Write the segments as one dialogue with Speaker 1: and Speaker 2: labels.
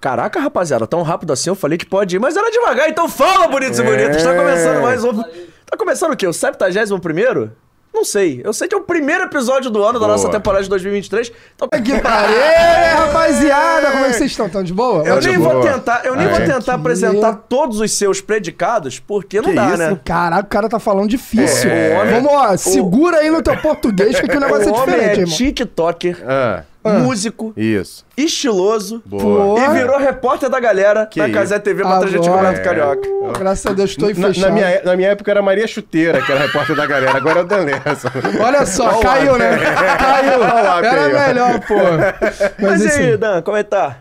Speaker 1: Caraca, rapaziada, tão rápido assim, eu falei que pode ir, mas era devagar, então fala,
Speaker 2: É.
Speaker 1: bonitos e bonitos. Tá começando mais um. Tá começando o quê? O 71 primeiro? Não sei. Eu sei que é o primeiro episódio do ano da nossa temporada de 2023. Então,
Speaker 3: Que pariu, hein, rapaziada! Como é que vocês estão? Tão de boa?
Speaker 1: eu nem
Speaker 2: tá de
Speaker 1: vou
Speaker 2: boa.
Speaker 1: tentar, eu nem
Speaker 2: Ah,
Speaker 1: vou
Speaker 2: gente.
Speaker 1: tentar apresentar todos os seus predicados, porque não
Speaker 2: Que
Speaker 1: dá,
Speaker 2: isso,
Speaker 1: né?
Speaker 3: Caraca, o cara tá falando difícil.
Speaker 2: É.
Speaker 3: Vamos, ó, segura aí no teu português, que aqui o
Speaker 1: O
Speaker 3: negócio é
Speaker 1: homem
Speaker 3: diferente,
Speaker 1: é
Speaker 3: irmão.
Speaker 2: tipo,
Speaker 1: TikToker,
Speaker 2: Ah,
Speaker 1: músico,
Speaker 2: isso.
Speaker 1: estiloso
Speaker 2: Boa.
Speaker 1: e virou repórter da galera da
Speaker 2: isso.
Speaker 1: Casé TV pra trazer gente
Speaker 3: Agora.
Speaker 1: Renato Carioca.
Speaker 3: Graças a Deus, estou
Speaker 2: Na,
Speaker 3: fechado.
Speaker 2: na minha, é, na minha época era Maria Chuteira, que era repórter da galera. Agora é o Danessa.
Speaker 3: Olha só, caiu, né? Caiu.
Speaker 2: Olha lá,
Speaker 3: Era
Speaker 2: caiu.
Speaker 3: melhor, pô.
Speaker 1: Mas,
Speaker 3: Mas,
Speaker 1: e aí,
Speaker 3: assim,
Speaker 1: Dan, como é que tá?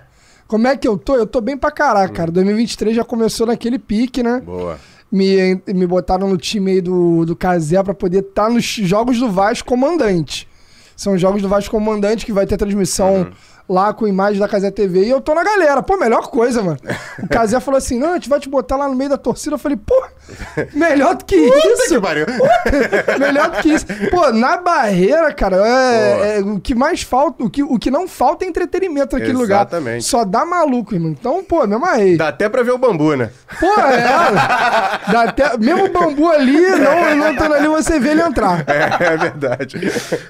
Speaker 3: como é que eu tô? Eu tô bem pra caraca,
Speaker 2: Hum.
Speaker 3: cara. 2023 já começou naquele pique, né?
Speaker 2: Boa.
Speaker 3: Me, me botaram no time aí do, do Casé pra poder estar nos jogos do Vasco Comandante. São jogos do Vasco Comandante que vai ter transmissão lá com imagem da Casé TV. E eu tô na galera. Pô, melhor coisa, mano. O Casé falou assim: não, a gente vai te botar lá no meio da torcida. Eu falei, pô, melhor do que isso.
Speaker 2: Que pariu.
Speaker 3: Melhor do que isso. Pô, na barreira, cara, é, é o que mais falta, o que, o que não falta é entretenimento naquele lugar.
Speaker 2: Exatamente.
Speaker 3: Só dá maluco, irmão. Então, pô, me amarrei.
Speaker 2: Dá até pra ver o bambu, né?
Speaker 3: Pô, é. dá até, mesmo o bambu ali, não, não estando ali, você vê ele entrar.
Speaker 2: É, é verdade.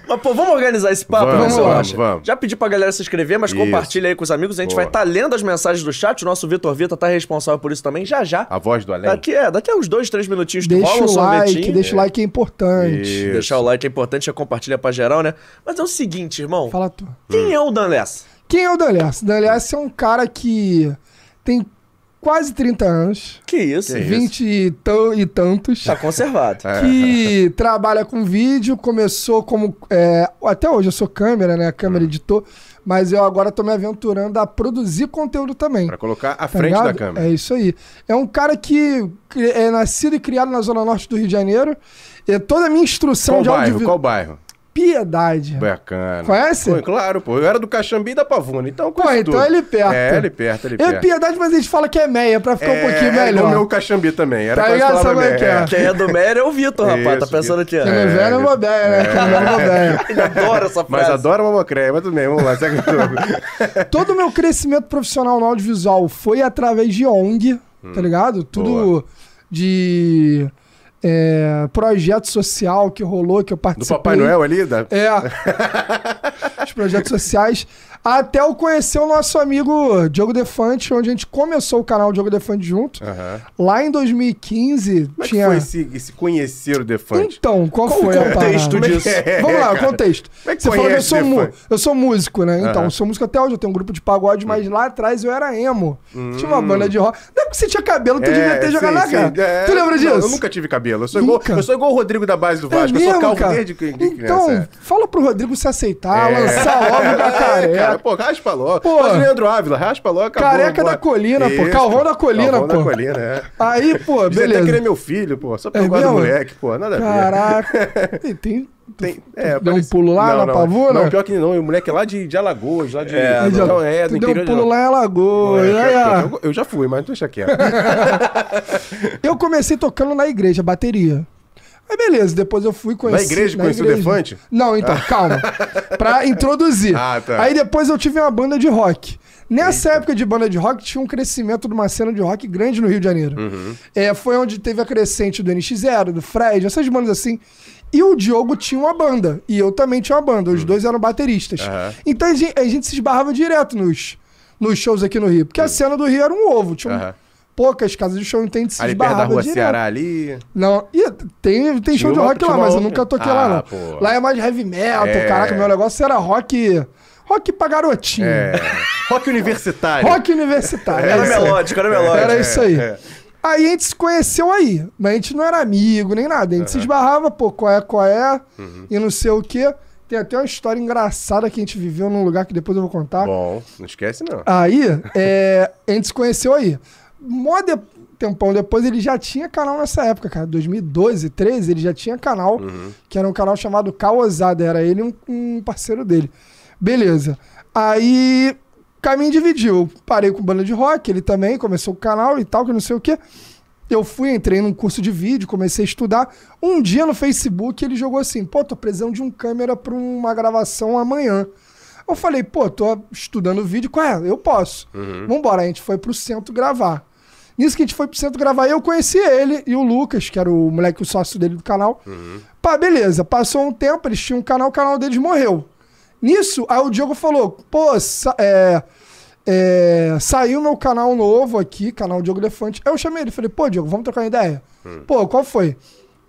Speaker 1: Mas, pô, vamos organizar esse papo,
Speaker 2: Vamos,
Speaker 1: né, você
Speaker 3: vamos,
Speaker 1: acha?
Speaker 2: vamos.
Speaker 1: Já pedi pra galera se inscrever, mas
Speaker 2: Isso.
Speaker 1: compartilha aí com os amigos. A gente
Speaker 2: Boa.
Speaker 1: vai estar lendo as mensagens do chat. O nosso Vitor Vita tá responsável por isso também, já já.
Speaker 2: A voz do além.
Speaker 1: Daqui, é, daqui a uns dois, três minutinhos que rola
Speaker 3: Deixa
Speaker 1: um
Speaker 3: o like,
Speaker 1: sorvetinho.
Speaker 3: deixa o like é importante.
Speaker 2: Isso.
Speaker 1: Deixar o like é importante, já compartilha pra geral, né? Mas é o seguinte, irmão.
Speaker 3: Fala tu.
Speaker 1: Quem é o Dan Lessa?
Speaker 3: Quem é o Daniels? Daniels é um cara que tem quase 30 anos,
Speaker 1: Que É isso?
Speaker 2: Que isso.
Speaker 3: 20 e, tão- e tantos.
Speaker 1: Tá conservado.
Speaker 2: É.
Speaker 3: que trabalha com vídeo, começou como. é, até hoje eu sou câmera, né? Câmera editor, mas eu agora tô me aventurando a produzir conteúdo também.
Speaker 2: Pra colocar à
Speaker 3: tá
Speaker 2: frente da
Speaker 3: ligado?
Speaker 2: câmera.
Speaker 3: É isso aí. É um cara que cri- é nascido e criado na Zona Norte do Rio de Janeiro. É toda a minha instrução
Speaker 2: Qual
Speaker 3: de
Speaker 2: bairro?
Speaker 3: audiovisual.
Speaker 2: Qual bairro?
Speaker 3: Piedade.
Speaker 2: Bacana.
Speaker 3: Conhece?
Speaker 2: Pô, claro, pô. Eu era do Caxambi e da Pavuna, então
Speaker 3: Pô,
Speaker 2: conheço
Speaker 3: então
Speaker 2: tudo.
Speaker 3: é ali perto.
Speaker 2: É, ele perto, ele
Speaker 3: É
Speaker 2: perto.
Speaker 3: piedade, mas a gente fala que é meia, pra ficar um pouquinho
Speaker 2: É, o
Speaker 3: melhor.
Speaker 2: meu Caxambi também. Era
Speaker 3: Tá
Speaker 2: quase
Speaker 3: ligado?
Speaker 2: palavra
Speaker 3: Sabe como é que
Speaker 2: meia.
Speaker 1: Quem é do Mery é o Vitor, rapaz.
Speaker 2: Isso,
Speaker 1: tá pensando que
Speaker 3: Quem não
Speaker 1: é.
Speaker 3: é velho é bobeia, né? Quem não é bobeia.
Speaker 1: Ele adora essa frase.
Speaker 2: Mas adora uma mocréia, mas tudo bem, vamos lá, segue o jogo.
Speaker 3: Todo o meu crescimento profissional no audiovisual foi através de ONG, tá ligado? Tudo
Speaker 2: Hum, boa.
Speaker 3: de é, projeto social que rolou, que eu
Speaker 2: Do
Speaker 3: participei.
Speaker 2: Papai Noel ali? Da...
Speaker 3: É. Os projetos sociais. Até eu conhecer o nosso amigo Diogo Defante, onde a gente começou o canal Diogo Defante junto.
Speaker 2: Aham.
Speaker 3: Lá em 2015
Speaker 2: Como é que
Speaker 3: tinha.
Speaker 2: foi esse, esse conhecer o Defante?
Speaker 3: Então, qual,
Speaker 1: Qual
Speaker 3: foi
Speaker 1: o
Speaker 3: a parada?
Speaker 1: contexto disso?
Speaker 2: É,
Speaker 3: Vamos lá, o
Speaker 2: cara.
Speaker 3: contexto.
Speaker 2: Como é que
Speaker 3: Você falou que eu
Speaker 2: conhece
Speaker 3: sou, mu-
Speaker 2: funk?
Speaker 3: eu sou músico, né? Então,
Speaker 2: Aham. Hum.
Speaker 3: eu sou músico até hoje. Eu tenho um grupo de pagode, mas lá atrás eu era emo. Tinha uma banda de rock. Não é porque você tinha cabelo, tu devia ter
Speaker 2: sim,
Speaker 3: jogado na
Speaker 2: sim.
Speaker 3: cara.
Speaker 2: É,
Speaker 3: tu lembra
Speaker 2: não,
Speaker 3: disso?
Speaker 2: eu nunca tive cabelo. Eu sou,
Speaker 3: Nunca?
Speaker 2: Igual, eu sou igual o Rodrigo da base do
Speaker 3: É
Speaker 2: Vasco. eu
Speaker 3: mesmo,
Speaker 2: sou calvo
Speaker 3: cara?
Speaker 2: desde que de criança.
Speaker 3: Então,
Speaker 2: é.
Speaker 3: fala pro Rodrigo se aceitar,
Speaker 2: É.
Speaker 3: lançar logo pra
Speaker 2: É,
Speaker 3: careca.
Speaker 2: cara, pô, raspa logo.
Speaker 3: Pô.
Speaker 2: Mas o Leandro Ávila, raspa logo, acabou.
Speaker 3: Careca
Speaker 2: bora.
Speaker 3: da colina, pô, calvão da colina,
Speaker 2: calvão
Speaker 3: pô.
Speaker 2: da colina, é.
Speaker 3: Aí, pô,
Speaker 2: Dizem até que ele é
Speaker 3: beleza.
Speaker 2: meu filho, pô, só
Speaker 3: É
Speaker 2: porque eu gosto do
Speaker 3: mesmo?
Speaker 2: moleque, pô, nada a ver.
Speaker 3: Caraca. Tem- tem-
Speaker 2: Tem, é,
Speaker 3: Deu um pulo lá
Speaker 2: não,
Speaker 3: na
Speaker 2: não,
Speaker 3: pavuna?
Speaker 2: Não, pior que não. O moleque é lá de, de Alagoas, lá de.
Speaker 1: É,
Speaker 2: É,
Speaker 3: Aí, ó,
Speaker 2: não, é, do
Speaker 3: tu deu
Speaker 2: interior
Speaker 3: um
Speaker 2: de
Speaker 3: pulo lá em Alagoas.
Speaker 2: Alagoas.
Speaker 3: aí, ó.
Speaker 2: Eu, eu já fui, mas deixa quieto.
Speaker 3: Eu comecei tocando na igreja, bateria. Aí beleza, depois eu fui conhecer.
Speaker 2: igreja conheceu o Defante?
Speaker 3: Não, então, calma. Pra introduzir.
Speaker 2: Ah, tá.
Speaker 3: Aí depois eu tive uma banda de rock. Nessa época de banda de rock, tinha um crescimento de uma cena de rock grande no Rio de Janeiro.
Speaker 2: Uhum.
Speaker 3: É, foi onde teve a crescente do NX0, do Fred, essas bandas assim. E o Diogo tinha uma banda. E eu também tinha uma banda. Os dois eram bateristas.
Speaker 2: Uhum. Aham.
Speaker 3: Então a gen- a gente, se esbarrava direto nos, nos shows aqui no Rio. Porque a cena do Rio era um ovo. Tinha um-
Speaker 2: Aham.
Speaker 3: poucas casas de show, então a gente se
Speaker 2: ali perto da
Speaker 3: esbarrava
Speaker 2: rua
Speaker 3: direto.
Speaker 2: Ceará ali.
Speaker 3: Não, e tem, tem show de
Speaker 2: uma-
Speaker 3: rock
Speaker 2: tinha
Speaker 3: lá,
Speaker 2: uma
Speaker 3: mas eu
Speaker 2: outra-
Speaker 3: nunca toquei
Speaker 2: Ah,
Speaker 3: lá, não.
Speaker 2: pô.
Speaker 3: Lá é mais heavy metal,
Speaker 2: É.
Speaker 3: caraca, meu negócio era rock. Rock pra garotinho.
Speaker 2: É. Rock universitário.
Speaker 3: Rock universitário.
Speaker 1: Era
Speaker 3: isso aí.
Speaker 1: melódico, era melódico.
Speaker 3: Era isso aí.
Speaker 2: é.
Speaker 3: Aí a gente se conheceu aí, mas a gente não era amigo nem nada. A gente se esbarrava, pô, qual é, qual é,
Speaker 2: Uhum.
Speaker 3: e não sei o quê. Tem até uma história engraçada que a gente viveu num lugar que depois eu vou contar.
Speaker 2: Bom, não esquece não.
Speaker 3: Aí, é, a gente se conheceu aí. Mó de- tempão depois, ele já tinha canal nessa época, cara. 2012, 13, ele já tinha canal, que era um canal chamado Caosada. Era ele e um, um parceiro dele. Beleza. Aí, caminho dividiu. Eu Parei com banda de rock, ele também começou o canal e tal, que não sei o quê. Eu fui, entrei num curso de vídeo, comecei a estudar. Um dia no Facebook ele jogou assim: pô, tô precisando de um câmera pra uma gravação amanhã. Eu falei, pô, tô estudando vídeo, qual é? Eu posso. Vambora, a gente foi pro centro gravar. Nisso que a gente foi pro centro gravar, eu conheci ele e o Lucas, que era o moleque, o sócio dele do canal. Pá, beleza. Passou um tempo, eles tinham um canal, o canal deles morreu. Nisso, aí o Diogo falou, pô, sa- é, é, saiu meu canal novo aqui, canal Diogo Elefante. Aí eu chamei ele, falei, pô, Diogo, vamos trocar uma ideia. Pô, qual foi?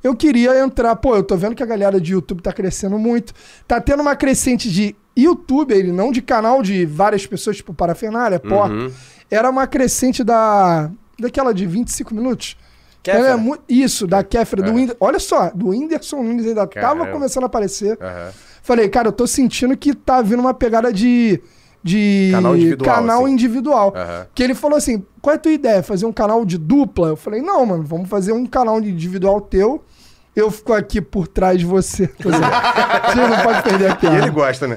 Speaker 3: Eu queria entrar, pô, eu tô vendo que a galera de YouTube tá crescendo muito. Tá tendo uma crescente de YouTube, ele não de canal de várias pessoas, tipo parafernália, porra. Era uma crescente da daquela de 25 minutos.
Speaker 1: Kéfera.
Speaker 3: Ela é mu- isso, da Kéfera, do Whinder- Olha só, do Whindersson Nunes ainda tava
Speaker 2: Caramba.
Speaker 3: começando a aparecer.
Speaker 2: Aham.
Speaker 3: Falei, cara, eu tô sentindo que tá vindo uma pegada de. de
Speaker 2: Canal individual,
Speaker 3: canal
Speaker 2: assim.
Speaker 3: individual.
Speaker 2: Aham.
Speaker 3: Que ele falou assim: qual é a tua ideia? Fazer um canal de dupla? Eu falei, não, mano, vamos fazer um canal individual teu. Eu fico aqui por trás de você. Quer dizer, Você não pode perder a
Speaker 2: E ele
Speaker 3: piada.
Speaker 2: gosta, né?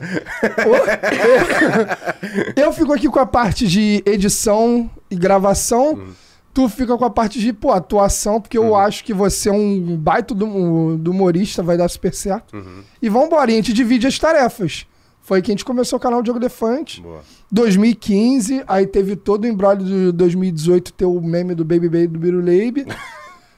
Speaker 3: Eu fico aqui com a parte de edição e gravação. Tu fica com a parte de, pô, atuação, porque eu acho que você é um baita do, do humorista, vai dar super certo. E vambora, e a gente divide as tarefas. Foi que a gente começou o canal Diogo Defante.
Speaker 2: Boa.
Speaker 3: 2015, aí teve todo o embrolho do 2018 ter o meme do Baby Baby do Biruleibe.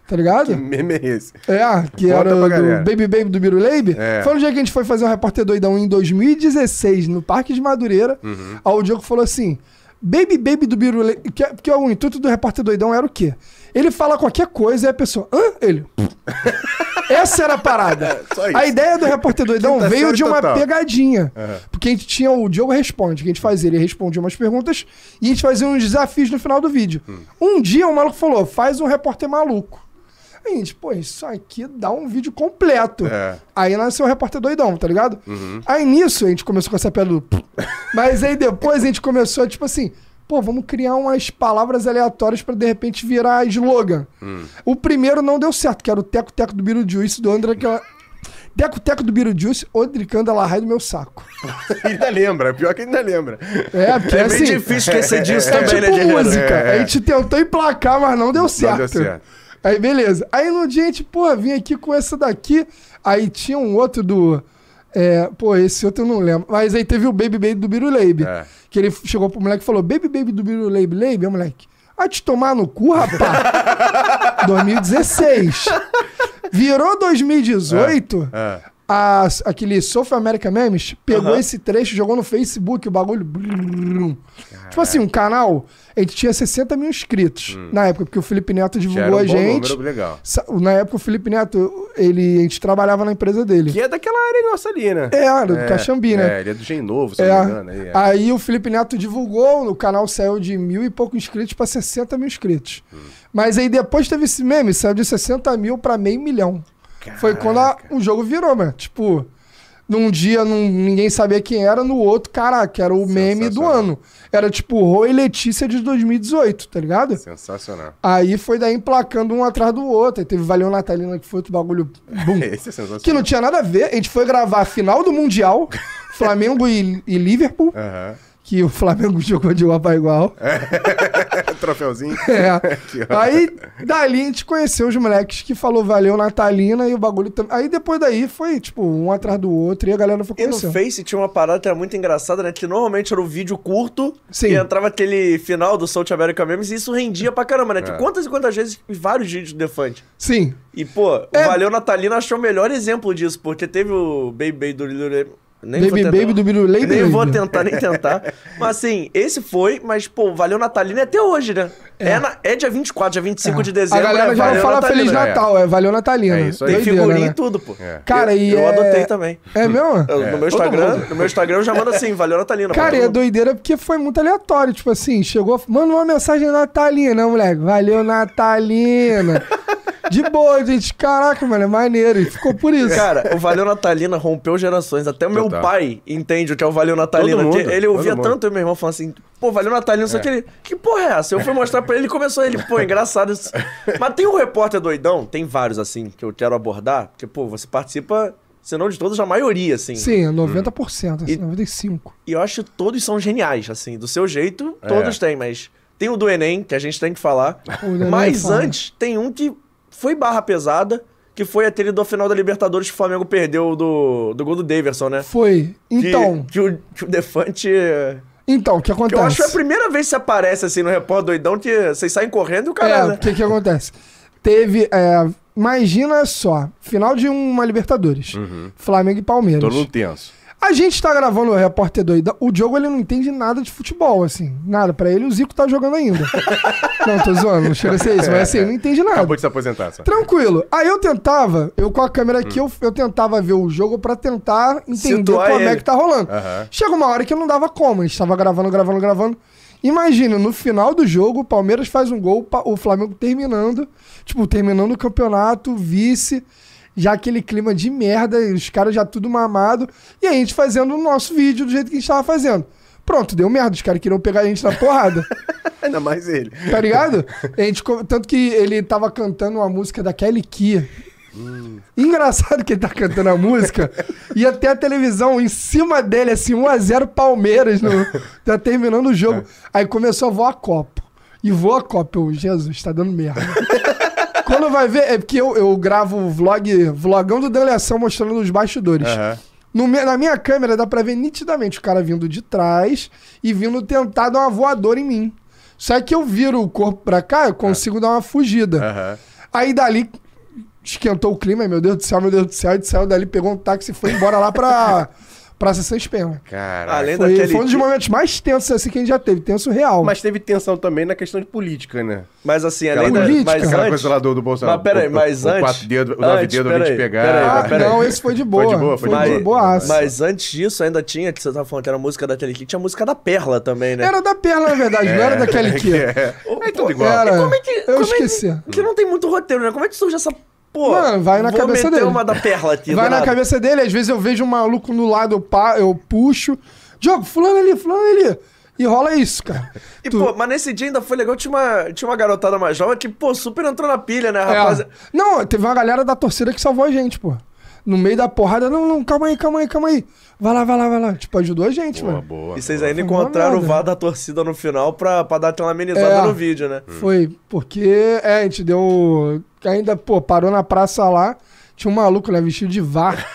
Speaker 3: tá ligado?
Speaker 2: Meme é esse.
Speaker 3: É, que
Speaker 2: Conta
Speaker 3: era
Speaker 2: pra
Speaker 3: o
Speaker 2: galera.
Speaker 3: do Baby Baby do Biro Leib.
Speaker 2: É.
Speaker 3: Foi no dia que a gente foi fazer um repórter doidão em 2016, no Parque de Madureira.
Speaker 2: Uhum.
Speaker 3: Aí o Diogo falou assim: Baby Baby do Biro Leib. Que, é- que é o intuito do repórter doidão era o quê? Ele fala qualquer coisa e a pessoa. Hã? Ele. Essa era a parada.
Speaker 2: É, só isso.
Speaker 3: a ideia do repórter doidão
Speaker 2: Quinta
Speaker 3: veio
Speaker 2: série
Speaker 3: de uma
Speaker 2: total.
Speaker 3: pegadinha. Porque a gente tinha o Diogo Responde, que a gente fazia. Ele respondia umas perguntas e a gente fazia uns desafios no final do vídeo.
Speaker 2: Hum.
Speaker 3: Um dia o maluco falou: faz um repórter maluco. Aí a gente, pô, isso aqui dá um vídeo completo.
Speaker 2: É.
Speaker 3: Aí nasceu o repórter doidão, tá ligado?
Speaker 1: Uhum.
Speaker 3: Aí nisso a gente começou com essa pedra do. Mas aí depois a gente começou, tipo assim, pô, vamos criar umas palavras aleatórias pra de repente virar slogan.
Speaker 1: Hum.
Speaker 3: O primeiro não deu certo, que era o teco-teco do Beetlejuice, do André, é aquela. Teco-teco do Beetlejuice, Odricando Larrai do meu saco.
Speaker 2: Ele ainda lembra, pior que ele ainda lembra.
Speaker 3: É, porque
Speaker 1: É
Speaker 3: assim.
Speaker 1: bem difícil esquecer disso
Speaker 3: É
Speaker 1: também, né,
Speaker 3: tipo
Speaker 1: Guerreiro?
Speaker 3: música.
Speaker 2: É.
Speaker 3: A gente tentou emplacar, mas não deu certo.
Speaker 2: deu certo.
Speaker 3: Aí, beleza. Aí no dia a gente, pô, vim aqui com essa daqui. Aí tinha um outro do. é, pô, esse outro eu não lembro. Mas aí teve o Baby Baby do Biruleibe.
Speaker 2: É.
Speaker 3: Que ele chegou pro moleque e falou: Baby Baby do Biruleibe, Leibe, Aí, moleque. Ah, te tomar no cu, rapá. 2016. Virou 2018.
Speaker 2: É.
Speaker 3: a- aquele Sofa America Memes pegou esse trecho, jogou no Facebook, o bagulho. brum. Tipo assim, um canal, a gente tinha 60 mil inscritos na época, porque o Felipe Neto
Speaker 2: Hum. Já era
Speaker 3: divulgou
Speaker 2: um
Speaker 3: a
Speaker 2: bom
Speaker 3: gente.
Speaker 2: número legal.
Speaker 3: Sa- Na época o Felipe Neto, ele, a gente trabalhava na empresa dele.
Speaker 2: Que é daquela área nossa ali, né?
Speaker 3: É, era do Caxambi, né?
Speaker 2: É, ele é do Gen Novo, se
Speaker 3: É.
Speaker 2: eu não me engano. Aí, é.
Speaker 3: Aí o Felipe Neto divulgou, o canal saiu de mil e pouco inscritos pra 60 mil inscritos.
Speaker 2: Hum.
Speaker 3: Mas aí depois teve esse meme, saiu de 60 mil pra meio milhão. Foi quando a- o jogo virou, mano. Tipo, num dia num- ninguém sabia quem era, no outro, caraca, era o meme do
Speaker 2: Sensacional.
Speaker 3: ano. Era tipo Rô e Letícia de 2018, tá ligado?
Speaker 2: Sensacional.
Speaker 3: Aí foi daí emplacando um atrás do outro. Aí teve Valeu Natalina, que foi outro bagulho. Bum.
Speaker 2: Esse é sensacional.
Speaker 3: que não tinha nada a ver. A gente foi gravar a final do Mundial, Flamengo e, e Liverpool,
Speaker 2: Aham.
Speaker 3: que o Flamengo jogou de igual pra igual.
Speaker 2: Troféuzinho.
Speaker 3: É.
Speaker 2: Que ótimo.
Speaker 3: Aí, dali, a gente conheceu os moleques que falou Valeu Natalina e o bagulho também. Aí depois daí foi, tipo, um atrás do outro e a galera foi
Speaker 1: E no
Speaker 3: conhecendo.
Speaker 1: Face tinha uma parada que era muito engraçada, né? Que normalmente era um vídeo curto
Speaker 3: Sim.
Speaker 1: e entrava aquele final do South America Memes e isso rendia pra caramba, né? Tem Quantas e quantas vezes vários vídeos do Defante.
Speaker 3: Sim.
Speaker 1: E, pô, o
Speaker 3: É.
Speaker 1: Valeu Natalina achou o melhor exemplo disso, porque teve o Baby Baby do Lilo... Nem
Speaker 3: Baby Baby do Biru Lei
Speaker 1: Nem
Speaker 3: Baby.
Speaker 1: vou tentar, nem tentar. Mas assim, esse foi, mas, pô, Valeu Natalina é até hoje, né? É, na- é dia 24, dia 25 de
Speaker 3: a
Speaker 1: dezembro.
Speaker 3: galera
Speaker 1: é
Speaker 3: já não
Speaker 1: Valeu
Speaker 3: fala
Speaker 1: Natalina.
Speaker 3: Feliz
Speaker 2: né?
Speaker 3: Natal, é Valeu Natalina.
Speaker 2: É isso aí.
Speaker 1: Tem
Speaker 3: Doideira,
Speaker 1: figurinha
Speaker 3: né?
Speaker 1: e tudo, pô.
Speaker 2: É.
Speaker 3: Cara,
Speaker 1: eu,
Speaker 3: e
Speaker 1: eu
Speaker 3: é-
Speaker 1: adotei também.
Speaker 3: É mesmo?
Speaker 1: Eu- No, meu
Speaker 2: todo
Speaker 1: Instagram,
Speaker 2: mundo.
Speaker 1: no meu Instagram eu já mando assim, valeu Natalina. pra
Speaker 3: Cara,
Speaker 1: todo
Speaker 3: e é
Speaker 1: mundo.
Speaker 3: doideira porque foi muito aleatório. Tipo assim, chegou, manda uma mensagem natalina, né, moleque. Valeu, Natalina. De boa, gente. Caraca, mano, é maneiro. E ficou por isso.
Speaker 1: Cara, o Valeu Natalina rompeu gerações. Até o meu
Speaker 2: Total.
Speaker 1: pai entende o que é o Valeu Natalina.
Speaker 2: Todo mundo,
Speaker 1: porque ele
Speaker 2: todo
Speaker 1: ouvia
Speaker 2: mundo.
Speaker 1: tanto eu e meu irmão falando assim, pô, Valeu Natalina, só que ele, que porra é essa? Eu fui mostrar pra ele, ele começou ele, pô, é engraçado isso. Mas tem um repórter doidão, tem vários assim, que eu quero abordar, porque, pô, você participa, se não de todos, a maioria, assim.
Speaker 3: Sim, é 90%, assim,
Speaker 1: E-
Speaker 3: 95%.
Speaker 1: E eu acho que todos são geniais, assim, do seu jeito,
Speaker 2: É.
Speaker 1: todos têm, mas tem o do Enem, que a gente tem que falar.
Speaker 3: O do Enem é
Speaker 1: mas
Speaker 3: fala.
Speaker 1: antes, tem um que foi barra pesada, que que foi aquele do final da Libertadores que o Flamengo perdeu do, do gol do Daverson, né?
Speaker 3: Foi.
Speaker 1: Que-
Speaker 3: Então,
Speaker 1: Que, o, que o Defante. Que
Speaker 3: então, o que
Speaker 1: eu acho que
Speaker 3: acontece?
Speaker 1: é a primeira vez que você aparece assim no Repórter Doidão que vocês saem correndo e o cara.
Speaker 3: É,
Speaker 1: né?
Speaker 3: o que que acontece? Teve, é, imagina só, final de uma Libertadores,
Speaker 1: Uhum.
Speaker 3: Flamengo e Palmeiras.
Speaker 2: Todo mundo tenso.
Speaker 3: A gente tá gravando o Repórter Doidão. O Diogo, ele não entende nada de futebol, assim. Nada. Pra ele, o Zico tá jogando ainda. não, tô zoando. Não chega a ser isso. Mas assim, ele não entende nada.
Speaker 2: Acabou de se aposentar, sabe?
Speaker 3: Tranquilo. Aí eu tentava, eu com a câmera aqui, eu, eu tentava ver o jogo pra tentar entender
Speaker 1: Situar
Speaker 3: como é
Speaker 1: ele.
Speaker 3: que tá rolando.
Speaker 2: Aham.
Speaker 3: Chega uma hora que eu não dava como. A gente tava gravando, gravando, gravando. Imagina, no final do jogo, o Palmeiras faz um gol, pa- o Flamengo terminando, tipo, terminando o campeonato, vice, já aquele clima de merda, e os caras já tudo mamado, e a gente fazendo o nosso vídeo do jeito que a gente tava fazendo. Pronto, deu merda, os caras queriam pegar a gente na porrada.
Speaker 2: Ainda mais ele.
Speaker 3: Tá ligado? A gente, co- tanto que ele tava cantando uma música da Kelly Key. Engraçado que ele tá cantando a música e até a televisão em cima dele, assim, 1x0 Palmeiras, no, tá terminando o jogo. Aí começou a voar copo. E voa copo, eu, Jesus, tá dando merda. Quando vai ver, é porque eu, eu gravo o vlog, vlogão do Dan Leação mostrando os bastidores.
Speaker 2: Aham.
Speaker 3: No me- na minha câmera dá pra ver nitidamente o cara vindo de trás e vindo tentar dar uma voadora em mim. Só que eu viro o corpo pra cá, eu consigo
Speaker 1: É.
Speaker 3: dar uma fugida.
Speaker 2: Aham.
Speaker 3: Aí dali esquentou o clima, meu Deus do céu, meu Deus do céu, e saiu dali, pegou um táxi e foi embora lá pra Praça Sans Pena.
Speaker 2: Caraca.
Speaker 1: Além
Speaker 3: Foi,
Speaker 1: É daquele.
Speaker 3: foi um dos
Speaker 1: dia-
Speaker 3: momentos mais tensos assim que a gente já teve, tenso real.
Speaker 2: Mas teve tensão também na questão de política, né?
Speaker 1: Mas assim,
Speaker 2: Aquela
Speaker 1: além da.
Speaker 3: é política.
Speaker 1: Mas
Speaker 2: Aquela
Speaker 1: antes,
Speaker 2: coisa lá do, do Bolsonaro.
Speaker 1: Mas peraí,
Speaker 2: O- o-
Speaker 1: mas
Speaker 2: o
Speaker 1: antes-
Speaker 2: Quatro dedos, o nove
Speaker 1: antes,
Speaker 2: dedos, o vinte
Speaker 1: peraí,
Speaker 2: pegar. né?
Speaker 1: peraí,
Speaker 3: ah,
Speaker 1: peraí.
Speaker 3: não, esse foi de boa.
Speaker 2: de boa, foi de
Speaker 3: de
Speaker 1: mas,
Speaker 3: boaça.
Speaker 1: mas antes disso, ainda tinha, que vocês estavam falando que era a música da Kelly Key, tinha a música da Perla também, né?
Speaker 3: Era da Perla, na verdade, não era da Kelly Key.
Speaker 2: É, é tudo igual.
Speaker 3: Era.
Speaker 1: Como é que.
Speaker 3: eu
Speaker 1: como é que-
Speaker 3: esqueci.
Speaker 1: que, não tem muito roteiro, né? Como é que surge essa. Pô,
Speaker 3: Mano, vai na
Speaker 1: vou
Speaker 3: cabeça
Speaker 1: meter
Speaker 3: dele.
Speaker 1: uma da Perla aqui,
Speaker 3: Vai
Speaker 1: do
Speaker 3: na
Speaker 1: nada.
Speaker 3: cabeça dele, às vezes eu vejo um maluco no lado, eu, pa, eu puxo. Diogo, fulano ali, fulano ali. E rola isso, cara.
Speaker 1: E,
Speaker 3: Tu-
Speaker 1: pô, mas nesse dia ainda foi legal, tinha uma, tinha uma garotada mais jovem que, pô, super entrou na pilha, né,
Speaker 3: É.
Speaker 1: rapaz?
Speaker 3: Não, teve uma galera da torcida que salvou a gente, pô. No meio da porrada, não, não, calma aí, calma aí, calma aí. Vai lá, vai lá, vai lá. Tipo, ajudou a gente,
Speaker 2: Boa,
Speaker 3: mano.
Speaker 2: boa.
Speaker 1: E vocês
Speaker 2: boa.
Speaker 1: ainda
Speaker 3: Não foi
Speaker 1: encontraram o
Speaker 3: nada.
Speaker 1: VAR da torcida no final pra, pra dar aquela amenizada
Speaker 3: É.
Speaker 1: no vídeo, né?
Speaker 2: Hum.
Speaker 3: Foi, porque, é, a gente deu. Ainda, pô, parou na praça lá, tinha um maluco, né, vestido de VAR.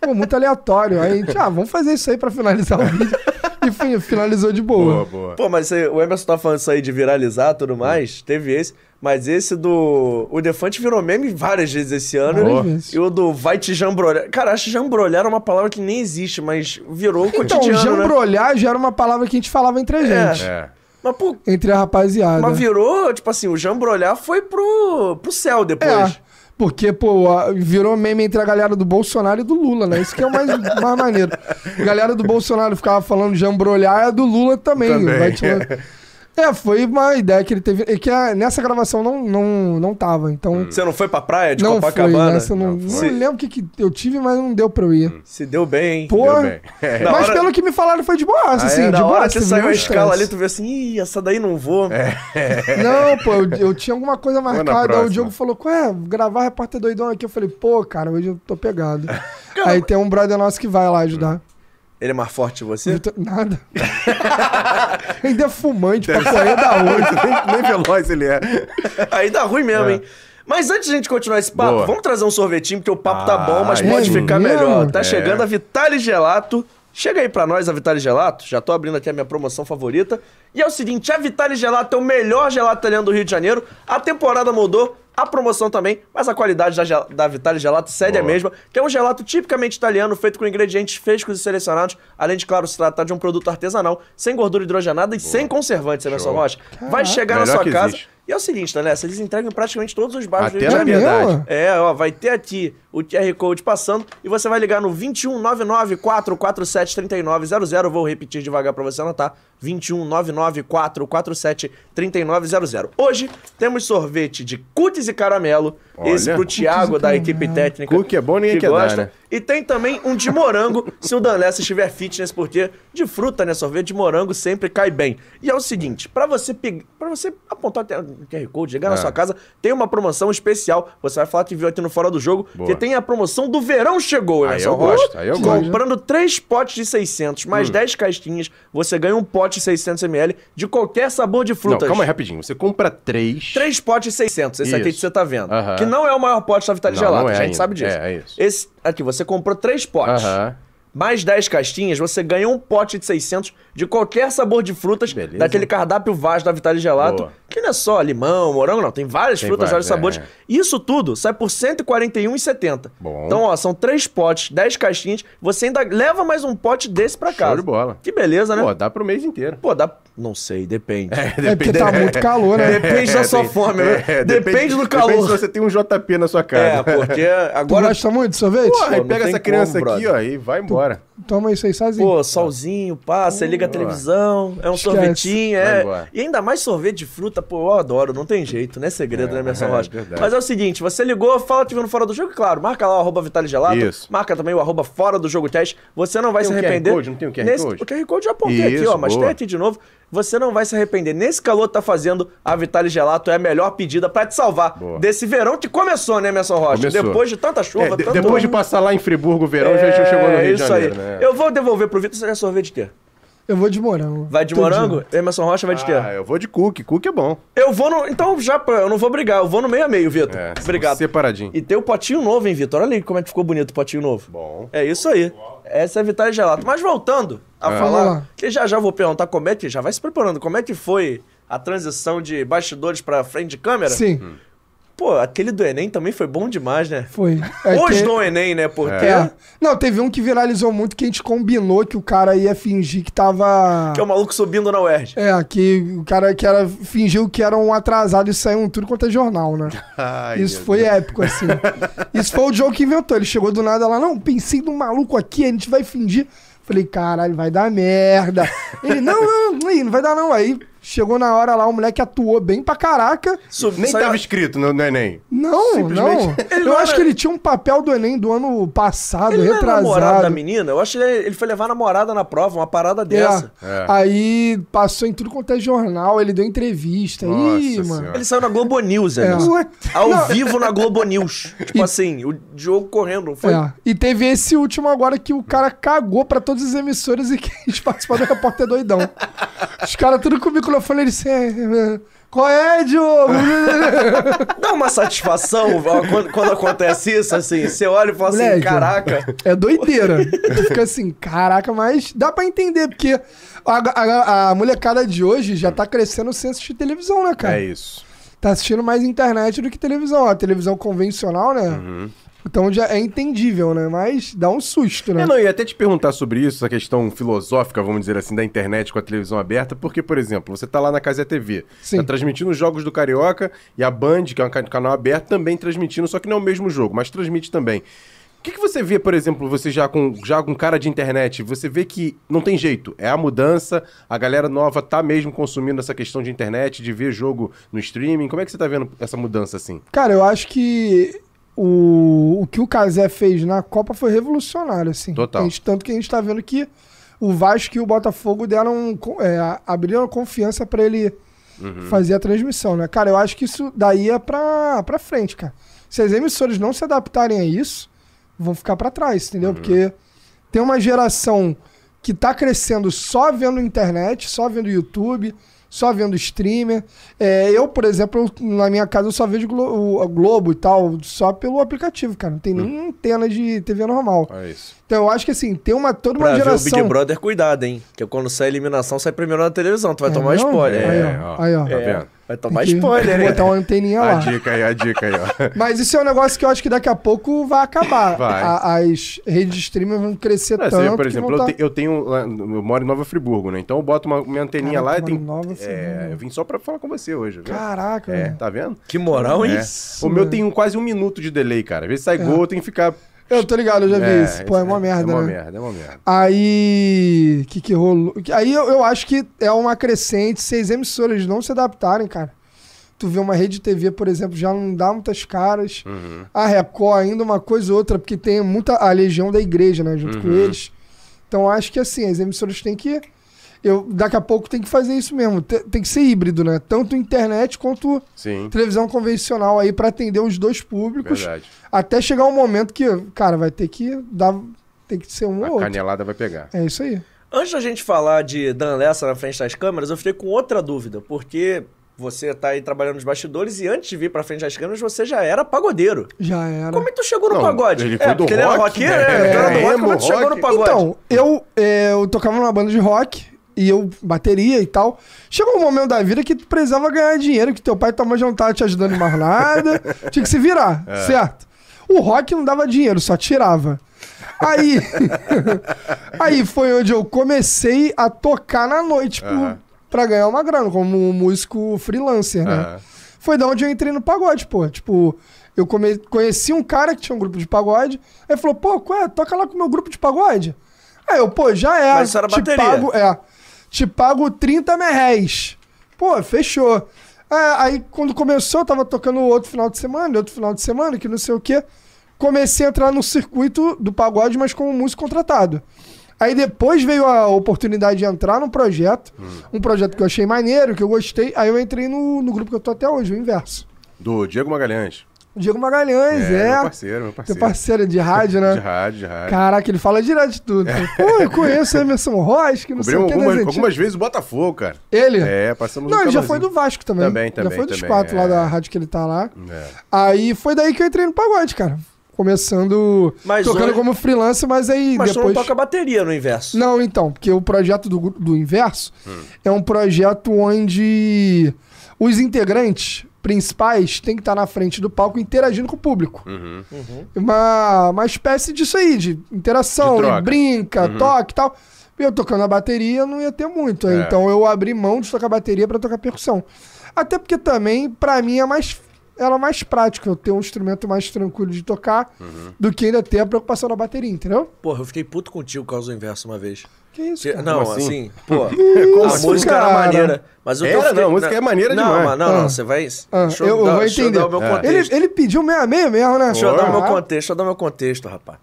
Speaker 3: Pô, muito aleatório. Aí a gente, ah, vamos fazer isso aí pra finalizar o vídeo. E fi- finalizou de
Speaker 2: Boa,
Speaker 3: boa.
Speaker 2: boa.
Speaker 1: Pô, mas você- o Emerson tá falando isso aí de viralizar e tudo mais, teve esse, mas esse do... O Defante virou meme várias vezes esse ano.
Speaker 3: Várias
Speaker 1: e-
Speaker 3: vezes.
Speaker 1: E o do vai te jambrolhar. Cara, acho que jambrolhar é uma palavra que nem existe, mas virou
Speaker 3: Então,
Speaker 1: cotidiano, né?
Speaker 3: jambrolhar já era uma palavra que a gente falava entre a
Speaker 1: É.
Speaker 3: gente.
Speaker 2: É.
Speaker 1: Mas, pô,
Speaker 3: Entre a rapaziada.
Speaker 1: mas virou, tipo assim, o jambrolhar foi pro, pro céu depois.
Speaker 3: É, porque, pô, a- virou meme entre a galera do Bolsonaro e do Lula, né? Isso que é o mais, mais maneiro. A galera do Bolsonaro ficava falando jambrolhar e a do Lula também.
Speaker 2: Também.
Speaker 3: vai te- É, foi uma ideia que ele teve. E que a- nessa gravação não, não, não tava, então.
Speaker 1: Você não foi pra praia Hum. de
Speaker 3: Não foi,
Speaker 1: Copacabana?
Speaker 3: nessa, não, não
Speaker 1: foi.
Speaker 3: lembro o que, que eu tive, mas não deu pra eu ir.
Speaker 1: Se deu bem, hein?
Speaker 3: Pô,
Speaker 2: Deu bem. É.
Speaker 1: Na
Speaker 3: mas
Speaker 1: hora-
Speaker 3: pelo que me falaram foi de
Speaker 1: Ah,
Speaker 3: boaça, assim,
Speaker 1: é,
Speaker 3: de
Speaker 1: na hora
Speaker 3: boaça.
Speaker 1: que saiu
Speaker 3: não
Speaker 1: a escala
Speaker 3: estresse.
Speaker 1: ali, tu vê assim, ih, essa daí não vou.
Speaker 3: Não, pô, eu, eu tinha alguma coisa marcada. Aí o
Speaker 2: próxima.
Speaker 3: Diogo falou, ué, gravar repórter doidão aqui. Eu falei, pô, cara, hoje eu tô pegado. Aí tem um brother nosso que vai lá ajudar.
Speaker 1: Ele é mais forte que você?
Speaker 3: Vitor- Nada. Ainda é fumante pra correr da rua.
Speaker 2: nem, nem veloz ele é.
Speaker 1: Aí dá ruim mesmo, hein? Mas antes de a gente continuar esse papo,
Speaker 2: Boa.
Speaker 1: vamos trazer um sorvetinho, porque o papo tá
Speaker 2: Ah,
Speaker 1: bom, mas
Speaker 2: é
Speaker 1: pode ficar
Speaker 3: mesmo?
Speaker 1: melhor. Tá
Speaker 2: É.
Speaker 1: chegando a Vitale Gelato. Chega aí pra nós a Vitale Gelato. Já tô abrindo aqui a minha promoção favorita. E é o seguinte, a Vitale Gelato é o melhor gelato italiano do Rio de Janeiro. A temporada mudou, a promoção também, mas a qualidade da, gel- da Vitale Gelato segue a
Speaker 2: Boa.
Speaker 1: mesma, que é um gelato tipicamente italiano, feito com ingredientes frescos e selecionados, além de, claro, se tratar de um produto artesanal, sem gordura hidrogenada e sem conservantes, Emerson
Speaker 2: Show.
Speaker 1: Rocha. Vai chegar na
Speaker 2: Melhor
Speaker 1: sua
Speaker 2: que
Speaker 1: casa...
Speaker 2: existe.
Speaker 1: E é o seguinte, né? Eles entregam em praticamente todos os bairros
Speaker 2: Até na
Speaker 3: É mesmo?
Speaker 2: verdade.
Speaker 1: É, ó, vai ter aqui o QR Code passando e um você vai ligar no 21994473900. Vou repetir devagar pra você anotar. 21994473900. Hoje temos sorvete de cookies e caramelo.
Speaker 2: Olha.
Speaker 1: esse pro
Speaker 2: Cookies
Speaker 1: Thiago
Speaker 3: e
Speaker 1: da equipe
Speaker 3: caramelo.
Speaker 1: técnica.
Speaker 2: Cookie é bom, ninguém quer dar, né?
Speaker 1: E tem também um de morango, se o Danessa estiver fitness, porque de fruta, né? Sorvete de morango sempre cai bem. E é o seguinte, pra você pegar, para você apontar o QR Code, chegar na
Speaker 2: Ah.
Speaker 1: sua casa, tem uma promoção especial. Você vai falar que viu aqui no Fora do Jogo,
Speaker 2: Boa.
Speaker 1: que tem tem a promoção do verão chegou,
Speaker 2: Aí
Speaker 1: Emerson
Speaker 2: eu
Speaker 1: Rocha.
Speaker 2: gosto, aí eu gosto. Hum.
Speaker 1: Comprando três potes de 600, mais 10 caixinhas, você ganha um pote 600ml de qualquer sabor de
Speaker 2: Não,
Speaker 1: frutas.
Speaker 2: calma aí rapidinho. Você compra três.
Speaker 1: Três potes 600, esse aqui
Speaker 2: Isso.
Speaker 1: que você tá vendo.
Speaker 2: Aham.
Speaker 1: Que não é o maior pote da Vitale
Speaker 2: Não,
Speaker 1: Gelada,
Speaker 2: não é
Speaker 1: a gente
Speaker 2: ainda.
Speaker 1: sabe disso.
Speaker 2: É, é isso.
Speaker 1: Esse aqui, você comprou três potes.
Speaker 2: Aham.
Speaker 1: Mais 10 caixinhas, você ganha um pote de 600 de qualquer sabor de frutas
Speaker 2: Beleza.
Speaker 1: daquele cardápio vasto da Vitale Gelato,
Speaker 2: Boa.
Speaker 1: que não é só limão, morango, não. Tem várias
Speaker 2: Tem
Speaker 1: frutas, vários
Speaker 2: vários,
Speaker 1: sabores.
Speaker 2: é.
Speaker 1: Isso tudo sai por R$ 141,70.
Speaker 2: Bom.
Speaker 1: Então, ó, são três potes, 10 caixinhas, você ainda leva mais um pote desse pra casa.
Speaker 2: de bola.
Speaker 1: Que beleza, né?
Speaker 2: Pô, dá pro mês inteiro.
Speaker 1: Pô, dá... Não sei, depende.
Speaker 3: É porque tá muito calor, né?
Speaker 1: Depende da sua
Speaker 2: tem-
Speaker 1: fome, né?
Speaker 2: é,
Speaker 1: depende, do calor.
Speaker 2: Depende se você tem um JP na sua casa.
Speaker 1: É, porque
Speaker 3: Tu
Speaker 1: agora.
Speaker 3: gosta muito de sorvete?
Speaker 2: Porra,
Speaker 1: Pô,
Speaker 2: aí
Speaker 1: não
Speaker 2: pega
Speaker 1: tem
Speaker 2: essa criança
Speaker 1: como,
Speaker 2: aqui,
Speaker 1: brother.
Speaker 2: ó, e vai embora.
Speaker 3: Toma isso aí sozinho.
Speaker 1: Pô, solzinho, pá, você liga a televisão, é um
Speaker 3: Esquece.
Speaker 1: sorvetinho,
Speaker 2: Vai
Speaker 1: é.
Speaker 2: embora.
Speaker 1: E ainda mais sorvete de fruta, pô, eu adoro, não tem jeito, não é segredo, né, Emerson
Speaker 2: é
Speaker 1: Rocha?
Speaker 2: verdade.
Speaker 1: Mas é o seguinte, você ligou, fala que viu no Fora do Jogo, claro, marca lá o arroba Vitale Gelato,
Speaker 2: Isso.
Speaker 1: marca também o arroba Fora do Jogo Teste, você não vai
Speaker 2: Tem
Speaker 1: se
Speaker 2: um QR
Speaker 1: arrepender.
Speaker 2: Code? Não tem um QR
Speaker 1: Nesse-
Speaker 2: Code?
Speaker 1: O QR Code eu apontei aqui,
Speaker 2: Isso,
Speaker 1: ó, mas tem
Speaker 2: boa.
Speaker 1: aqui de novo. Você não vai se arrepender. Nesse calor que tá fazendo, a Vitale Gelato é a melhor pedida pra te salvar
Speaker 2: Boa.
Speaker 1: desse verão que começou, né, Emerson Rocha?
Speaker 2: Começou.
Speaker 1: Depois de tanta chuva,
Speaker 2: É, de-
Speaker 1: tanto... um- É,
Speaker 2: depois de passar lá em Friburgo o verão, já já chegou no Rio de Janeiro, né?
Speaker 1: Eu vou devolver pro Vitor, você quer sorvete de quê?
Speaker 3: Eu vou de morango.
Speaker 1: Vai de
Speaker 3: Todo
Speaker 1: morango?
Speaker 3: dia.
Speaker 1: Emerson Rocha vai de quê?
Speaker 2: Ah, eu vou de cookie. Cookie é bom.
Speaker 1: Eu vou no... Então, já, pô, eu não vou brigar, eu vou no meio a meio, Vitor.
Speaker 2: É,
Speaker 1: Obrigado.
Speaker 2: Separadinho.
Speaker 1: E tem o potinho novo, hein, Vitor? Olha aí como é que ficou bonito o potinho novo.
Speaker 2: Bom.
Speaker 1: É isso aí. Essa é a Vitale Gelato. Mas voltando
Speaker 2: É.
Speaker 1: a
Speaker 3: Vamos
Speaker 1: falar,
Speaker 3: lá.
Speaker 1: que já já vou perguntar como é que... Já vai se preparando. Como é que foi a transição de bastidores pra frente de câmera?
Speaker 3: Sim,
Speaker 2: Hum.
Speaker 1: Pô, aquele do Enem também foi bom demais, né?
Speaker 3: foi. É
Speaker 1: Os
Speaker 3: que-
Speaker 1: do Enem, né? Porque...
Speaker 3: É. Não, teve um que viralizou muito que a gente combinou que o cara ia fingir que tava.
Speaker 1: Que é o maluco subindo na UERJ.
Speaker 3: É, que o cara que era, fingiu que era um atrasado e saiu em tudo quanto é jornal, né?
Speaker 2: Ai,
Speaker 3: Isso
Speaker 2: meu
Speaker 3: foi épico, assim. Isso foi o Joe que inventou. Ele chegou do nada lá, não, pensei num maluco aqui, a gente vai fingir. Falei, caralho, vai dar merda. Ele, não, não, não, não vai dar não. Aí chegou na hora lá, o moleque atuou bem pra caraca.
Speaker 1: Sub...
Speaker 2: Nem
Speaker 1: saiu-
Speaker 2: tava escrito no, no Enem.
Speaker 3: Não, não.
Speaker 2: Simplesmente-
Speaker 1: Ele
Speaker 3: Eu
Speaker 1: não
Speaker 3: acho
Speaker 1: era-
Speaker 3: que ele tinha um papel do Enem do ano passado,
Speaker 1: Ele não era namorado da
Speaker 3: Ah, retrasado.
Speaker 1: menina? Eu acho que ele, ele foi levar a namorada na prova, uma parada dessa.
Speaker 3: É.
Speaker 2: É.
Speaker 3: Aí passou em tudo quanto é jornal, ele deu entrevista.
Speaker 2: Nossa
Speaker 3: Ih, mano.
Speaker 2: Senhora.
Speaker 1: Ele saiu na Globo News,
Speaker 3: É.
Speaker 1: Emerson.
Speaker 3: Ué?
Speaker 1: Ao vivo na Globo News. Tipo assim, o Diogo correndo, não foi?
Speaker 3: É. E teve esse último agora que o cara cagou pra todas as emissoras e quis participar do repórter doidão. Os caras tudo com o microfone, ele assim. "É, é, Qual é, Diogo?
Speaker 1: Dá uma satisfação ó, quando, quando acontece isso, assim. Você olha e fala assim,
Speaker 3: Moleque.
Speaker 1: caraca.
Speaker 3: É doideira. Tu fica assim, caraca, mas dá pra entender, porque a, a- a molecada de hoje já tá crescendo sem assistir televisão, né, cara?
Speaker 2: É isso.
Speaker 3: tá assistindo mais internet do que televisão. A televisão convencional, né? Então já é entendível, né? Mas dá um susto, né?
Speaker 2: Eu É, não ia até te perguntar sobre isso, essa questão filosófica, vamos dizer assim, da internet com a televisão aberta, porque, por exemplo, você tá lá na Casa TV,
Speaker 3: Sim.
Speaker 2: tá transmitindo os jogos do Carioca e a Band, que é um ca- canal aberto, também transmitindo, só que não é o mesmo jogo, mas transmite também. O que, que você vê, por exemplo, você já com, já com cara de internet, você vê que não tem jeito, é a mudança, a galera nova tá mesmo consumindo essa questão de internet, de ver jogo no streaming, como é que você tá vendo essa mudança assim?
Speaker 3: Cara, eu acho que o, o que o Casé fez na Copa foi revolucionário, assim.
Speaker 2: Total.
Speaker 3: A gente- tanto que a gente tá vendo que o Vasco e o Botafogo deram. co- É, abriram confiança pra ele fazer a transmissão, né? Cara, eu acho que isso daí é pra, pra frente, cara. Se as emissoras não se adaptarem a isso, vão ficar pra trás, entendeu?
Speaker 1: Uhum.
Speaker 3: Porque tem uma geração que tá crescendo só vendo internet, só vendo YouTube, só vendo streamer. É, eu, por exemplo, eu- na minha casa eu só vejo Glo- o- a Globo e tal, só pelo aplicativo, cara. Não tem nem
Speaker 1: Uhum.
Speaker 3: antena de TV normal.
Speaker 2: É isso.
Speaker 3: Então eu acho que assim, tem uma toda uma
Speaker 1: pra ver o
Speaker 3: geração.
Speaker 1: Big Brother, cuidado, hein? Porque quando sai a eliminação, sai primeiro na televisão. Tu vai
Speaker 3: É,
Speaker 1: tomar
Speaker 3: não?
Speaker 1: spoiler.
Speaker 3: Aí,
Speaker 1: É.
Speaker 3: ó, aí, ó.
Speaker 2: Tá vendo?
Speaker 1: Vai
Speaker 3: Tem
Speaker 1: tomar
Speaker 3: que
Speaker 1: spoiler, né? hein?
Speaker 3: Botar uma anteninha
Speaker 2: A
Speaker 3: lá.
Speaker 2: dica aí, a dica aí, ó.
Speaker 3: Mas isso é um negócio que eu acho que daqui a pouco vai acabar.
Speaker 2: Vai.
Speaker 3: A- as redes de streaming vão crescer
Speaker 2: Não,
Speaker 3: tanto.
Speaker 2: É, você vê, por
Speaker 3: que
Speaker 2: exemplo,
Speaker 3: vão
Speaker 2: eu,
Speaker 3: tá-
Speaker 2: te- eu tenho. lá- Eu moro em Nova Friburgo, né? Então eu boto uma minha anteninha lá
Speaker 3: Caraca,
Speaker 2: e
Speaker 3: mora
Speaker 2: tem.
Speaker 3: em Nova Friburgo.
Speaker 2: é, eu vim só pra falar com você hoje, viu?
Speaker 3: Caraca,
Speaker 2: É,
Speaker 3: mano.
Speaker 2: tá vendo?
Speaker 1: Que moral, hein?
Speaker 2: É. O meu
Speaker 3: mano.
Speaker 2: tem um- quase um minuto de delay, cara. Às vezes sai gol, tem que ficar.
Speaker 3: Eu tô ligado, eu É. já vi
Speaker 2: É,
Speaker 3: isso. Pô, é uma merda,
Speaker 2: É uma
Speaker 3: né?
Speaker 2: merda, é uma merda.
Speaker 3: Aí. O que, que rolou? Aí eu, eu acho que é uma crescente se as emissoras não se adaptarem, cara. Tu vê uma rede de TV, por exemplo, já não dá muitas caras.
Speaker 2: Uhum.
Speaker 3: A Record ainda uma coisa ou outra, porque tem
Speaker 2: Uhum.
Speaker 3: muita a legião da igreja, né, junto com eles. Então eu acho que assim, as emissoras têm que eu, daqui a pouco tem que fazer isso mesmo. Te- Tem, que ser híbrido, né? Tanto internet quanto
Speaker 2: Sim. é
Speaker 3: televisão convencional aí pra atender os dois públicos.
Speaker 2: Verdade.
Speaker 3: Até chegar um momento que, cara, vai ter que dar. Tem que ser um ou
Speaker 2: A
Speaker 3: outro.
Speaker 2: canelada vai pegar.
Speaker 3: É isso aí.
Speaker 1: Antes da gente falar de Dan Lessa na frente das câmeras, eu fiquei com outra dúvida, porque você tá aí trabalhando nos bastidores e antes de vir pra frente das câmeras você já era pagodeiro.
Speaker 3: Já era.
Speaker 1: Como é que tu chegou no
Speaker 2: Não,
Speaker 1: pagode?
Speaker 2: ele
Speaker 1: é,
Speaker 2: foi do
Speaker 1: porque ele era
Speaker 2: rock,
Speaker 1: roqueiro,
Speaker 2: né?
Speaker 1: né? Ele era do
Speaker 2: É,
Speaker 1: rock, como é
Speaker 2: emo,
Speaker 1: que tu chegou
Speaker 2: rock.
Speaker 1: no pagode?
Speaker 3: Então, eu, é, eu tocava numa banda de rock e eu bateria e tal. Chegou um momento da vida que tu precisava ganhar dinheiro, que teu pai e tua mãe já não estavam te ajudando em mais nada. tinha que se virar, certo? O rock não dava dinheiro, só tirava. Aí, aí foi onde eu comecei a tocar na noite pro-
Speaker 2: Aham.
Speaker 3: pra ganhar uma grana, como um músico freelancer, né?
Speaker 2: Aham.
Speaker 3: Foi da onde eu entrei no pagode, pô. Tipo, eu come- conheci um cara que tinha um grupo de pagode. Aí falou, pô, qual é? Toca lá com o meu grupo de pagode. Aí eu, pô, já é.
Speaker 1: Mas isso era
Speaker 3: te
Speaker 1: bateria.
Speaker 3: pago, é. Te pago 30 merréis. Pô, fechou. É, aí quando começou, eu tava tocando outro final de semana, outro final de semana, que não sei o quê. Comecei a entrar no circuito do pagode, mas como músico contratado. Aí depois veio a oportunidade de entrar num projeto,
Speaker 2: Hum.
Speaker 3: um projeto que eu achei maneiro, que eu gostei. Aí eu entrei no, no grupo que eu tô até hoje, o Inverso.
Speaker 2: Do Diego Magalhães.
Speaker 3: O Diego Magalhães, é.
Speaker 2: Meu parceiro, meu
Speaker 3: Teu
Speaker 2: parceiro.
Speaker 3: parceiro de rádio, né?
Speaker 2: De rádio, de rádio.
Speaker 3: Caraca, ele fala direto de tudo. Pô, eu conheço o Emerson Rocha, que não
Speaker 2: Cobriu
Speaker 3: sei o que. é das
Speaker 2: algumas,
Speaker 3: antigas.
Speaker 2: algumas vezes o Botafogo, cara.
Speaker 3: Ele?
Speaker 2: É, passamos
Speaker 3: Não,
Speaker 2: um
Speaker 3: ele já
Speaker 2: calorzinho.
Speaker 3: foi do Vasco também.
Speaker 2: Também,
Speaker 3: Já
Speaker 2: também,
Speaker 3: foi dos
Speaker 2: também,
Speaker 3: quatro lá
Speaker 2: é.
Speaker 3: da rádio que ele tá lá.
Speaker 2: É.
Speaker 3: Aí foi daí que eu entrei no pagode, cara. Começando.
Speaker 1: Mas
Speaker 3: tocando
Speaker 1: hoje-
Speaker 3: como freelancer, mas aí
Speaker 1: Mas
Speaker 3: depois.
Speaker 1: tu não toca bateria no inverso.
Speaker 3: Não, então, porque o projeto do, gru- do Inverso
Speaker 2: Hum.
Speaker 3: é um projeto onde os integrantes principais têm que estar na frente do palco interagindo com o público.
Speaker 2: Uhum.
Speaker 3: Uhum. Uma, uma espécie disso aí, de interação,
Speaker 2: De troca. Uhum.
Speaker 3: e brinca, toque e tal. E Eu tocando a bateria não ia ter muito.
Speaker 2: É.
Speaker 3: Então eu abri mão de tocar bateria pra tocar percussão. Até porque também, pra mim, é mais. Ela é mais prática, eu ter um instrumento mais tranquilo de tocar
Speaker 2: Uhum.
Speaker 3: do que ainda ter a preocupação da bateria, entendeu?
Speaker 1: Porra, eu fiquei puto contigo por causa do inverso uma vez.
Speaker 3: Que isso,
Speaker 1: Que-
Speaker 3: cara?
Speaker 1: não,
Speaker 2: Como
Speaker 1: assim?
Speaker 2: assim?
Speaker 1: pô,
Speaker 2: Como
Speaker 1: a
Speaker 2: assim,
Speaker 1: música era
Speaker 3: cara?
Speaker 1: maneira. Mas eu tô
Speaker 2: Era,
Speaker 1: fiquei-
Speaker 2: não, a música é maneira
Speaker 1: não,
Speaker 2: demais.
Speaker 1: Mas, não, não,
Speaker 3: Ah.
Speaker 1: você vai...
Speaker 3: Ah,
Speaker 1: deixa
Speaker 3: eu,
Speaker 1: dar-
Speaker 3: vou
Speaker 1: deixa eu
Speaker 3: entender.
Speaker 1: dar o meu
Speaker 2: É.
Speaker 1: contexto.
Speaker 3: Ele, ele pediu meia-meia mesmo, né?
Speaker 1: Deixa eu dar o meu
Speaker 3: Ah,
Speaker 1: contexto, deixa eu dar o meu contexto, rapaz.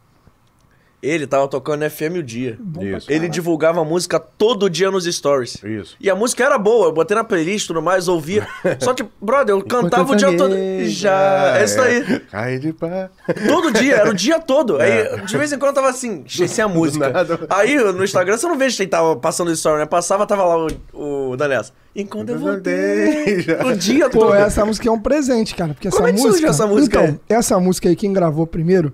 Speaker 1: Ele tava tocando FM o dia.
Speaker 2: Isso.
Speaker 1: Ele divulgava a música todo dia nos stories.
Speaker 2: Isso.
Speaker 1: E a música era boa, eu botei na playlist e tudo mais, ouvia. Só que, brother, eu cantava o dia todo. Já, é isso aí.
Speaker 2: Cai de pá.
Speaker 1: Todo dia, era o dia todo. Aí, de vez em quando, eu tava assim, esqueci a música.
Speaker 2: nada.
Speaker 1: Aí, no Instagram, você não vê quem tava passando story, né? Passava, tava lá o, o Danessa. Enquanto eu voltei.
Speaker 2: Já.
Speaker 1: O dia
Speaker 3: Pô,
Speaker 1: todo.
Speaker 3: essa música é um presente, cara. Porque
Speaker 1: Como
Speaker 3: essa
Speaker 1: é que
Speaker 3: música...
Speaker 1: surgiu essa música
Speaker 3: Então, essa música aí, quem gravou primeiro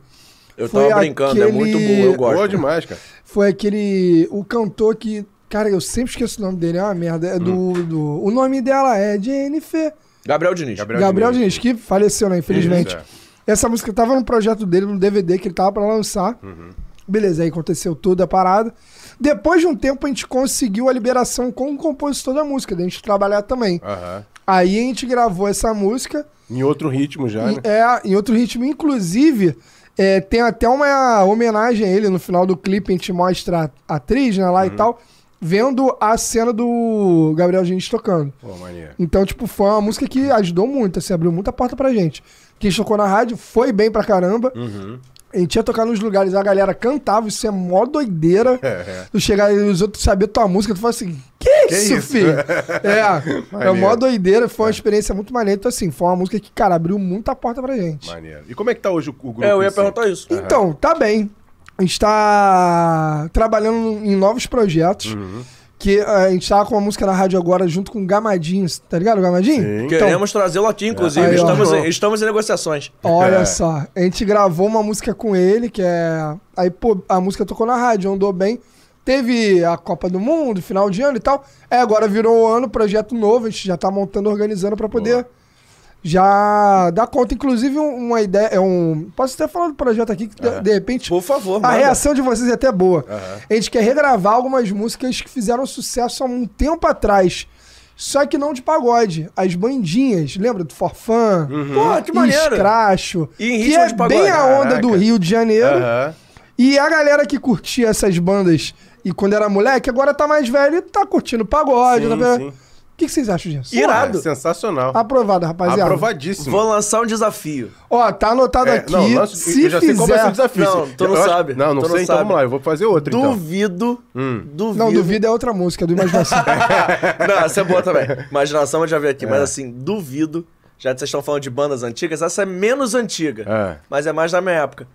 Speaker 1: Eu
Speaker 3: foi
Speaker 1: tava brincando, é muito
Speaker 3: aquele-
Speaker 1: bom, eu gosto.
Speaker 2: Boa demais, cara.
Speaker 3: foi aquele... O cantor que... Cara, eu sempre esqueço o nome dele, é uma merda. É do,
Speaker 2: Hum.
Speaker 3: do- o nome dela é Jennifer
Speaker 1: Gabriel Diniz.
Speaker 2: Gabriel-
Speaker 3: Gabriel
Speaker 2: Diniz.
Speaker 3: Diniz, que faleceu, né? Infelizmente.
Speaker 2: Isso, é.
Speaker 3: Essa música tava no projeto dele, no DVD que ele tava pra lançar.
Speaker 2: Uhum.
Speaker 3: Beleza, aí aconteceu tudo a parada. Depois de um tempo, a gente conseguiu a liberação com o compositor da música, da gente trabalhar também.
Speaker 2: Aham.
Speaker 3: Aí a gente gravou essa música
Speaker 2: Em outro ritmo já, né?
Speaker 3: em, é, em outro ritmo. Inclusive, é, tem até uma homenagem a ele no final do clipe. A gente mostra a atriz né, lá e tal, vendo a cena do Gabriel Gins tocando.
Speaker 2: Pô, mania.
Speaker 3: Então, tipo, foi uma música que ajudou muito, assim, abriu muita porta pra gente. Quem tocou na rádio foi bem pra caramba.
Speaker 1: Uhum.
Speaker 3: A gente ia tocar nos lugares, a galera cantava, isso é mó doideira.
Speaker 2: É.
Speaker 3: Tu chegar e os outros saber tua música, tu fala assim, que isso,
Speaker 2: isso?"
Speaker 3: filho? é, é
Speaker 2: Maneiro.
Speaker 3: mó doideira, foi uma experiência muito maneira. Então, assim, foi uma música que, cara, abriu muita porta pra gente.
Speaker 2: Maneiro. E como é que tá hoje o, o grupo?
Speaker 1: É, eu
Speaker 2: em
Speaker 1: ia
Speaker 2: si?
Speaker 1: perguntar isso.
Speaker 3: Então, tá bem. A gente tá trabalhando em novos projetos.
Speaker 2: Uhum.
Speaker 3: Que eh, a gente tava com uma música na rádio agora junto com o Gamadinho, tá ligado, o Gamadinho?
Speaker 2: Sim.
Speaker 1: Queremos trazê-lo aqui, inclusive.
Speaker 3: Aí, ó.
Speaker 1: estamos, em, estamos em negociações.
Speaker 3: Olha
Speaker 2: É.
Speaker 3: só, a gente gravou uma música com ele, que é. Aí, pô, a música tocou na rádio, andou bem. Teve a Copa do Mundo, final de ano e tal. É, agora virou o ano, projeto novo, a gente já tá montando, organizando pra poder
Speaker 2: Boa.
Speaker 3: já dar conta. Inclusive, um- uma ideia. É um. Posso até falar do projeto aqui, que de-
Speaker 2: É.
Speaker 3: de repente.
Speaker 1: Por favor,
Speaker 3: A
Speaker 1: manda.
Speaker 3: reação de vocês é até boa. A gente quer regravar algumas músicas que fizeram sucesso há um tempo atrás. Só que não de pagode. As bandinhas, lembra do Forfã?
Speaker 2: Uhum.
Speaker 1: Pô, que maneiro.
Speaker 3: Escracho.
Speaker 1: E em
Speaker 3: que
Speaker 1: ritmo
Speaker 3: é
Speaker 1: de pagode.
Speaker 3: bem a onda
Speaker 2: Caraca.
Speaker 3: do Rio de Janeiro.
Speaker 2: Aham.
Speaker 3: E a galera que curtia essas bandas e quando era moleque, agora tá mais velho e tá curtindo pagode.
Speaker 2: Sim,
Speaker 3: tá-
Speaker 2: sim.
Speaker 3: O que, que vocês acham disso?
Speaker 1: E- Irado.
Speaker 2: Pô, é sensacional.
Speaker 3: Aprovado, rapaziada.
Speaker 2: Aprovadíssimo.
Speaker 1: Vou lançar um desafio.
Speaker 3: Ó, tá anotado
Speaker 2: É,
Speaker 3: aqui.
Speaker 2: não, lança-
Speaker 3: se
Speaker 2: eu já sei qual vai ser o
Speaker 3: fizer.
Speaker 2: desafio.
Speaker 1: Não,
Speaker 2: Se-
Speaker 1: tu não
Speaker 2: eu acho-
Speaker 1: sabe.
Speaker 2: Não, não
Speaker 1: Tu não
Speaker 2: sei, então
Speaker 1: sabe.
Speaker 2: vamos lá, eu vou fazer outro então.
Speaker 1: Duvido, duvido.
Speaker 3: Não, duvido é outra música, é do Imaginação.
Speaker 1: Não, essa é boa também. Imaginação eu já vi
Speaker 3: É.
Speaker 1: aqui, mas assim, duvido. Já que vocês estão falando de bandas antigas, essa é menos antiga.
Speaker 2: É.
Speaker 1: Mas é mais da minha época.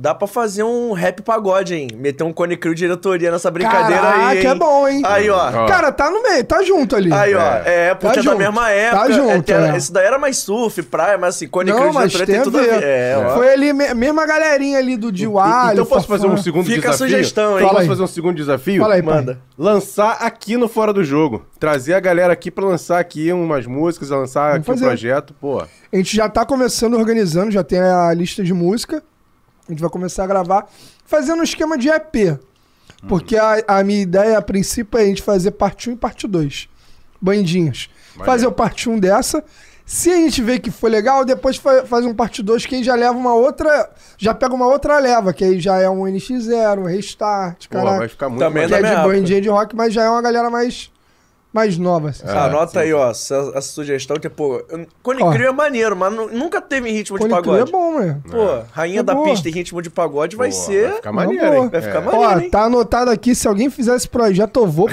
Speaker 1: Dá pra fazer um rap pagode, hein? Meter um Cone Crew diretoria nessa brincadeira
Speaker 3: Caraca,
Speaker 1: aí.
Speaker 3: é bom, hein?
Speaker 1: Aí, ó.
Speaker 2: Ó.
Speaker 3: Cara, tá no meio, tá junto ali.
Speaker 1: Aí, ó.
Speaker 2: É.
Speaker 1: É, porque
Speaker 3: Tá
Speaker 1: é
Speaker 3: junto,
Speaker 1: da mesma
Speaker 3: tá
Speaker 1: época.
Speaker 3: junto,
Speaker 1: é que era-
Speaker 3: é.
Speaker 1: Isso daí era mais surf, praia, mas assim, Cone Crew
Speaker 3: Não, mas
Speaker 1: diretoria
Speaker 3: tem a ver.
Speaker 1: É, ó.
Speaker 3: Foi ali, me- mesma galerinha ali do Diwali.
Speaker 2: E- então posso
Speaker 3: Fafá.
Speaker 2: fazer um segundo
Speaker 1: Fica a
Speaker 2: desafio?
Speaker 1: sugestão, hein?
Speaker 2: Então
Speaker 3: Fala
Speaker 2: posso
Speaker 3: aí.
Speaker 2: fazer um segundo desafio?
Speaker 3: Fala aí, pai.
Speaker 1: Manda.
Speaker 2: Lançar aqui no Fora do Jogo. Trazer a galera aqui pra lançar aqui umas músicas, lançar aqui
Speaker 3: fazer.
Speaker 2: um projeto, pô.
Speaker 3: A gente já tá começando, organizando, já tem a lista de música. A gente vai começar a gravar fazendo um esquema de EP. Porque
Speaker 1: Uhum.
Speaker 3: a, a minha ideia, a princípio, é a gente fazer parte 1 e parte 2. Bandinhas. Fazer o parte 1 dessa. Se a gente vê que foi legal, depois fa- faz um parte 2 que aí já leva uma outra. Já pega uma outra leva, que aí já é um NX0, um restart,
Speaker 2: Pô,
Speaker 3: caraca.
Speaker 2: vai ficar muito
Speaker 1: Também
Speaker 3: Que
Speaker 1: da
Speaker 3: é
Speaker 2: maneiro.
Speaker 3: de
Speaker 1: minha época. É.
Speaker 3: bandinha de rock, mas já é uma galera mais, mais nova. assim.
Speaker 2: Ah,
Speaker 1: Anota aí, ó, essa, essa sugestão, que, pô, eu- Cone
Speaker 3: Ó.
Speaker 1: Crew é maneiro, mas nu- nunca teve em ritmo de
Speaker 3: Cone Crew
Speaker 1: pagode.
Speaker 3: é bom, mano.
Speaker 1: Pô, rainha
Speaker 3: É
Speaker 1: da
Speaker 3: boa.
Speaker 1: pista em ritmo de pagode vai
Speaker 2: Pô,
Speaker 1: ser.
Speaker 2: Vai ficar
Speaker 3: Uma
Speaker 2: maneiro,
Speaker 3: boa.
Speaker 2: hein?
Speaker 1: Vai ficar
Speaker 2: É.
Speaker 1: maneiro.
Speaker 3: Ó,
Speaker 1: hein?
Speaker 3: tá anotado aqui, se alguém fizer esse projeto, eu vou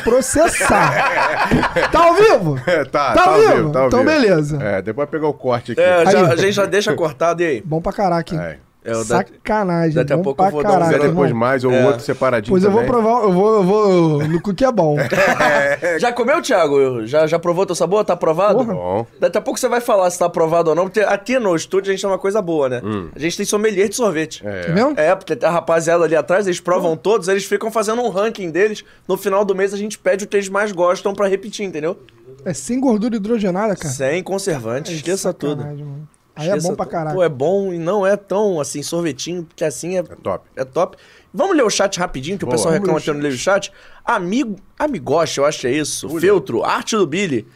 Speaker 3: processar. tá ao vivo?
Speaker 2: É, tá,
Speaker 3: Tá
Speaker 2: tá,
Speaker 3: vivo,
Speaker 2: ouvindo, tá
Speaker 3: então
Speaker 2: ouvindo.
Speaker 3: beleza.
Speaker 2: É, depois vai pegar o corte aqui.
Speaker 1: É, já-
Speaker 3: Aí.
Speaker 1: a gente já deixa cortado, e aí?
Speaker 3: Bom pra caraca, hein?
Speaker 2: É.
Speaker 1: É, o da-
Speaker 3: Sacanagem,
Speaker 1: daqui a
Speaker 3: bom
Speaker 1: pouco
Speaker 3: pra
Speaker 1: eu vou dar um
Speaker 3: caraca,
Speaker 2: Fizer
Speaker 1: zero
Speaker 2: depois
Speaker 3: irmão.
Speaker 2: mais ou
Speaker 1: É.
Speaker 2: outro separadinho
Speaker 3: Pois eu vou
Speaker 2: também.
Speaker 3: provar, eu vou, eu vou no cu que é bom.
Speaker 2: É.
Speaker 1: Já comeu, Thiago? Eu- Já, já provou teu sabor? Tá aprovado?
Speaker 2: Bom.
Speaker 1: Daqui a pouco você vai falar se tá aprovado ou não, porque aqui no estúdio a gente tem uma coisa boa, né?
Speaker 2: Hum.
Speaker 1: A gente tem sommelier de sorvete.
Speaker 3: Tá vendo?
Speaker 1: É, porque tem a rapaziada ali atrás, eles provam
Speaker 3: Hum.
Speaker 1: todos, eles ficam fazendo um ranking deles. No final do mês a gente pede o que eles mais gostam pra repetir, entendeu?
Speaker 3: É sem gordura hidrogenada, cara. É
Speaker 1: Sem conservante, esqueça tudo.
Speaker 3: Sacanagem, mano. Aí é
Speaker 1: Esqueça
Speaker 3: bom pra
Speaker 1: tudo.
Speaker 3: caraca.
Speaker 1: Pô, é bom e não é tão assim, sorvetinho, porque assim é,
Speaker 2: É top.
Speaker 1: é top. Vamos ler o chat rapidinho, que o
Speaker 2: Boa.
Speaker 1: pessoal reclama
Speaker 3: Vamos
Speaker 1: que eu não leio o chat. Amigo, amigoche, eu acho que é isso. Feltro, arte do Billy.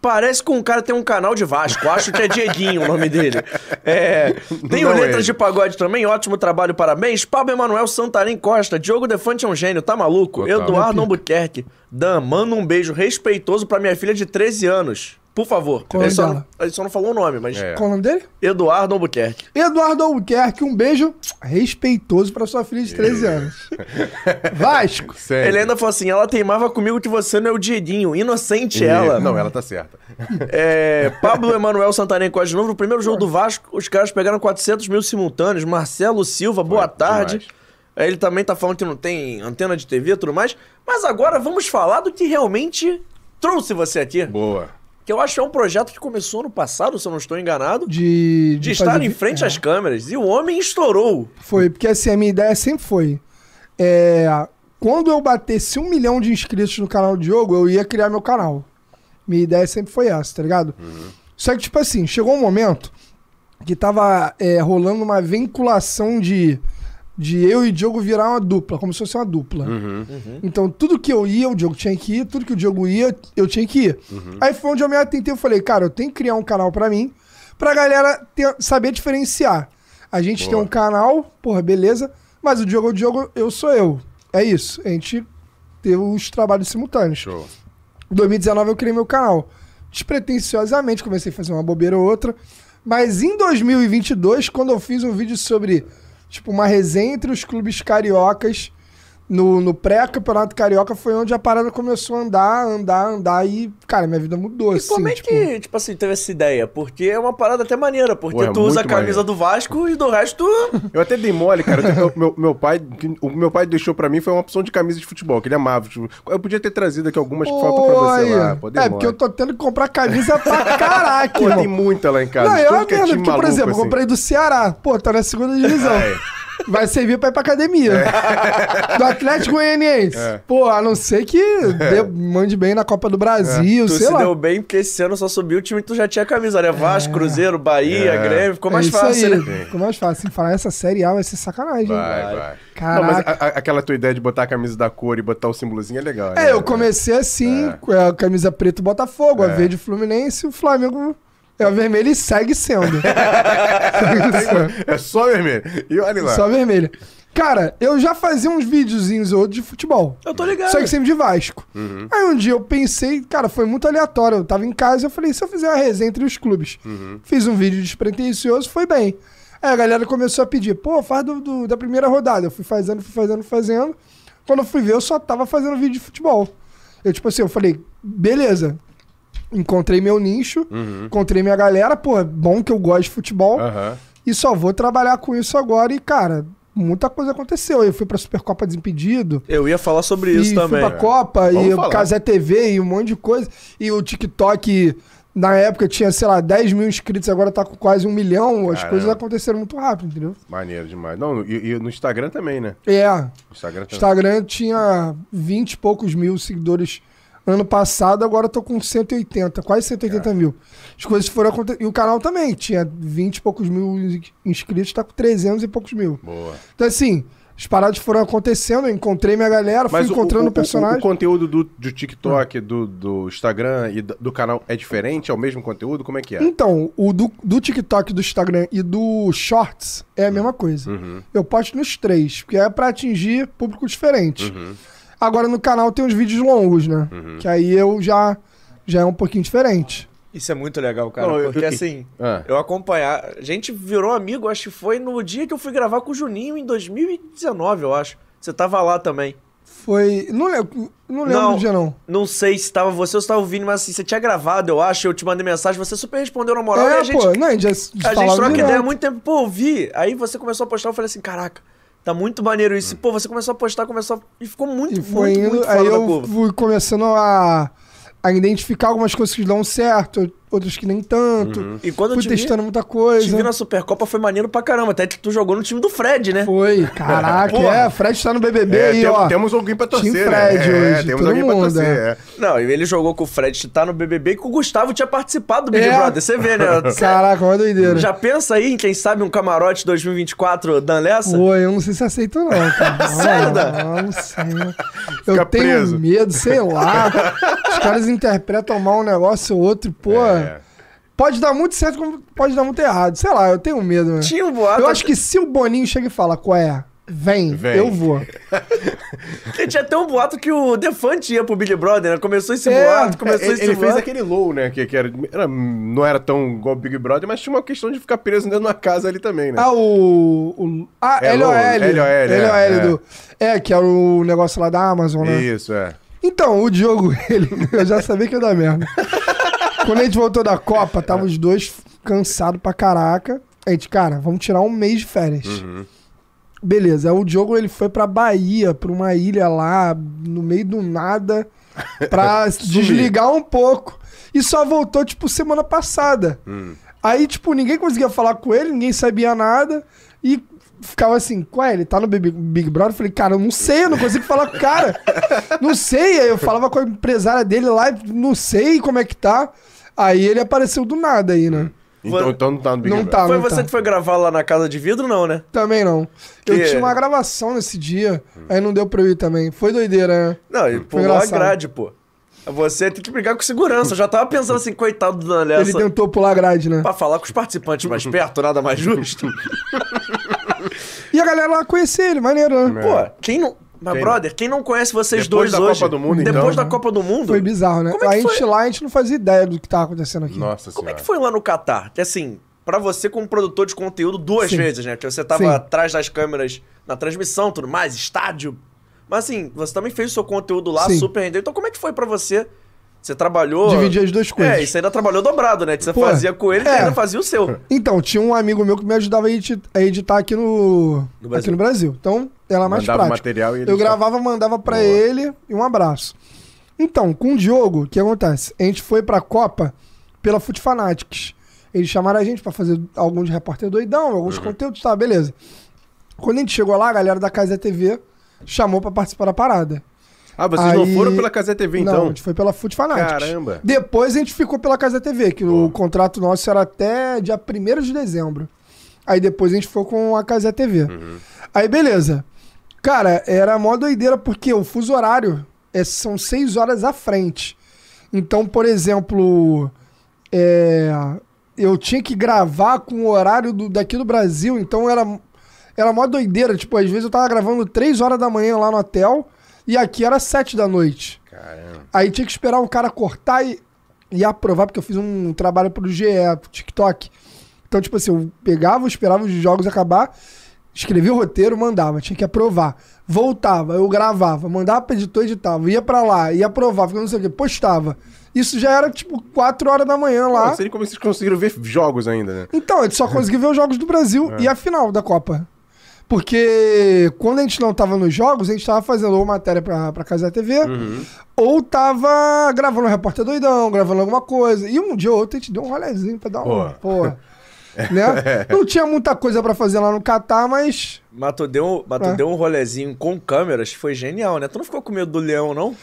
Speaker 1: Parece que um cara tem um canal de Vasco. Acho que é Dieguinho o nome dele. É, tem o
Speaker 2: Não é
Speaker 1: Letras
Speaker 2: ele.
Speaker 1: de Pagode também. Ótimo trabalho, parabéns. Pablo Emanuel Santarém Costa. Diogo Defante é um gênio, tá maluco?
Speaker 2: Total.
Speaker 1: Eduardo Albuquerque. Dan, manda um beijo respeitoso pra minha filha de 13 anos. Por favor.
Speaker 3: Qual
Speaker 1: ele,
Speaker 3: é
Speaker 1: só
Speaker 3: dela?
Speaker 1: não, ele só não falou o nome, mas...
Speaker 2: É.
Speaker 3: Qual o nome dele?
Speaker 1: Eduardo Albuquerque.
Speaker 3: Eduardo Albuquerque, um beijo respeitoso pra sua filha de 13 anos. Vasco.
Speaker 2: Sério.
Speaker 1: Ele ainda falou assim: ela teimava comigo que você não é o Dieguinho. Inocente ela.
Speaker 2: Não, ela tá certa.
Speaker 1: É, Pablo Emanuel Santarém Costa de novo. No primeiro jogo do Vasco, os caras pegaram 400 mil simultâneos. Marcelo Silva, boa
Speaker 2: Foi,
Speaker 1: tarde.
Speaker 2: demais.
Speaker 1: Aí Ele também tá falando que não tem antena de TV e tudo mais. Mas agora vamos falar do que realmente trouxe você aqui.
Speaker 2: Boa.
Speaker 1: Que eu acho que é um projeto que começou ano passado, se eu não estou enganado. De,
Speaker 3: De, de
Speaker 1: estar
Speaker 3: fazer
Speaker 1: em
Speaker 3: vi- É.
Speaker 1: frente às câmeras. E o homem estourou.
Speaker 3: Foi, porque assim, a minha ideia sempre foi. é, quando eu batesse um milhão de inscritos no canal do Diogo, eu ia criar meu canal. Minha ideia sempre foi essa, tá ligado? Só que, tipo assim, chegou um momento que tava é, rolando uma vinculação de, de eu e Diogo virar uma dupla, como se fosse uma dupla. Então, tudo que eu ia, o Diogo tinha que ir, tudo que o Diogo ia, eu tinha que ir. Aí foi onde eu me atentei, eu falei, cara, eu tenho que criar um canal pra mim, pra galera ter- saber diferenciar. A gente tem um canal, porra, beleza, mas o Diogo é o Diogo, eu sou eu. É isso, a gente teve os trabalhos simultâneos.
Speaker 2: Show.
Speaker 3: Em 2019 eu criei meu canal. Despretensiosamente, comecei a fazer uma bobeira ou outra. Mas em 2022, quando eu fiz um vídeo sobre, tipo, uma resenha entre os clubes cariocas no, no pré-campeonato carioca, foi onde a parada começou a andar, andar, andar e, cara, minha vida mudou,
Speaker 1: E
Speaker 3: assim.
Speaker 1: como é
Speaker 3: tipo,
Speaker 1: que, tipo assim, teve essa ideia? Porque é uma parada até maneira, porque
Speaker 2: Pô, é
Speaker 1: tu usa a
Speaker 2: muito
Speaker 1: camisa
Speaker 2: maneiro.
Speaker 1: do Vasco e do resto.
Speaker 2: Eu até dei mole, cara. Eu tenho- meu, meu pai, o que meu pai deixou pra mim foi uma opção de camisa de futebol, que ele amava. Tipo, Eu podia ter trazido aqui algumas que faltam pra você lá.
Speaker 3: Oi.
Speaker 2: Pô, dei
Speaker 3: É,
Speaker 2: mole.
Speaker 3: porque eu tô tendo que comprar camisa pra caraca,
Speaker 2: Pô, tem
Speaker 3: irmão.
Speaker 2: muita lá em casa.
Speaker 3: Não,
Speaker 2: de
Speaker 3: eu
Speaker 2: tudo
Speaker 3: é
Speaker 2: que
Speaker 3: merda,
Speaker 2: time
Speaker 3: porque, por
Speaker 2: maluco,
Speaker 3: exemplo, eu
Speaker 2: assim. É,
Speaker 3: comprei do Ceará. Pô, tá na segunda divisão. Vai servir pra ir pra academia.
Speaker 1: É.
Speaker 3: Do Atlético Goianiense. Pô, a não ser que dê- mande bem na Copa do Brasil,
Speaker 1: É. Tu
Speaker 3: sei
Speaker 1: se
Speaker 3: lá.
Speaker 1: deu bem, porque esse ano só subiu o time e tu já tinha camisa, né? Vasco, Cruzeiro, Bahia,
Speaker 2: É.
Speaker 1: Grêmio, ficou
Speaker 3: É
Speaker 1: mais
Speaker 3: isso
Speaker 1: fácil,
Speaker 3: aí.
Speaker 1: né?
Speaker 3: Ficou mais fácil. Falar essa Série A vai ser sacanagem. hein?
Speaker 2: Vai, vai.
Speaker 3: Caraca.
Speaker 2: Não, mas a- a- aquela tua ideia de botar a camisa da cor e botar o símbolozinho é legal. né?
Speaker 3: É, eu comecei
Speaker 1: É.
Speaker 3: assim, com a camisa preta e Botafogo, a verde Fluminense, o Flamengo é o vermelho e segue sendo. Segue sendo.
Speaker 2: É só vermelho. E olha lá.
Speaker 3: Só vermelha. Cara, eu já fazia uns videozinhos ou outros de futebol.
Speaker 1: Eu tô ligado.
Speaker 3: Só que sempre de Vasco. Aí um dia eu pensei, cara, foi muito aleatório. Eu tava em casa eu falei, se eu fizer uma resenha entre os clubes? Fiz um vídeo despretensioso, foi bem. Aí a galera começou a pedir, pô, faz do, do- da primeira rodada. Eu fui fazendo, fui fazendo, fazendo. Quando eu fui ver, eu só tava fazendo vídeo de futebol. Eu, tipo assim, eu falei, beleza. Encontrei meu nicho, encontrei minha galera, pô, é bom que eu gosto de futebol.
Speaker 2: Aham.
Speaker 3: E só vou trabalhar com isso agora. E, cara, muita coisa aconteceu. Eu fui pra Supercopa Desimpedido.
Speaker 1: Eu ia falar sobre
Speaker 3: e
Speaker 1: isso
Speaker 3: fui
Speaker 1: também.
Speaker 3: pra Copa,
Speaker 2: Vamos
Speaker 3: e
Speaker 2: falar.
Speaker 3: o Casé TV, e um monte de coisa. E o TikTok, na época, tinha, sei lá, 10 mil inscritos, agora tá com quase um milhão. As
Speaker 2: Caramba.
Speaker 3: coisas aconteceram muito rápido, entendeu?
Speaker 2: Maneiro demais. Não, e, e no Instagram também, né?
Speaker 3: É.
Speaker 2: Instagram também.
Speaker 3: Instagram tinha 20 e poucos mil seguidores ano passado, agora eu tô com 180, quase 180 mil. As coisas foram acontecendo. E o canal também tinha 20 e poucos mil ins- inscritos, tá com 300 e poucos mil.
Speaker 2: Boa.
Speaker 3: Então, assim, as paradas foram acontecendo, eu encontrei minha galera, fui
Speaker 2: Mas o-
Speaker 3: encontrando Hum.
Speaker 2: o, o-
Speaker 3: personagens.
Speaker 2: o conteúdo do, do TikTok, do, do Instagram e do, do canal é diferente? É o mesmo conteúdo? Como é que é?
Speaker 3: Então, o do, do TikTok, do Instagram e do Shorts é a mesma coisa.
Speaker 1: Uhum.
Speaker 3: Eu posto nos três, porque é pra atingir público diferente.
Speaker 1: Uhum.
Speaker 3: Agora no canal tem os vídeos longos, né? Que aí eu já já é um pouquinho diferente.
Speaker 1: Isso é muito legal, cara.
Speaker 2: Não, eu-
Speaker 1: porque
Speaker 2: eu-
Speaker 1: assim,
Speaker 2: Ah.
Speaker 1: eu acompanhar. A gente virou amigo, acho que foi no dia que eu fui gravar com o Juninho em 2019, eu acho. Você tava lá também.
Speaker 3: Foi, não lembro, não lembro
Speaker 1: Não.
Speaker 3: do dia não.
Speaker 1: Não sei se tava você ou se tava ouvindo, mas assim, você tinha gravado, eu acho. Eu te mandei mensagem, você super respondeu na moral. e
Speaker 3: é,
Speaker 1: a gente,
Speaker 3: pô, não, a gente já se
Speaker 1: a gente
Speaker 3: falava
Speaker 1: troca
Speaker 3: direto.
Speaker 1: ideia há muito tempo. Pô, eu vi. Aí você começou a postar, eu falei assim, caraca. Tá muito maneiro isso. E, Pô, você começou a postar, começou a... E ficou muito,
Speaker 3: E foi
Speaker 1: muito,
Speaker 3: indo,
Speaker 1: muito fora
Speaker 3: aí
Speaker 1: da
Speaker 3: eu
Speaker 1: curva.
Speaker 3: fui começando a, a identificar algumas coisas que dão certo, outras que nem tanto.
Speaker 1: E quando eu
Speaker 3: Fui
Speaker 1: te vi,
Speaker 3: testando muita coisa.
Speaker 1: te vi na Supercopa, foi maneiro pra caramba. Até que tu jogou no time do Fred, né?
Speaker 3: Foi, caraca,
Speaker 2: Porra.
Speaker 3: é, Fred tá no BBB
Speaker 2: É,
Speaker 3: aí,
Speaker 2: tem-
Speaker 3: ó.
Speaker 2: Temos alguém pra torcer,
Speaker 3: Team
Speaker 2: né?
Speaker 3: Fred
Speaker 2: é,
Speaker 3: hoje,
Speaker 2: temos
Speaker 3: todo
Speaker 2: alguém pra
Speaker 3: mundo,
Speaker 2: torcer.
Speaker 3: é.
Speaker 2: é.
Speaker 1: Não, ele jogou com o Fred, tá no BBB, e com o Gustavo tinha participado do Big
Speaker 3: É.
Speaker 1: Brother. Você vê, né?
Speaker 2: um-
Speaker 3: Caraca, uma doideira.
Speaker 1: Já pensa aí em, quem sabe, um camarote 2024 Dan Lessa?
Speaker 3: Pô, eu não sei se aceito não, cara.
Speaker 1: Sério, Dan?
Speaker 3: Não, não sei. né? Eu
Speaker 2: Fica
Speaker 3: tenho
Speaker 2: preso.
Speaker 3: medo, sei lá. Os caras interpretam mal um negócio ou outro, pô.
Speaker 2: É.
Speaker 3: Pode dar muito certo, como pode dar muito errado. Sei lá, eu tenho medo, né?
Speaker 1: Tinha um boato
Speaker 3: Eu acho que se o Boninho chega e fala, qual é? Vem,
Speaker 2: Vem.
Speaker 3: eu vou.
Speaker 1: que tinha até um boato que o Defante ia pro Big Brother, né? Começou esse
Speaker 3: É,
Speaker 1: boato, começou
Speaker 2: É, ele
Speaker 1: esse
Speaker 2: ele
Speaker 1: boato.
Speaker 2: fez aquele low, né? Que, que era, era- não era tão igual Big Brother, mas tinha uma questão de ficar preso dentro de uma casa ali também, né?
Speaker 3: Ah, o. o ah,
Speaker 2: É,
Speaker 3: LOL.
Speaker 2: LOL, é,
Speaker 3: LOL do. É, que era o negócio lá da Amazon, né?
Speaker 2: Isso, é.
Speaker 3: Então, o Diogo, ele, eu já sabia que ia dar merda. Quando a gente voltou da Copa, tava os dois cansados pra caraca. A gente, cara, vamos tirar um mês de férias. Beleza, o Diogo ele foi pra Bahia, pra uma ilha lá, no meio do nada, pra desligar um pouco. E só voltou, tipo, semana passada. Aí, tipo, ninguém conseguia falar com ele, ninguém sabia nada. E ficava assim, ué, ele tá no Big, Big Brother? Eu falei, cara, eu não sei, eu não consigo falar com o cara. não sei. Aí eu falava com a empresária dele lá, não sei como é que tá. Aí ele apareceu do nada aí, né?
Speaker 2: Então,
Speaker 1: Foi-
Speaker 2: então não tá no Big
Speaker 3: Não
Speaker 2: Brother.
Speaker 3: tá,
Speaker 1: Foi
Speaker 3: não
Speaker 1: você
Speaker 3: tá.
Speaker 1: que foi gravar lá na Casa de Vidro, não, né?
Speaker 3: Também não.
Speaker 1: Que-
Speaker 3: Eu tinha uma gravação nesse dia, aí não deu pra eu ir também. Foi doideira, né?
Speaker 1: Não, ele pulou a
Speaker 3: engraçado.
Speaker 1: grade, pô. Você tem que brigar com segurança. Eu já tava pensando assim, coitado do Dan Lessa.
Speaker 3: Ele
Speaker 2: um
Speaker 3: tentou pular a grade, né?
Speaker 1: Pra falar com os participantes mais perto, nada
Speaker 2: É.
Speaker 1: mais justo.
Speaker 3: E a galera lá conhecia ele, maneiro, né?
Speaker 1: Pô, quem não. Mas,
Speaker 2: Quem não?
Speaker 1: brother, quem não conhece vocês dois
Speaker 2: Depois da
Speaker 1: hoje?
Speaker 2: Copa do Mundo,
Speaker 1: depois
Speaker 2: então,
Speaker 1: da Copa do Mundo?
Speaker 3: Foi bizarro, né?
Speaker 1: Como é
Speaker 3: a
Speaker 1: que
Speaker 3: gente
Speaker 1: foi?
Speaker 3: lá, a gente não fazia ideia do que tava acontecendo aqui.
Speaker 2: Nossa
Speaker 1: Como é que
Speaker 2: senhora.
Speaker 1: foi lá no Catar? Que assim, pra você como produtor de conteúdo duas
Speaker 3: Sim.
Speaker 1: vezes, né? Que você tava
Speaker 3: Sim.
Speaker 1: atrás das câmeras na transmissão, tudo mais, estádio. Mas assim, você também fez o seu conteúdo lá,
Speaker 3: Sim.
Speaker 1: super rendeu. Então como é que foi pra você? Você trabalhou...
Speaker 3: Dividir as duas coisas.
Speaker 1: É, e você ainda trabalhou dobrado, né? Que você
Speaker 3: Pô,
Speaker 1: fazia com ele e
Speaker 3: é.
Speaker 1: ainda fazia o seu.
Speaker 3: Então, tinha um amigo meu que me ajudava a edi- a editar aqui no,
Speaker 1: No Brasil.
Speaker 3: aqui no Brasil. Então, era mais
Speaker 2: Mandava
Speaker 3: prático.
Speaker 2: material e ele
Speaker 3: Eu
Speaker 2: só-
Speaker 3: gravava, mandava pra
Speaker 2: Boa.
Speaker 3: ele e um abraço. Então, com o Diogo, o que acontece? A gente foi pra Copa pela Foot Fanatics. Eles chamaram a gente pra fazer alguns repórter doidão, alguns
Speaker 2: Uhum.
Speaker 3: conteúdos, tá, beleza. Quando a gente chegou lá, a galera da Casa TV chamou pra participar da parada.
Speaker 2: Ah, vocês não
Speaker 3: Aí-
Speaker 2: foram pela Casé TV,
Speaker 3: Não, a
Speaker 2: então?
Speaker 3: gente foi pela Foot Fanatics.
Speaker 2: Caramba.
Speaker 3: Depois a gente ficou pela Casa TV, que o contrato nosso era até dia 1 de dezembro. Aí depois a gente foi com a Casa TV.
Speaker 2: Uhum.
Speaker 3: Aí beleza. Cara, era mó doideira porque o fuso horário é- são seis horas à frente. Então, por exemplo, é, eu tinha que gravar com o horário do- daqui do Brasil, então era, era mó doideira. Tipo, às vezes eu tava gravando 3 horas da manhã lá no hotel e aqui era 7 da noite.
Speaker 2: Caramba.
Speaker 3: Aí tinha que esperar um cara cortar e, e aprovar, porque eu fiz um trabalho pro GE, pro TikTok. Então, tipo assim, eu pegava, esperava os jogos acabar, escrevia o roteiro, mandava, tinha que aprovar. Voltava, eu gravava, mandava pro editor, editava, ia pra lá, ia aprovava, não sei o quê, postava. Isso já era tipo 4 horas da manhã lá.
Speaker 2: Não sei nem como vocês conseguiram ver jogos ainda, né?
Speaker 3: Então, a gente só conseguiu ver os jogos do Brasil e a final da Copa. Porque quando a gente não tava nos jogos, a gente tava fazendo ou matéria pra, pra Casa da TV, ou tava gravando um repórter doidão, gravando alguma coisa. E um dia ou outro a gente deu um rolezinho pra dar uma. Porra. Né? Não tinha muita coisa pra fazer lá no Catar, mas.
Speaker 1: Mas tu, deu, mas tu
Speaker 3: É.
Speaker 1: deu um rolezinho com câmeras, foi genial, né? Tu não ficou com medo do leão, não?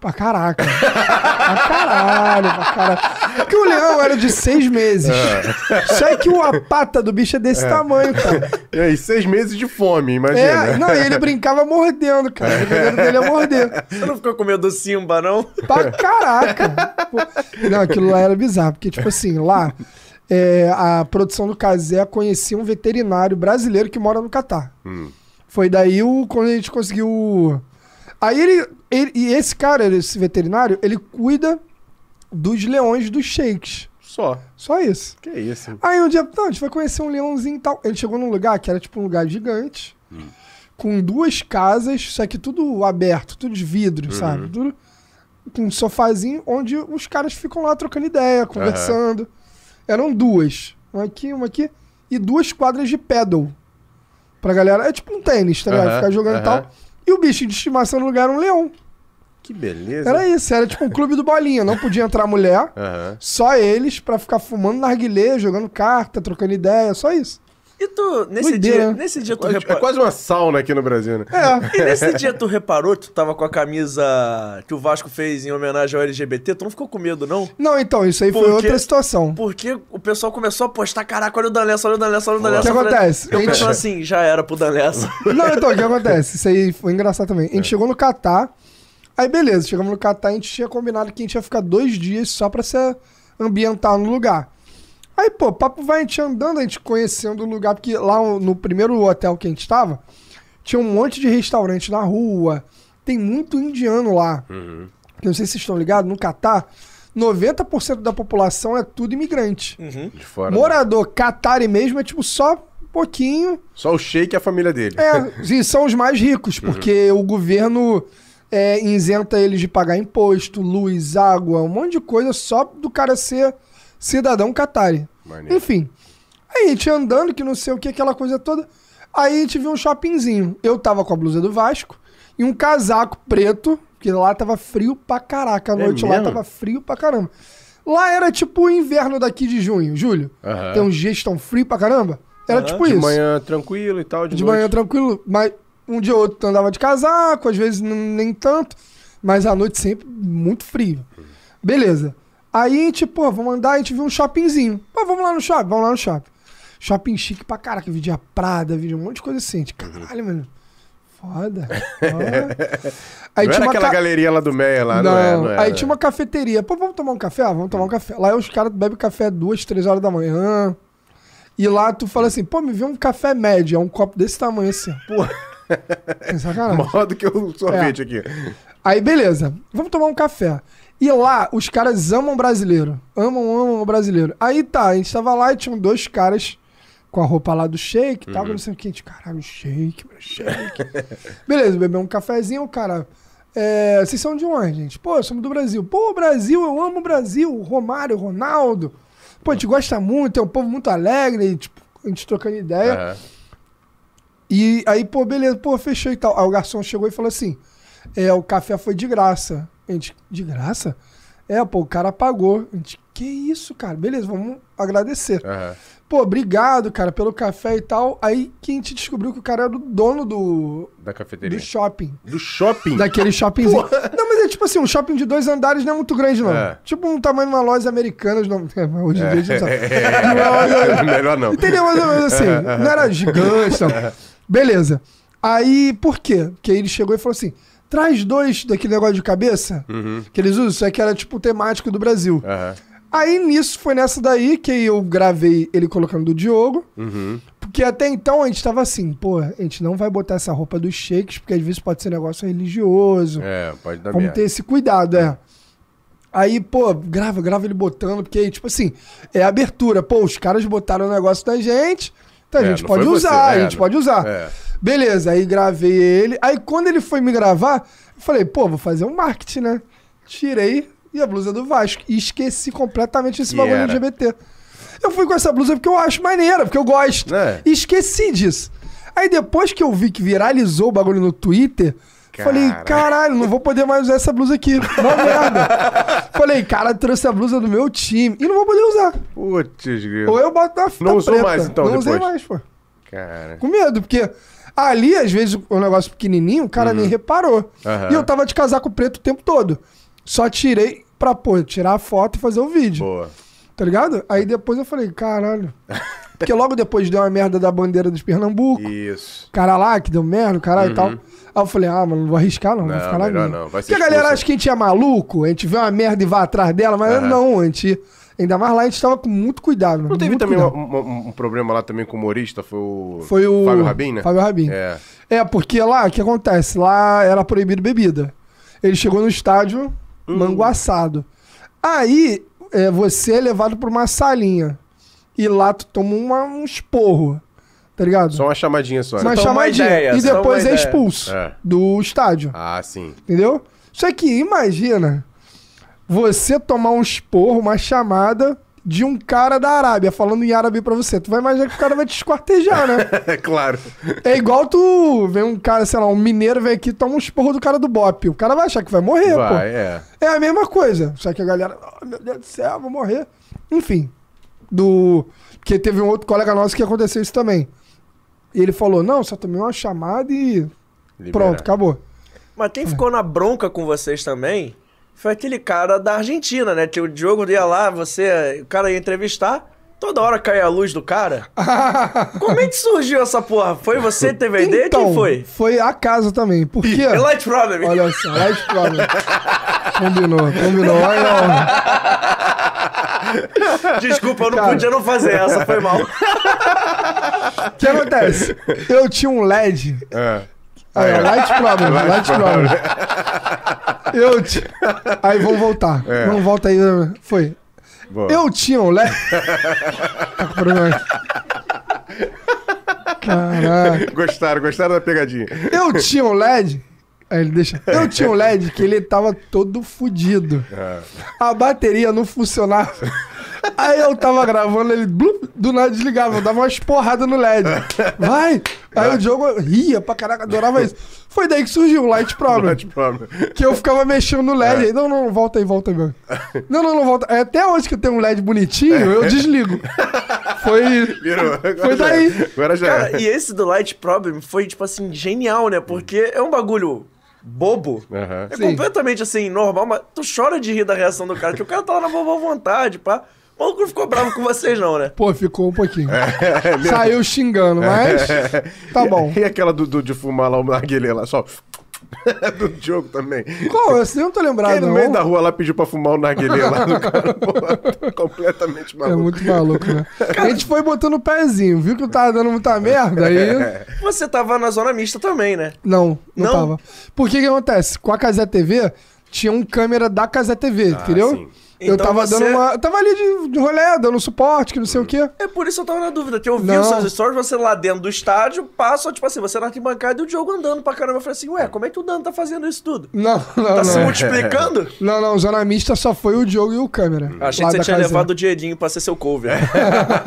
Speaker 3: Pra caraca. pra caralho, pra caralho. Porque o leão era de seis meses. Só que o- a pata do bicho é desse tamanho, cara.
Speaker 2: E aí, seis meses de fome, imagina.
Speaker 3: É, não, e ele brincava mordendo, cara. O brincadeira dele é morder.
Speaker 1: Tu não ficou com medo do Simba, não?
Speaker 3: Pra caraca! Pô. Não, aquilo lá era bizarro, porque, tipo assim, lá é, a produção do Casé conhecia um veterinário brasileiro que mora no Catar. Foi daí o, quando a gente conseguiu. Aí ele, ele- E esse cara, esse veterinário, ele cuida dos leões dos sheiks.
Speaker 2: Só.
Speaker 3: Só isso.
Speaker 2: Que isso.
Speaker 3: Aí um dia, não, a gente vai conhecer um leãozinho e tal. Ele chegou num lugar que era tipo um lugar gigante,
Speaker 2: Hum.
Speaker 3: com duas casas, só que tudo aberto, tudo de vidro,
Speaker 2: Uhum.
Speaker 3: sabe? Tudo com um sofazinho onde os caras ficam lá trocando ideia, conversando. Eram duas. Uma aqui, uma aqui. E duas quadras de paddle. Pra galera. É tipo um tênis, tá ligado?
Speaker 2: Aham,
Speaker 3: Ficar jogando e
Speaker 2: aham.
Speaker 3: tal. E o bicho de estimação no lugar era um leão.
Speaker 2: Que beleza.
Speaker 3: Era isso, era tipo um clube do bolinha. Não podia entrar mulher.
Speaker 2: Aham.
Speaker 3: Só eles pra ficar fumando narguilé, jogando carta, trocando ideia, só isso.
Speaker 1: E tu, nesse
Speaker 3: Doideira,
Speaker 1: dia,
Speaker 3: né?
Speaker 1: nesse dia tu
Speaker 2: É
Speaker 1: reparou.
Speaker 2: quase uma sauna aqui no Brasil, né?
Speaker 3: É.
Speaker 1: E nesse dia tu reparou, tu tava com a camisa que o Vasco fez em homenagem ao LGBT, tu não ficou com medo, não?
Speaker 3: Não, então, isso aí foi
Speaker 1: Porque-
Speaker 3: outra situação.
Speaker 1: Porque o pessoal começou a postar, caraca, olha o Danessa, olha o Danessa, olha o
Speaker 3: O que
Speaker 1: Danessa.
Speaker 3: acontece?
Speaker 1: Eu
Speaker 3: A gente-
Speaker 1: pensando assim, já era pro Danessa.
Speaker 3: Não, então, o que acontece? Isso aí foi engraçado também. A gente chegou no Catar, aí beleza, chegamos no Catar, a gente tinha combinado que a gente ia ficar dois dias só pra se ambientar no lugar. Aí, pô, papo vai a gente andando, a gente conhecendo o lugar, porque lá no primeiro hotel que a gente tava, tinha um monte de restaurante na rua, tem muito indiano lá. Eu Não sei se vocês estão ligados, no Catar, 90% da população é tudo imigrante.
Speaker 2: De fora. né?
Speaker 3: Morador catari mesmo é tipo só um pouquinho.
Speaker 2: Só o Sheik e a família dele.
Speaker 3: É, e são os mais ricos, porque o governo é, isenta eles de pagar imposto, luz, água, um monte de coisa só do cara ser cidadão catari.
Speaker 2: Maneiro.
Speaker 3: Enfim. Aí a gente andando, que não sei o que, aquela coisa toda. Aí a gente viu um shoppingzinho. Eu tava com a blusa do Vasco e um casaco preto, que lá tava frio pra caraca. A noite lá
Speaker 2: É mesmo?
Speaker 3: tava frio pra caramba. Lá era tipo o inverno daqui de junho, julho.
Speaker 2: Aham.
Speaker 3: Tem uns dias que tão frio pra caramba. Então, Era tipo
Speaker 2: Ah. De
Speaker 3: isso.
Speaker 2: manhã tranquilo e tal, de,
Speaker 3: De
Speaker 2: noite.
Speaker 3: manhã tranquilo, mas um dia ou outro tu andava de casaco, às vezes n- nem tanto, mas à noite sempre muito frio. Beleza. Aí a gente, pô, vamos andar, a gente viu um shoppingzinho. Pô, vamos lá no shopping, vamos lá no shopping. Shopping chique pra caraca, vídeo a Prada, vídeo um monte de coisa assim. A gente, Caralho, mano. Foda. Ó. Aí
Speaker 2: Não era aquela
Speaker 3: ca-
Speaker 2: galeria lá do Meia lá, não,
Speaker 3: não,
Speaker 2: é? Não era,
Speaker 3: aí tinha uma cafeteria. Pô, vamos tomar um café? Ah, vamos tomar um café. Lá os caras bebem café duas, três horas da manhã. E lá tu fala assim, pô, me vê um café médio, é um copo desse tamanho assim. Pô. Sem sacanagem.
Speaker 2: Maior do que o
Speaker 3: É.
Speaker 2: sorvete aqui.
Speaker 3: Aí, beleza. Vamos tomar um café. E lá, os caras amam brasileiro. Amam, amam o brasileiro. Aí tá, a gente tava lá e tinham dois caras com a roupa lá do shake e tal, não sei o que. A gente, caralho, shake, meu shake. beleza, bebeu um cafezinho, o cara. É, vocês são de onde, gente? Pô, somos do Brasil. Pô, Brasil, eu amo o Brasil. Romário, Ronaldo. Pô, a gente gosta muito, é um povo muito alegre. E, tipo, a gente trocando ideia.
Speaker 2: Aham.
Speaker 3: E aí, pô, beleza, pô, fechou e tal. Aí o garçom chegou e falou assim: É, o café foi de graça. A gente, de graça? É, pô, o cara pagou. A gente, que isso, cara? Beleza, vamos agradecer.
Speaker 2: Aham.
Speaker 3: Pô, obrigado, cara, pelo café e tal. Aí que a gente descobriu que o cara era o dono do,
Speaker 2: Da cafeteria.
Speaker 3: do shopping.
Speaker 2: Do, shopping?
Speaker 3: Daquele shoppingzinho. Não, mas é tipo assim, um shopping de dois andares não é muito grande, não.
Speaker 2: É.
Speaker 3: Tipo um tamanho de uma loja americana. Não... Hoje em dia a gente não sabe.
Speaker 2: É. Melhor não.
Speaker 3: Entendeu? Mas, mas assim, não era gigante. Não. Beleza. Aí, por quê? Porque aí ele chegou e falou assim: traz dois daquele negócio de cabeça que eles usam, isso aqui era tipo temático do Brasil.
Speaker 2: Aham. Uhum.
Speaker 3: Aí nisso, foi nessa daí que eu gravei ele colocando do Diogo. Porque até então a gente tava assim, pô, a gente não vai botar essa roupa dos shakes, porque às vezes pode ser um negócio religioso.
Speaker 2: É, pode dar
Speaker 3: Vamos
Speaker 2: merda.
Speaker 3: ter esse cuidado, é. Aí, pô, grava, grava ele botando, porque aí, tipo assim, é abertura. Pô, os caras botaram o negócio da gente, então a
Speaker 2: É,
Speaker 3: gente
Speaker 2: não
Speaker 3: pode
Speaker 2: foi
Speaker 3: usar,
Speaker 2: você, é,
Speaker 3: a gente
Speaker 2: não-
Speaker 3: pode usar.
Speaker 2: é.
Speaker 3: Beleza, aí gravei ele. Aí quando ele foi me gravar, eu falei, pô, vou fazer um marketing, né? Tirei e a blusa do Vasco. E esqueci completamente esse
Speaker 2: E
Speaker 3: bagulho
Speaker 2: era.
Speaker 3: LGBT. Eu fui com essa blusa porque eu acho maneira, porque eu gosto.
Speaker 2: É.
Speaker 3: E esqueci disso. Aí depois que eu vi que viralizou o bagulho no Twitter, falei,
Speaker 2: Caralho.
Speaker 3: caralho, não vou poder mais usar essa blusa aqui. Mó merda. falei, cara, trouxe a blusa do meu time e não vou poder usar.
Speaker 2: Putz, grilo.
Speaker 3: Ou eu boto na fita
Speaker 2: Não usou
Speaker 3: preta.
Speaker 2: mais, então,
Speaker 3: Não usei
Speaker 2: depois?
Speaker 3: mais, pô.
Speaker 2: Cara.
Speaker 3: Com medo, porque ali, às vezes, o negócio pequenininho, o cara nem reparou.
Speaker 2: Uhum. Aham.
Speaker 3: E eu tava de casaco preto o tempo todo. Só tirei pra, pô, tirar a foto e fazer o vídeo,
Speaker 2: Boa.
Speaker 3: tá ligado? Aí depois eu falei, caralho. porque logo depois deu uma merda da bandeira dos Pernambuco.
Speaker 2: Isso.
Speaker 3: O cara lá que deu merda, o caralho e tal. Aí eu falei, ah, mano, não vou arriscar não,
Speaker 2: Uhum. Não,
Speaker 3: vou ficar lá
Speaker 2: melhor
Speaker 3: mesmo.
Speaker 2: não, vai ser
Speaker 3: Porque a galera
Speaker 2: expulso.
Speaker 3: acha que a gente é maluco, a gente vê uma merda e vai atrás dela, mas
Speaker 2: Aham.
Speaker 3: não, a gente... Ainda mais lá a gente tava com muito cuidado, mano.
Speaker 2: Não teve
Speaker 3: muito
Speaker 2: também
Speaker 3: cuidado.
Speaker 2: um, um- um problema lá também com o humorista? Foi o,
Speaker 3: Foi o...
Speaker 2: Fábio Rabin, né?
Speaker 3: Fábio Rabin.
Speaker 2: É.
Speaker 3: É, porque lá, o que acontece? Lá era proibido bebida. Ele chegou no estádio, mango assado. Aí, é, você é levado pra uma salinha. E lá tu toma uma- um esporro, tá ligado?
Speaker 2: Só uma chamadinha só. né?
Speaker 3: uma
Speaker 1: Só uma
Speaker 3: chamadinha.
Speaker 1: ideia,
Speaker 3: e
Speaker 1: só uma
Speaker 3: depois é
Speaker 1: ideia.
Speaker 3: expulso
Speaker 2: É.
Speaker 3: do estádio,
Speaker 2: Ah, sim.
Speaker 3: entendeu? Só que imagina você tomar um esporro, uma chamada de um cara da Arábia falando em árabe pra você. Tu vai imaginar que o cara vai te esquartejar, né?
Speaker 2: É claro.
Speaker 3: É igual tu vem um cara, sei lá, um mineiro vem aqui e toma um esporro do cara do Bop. O cara vai achar que vai morrer,
Speaker 2: Vai, é.
Speaker 3: pô. É a mesma coisa. Só que a galera, "Ah, meu Deus do céu, vou morrer. Enfim, do. Porque teve um outro colega nosso que aconteceu isso também. E ele falou: não, só tomei uma chamada e.
Speaker 2: Liberar.
Speaker 3: Pronto, acabou.
Speaker 1: Mas quem ficou na bronca com vocês também foi aquele cara da Argentina, né? Que o Diogo ia lá, você, o cara ia entrevistar, toda hora caía a luz do cara. Como é que surgiu essa porra? Foi você que teve a ideia? Quem foi?
Speaker 3: Então, Foi a casa também. Porque.
Speaker 1: É Light Problem.
Speaker 3: Olha só, light problem. combinou, combinou. Olha,
Speaker 1: Desculpa, eu não
Speaker 3: Cara.
Speaker 1: podia não fazer essa, foi mal.
Speaker 3: ó. o que acontece? Eu tinha um LED
Speaker 2: É.
Speaker 3: Aí, ó, light problem, light, problem. Eu ti- Aí, vamos voltar.
Speaker 2: É.
Speaker 3: Vamos volta aí. Foi.
Speaker 2: Boa.
Speaker 3: Eu tinha um LED... tá com problema. Caraca.
Speaker 2: Gostaram, gostaram da pegadinha.
Speaker 3: Eu tinha um LED... Aí ele deixa... Eu tinha um LED que ele tava todo fudido.
Speaker 2: É.
Speaker 3: A bateria não funcionava. Aí eu tava gravando, ele blup, do nada desligava, eu dava umas porradas no LED. Vai! Aí o Diogo ria pra caraca, adorava isso. Foi daí que surgiu o Light Problem.
Speaker 2: Light problem.
Speaker 3: Que eu ficava mexendo no LED.
Speaker 2: É.
Speaker 3: Aí, não, não, volta aí, volta aí. meu. Não, não, não, volta. É até hoje que eu tenho um LED bonitinho,
Speaker 2: É.
Speaker 3: eu desligo. Foi.
Speaker 2: Virou. Agora
Speaker 3: Foi
Speaker 2: já
Speaker 3: daí.
Speaker 2: era. Agora já era.
Speaker 1: Cara, e esse do Light Problem foi, tipo assim, genial, né? Porque é um bagulho bobo.
Speaker 2: Aham.
Speaker 1: É
Speaker 3: Sim.
Speaker 1: completamente assim, normal, mas tu chora de rir da reação do cara, que o cara tá lá na boa vontade, pá. O maluco não ficou bravo com vocês, não, né?
Speaker 3: Pô, ficou um pouquinho.
Speaker 2: É,
Speaker 3: Saiu xingando, mas. Tá bom.
Speaker 2: E aquela do, do- de fumar lá o narguilé lá, só. do Diogo também.
Speaker 3: Qual? Esse eu não tô
Speaker 2: Ele
Speaker 3: lembrado,
Speaker 2: no
Speaker 3: não.
Speaker 2: meio da rua lá pediu pra fumar o narguilé lá do cara. Pô, tá completamente
Speaker 3: É
Speaker 2: maluco.
Speaker 3: muito maluco, né? A gente foi botando o pezinho, viu que eu tava dando muita merda
Speaker 2: É.
Speaker 3: aí.
Speaker 1: Você tava na zona mista também, né?
Speaker 3: Não, não,
Speaker 1: Não?
Speaker 3: tava. Por que que acontece? Com a Casé TV, tinha um câmera da Casé TV, entendeu?
Speaker 2: Ah, sim.
Speaker 3: Eu
Speaker 1: Então
Speaker 3: tava
Speaker 1: você-
Speaker 3: dando uma. Eu tava ali de, de rolê, dando suporte, que não
Speaker 2: Hum.
Speaker 3: sei o quê.
Speaker 1: É por isso que eu tava na dúvida, que eu vi
Speaker 3: Não.
Speaker 1: os seus stories, você lá dentro do estádio, passa, tipo assim, você na arquibancada e o Diogo andando pra caramba. Eu falei assim, ué, como é que o Dano tá fazendo isso tudo?
Speaker 3: Não, não,
Speaker 1: Tá
Speaker 3: não.
Speaker 1: se multiplicando?
Speaker 3: Não, não, zona mista só foi o Diogo e o câmera.
Speaker 1: Hum. Achei
Speaker 3: lá
Speaker 1: que você
Speaker 3: da
Speaker 1: tinha
Speaker 3: casinha.
Speaker 1: levado o Diedinho pra ser seu cover.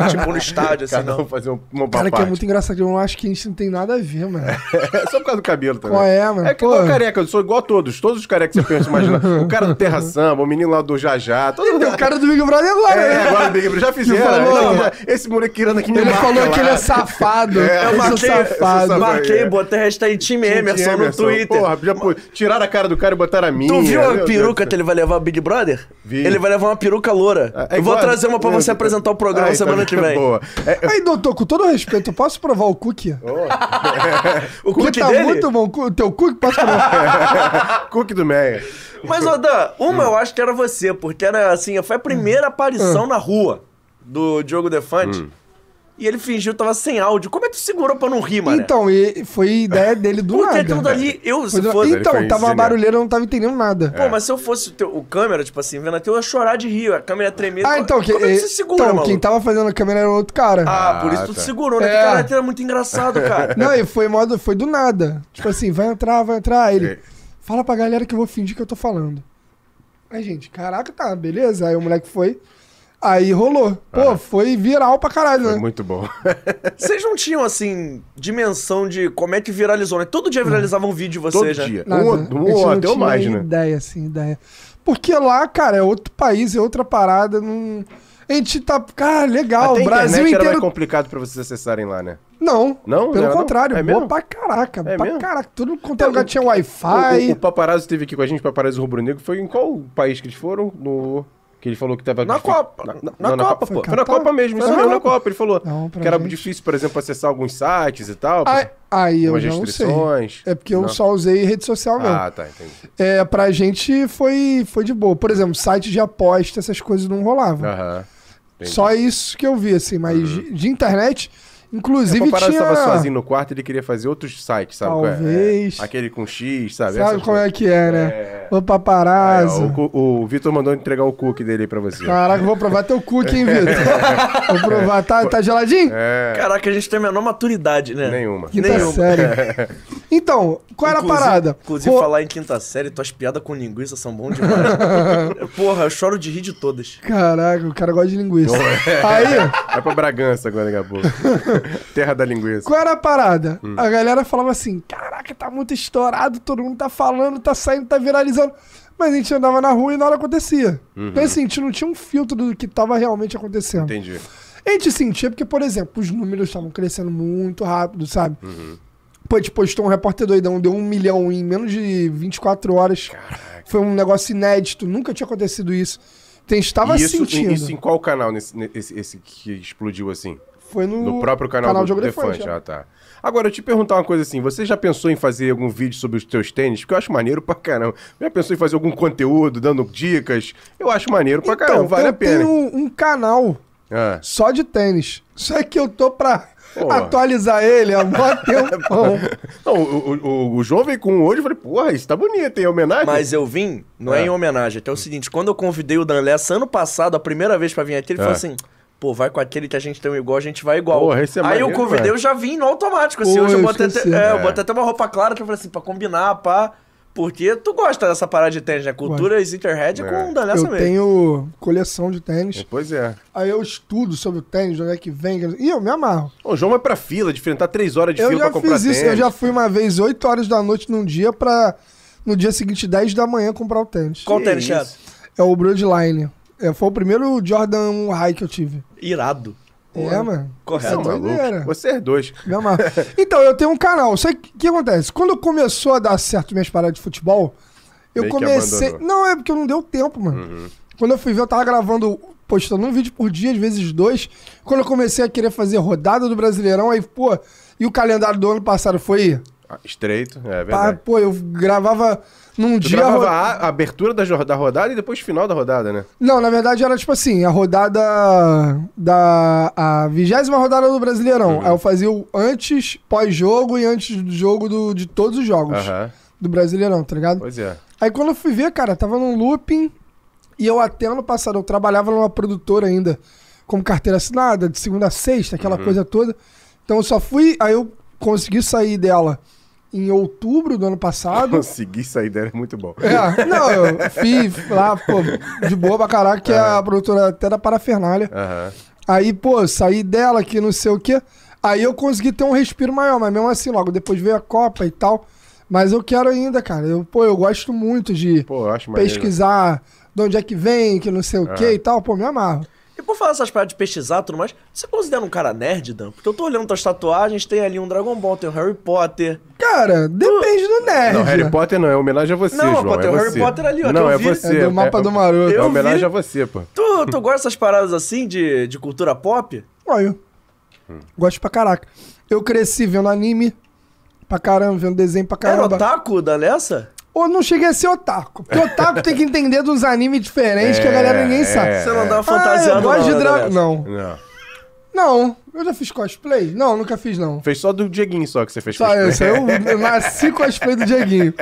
Speaker 1: tipo no estádio, assim,
Speaker 2: Cada um
Speaker 1: não.
Speaker 2: fazer um, uma
Speaker 3: Cara, que é
Speaker 2: parte.
Speaker 3: muito engraçado, eu acho que a gente não tem nada a ver, mano.
Speaker 2: É só por causa do cabelo também.
Speaker 3: Qual é, mano?
Speaker 2: É que
Speaker 3: Pô.
Speaker 2: igual careca, eu sou igual a todos. Todos os carecas que você pensa, imagina. O cara do Terra Samba, o menino lá do Jajá, todo mundo.
Speaker 3: o Então, cara do Big Brother agora,
Speaker 2: É,
Speaker 3: né?
Speaker 2: agora o Big Brother já fizeram. né?
Speaker 3: falou,
Speaker 2: Não,
Speaker 3: mano.
Speaker 2: já- esse moleque querendo aqui me
Speaker 3: Ele
Speaker 2: marca
Speaker 3: falou
Speaker 2: lá.
Speaker 3: que ele é safado.
Speaker 2: É,
Speaker 3: eu sou
Speaker 1: marquei- eu sou
Speaker 3: safado.
Speaker 2: safado.
Speaker 1: Marquei,
Speaker 2: é.
Speaker 1: botei hashtag time Emerson,
Speaker 2: Emerson,
Speaker 1: no Twitter.
Speaker 2: Porra, já, pô, tiraram a cara do cara e botaram a minha.
Speaker 1: Tu viu
Speaker 2: Meu
Speaker 1: a
Speaker 2: Deus
Speaker 1: peruca
Speaker 2: do
Speaker 1: que ele vai levar Big Brother?
Speaker 2: Vi.
Speaker 1: Ele vai levar uma peruca loura.
Speaker 2: céu. É, é
Speaker 1: eu vou
Speaker 2: igual-
Speaker 1: trazer uma pra você apresentar o programa
Speaker 2: Ai,
Speaker 1: semana
Speaker 2: tá
Speaker 1: que vem.
Speaker 2: Boa. É,
Speaker 3: Aí, doutor, com todo respeito, eu posso provar o cookie?
Speaker 1: O
Speaker 3: Porque
Speaker 1: cookie
Speaker 3: tá
Speaker 1: dele?
Speaker 3: muito bom. O teu cookie, posso provar?
Speaker 2: é, cookie do Meia.
Speaker 1: Mas, Odan, uma eu acho que era você, porque era assim, foi a primeira aparição na rua do Diogo Defante. e ele fingiu que tava sem áudio. Como é que tu segurou pra não rir, mano?
Speaker 3: Então, e foi ideia dele do
Speaker 1: Porque
Speaker 3: nada.
Speaker 1: aquilo dali, eu,
Speaker 3: Foi
Speaker 1: é se
Speaker 3: do-
Speaker 1: fosse.
Speaker 3: Então,
Speaker 2: Ele foi
Speaker 3: tava uma
Speaker 2: genial.
Speaker 3: barulheira, eu não tava entendendo nada.
Speaker 1: Pô, mas se eu fosse o, teu- o câmera, tipo assim, vendo até eu ia chorar de rir, a câmera tremendo.
Speaker 3: Ah, então, que,
Speaker 1: Como é que você segura,
Speaker 3: então
Speaker 1: maluco?
Speaker 3: quem tava fazendo a câmera era outro cara.
Speaker 1: Ah, por isso
Speaker 2: Ah,
Speaker 1: tu
Speaker 2: tá.
Speaker 1: segurou, né?
Speaker 3: É.
Speaker 1: Porque, Cara, era muito engraçado, cara.
Speaker 3: Não, e foi modo, foi do nada. Tipo assim, vai entrar, vai entrar. Aí Ele,
Speaker 2: É.
Speaker 3: fala pra galera que eu vou fingir que eu tô falando. Aí, gente, caraca, tá, beleza. Aí o moleque foi. Aí rolou. Pô, foi viral pra caralho,
Speaker 2: Ah. Foi
Speaker 3: né?
Speaker 2: muito bom.
Speaker 1: Vocês não tinham, assim, dimensão de como é que viralizou, né? Todo dia viralizava um vídeo de vocês,
Speaker 2: Todo
Speaker 1: né?
Speaker 2: dia.
Speaker 3: Nada.
Speaker 2: Um, ou-
Speaker 3: A
Speaker 2: um
Speaker 3: gente
Speaker 2: ou
Speaker 3: não
Speaker 2: até ou
Speaker 3: tinha
Speaker 2: mais, né?
Speaker 3: ideia, assim, ideia. Porque lá, cara, é outro país, é outra parada. Não... A gente tá. Cara,
Speaker 1: Ah,
Speaker 3: legal.
Speaker 2: Até
Speaker 3: O
Speaker 2: a
Speaker 3: Brasil
Speaker 2: internet era mais
Speaker 3: inteiro.
Speaker 2: complicado pra vocês acessarem lá, né?
Speaker 3: Não.
Speaker 2: Não?
Speaker 3: Pelo
Speaker 2: Não, não?
Speaker 3: contrário,
Speaker 2: É
Speaker 3: boa
Speaker 2: mesmo?
Speaker 3: pra caraca.
Speaker 2: É
Speaker 3: pra
Speaker 2: mesmo? um
Speaker 3: caraca. Tudo quanto é
Speaker 2: O-
Speaker 3: lugar tinha
Speaker 2: O,
Speaker 3: Wi-Fi.
Speaker 2: o paparazzo esteve aqui com a gente, o paparazzo rubro-negro, foi em qual país que eles foram? No... Que ele falou que tava...
Speaker 1: Na
Speaker 2: difi-
Speaker 1: Copa.
Speaker 2: Na, na-
Speaker 1: Na
Speaker 2: não, na
Speaker 1: Copa,
Speaker 2: Copa,
Speaker 3: foi
Speaker 2: pô. Foi na
Speaker 3: Catar?
Speaker 2: Copa mesmo,
Speaker 3: Foi
Speaker 2: isso
Speaker 3: na
Speaker 2: mesmo, na
Speaker 3: Copa.
Speaker 2: Copa. Ele falou
Speaker 3: Não, pra
Speaker 2: que era
Speaker 3: gente-
Speaker 2: difícil, por exemplo, acessar alguns sites e tal.
Speaker 3: Aí, aí eu
Speaker 2: um, umas
Speaker 3: já não sei.
Speaker 2: restrições.
Speaker 3: É porque eu
Speaker 2: Não.
Speaker 3: só usei rede social mesmo.
Speaker 2: Ah, tá, entendi.
Speaker 3: É, pra gente foi, foi de boa. Por exemplo, site de aposta, essas coisas não rolavam.
Speaker 2: Aham. entendi. Uhum.
Speaker 3: Só isso que eu vi, assim, mas de, de internet,
Speaker 2: O
Speaker 3: inclusive
Speaker 2: paparazzo
Speaker 3: tinha...
Speaker 2: tava sozinho no quarto, ele queria fazer outros sites, sabe? qual é?
Speaker 3: Talvez.
Speaker 2: É, aquele com X, sabe?
Speaker 3: Sabe como é que é, né? O
Speaker 2: Aí,
Speaker 3: paparazzo.
Speaker 2: ó, o cu- o Vitor mandou entregar o cookie dele aí pra você.
Speaker 3: Caraca, vou provar teu cookie, hein, Vitor? vou provar. Tá, tá geladinho?
Speaker 2: É,
Speaker 1: Caraca, a gente tem a menor maturidade, né?
Speaker 2: nenhuma.
Speaker 3: Quinta
Speaker 1: nenhuma.
Speaker 3: série. Então, qual era
Speaker 1: Inclusive-
Speaker 3: a parada?
Speaker 1: Inclusive,
Speaker 3: Ro-
Speaker 1: falar em quinta série, tuas piadas com linguiça são bom demais. Porra, eu choro de rir de todas.
Speaker 3: Caraca, o cara gosta de linguiça.
Speaker 2: é.
Speaker 3: Aí...
Speaker 2: Vai pra Bragança agora, daqui a pouco. Terra da linguiça.
Speaker 3: Qual era a parada?
Speaker 2: Hum.
Speaker 3: A galera falava assim: caraca, tá muito estourado, todo mundo tá falando, tá saindo, tá viralizando. Mas a gente andava na rua e nada acontecia.
Speaker 2: Uhum.
Speaker 3: Então, assim, a gente não tinha um filtro do que tava realmente acontecendo.
Speaker 2: Entendi.
Speaker 3: A gente sentia porque, por exemplo, os números estavam crescendo muito rápido, sabe?
Speaker 2: Uhum.
Speaker 3: Pô, a gente postou um repórter doidão, deu um milhão em menos de 24 horas. Foi um negócio inédito, nunca tinha acontecido isso. Então, a gente tava
Speaker 2: E isso,
Speaker 3: sentindo.
Speaker 2: isso em qual canal nesse, nesse- esse que explodiu assim?
Speaker 3: Foi no,
Speaker 2: No próprio canal, do,
Speaker 3: Jogo
Speaker 2: do
Speaker 3: Elefante,
Speaker 2: Defante.
Speaker 3: né?
Speaker 2: Ah, tá. Agora, eu te perguntar uma coisa assim. Você já pensou em fazer algum vídeo sobre os teus tênis? Porque eu acho maneiro pra caramba. Já pensou em fazer algum conteúdo, dando dicas? Eu acho maneiro pra caramba, vale
Speaker 3: Então, eu
Speaker 2: a pena.
Speaker 3: tenho um canal
Speaker 2: Ah.
Speaker 3: só de tênis. Só é que eu tô pra
Speaker 2: Porra.
Speaker 3: atualizar ele há mó tempão.
Speaker 2: É, Não, o, o- o- o João veio com um hoje e falei, porra, isso tá bonito, hein? Homenagem.
Speaker 1: Mas eu vim, não é,
Speaker 2: É.
Speaker 1: em homenagem, até o seguinte, quando eu convidei o Dan Lessa ano passado, a primeira vez pra vir aqui, ele
Speaker 2: É.
Speaker 1: falou assim, pô, vai com aquele que a gente tem um igual, a gente vai igual.
Speaker 2: Porra, esse é
Speaker 1: Aí
Speaker 2: maneiro,
Speaker 1: eu convidei,
Speaker 2: cara.
Speaker 1: eu já vim no automático, assim,
Speaker 3: Pô,
Speaker 1: hoje eu
Speaker 3: eu
Speaker 1: botei, até,
Speaker 3: esqueci.
Speaker 1: é, eu
Speaker 2: É.
Speaker 1: botei até uma roupa clara que eu falei assim, pra combinar, pá, porque tu gosta dessa parada de tênis, né? Cultura e Interhead é.
Speaker 2: É.
Speaker 1: com o Dan Lessa
Speaker 3: eu
Speaker 1: mesmo.
Speaker 3: tenho coleção de tênis.
Speaker 2: Pois é.
Speaker 3: Aí eu estudo sobre o tênis, de onde é que vem. que- E eu me amarro.
Speaker 2: O João vai pra fila, de enfrentar três horas de
Speaker 3: Eu
Speaker 2: fila
Speaker 3: já
Speaker 2: pra comprar
Speaker 3: fiz
Speaker 2: tênis. É,
Speaker 3: isso. Eu já fui uma vez 8 horas da noite num dia pra... No dia seguinte, 10 da manhã, comprar o tênis.
Speaker 1: Qual
Speaker 2: Que
Speaker 1: tênis,
Speaker 2: isso?
Speaker 1: Thiago?
Speaker 3: É o Broadline. É, foi o primeiro Jordan 1 High que eu tive.
Speaker 1: Irado.
Speaker 3: É, mano.
Speaker 1: Correto.
Speaker 2: São
Speaker 3: Essa doideira.
Speaker 2: malucos. tá Vocês dois.
Speaker 3: Me amarro. Então, eu tenho um canal. Só que o que acontece? Quando começou a dar certo minhas paradas de futebol, eu
Speaker 2: Meio que
Speaker 3: comecei.
Speaker 2: abandonou. Uhum.
Speaker 3: Não, é porque não deu tempo, mano. Quando eu fui ver, eu tava gravando, postando um vídeo por dia, às vezes dois. Quando eu comecei a querer fazer rodada do Brasileirão, aí, pô, e o calendário do ano passado foi.
Speaker 2: Ah, Estreito, é
Speaker 3: Pá,
Speaker 2: verdade.
Speaker 3: pô, eu gravava num
Speaker 2: Tu
Speaker 3: dia. a
Speaker 2: gravava
Speaker 3: ro-
Speaker 2: a a abertura da, jo- da rodada e depois final da rodada, né?
Speaker 3: Não, na verdade era tipo assim, a rodada da a vigésima rodada do Brasileirão.
Speaker 2: Uhum.
Speaker 3: Aí eu fazia o antes, pós-jogo e antes do jogo do, de todos os jogos
Speaker 2: Aham.
Speaker 3: do Brasileirão, tá ligado?
Speaker 2: Pois é.
Speaker 3: Aí quando eu fui ver, cara, tava num looping e eu até ano passado, eu trabalhava numa produtora ainda, como carteira assinada, de segunda a sexta, aquela coisa toda. Então eu só fui, aí eu consegui sair dela em outubro do ano passado.
Speaker 2: Consegui sair dela, é muito bom.
Speaker 3: É, não, eu fiz lá, pô, de boa pra caraca, que é a produtora até da Parafernália.
Speaker 2: Aham.
Speaker 3: Aí, pô, saí dela, que não sei o quê. Aí eu consegui ter um respiro maior, mas mesmo assim, logo depois veio a Copa e tal. Mas eu quero ainda, cara. Eu, pô, eu gosto muito de
Speaker 2: Pô, eu acho maneiro. É.
Speaker 3: pesquisar de onde é que vem, que não sei o quê e tal. Pô, me amarro.
Speaker 1: E por falar essas paradas de pesquisar e tudo mais, você considera um cara nerd, Dan? Porque eu tô olhando tuas tatuagens, tem ali um Dragon Ball, tem o Harry Potter.
Speaker 3: Cara, depende do nerd.
Speaker 2: Não, Harry
Speaker 3: né?
Speaker 2: Potter não, é homenagem a você,
Speaker 1: Não,
Speaker 2: João.
Speaker 1: pô, tem
Speaker 2: é
Speaker 1: o Harry
Speaker 2: você.
Speaker 1: Potter ali, ó, que
Speaker 2: Não,
Speaker 1: eu
Speaker 2: é
Speaker 1: vi.
Speaker 2: você.
Speaker 3: É do mapa do maroto.
Speaker 2: É
Speaker 1: Eu
Speaker 2: homenagem
Speaker 1: vi.
Speaker 2: a você, pô.
Speaker 1: Tu, tu gosta dessas paradas assim de, de cultura pop?
Speaker 3: Ó, eu
Speaker 2: Hum.
Speaker 3: gosto pra caraca. Eu cresci vendo anime pra caramba, vendo desenho pra
Speaker 1: Era
Speaker 3: caramba.
Speaker 1: otaku da Lessa?
Speaker 3: Ou não cheguei a ser otaku. Porque otaku tem que entender dos animes diferentes que a galera ninguém
Speaker 2: É,
Speaker 3: sabe.
Speaker 2: é.
Speaker 1: Você não andava
Speaker 3: Ah,
Speaker 1: fantasiado
Speaker 3: eu gosto
Speaker 1: não,
Speaker 3: de
Speaker 1: né,
Speaker 3: Dragon...
Speaker 1: Lessa?
Speaker 3: Não.
Speaker 2: Não.
Speaker 3: Não, eu já fiz cosplay? Não, nunca fiz, não.
Speaker 2: Fez só do Dieguinho só que você fez
Speaker 3: Só isso, eu, eu nasci cosplay do Dieguinho.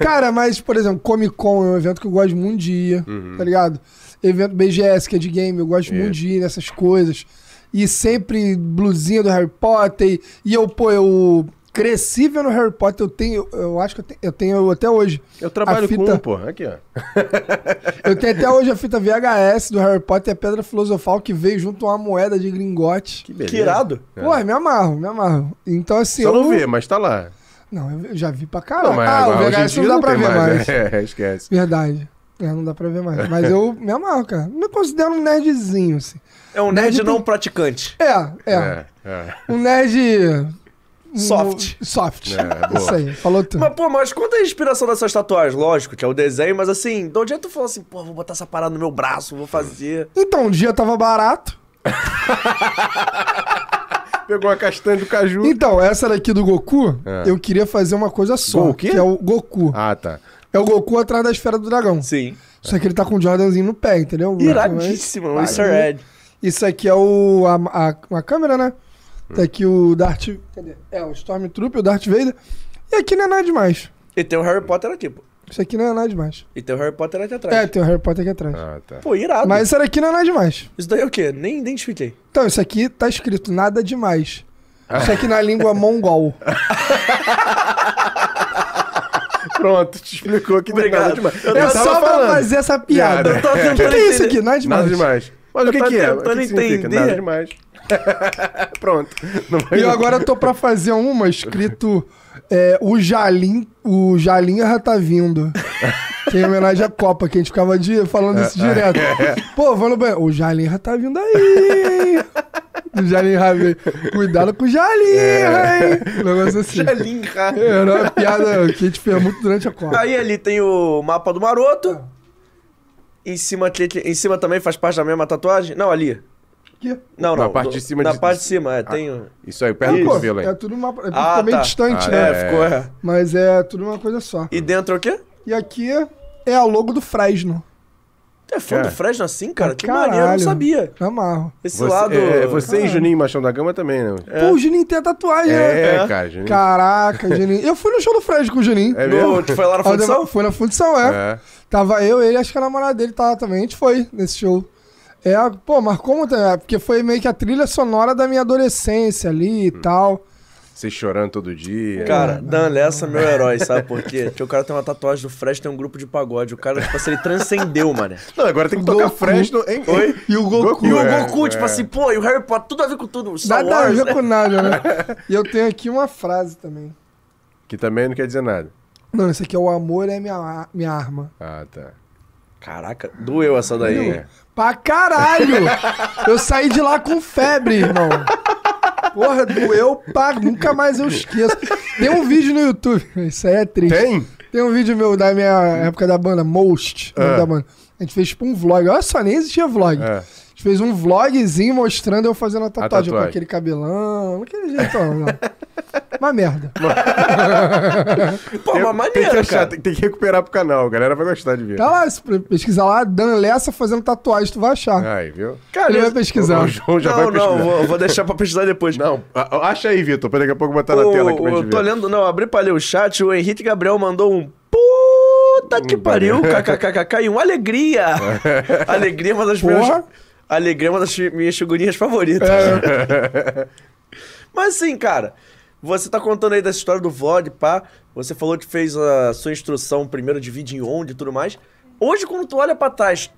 Speaker 3: Cara, mas, por exemplo, Comic Con é um evento que eu gosto muito de ir,
Speaker 2: Uhum.
Speaker 3: tá ligado? Evento BGS, que é de game, eu gosto muito de ir nessas coisas. E sempre blusinha do Harry Potter. E, e eu, pô, eu cresci vendo Harry Potter, eu tenho, eu acho que eu tenho, eu tenho até hoje.
Speaker 2: Eu trabalho
Speaker 3: a fita-
Speaker 2: com um, pô. Aqui, ó.
Speaker 3: Eu tenho até hoje a fita VHS do Harry Potter, a Pedra Filosofal, que veio junto a uma moeda de gringote.
Speaker 2: Que beleza.
Speaker 1: Que irado.
Speaker 2: É.
Speaker 3: Pô, me amarro, me amarro. Então, assim,
Speaker 2: Só
Speaker 3: eu...
Speaker 2: não vê, mas tá lá.
Speaker 3: Não, eu já vi pra caralho.
Speaker 2: Não, mas
Speaker 3: ah,
Speaker 2: agora,
Speaker 3: o
Speaker 2: hoje em
Speaker 3: VHS
Speaker 2: dia
Speaker 3: não dá pra
Speaker 2: tem
Speaker 3: ver mais.
Speaker 2: É, esquece.
Speaker 3: Verdade. É, não dá pra ver mais. Mas eu me amarro, cara. Me considero um nerdzinho, assim.
Speaker 1: É um
Speaker 3: Nerd
Speaker 1: nerd,
Speaker 3: tem-
Speaker 1: não praticante.
Speaker 3: É, é.
Speaker 2: É, é.
Speaker 3: Um nerd...
Speaker 1: Soft.
Speaker 3: um- Soft.
Speaker 2: É, boa.
Speaker 3: Isso aí, falou tudo.
Speaker 1: Mas, pô, mas quanto é a inspiração dessas tatuagens? Lógico que é o desenho, mas assim, de onde é que tu falou assim, pô, vou botar essa parada no meu braço, vou fazer.
Speaker 3: Então, um dia tava barato.
Speaker 2: Pegou a castanha do caju.
Speaker 3: Então, essa daqui do Goku,
Speaker 2: É.
Speaker 3: eu queria fazer uma coisa só.
Speaker 2: Go- o quê?
Speaker 3: Que é o Goku.
Speaker 2: Ah, tá.
Speaker 3: É o Goku atrás da esfera do dragão.
Speaker 1: Sim.
Speaker 3: Só que ele tá com o Jordanzinho no pé, entendeu?
Speaker 1: Iradíssimo, um
Speaker 3: Mas- né?
Speaker 1: Easter Egg.
Speaker 3: Isso aqui é o. A, a- uma câmera, né? Tá aqui o Darth. Cadê? É, o Stormtrooper, o Darth Vader. E aqui não é nada demais.
Speaker 1: E tem o Harry Potter aqui, pô.
Speaker 3: Isso aqui não é nada demais.
Speaker 1: E tem o Harry Potter aqui atrás.
Speaker 3: É, tem o Harry Potter aqui atrás.
Speaker 2: Ah, tá.
Speaker 1: Pô, irado.
Speaker 3: Mas isso daqui não é nada demais.
Speaker 1: Isso daí é o quê? Nem identifiquei.
Speaker 3: Então, isso aqui tá escrito nada demais. Isso aqui na língua mongol.
Speaker 2: Pronto, te explicou que não é nada
Speaker 1: Obrigado.
Speaker 2: demais.
Speaker 1: Eu
Speaker 3: É
Speaker 1: tava
Speaker 3: só pra fazer essa piada.
Speaker 1: Eu tava
Speaker 3: O que,
Speaker 1: tentando
Speaker 3: que é isso
Speaker 1: entender.
Speaker 3: aqui? Nada demais.
Speaker 2: Nada demais. Mas o que,
Speaker 1: tava
Speaker 2: que é? O que
Speaker 1: tentando
Speaker 2: que significa?
Speaker 1: entender.
Speaker 2: Nada demais. Pronto. Não vai-
Speaker 3: E eu agora tô pra fazer uma escrito é, o Jalim, o Jalinha tá vindo. Que é em homenagem à Copa, que a gente ficava de, falando
Speaker 1: É,
Speaker 3: isso direto. Pô, vou no banheiro. O Jalinha tá vindo aí. O Jalinha veio. Cuidado com o
Speaker 1: É.
Speaker 3: Jalinha, hein? Um negócio assim.
Speaker 2: é
Speaker 3: Era uma piada que a gente fez muito durante a Copa.
Speaker 1: Aí ali tem o mapa do maroto.
Speaker 3: Ah.
Speaker 1: Em cima, aqui- aqui- em cima também faz parte da mesma tatuagem? Não, ali.
Speaker 3: Aqui.
Speaker 1: Não,
Speaker 2: Na
Speaker 1: não.
Speaker 2: parte
Speaker 1: do-
Speaker 2: de cima
Speaker 1: Na
Speaker 2: de- Ah.
Speaker 1: parte de cima, é. Tem o...
Speaker 2: Isso aí, perto do
Speaker 3: Pô,
Speaker 2: cotovelo aí.
Speaker 3: é tudo uma. É
Speaker 1: Ah,
Speaker 3: ficou meio
Speaker 1: tá.
Speaker 3: distante,
Speaker 2: Ah,
Speaker 3: né?
Speaker 1: É,
Speaker 2: É.
Speaker 1: ficou é.
Speaker 3: Mas é tudo uma coisa só.
Speaker 1: E dentro é o quê?
Speaker 3: E aqui é a logo do Fresno.
Speaker 1: Tu é fã
Speaker 2: É.
Speaker 1: do Fresno assim, cara? Que
Speaker 3: Ah, Caralho.
Speaker 1: maneiro, eu não sabia.
Speaker 3: Amarro.
Speaker 1: Esse
Speaker 2: Você,
Speaker 1: lado...
Speaker 2: é, você
Speaker 3: Ah.
Speaker 2: e Juninho Machão da Gama também, né?
Speaker 3: Pô, o Juninho tem a tatuagem, né?
Speaker 2: É,
Speaker 1: É.
Speaker 2: cara, Juninho.
Speaker 3: Caraca, Juninho. Eu fui no show do Fred com o Juninho.
Speaker 2: É
Speaker 1: No,
Speaker 2: mesmo?
Speaker 1: tu foi lá na
Speaker 3: Olha,
Speaker 1: função?
Speaker 3: Foi na fundição, é.
Speaker 2: É.
Speaker 3: Tava eu, ele, acho que a namorada dele tava também. A gente foi nesse show. É, pô, marcou muito, né? Porque foi meio que a trilha sonora da minha adolescência ali e tal.
Speaker 2: Você chorando todo dia.
Speaker 1: Cara, Dan Lessa é meu herói, sabe por quê? Porque o cara tem uma tatuagem do Fresno, tem um grupo de pagode. O cara, tipo assim, ele transcendeu, mano.
Speaker 2: Não, agora tem que
Speaker 3: Goku.
Speaker 2: tocar Fresno, hein?
Speaker 1: Oi?
Speaker 3: E o
Speaker 2: Goku.
Speaker 1: E o
Speaker 2: É,
Speaker 1: Goku, tipo
Speaker 2: é.
Speaker 1: assim, pô, e o Harry Potter, tudo a ver com tudo. Star
Speaker 3: Nada a
Speaker 1: Wars,
Speaker 3: ver
Speaker 1: né?
Speaker 3: com nada, né? E eu tenho aqui uma frase também.
Speaker 2: Que também não quer dizer nada.
Speaker 3: Não, isso aqui é o amor é minha, ar- minha arma.
Speaker 2: Ah, tá.
Speaker 1: Caraca, doeu essa daí.
Speaker 2: É.
Speaker 3: Pra caralho! Eu saí de lá com febre, irmão. Porra, doeu pra... Nunca mais eu esqueço. Tem um vídeo no YouTube. Isso aí é triste.
Speaker 2: Tem?
Speaker 3: Tem um vídeo meu da minha época da banda, Most, nome
Speaker 2: Ah.
Speaker 3: da banda. A gente fez tipo um vlog. Olha só, nem existia vlog.
Speaker 2: É.
Speaker 3: A gente fez um vlogzinho mostrando eu fazendo a tatuagem,
Speaker 2: tatuagem.
Speaker 3: com aquele cabelão, aquele jeitão, não. Uma merda.
Speaker 1: Pô,
Speaker 2: Tem-
Speaker 1: mas
Speaker 2: tem, que
Speaker 1: maneiro,
Speaker 2: achar,
Speaker 1: cara.
Speaker 2: tem, tem que recuperar pro canal. A galera vai gostar de ver.
Speaker 3: Tá lá, se pre- pesquisar lá, Dan Lessa fazendo tatuagem, tu vai achar.
Speaker 2: Aí, viu?
Speaker 1: Cara,
Speaker 3: Ele
Speaker 1: eu-
Speaker 3: vai pesquisar.
Speaker 2: O João já
Speaker 1: não,
Speaker 2: vai
Speaker 1: não,
Speaker 2: pesquisar.
Speaker 1: vou, vou deixar pra pesquisar depois.
Speaker 2: Não, a- acha aí, Vitor, pra daqui a pouco botar
Speaker 1: o,
Speaker 2: na tela aqui pra gente
Speaker 1: eu tô
Speaker 2: ver.
Speaker 1: lendo, não, abri pra ler o chat, o Henrique Gabriel mandou um puta que
Speaker 2: Hum,
Speaker 1: pariu, kkkk, e um alegria. alegria é uma das
Speaker 3: Porra.
Speaker 1: minhas... Alegria é uma das fi- minhas figurinhas favoritas.
Speaker 2: É.
Speaker 1: Mas assim, cara, você tá contando aí dessa história do VOD, pá. Você falou que fez a sua instrução primeiro de vídeo em onde e tudo mais. Hoje, quando tu olha pra trás,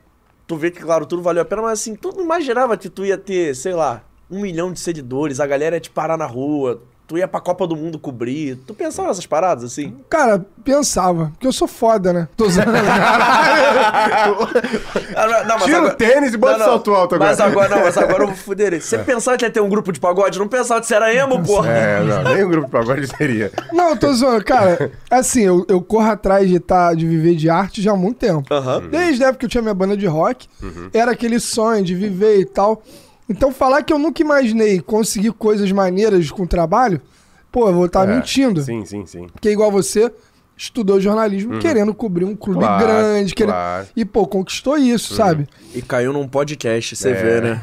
Speaker 1: tu vê que, claro, tudo valeu a pena, mas assim, tu não imaginava que tu ia ter, sei lá, um milhão de seguidores, a galera ia te parar na rua, tu ia pra Copa do Mundo cobrir. Tu pensava nessas paradas, assim?
Speaker 3: Cara, pensava, porque eu sou foda, né? Tô usando.
Speaker 1: Ah, não, não, mas
Speaker 2: Tira o tênis e
Speaker 1: Não,
Speaker 2: bota o
Speaker 1: não.
Speaker 2: salto alto agora.
Speaker 1: Mas agora, não, mas agora eu vou fuder ele. Você pensava que ia ter um grupo de pagode? Não pensava que você era emo, porra?
Speaker 2: É, não, nem o grupo de pagode seria.
Speaker 3: Não, eu tô zoando. Cara, assim, eu, eu corro atrás de, tá, de viver de arte já há muito tempo.
Speaker 1: Aham.
Speaker 3: Desde a época que eu tinha minha banda de rock,
Speaker 2: Uhum.
Speaker 3: era aquele sonho de viver e tal. Então, falar que eu nunca imaginei conseguir coisas maneiras com o trabalho, pô, eu vou estar
Speaker 2: É,
Speaker 3: mentindo.
Speaker 2: Sim, sim, sim.
Speaker 3: Porque igual você, estudou jornalismo querendo cobrir um clube
Speaker 2: Claro,
Speaker 3: grande. Querendo...
Speaker 2: claro.
Speaker 3: E, pô, conquistou isso, sabe?
Speaker 1: E caiu num podcast,
Speaker 2: É.
Speaker 1: você vê, né?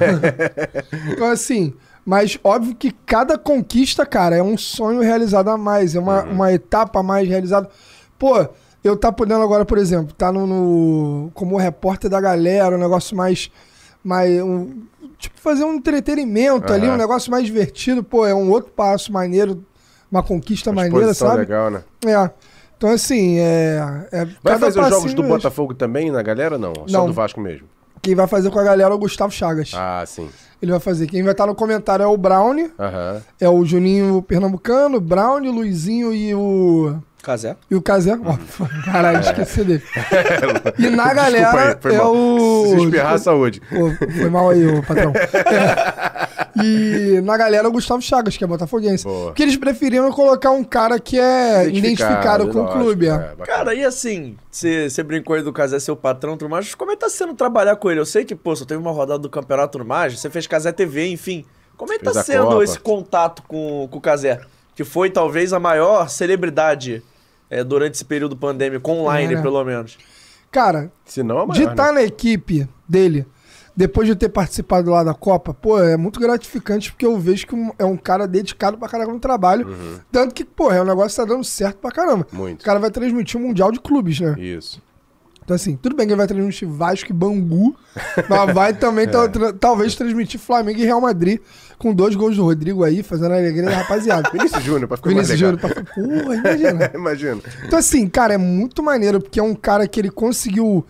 Speaker 3: Então, assim, mas óbvio que cada conquista, cara, é um sonho realizado a mais, é
Speaker 2: Uhum.
Speaker 3: uma, uma etapa a mais realizada. Pô, eu tá podendo agora, por exemplo, tá no, no- como repórter da galera, um negócio mais. mais um- tipo, fazer um entretenimento ali,
Speaker 2: Aham.
Speaker 3: um negócio mais divertido, pô, é um outro passo maneiro, uma conquista
Speaker 2: Uma
Speaker 3: maneira,
Speaker 2: exposição
Speaker 3: Tá sabe?
Speaker 2: legal, né?
Speaker 3: É. Então, assim, é. é
Speaker 2: Vai
Speaker 3: cada
Speaker 2: fazer os jogos
Speaker 3: passinho
Speaker 2: do
Speaker 3: mesmo.
Speaker 2: Botafogo também na galera não? Só
Speaker 3: Não.
Speaker 2: do Vasco mesmo?
Speaker 3: Quem vai fazer com a galera é o Gustavo Chagas.
Speaker 2: Ah, sim.
Speaker 3: Ele vai fazer. Quem vai estar no comentário é o Brownie.
Speaker 2: Aham.
Speaker 3: É o Juninho Pernambucano, Brown, o Luizinho e o.
Speaker 1: Casé.
Speaker 3: E o Casé. Ó, Caralho, esqueci dele. E na galera
Speaker 2: foi
Speaker 3: é
Speaker 2: mal.
Speaker 3: o.
Speaker 2: Se espirrar, saúde.
Speaker 3: Pô, foi mal aí, ô patrão. É. E na galera o Gustavo Chagas, que é botafoguense.
Speaker 2: Boa.
Speaker 3: Porque eles preferiram colocar um cara que é identificado, com
Speaker 2: lógico,
Speaker 3: o clube. é.
Speaker 2: é, bacana.
Speaker 1: Cara, e assim, você brincou aí do Casé ser o patrão, tudo mais, como é que tá sendo trabalhar com ele? Eu sei que, pô, só teve uma rodada do campeonato no mais, você fez Casé TV, enfim. Como é que
Speaker 2: Fez
Speaker 1: tá
Speaker 2: a
Speaker 1: sendo
Speaker 2: Copa.
Speaker 1: esse contato com, com o Casé? Que foi talvez a maior celebridade é, durante esse período pandêmico, online,
Speaker 3: Cara.
Speaker 1: pelo menos.
Speaker 3: Cara,
Speaker 2: Se não, é
Speaker 3: de
Speaker 2: maior,
Speaker 3: estar
Speaker 2: né?
Speaker 3: na equipe dele, depois de eu ter participado lá da Copa, pô, é muito gratificante porque eu vejo que um- é um cara dedicado pra caramba no trabalho. Tanto que, pô, é um negócio que tá dando certo pra caramba.
Speaker 2: Uhum. Muito.
Speaker 3: O cara vai transmitir o Mundial de Clubes, né?
Speaker 2: Isso.
Speaker 3: Então, assim, tudo bem que ele vai transmitir Vasco e Bangu, mas vai
Speaker 2: É.
Speaker 3: também tal- tra- talvez transmitir Flamengo e Real Madrid com dois gols do Rodrigo aí, fazendo a alegria da rapaziada.
Speaker 2: Vinícius Júnior, pra ficar
Speaker 3: Vinícius
Speaker 2: mais
Speaker 3: Júnior,
Speaker 2: legal.
Speaker 3: pra- porra, imagina.
Speaker 2: Imagina.
Speaker 3: Então, assim, cara, é muito maneiro, porque é um cara que ele conseguiu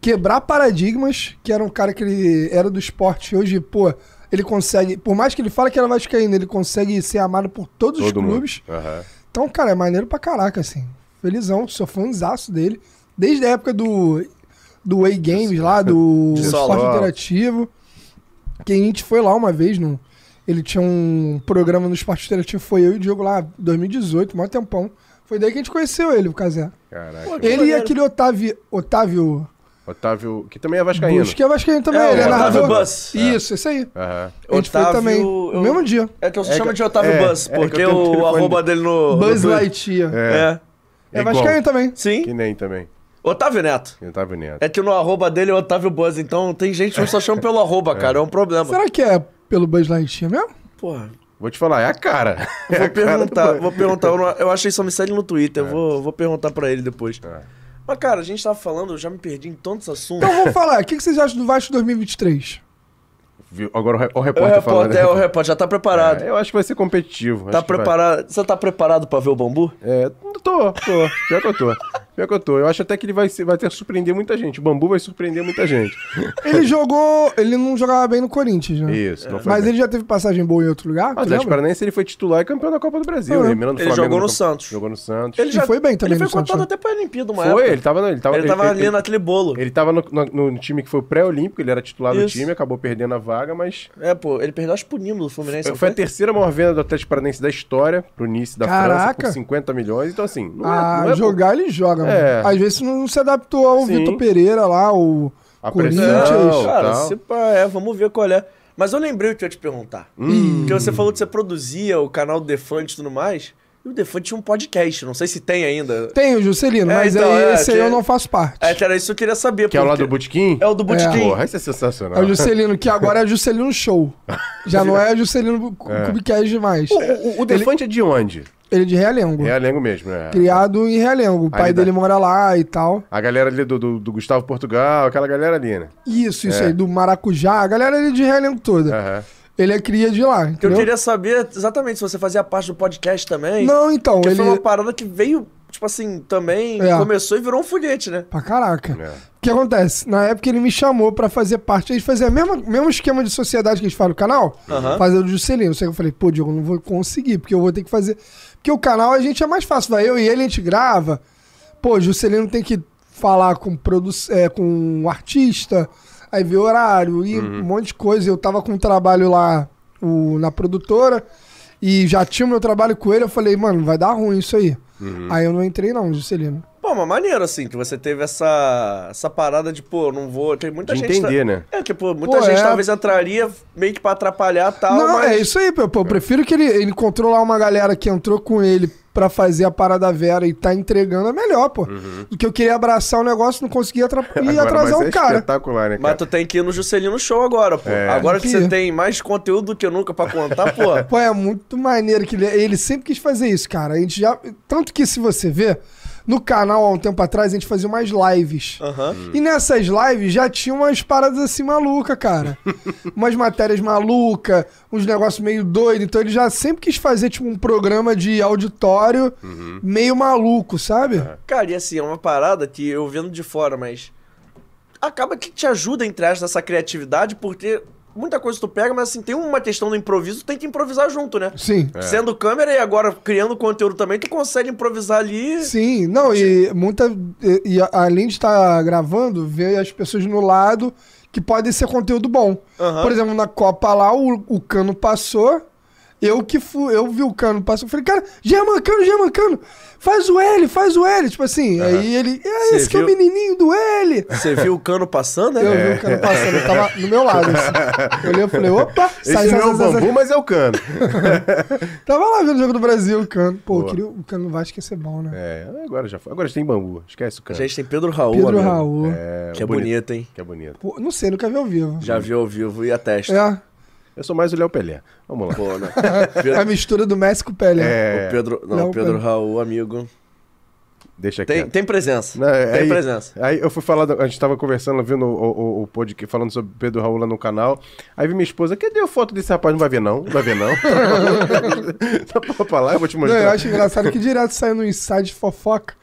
Speaker 3: quebrar paradigmas, que era um cara que ele era do esporte. Hoje, pô, ele consegue, por mais que ele fale que era vascaíno, ele consegue ser amado por todos
Speaker 2: Todo
Speaker 3: os
Speaker 2: mundo.
Speaker 3: clubes.
Speaker 2: Aham.
Speaker 3: Então, cara, é maneiro pra caraca, assim. Felizão, sou fãzaço dele. Desde a época do, do Way Games lá, do
Speaker 1: De
Speaker 3: Esporte
Speaker 2: Soló.
Speaker 3: Interativo. Que a gente foi lá uma vez, num, ele tinha um programa no Esporte Interativo, foi eu e o Diogo lá, 2018, maior tempão. Foi daí que a gente conheceu ele, o Casé.
Speaker 2: Caraca.
Speaker 1: Pô, que
Speaker 3: Ele e
Speaker 1: maneiro.
Speaker 3: aquele Otávio, Otávio
Speaker 2: Otávio, que também é vascaíno.
Speaker 3: Bush, que é vascaíno também,
Speaker 1: É, o
Speaker 3: ele é
Speaker 1: Otávio
Speaker 3: narrador.
Speaker 1: Bus.
Speaker 3: Isso, isso aí.
Speaker 2: Aham.
Speaker 3: A gente foi
Speaker 1: Otávio-
Speaker 3: também,
Speaker 1: eu-
Speaker 3: no mesmo dia.
Speaker 1: É que eu só
Speaker 2: É
Speaker 1: chamo
Speaker 2: que-
Speaker 1: de Otávio
Speaker 2: é,
Speaker 1: Buzz,
Speaker 2: é que eu
Speaker 1: porque
Speaker 2: tenho o
Speaker 1: o
Speaker 2: telefone
Speaker 1: arroba dele no.
Speaker 3: Buzz
Speaker 1: no Twitter.
Speaker 3: Lightyear. É,
Speaker 1: É.
Speaker 3: é
Speaker 2: igual.
Speaker 3: vascaíno também.
Speaker 1: Sim.
Speaker 2: Que nem também.
Speaker 1: Otávio Neto.
Speaker 2: Otávio Neto.
Speaker 1: É que no arroba dele é Otávio Buzz, então tem gente que só chama pelo arroba, cara. É um problema.
Speaker 3: Será que é pelo Buzz Lightyear mesmo?
Speaker 1: Porra.
Speaker 2: Vou te falar, é a cara.
Speaker 1: Eu
Speaker 2: É
Speaker 1: vou
Speaker 2: a cara do-
Speaker 1: perguntar, vou perguntar. Eu, não, eu achei só me segue no Twitter, eu vou, vou perguntar pra ele depois.
Speaker 2: É.
Speaker 1: Mas, cara, a gente tava falando, eu já me perdi em tantos assuntos.
Speaker 3: Então vamos falar, o que que vocês acham do Vasco 2023?
Speaker 2: Viu? Agora o re- o
Speaker 1: É o
Speaker 2: repórter falando.
Speaker 1: repórter,
Speaker 2: né?
Speaker 1: é o repórter, já tá preparado.
Speaker 2: É, Eu acho que vai ser competitivo.
Speaker 1: tá
Speaker 2: acho que vai.
Speaker 1: preparado. Você tá preparado pra ver o bambu?
Speaker 2: É, tô, tô. Pior que eu tô. Pior que eu tô. Eu acho até que ele vai, ser- vai ter surpreender muita gente. O bambu vai surpreender muita gente.
Speaker 3: Ele jogou, ele não jogava bem no Corinthians, né?
Speaker 2: Isso, não foi.
Speaker 3: Mas
Speaker 2: bem.
Speaker 3: ele já teve passagem boa em outro lugar,
Speaker 2: Mas
Speaker 3: tu
Speaker 2: o Atlético
Speaker 3: lembra?
Speaker 2: Paranaense ele foi titular e campeão da Copa do Brasil.
Speaker 3: Ah,
Speaker 2: eliminando o
Speaker 1: ele
Speaker 2: Flamengo
Speaker 1: jogou no
Speaker 2: Campe-
Speaker 1: Santos.
Speaker 2: Jogou no Santos.
Speaker 3: E foi bem também
Speaker 1: Ele
Speaker 3: no
Speaker 1: foi contado
Speaker 3: Santos, né?
Speaker 1: até pra Olimpíada uma
Speaker 2: Foi,
Speaker 1: época.
Speaker 2: ele tava, no- ele tava,
Speaker 1: Ele tava ali
Speaker 2: ele,
Speaker 1: naquele bolo.
Speaker 2: ele tava no, no- no time que foi o pré-olímpico, ele era titular do
Speaker 1: Isso.
Speaker 2: time, acabou perdendo a vaga, mas.
Speaker 1: É, pô, ele perdeu acho pro Nino do Fluminense. não
Speaker 2: Foi a
Speaker 1: foi?
Speaker 2: terceira maior venda do Atlético Paranaense da história, pro Nice da França,
Speaker 3: Caraca.
Speaker 2: por 50 milhões. Então, assim, não é-
Speaker 3: Ah,
Speaker 2: não é
Speaker 3: jogar ele joga,
Speaker 2: É.
Speaker 3: mano. Às vezes não se adaptou ao
Speaker 2: Sim.
Speaker 3: Vitor Pereira lá, o
Speaker 2: A
Speaker 3: Corinthians.
Speaker 2: pressão.
Speaker 1: Não, cara,
Speaker 2: tal.
Speaker 1: se pá, é, vamos ver qual é. Mas eu lembrei o que eu ia te perguntar.
Speaker 2: Hum.
Speaker 1: Porque você falou que você produzia o canal do Defante e tudo mais. E o Defante tinha um podcast, não sei se tem ainda.
Speaker 3: Tem o Juscelino,
Speaker 1: É,
Speaker 3: mas
Speaker 1: então,
Speaker 3: aí,
Speaker 1: é,
Speaker 3: esse aí
Speaker 1: que-
Speaker 3: eu não faço parte.
Speaker 1: É, que era isso que eu queria saber.
Speaker 2: Que é o lado
Speaker 1: porque-
Speaker 2: do Butiquim?
Speaker 1: É o do Botequim.
Speaker 2: Porra, isso é sensacional.
Speaker 3: É o Juscelino, que agora é o Juscelino Show. Já não é o Juscelino Cubicast mais.
Speaker 2: O, o- o Defante é de onde?
Speaker 3: Ele é de Realengo.
Speaker 2: É Alengo mesmo, é.
Speaker 3: Criado em Realengo. O pai
Speaker 2: dá.
Speaker 3: dele mora lá e tal.
Speaker 2: A galera ali do, do- do Gustavo Portugal, aquela galera ali, né?
Speaker 3: Isso, isso
Speaker 2: É.
Speaker 3: aí, do Maracujá, a galera ali de Realengo toda.
Speaker 2: Aham.
Speaker 3: Ele é cria de
Speaker 1: Que
Speaker 3: lá,
Speaker 1: eu
Speaker 3: entendeu?
Speaker 1: queria saber exatamente se você fazia parte do podcast também.
Speaker 3: Não, então,
Speaker 1: Porque
Speaker 3: ele...
Speaker 1: foi uma parada que veio, tipo assim, também
Speaker 3: É.
Speaker 1: começou e virou um foguete, né?
Speaker 3: Pra caraca.
Speaker 2: É.
Speaker 3: O que acontece? Na época ele me chamou pra fazer parte. A gente fazia o mesmo, mesmo esquema de sociedade que a gente faz no canal,
Speaker 1: Aham.
Speaker 3: fazer o do Juscelino. Só que eu falei, pô, Diogo, não vou conseguir, porque eu vou ter que fazer. Porque o canal a gente é mais fácil, vai eu e ele, a gente grava. Pô, o Juscelino tem que falar com, produ... é, com o artista, aí vê horário e um monte de coisa. Eu tava com um trabalho lá o- na produtora e já tinha o meu trabalho com ele. Eu falei, mano, vai dar ruim isso aí. Aí eu não entrei, não, Juscelino.
Speaker 1: Pô, Pô, mas maneiro, assim, que você teve essa, essa parada de, pô, não vou. Tem muita
Speaker 2: De
Speaker 1: gente.
Speaker 2: entender, né?
Speaker 1: É, que, pô, muita
Speaker 3: Pô,
Speaker 1: gente
Speaker 3: é.
Speaker 1: talvez entraria meio que pra atrapalhar tal.
Speaker 3: Não,
Speaker 1: mas...
Speaker 3: é isso aí, pô. Eu prefiro que ele, ele encontrou lá uma galera que entrou com ele pra fazer a parada vera e tá entregando é melhor, pô. Do que eu queria abraçar o negócio, não conseguia atra... e
Speaker 2: Agora, mas
Speaker 3: atrasar
Speaker 2: é
Speaker 3: o cara.
Speaker 2: espetacular, né, cara?
Speaker 1: Mas tu tem que ir no Juscelino Show agora, pô.
Speaker 2: É.
Speaker 1: Agora que
Speaker 3: Tem que
Speaker 1: você
Speaker 3: ir.
Speaker 1: tem mais conteúdo do que nunca pra contar, pô.
Speaker 3: Pô, é muito maneiro que ele, ele sempre quis fazer isso, cara. A gente já. Tanto que se você ver, no canal há um tempo atrás a gente fazia umas lives.
Speaker 1: Aham.
Speaker 3: E nessas lives já tinha umas paradas assim maluca, cara. umas matérias maluca, uns negócios meio doido. Então ele já sempre quis fazer tipo um programa de auditório meio maluco, sabe?
Speaker 1: Cara, e assim, é uma parada que eu vendo de fora, mas. Acaba que te ajuda, entre aspas, nessa criatividade, porque muita coisa tu pega, mas assim, tem uma questão do improviso, tem que improvisar junto, né?
Speaker 3: Sim.
Speaker 2: É.
Speaker 1: Sendo câmera e agora criando conteúdo também, tu consegue improvisar ali.
Speaker 3: Sim, não, e muita. E, e a- além de estar gravando, ver as pessoas no lado que podem ser conteúdo bom.
Speaker 1: Aham.
Speaker 3: Por exemplo, na Copa lá, o, o cano passou. Eu que fui, eu vi o cano passou. Falei, cara, German Cano, German Cano, faz o L, faz o L. Tipo assim, aí ele. É,
Speaker 1: Cê
Speaker 3: esse que é o
Speaker 1: viu?
Speaker 3: menininho do L.
Speaker 1: Você viu o cano passando, né?
Speaker 3: Eu
Speaker 2: É.
Speaker 3: vi o cano passando, ele tava no meu lado. Assim. Eu olhei e falei, opa,
Speaker 2: Esse não é o bambu, mas é o cano.
Speaker 3: Tava lá vendo o jogo do Brasil, o cano. Pô, eu queria, o cano do Vasco ia ser bom, né?
Speaker 2: É, agora já foi. Agora já tem bambu. Esquece o cano.
Speaker 1: Gente, tem Pedro Raul.
Speaker 3: Pedro
Speaker 1: amigo.
Speaker 3: Raul.
Speaker 2: É,
Speaker 1: Que é
Speaker 2: bonito.
Speaker 1: bonito, hein?
Speaker 2: Que é bonito.
Speaker 3: Pô, não sei, nunca vi ao vivo.
Speaker 1: Já viu ao vivo e a testa.
Speaker 3: É.
Speaker 2: Eu sou mais o Léo Pelé. Vamos lá.
Speaker 1: Pô, né?
Speaker 3: É a
Speaker 1: Pedro,
Speaker 3: mistura do Messi com o Pelé.
Speaker 2: É,
Speaker 1: o Pedro, não,
Speaker 3: Não,
Speaker 1: o Pedro
Speaker 3: pera.
Speaker 1: Raul, amigo.
Speaker 2: deixa aqui.
Speaker 1: Tem, tem presença.
Speaker 2: Não, é-
Speaker 1: tem
Speaker 2: aí,
Speaker 1: presença.
Speaker 2: Aí eu fui falar, do- a gente tava conversando, vendo o, o, o podcast, falando sobre Pedro Raul lá no canal. Aí vi minha esposa, cadê a foto desse rapaz? Não vai ver não, não vai ver não. tá pra lá, eu vou te
Speaker 3: Não,
Speaker 2: mostrar.
Speaker 1: é.
Speaker 3: eu acho engraçado que direto saiu no inside de fofoca.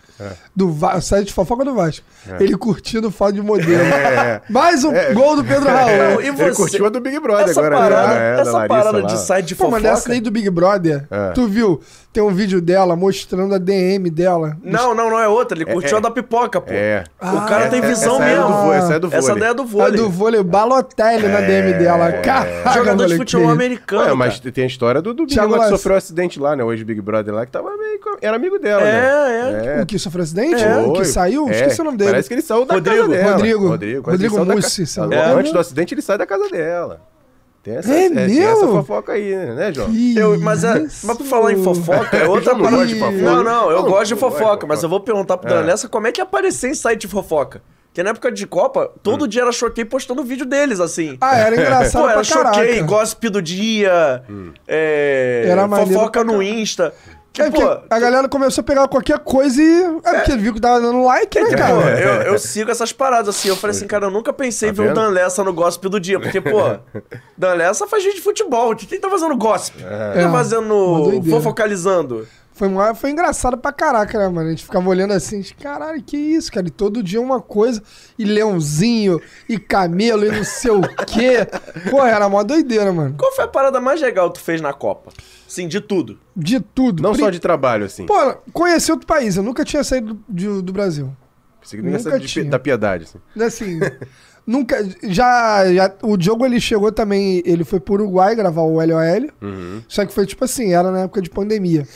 Speaker 3: Do Va... o site de fofoca do Vasco.
Speaker 1: É.
Speaker 3: Ele curtindo foto de modelo.
Speaker 2: É.
Speaker 3: Mais um gol do Pedro Raul.
Speaker 1: É. Não, e
Speaker 2: Ele
Speaker 1: você?
Speaker 2: curtiu a do Big Brother
Speaker 1: essa
Speaker 2: agora. né?
Speaker 1: parada,
Speaker 2: Ah, é, da
Speaker 1: essa
Speaker 2: Larissa
Speaker 1: parada
Speaker 2: lá.
Speaker 1: de site de
Speaker 3: Pô,
Speaker 1: fofoca.
Speaker 3: mas nessa daí do Big Brother,
Speaker 2: É.
Speaker 3: tu viu? Tem um vídeo dela mostrando a DM dela.
Speaker 1: Não, não, não é outra. Ele curtiu
Speaker 2: é.
Speaker 1: a da pipoca, pô.
Speaker 2: É.
Speaker 1: O cara tem visão
Speaker 2: essa é do
Speaker 1: mesmo.
Speaker 2: vôlei, essa é do vôlei.
Speaker 1: Essa daí é do
Speaker 3: A
Speaker 1: vôlei. É. Ah,
Speaker 3: do vôlei, Balotelli na DM dela. Caraca,
Speaker 1: Jogador de
Speaker 3: moleque,
Speaker 1: futebol
Speaker 3: que-
Speaker 1: americano.
Speaker 2: Ué, É, mas
Speaker 1: cara.
Speaker 2: tem a história do, do Big
Speaker 3: Thiago
Speaker 2: lá que
Speaker 3: Lasso.
Speaker 2: sofreu um acidente lá, né? O ex-Big Brother lá, que tava meio... co- Era amigo dela,
Speaker 1: É,
Speaker 2: né?
Speaker 3: O que sofreu acidente? O
Speaker 2: Foi.
Speaker 3: Tipo, que saiu?
Speaker 2: É.
Speaker 3: Esqueci o nome dele.
Speaker 2: Parece que ele saiu da
Speaker 1: Rodrigo.
Speaker 2: casa dela.
Speaker 3: Rodrigo.
Speaker 2: quase
Speaker 3: Rodrigo
Speaker 2: ele saiu da
Speaker 3: Mussi,
Speaker 2: ca-
Speaker 3: sei lá.
Speaker 2: É.
Speaker 1: É.
Speaker 2: Antes do acidente, ele sai da casa dela. Tem essa,
Speaker 3: É
Speaker 2: tem
Speaker 3: meu?
Speaker 2: essa fofoca aí, né, João?
Speaker 3: Ih,
Speaker 1: Eu- mas, é-
Speaker 3: isso.
Speaker 1: mas pra falar em fofoca, é outra
Speaker 2: não gosta de fofoca.
Speaker 1: Não, não, eu gosto de
Speaker 2: Não, não gosta de
Speaker 1: fofoca, mas
Speaker 2: fofoca.
Speaker 1: eu vou perguntar pro Dan Nessa como é que aparecia em site de fofoca. Porque na época de Copa, todo dia era choquei postando vídeo deles, assim.
Speaker 3: Ah, era engraçado
Speaker 1: Pô, era
Speaker 3: pra caraca.
Speaker 1: choquei, gossip do dia, é,
Speaker 3: Era maneiro
Speaker 1: fofoca
Speaker 3: pra
Speaker 1: no
Speaker 3: caralho.
Speaker 1: Insta. Que,
Speaker 3: É porque
Speaker 1: pô,
Speaker 3: a galera começou a pegar qualquer coisa e. É porque viu que tava dando like, né,
Speaker 2: É,
Speaker 1: Porque,
Speaker 3: cara?
Speaker 1: pô, eu, eu sigo essas paradas assim. Eu falei assim, cara, eu nunca pensei em ver um
Speaker 2: vendo?
Speaker 1: Dan Lessa no gossip do dia. Porque, pô, Dan Lessa faz gente de futebol. Quem tá fazendo gossip? Quem tá
Speaker 3: É, uma
Speaker 1: fazendo.
Speaker 3: doideira.
Speaker 1: fofocalizando?
Speaker 3: Foi, mó- foi engraçado pra caraca, né, mano? A gente ficava olhando assim, de, caralho, que isso, cara? E todo dia uma coisa, e leãozinho, e camelo, e não sei o quê. Pô, era mó doideira, mano.
Speaker 1: Qual foi a parada mais legal que tu fez na Copa? Sim, de tudo.
Speaker 3: De tudo.
Speaker 2: Não
Speaker 3: Pri-
Speaker 2: só de trabalho, assim.
Speaker 3: Pô, conheci outro país, eu nunca tinha saído do, de- do Brasil.
Speaker 2: Significa
Speaker 3: nunca
Speaker 2: essa é de-
Speaker 3: tinha.
Speaker 2: da piedade, assim.
Speaker 3: Assim, nunca. Já, já- O Diogo ele chegou também. Ele foi pro Uruguai gravar o LOL. Só que foi tipo assim, era na época de pandemia.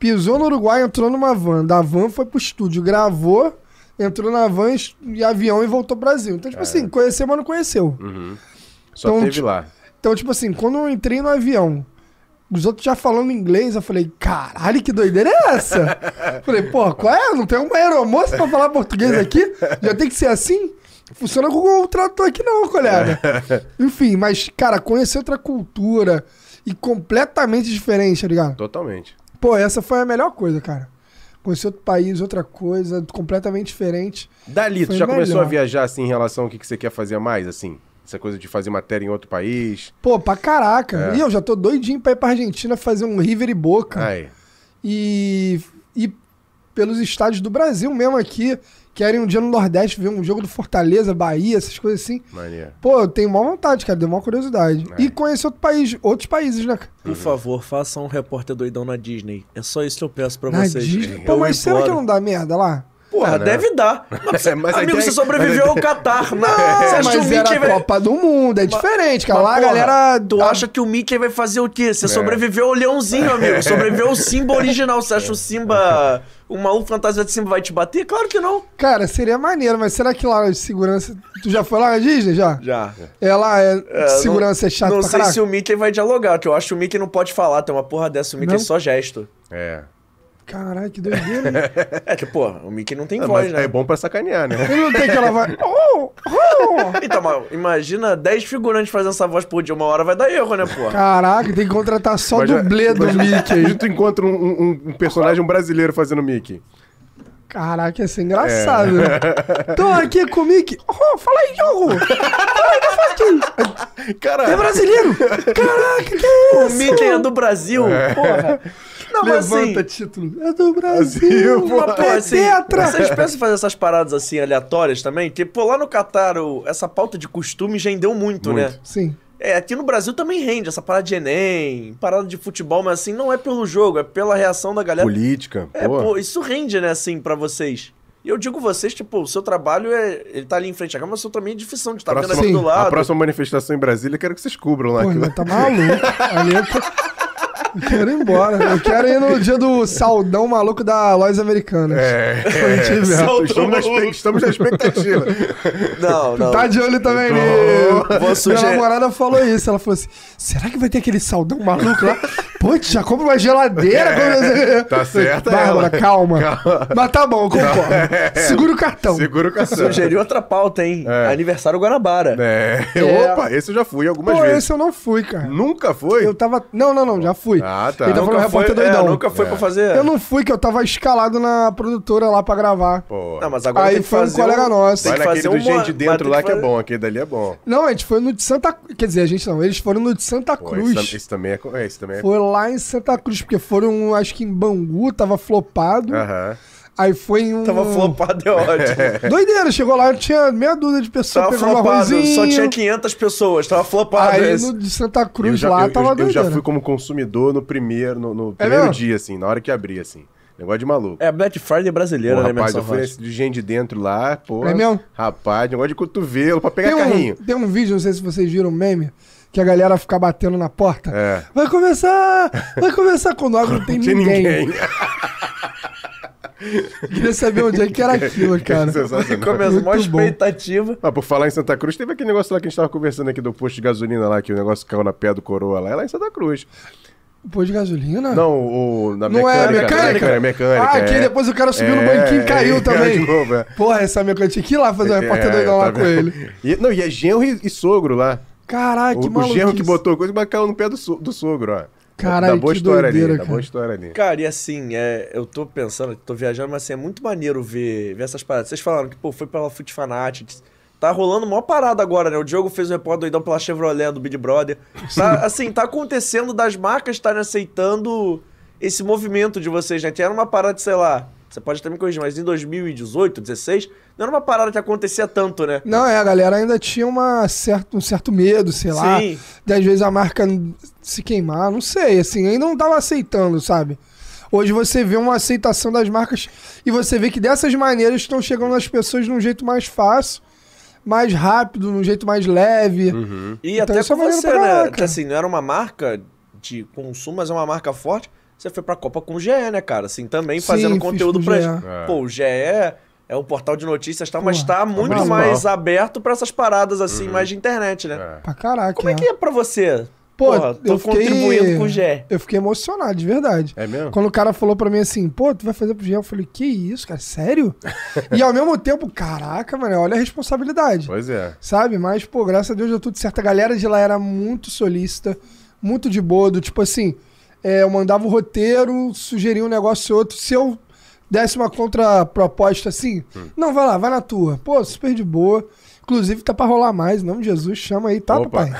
Speaker 3: Pisou no Uruguai, entrou numa van. Da van foi pro estúdio, gravou, entrou na van es- e avião e voltou pro Brasil. Então, tipo assim, conheceu, mas não conheceu.
Speaker 2: Só
Speaker 3: Então,
Speaker 2: teve
Speaker 3: ti-
Speaker 2: lá.
Speaker 3: Então, tipo assim, quando eu entrei no avião, os outros já falando inglês, eu falei, caralho, que doideira é essa? falei, pô, qual é? Não tem uma aeromoça pra falar português aqui? Já tem que ser assim? Funciona com o Google Tradutor aqui não, colega. Enfim, mas, cara, conhecer outra cultura e completamente diferente, tá ligado?
Speaker 2: Totalmente.
Speaker 3: Pô, essa foi a melhor coisa, cara. Conhecer outro país, outra coisa, completamente diferente.
Speaker 2: Dali, tu
Speaker 3: Foi
Speaker 2: já começou a
Speaker 3: melhor.
Speaker 2: viajar, assim, em relação ao que, que você quer fazer mais, assim? Essa coisa de fazer matéria em outro país.
Speaker 3: Pô, pra caraca. E eu já tô doidinho pra ir pra Argentina fazer um River e Boca.
Speaker 2: Ai,
Speaker 3: e, e pelos estádios do Brasil mesmo aqui. Querem um dia no Nordeste ver um jogo do Fortaleza, Bahia, essas coisas assim.
Speaker 2: mania.
Speaker 3: Pô, eu tenho maior vontade, cara, deu maior curiosidade.
Speaker 1: É.
Speaker 3: E conhecer outro país, outros países, né? cara?
Speaker 1: Por favor, faça um repórter doidão na Disney. É só isso que eu peço pra
Speaker 3: Na
Speaker 1: vocês.
Speaker 3: Disney. Pô, mas será que não dá merda lá?
Speaker 1: Porra,
Speaker 2: né?
Speaker 1: Ah, deve dar. Mas,
Speaker 2: É, mas a
Speaker 1: amigo,
Speaker 2: ideia-
Speaker 1: você sobreviveu ao Catar. Não, você acha que É, o
Speaker 3: Mas era
Speaker 1: Mickey
Speaker 3: a
Speaker 1: vai...
Speaker 3: Copa do Mundo, é diferente, cara. Lá a
Speaker 1: Mas, porra,
Speaker 3: galera.
Speaker 1: Tu acha que o Mickey vai fazer o quê? Você sobreviveu ao leãozinho, amigo. Sobreviveu ao Simba original. Você acha o Simba... O maluco fantasia de Simba vai te bater? Claro que não.
Speaker 3: Cara, seria maneiro, mas será que lá de segurança. Tu já foi lá na Disney já?
Speaker 1: Já.
Speaker 3: É lá, é,
Speaker 1: É,
Speaker 3: segurança
Speaker 1: não,
Speaker 3: é chato
Speaker 1: Não
Speaker 3: pra
Speaker 1: sei
Speaker 3: caraca.
Speaker 1: se o Mickey vai dialogar, porque eu acho que o Mickey não pode falar, tem uma porra dessa, o Mickey
Speaker 3: Não?
Speaker 1: é só gesto.
Speaker 2: É.
Speaker 3: Caralho, que doideira. hein?
Speaker 1: É que, pô, o Mickey não tem
Speaker 2: Ah,
Speaker 1: voz,
Speaker 2: mas
Speaker 1: né?
Speaker 2: é bom pra sacanear, né?
Speaker 3: Ele não tem aquela voz. Oh, oh.
Speaker 1: Então, mas imagina 10 figurantes fazendo essa voz por dia, uma hora vai dar erro, né, pô?
Speaker 3: Caraca, tem que contratar só
Speaker 2: Mas- é-
Speaker 3: dublê do
Speaker 2: mas-
Speaker 3: Mickey.
Speaker 2: Hoje tu encontra um, um- um personagem brasileiro fazendo Mickey.
Speaker 3: Caraca, ia ser engraçado. né?
Speaker 2: É.
Speaker 3: Tô aqui com o Mickey. Oh, fala aí, jogo! Fala aí, que eu faço aqui.
Speaker 2: Caralho.
Speaker 3: É brasileiro! Caraca, que é
Speaker 1: O
Speaker 3: isso?
Speaker 1: Mickey é do Brasil, porra. Não, mas assim...
Speaker 3: Levanta título. É do
Speaker 2: Brasil,
Speaker 3: Brasil,
Speaker 1: Uma
Speaker 3: uma
Speaker 1: porra, assim,
Speaker 3: petra.
Speaker 1: vocês pensam em fazer essas paradas assim aleatórias também? Porque, pô, lá no Catar, o- essa pauta de costume rendeu muito,
Speaker 2: Muito.
Speaker 1: né?
Speaker 3: Sim.
Speaker 1: É, aqui no Brasil também rende essa parada de Enem, parada de futebol, mas assim, não é pelo jogo, é pela reação da galera.
Speaker 2: Política,
Speaker 1: É,
Speaker 2: pô.
Speaker 1: pô, isso rende, né, assim, pra vocês. E eu digo vocês, tipo, o seu trabalho é. Ele tá ali em frente à câmera, mas o seu também é de ficção, de tá vendo
Speaker 2: Próxima-
Speaker 1: aqui do
Speaker 3: Sim,
Speaker 1: lado.
Speaker 2: A próxima manifestação em Brasília, eu quero que vocês cubram lá.
Speaker 3: Pô,
Speaker 2: aquilo.
Speaker 3: mas tá maluco. Ali eu, que- eu quero ir embora. Eu quero ir no dia do saudão maluco da Lojas Americanas.
Speaker 2: É,
Speaker 3: gente ver.
Speaker 2: estamos, na expect- estamos na expectativa.
Speaker 1: Não, não.
Speaker 3: Tá de olho também
Speaker 2: Então,
Speaker 1: Vou
Speaker 3: ali.
Speaker 1: sugerir-
Speaker 3: Minha namorada falou isso. Ela falou assim: será que vai ter aquele saudão maluco lá? Pô, a gente já compra uma geladeira. compra-
Speaker 2: tá certa
Speaker 3: Bárbara,
Speaker 2: ela.
Speaker 3: calma.
Speaker 2: Calma. é.
Speaker 3: Mas tá bom, eu concordo. Segura o cartão.
Speaker 2: Segura o caçador.
Speaker 1: Sugeri outra pauta, hein? Aniversário Guanabara.
Speaker 2: É,
Speaker 3: É.
Speaker 2: Opa, esse eu já fui algumas
Speaker 3: Pô,
Speaker 2: vezes.
Speaker 3: esse eu não fui, cara.
Speaker 2: Nunca foi?
Speaker 3: Eu tava. Não, não, não, já fui.
Speaker 2: Ah, tá.
Speaker 3: Ele tá
Speaker 2: Nunca
Speaker 3: falando
Speaker 1: foi,
Speaker 3: repórter
Speaker 1: é,
Speaker 3: doidão.
Speaker 1: nunca foi pra fazer.
Speaker 3: Eu não fui, que eu tava escalado na produtora lá pra gravar.
Speaker 2: Pô.
Speaker 1: Não, mas agora
Speaker 3: Aí
Speaker 1: tem que
Speaker 3: foi um
Speaker 1: fazer
Speaker 3: colega nosso.
Speaker 1: Tem
Speaker 2: Vai
Speaker 1: que
Speaker 2: naquele
Speaker 1: fazer
Speaker 2: do
Speaker 1: um mo-
Speaker 2: gente
Speaker 1: mas
Speaker 2: dentro
Speaker 1: tem
Speaker 2: lá
Speaker 1: que
Speaker 2: que é
Speaker 1: fazer-
Speaker 2: bom, aquele dali é bom.
Speaker 3: Não, a gente foi no de Santa Cruz. Quer dizer, a gente não, eles foram no de Santa
Speaker 2: Pô, esse,
Speaker 3: Cruz.
Speaker 2: tam- esse também é. co- é, Esse também é.
Speaker 3: Foi lá em Santa Cruz, porque foram, acho que em Bangu, tava flopado.
Speaker 2: Aham.
Speaker 3: Aí foi em um.
Speaker 1: Tava flopado, é ótimo.
Speaker 3: Doideira, chegou lá, tinha meia dúzia de pessoas,
Speaker 1: Tava
Speaker 3: pegou um
Speaker 1: flopado,
Speaker 3: arrozinho.
Speaker 1: só tinha 500 pessoas, tava flopado
Speaker 3: Aí
Speaker 1: esse.
Speaker 3: no de Santa
Speaker 2: Eu
Speaker 3: Cruz
Speaker 2: já,
Speaker 3: lá
Speaker 2: eu, eu-
Speaker 3: tava
Speaker 2: eu
Speaker 3: doideira. É
Speaker 2: já fui como consumidor no primeiro, no, no primeiro
Speaker 3: mesmo?
Speaker 2: dia, assim, na hora que abri, assim. Negócio de maluco.
Speaker 1: É Black Friday brasileira,
Speaker 2: Pô,
Speaker 1: né,
Speaker 2: rapaz,
Speaker 1: Emerson
Speaker 2: eu fui
Speaker 1: Rocha?
Speaker 2: nesse de gente de dentro lá, pô.
Speaker 3: É mesmo?
Speaker 2: Rapaz, negócio de cotovelo pra pegar
Speaker 3: Tem um,
Speaker 2: carrinho.
Speaker 3: tem um vídeo, não sei se vocês viram o meme, que a galera fica batendo na porta.
Speaker 2: É.
Speaker 3: Vai começar! Vai começar quando abre, não tem
Speaker 2: Não tinha
Speaker 3: ninguém.
Speaker 2: ninguém.
Speaker 3: Queria saber onde é que era aquilo, cara.
Speaker 2: Sensacional.
Speaker 1: Começou uma
Speaker 3: Muito bom.
Speaker 1: expectativa.
Speaker 2: Ah, por falar em Santa Cruz, teve aquele negócio lá que a gente tava conversando aqui do posto de gasolina lá, que o negócio caiu na pé do coroa lá, é lá em Santa Cruz.
Speaker 3: Pô, de gasolina?
Speaker 2: Não, o, na
Speaker 3: Não é
Speaker 2: mecânica.
Speaker 3: mecânica?
Speaker 2: É mecânica.
Speaker 3: Ah,
Speaker 2: é.
Speaker 3: que depois o cara subiu no
Speaker 2: É,
Speaker 3: banquinho e caiu
Speaker 2: é,
Speaker 3: também.
Speaker 2: de novo, é.
Speaker 3: Porra, essa mecânica. Tinha que ir lá fazer uma repórter
Speaker 2: É,
Speaker 3: doidão lá
Speaker 2: tá
Speaker 3: com
Speaker 2: vendo?
Speaker 3: ele.
Speaker 2: E, não, e é genro e, e sogro lá.
Speaker 3: Caraca, que
Speaker 2: o, o
Speaker 3: maluco.
Speaker 2: genro que botou coisa, mas caiu no pé do, so- do sogro, ó.
Speaker 3: Caralho,
Speaker 2: Dá boa
Speaker 3: que
Speaker 2: história
Speaker 3: doideira,
Speaker 2: ali, dá
Speaker 3: cara.
Speaker 2: boa história ali.
Speaker 1: Cara, e assim, é, eu tô pensando, tô viajando, mas assim, é muito maneiro ver, ver essas paradas. Vocês falaram que, pô, foi pela Foot Fanatics. Tá rolando uma parada agora, né? O Diogo fez o repórter doidão pela Chevrolet do Big Brother. Tá, assim, tá acontecendo das marcas estarem aceitando esse movimento de vocês, né? Que era uma parada, de, sei lá, você pode até me corrigir, mas em 2018, 16, não era uma parada que acontecia tanto, né?
Speaker 3: Não, é, a galera ainda tinha uma certa, um certo medo, sei lá.
Speaker 1: Sim.
Speaker 3: Dez vezes a marca se queimar, não sei, assim, ainda não tava aceitando, sabe? Hoje você vê uma aceitação das marcas e você vê que dessas maneiras estão chegando nas pessoas de um jeito mais fácil, mais rápido, num jeito mais leve.
Speaker 1: E
Speaker 2: Uhum.
Speaker 3: Então
Speaker 1: até
Speaker 3: isso é
Speaker 1: com
Speaker 3: maneiro
Speaker 1: você,
Speaker 3: pra
Speaker 1: né?
Speaker 3: caraca.
Speaker 1: Que, assim, não era uma marca de consumo, mas é uma marca forte. Você foi pra Copa com o GE, né, cara? Assim, também
Speaker 3: Sim,
Speaker 1: fazendo
Speaker 3: fiz
Speaker 1: conteúdo
Speaker 3: com o
Speaker 1: pra...
Speaker 3: GE.
Speaker 2: É.
Speaker 1: Pô, o GE é um portal de notícias, e tal, mas
Speaker 3: Pô,
Speaker 1: tá
Speaker 3: tá
Speaker 1: muito
Speaker 2: maluco.
Speaker 1: mais aberto pra essas paradas, assim, mais de internet, né?
Speaker 2: Uhum. É.
Speaker 3: Pra caraca.
Speaker 1: Como é que é pra você?
Speaker 3: Tá. Pô,
Speaker 1: Porra, tô
Speaker 3: eu fiquei-
Speaker 1: contribuindo com o GE.
Speaker 3: Eu fiquei emocionado, de verdade.
Speaker 2: É mesmo?
Speaker 3: Quando o cara falou pra mim assim, pô, tu vai fazer pro Gel? Eu falei, que isso, cara, sério? e ao mesmo tempo, caraca, mano, olha a responsabilidade.
Speaker 2: Pois é.
Speaker 3: Sabe? Mas, pô, graças a Deus deu tudo certo. A galera de lá era muito solícita, muito de boa, do tipo assim, é, eu mandava o roteiro, sugeria um negócio ou outro. Se eu desse uma contraproposta assim,
Speaker 2: Hum.
Speaker 3: não, vai lá, vai na tua. Pô, super de boa. Inclusive, tá pra rolar mais, em nome de Jesus, chama aí, tá,
Speaker 2: Opa.
Speaker 3: papai?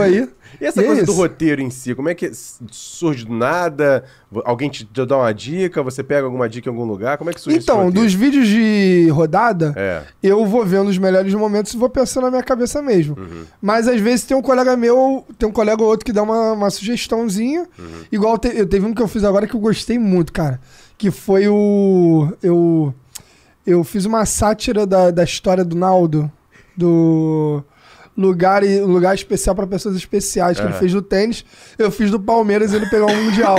Speaker 3: aí.
Speaker 2: E essa
Speaker 3: E é
Speaker 2: coisa do
Speaker 3: isso.
Speaker 2: roteiro em si, como é que s- surge do nada? V- Alguém te te dá uma dica? Você pega alguma dica em algum lugar? Como é que surge esse
Speaker 3: Então,
Speaker 2: roteiro?
Speaker 3: dos vídeos de rodada,
Speaker 2: É.
Speaker 3: eu vou vendo os melhores momentos e vou pensando na minha cabeça mesmo. Mas às vezes tem um colega meu, tem um colega ou outro que dá uma, uma sugestãozinha. Igual te- eu teve um que eu fiz agora que eu gostei muito, cara. Que foi o. Eu. Eu fiz uma sátira da, da história do Naldo, do lugar, e- lugar especial para pessoas especiais, que ele fez do tênis, eu fiz do Palmeiras e ele pegou um Mundial.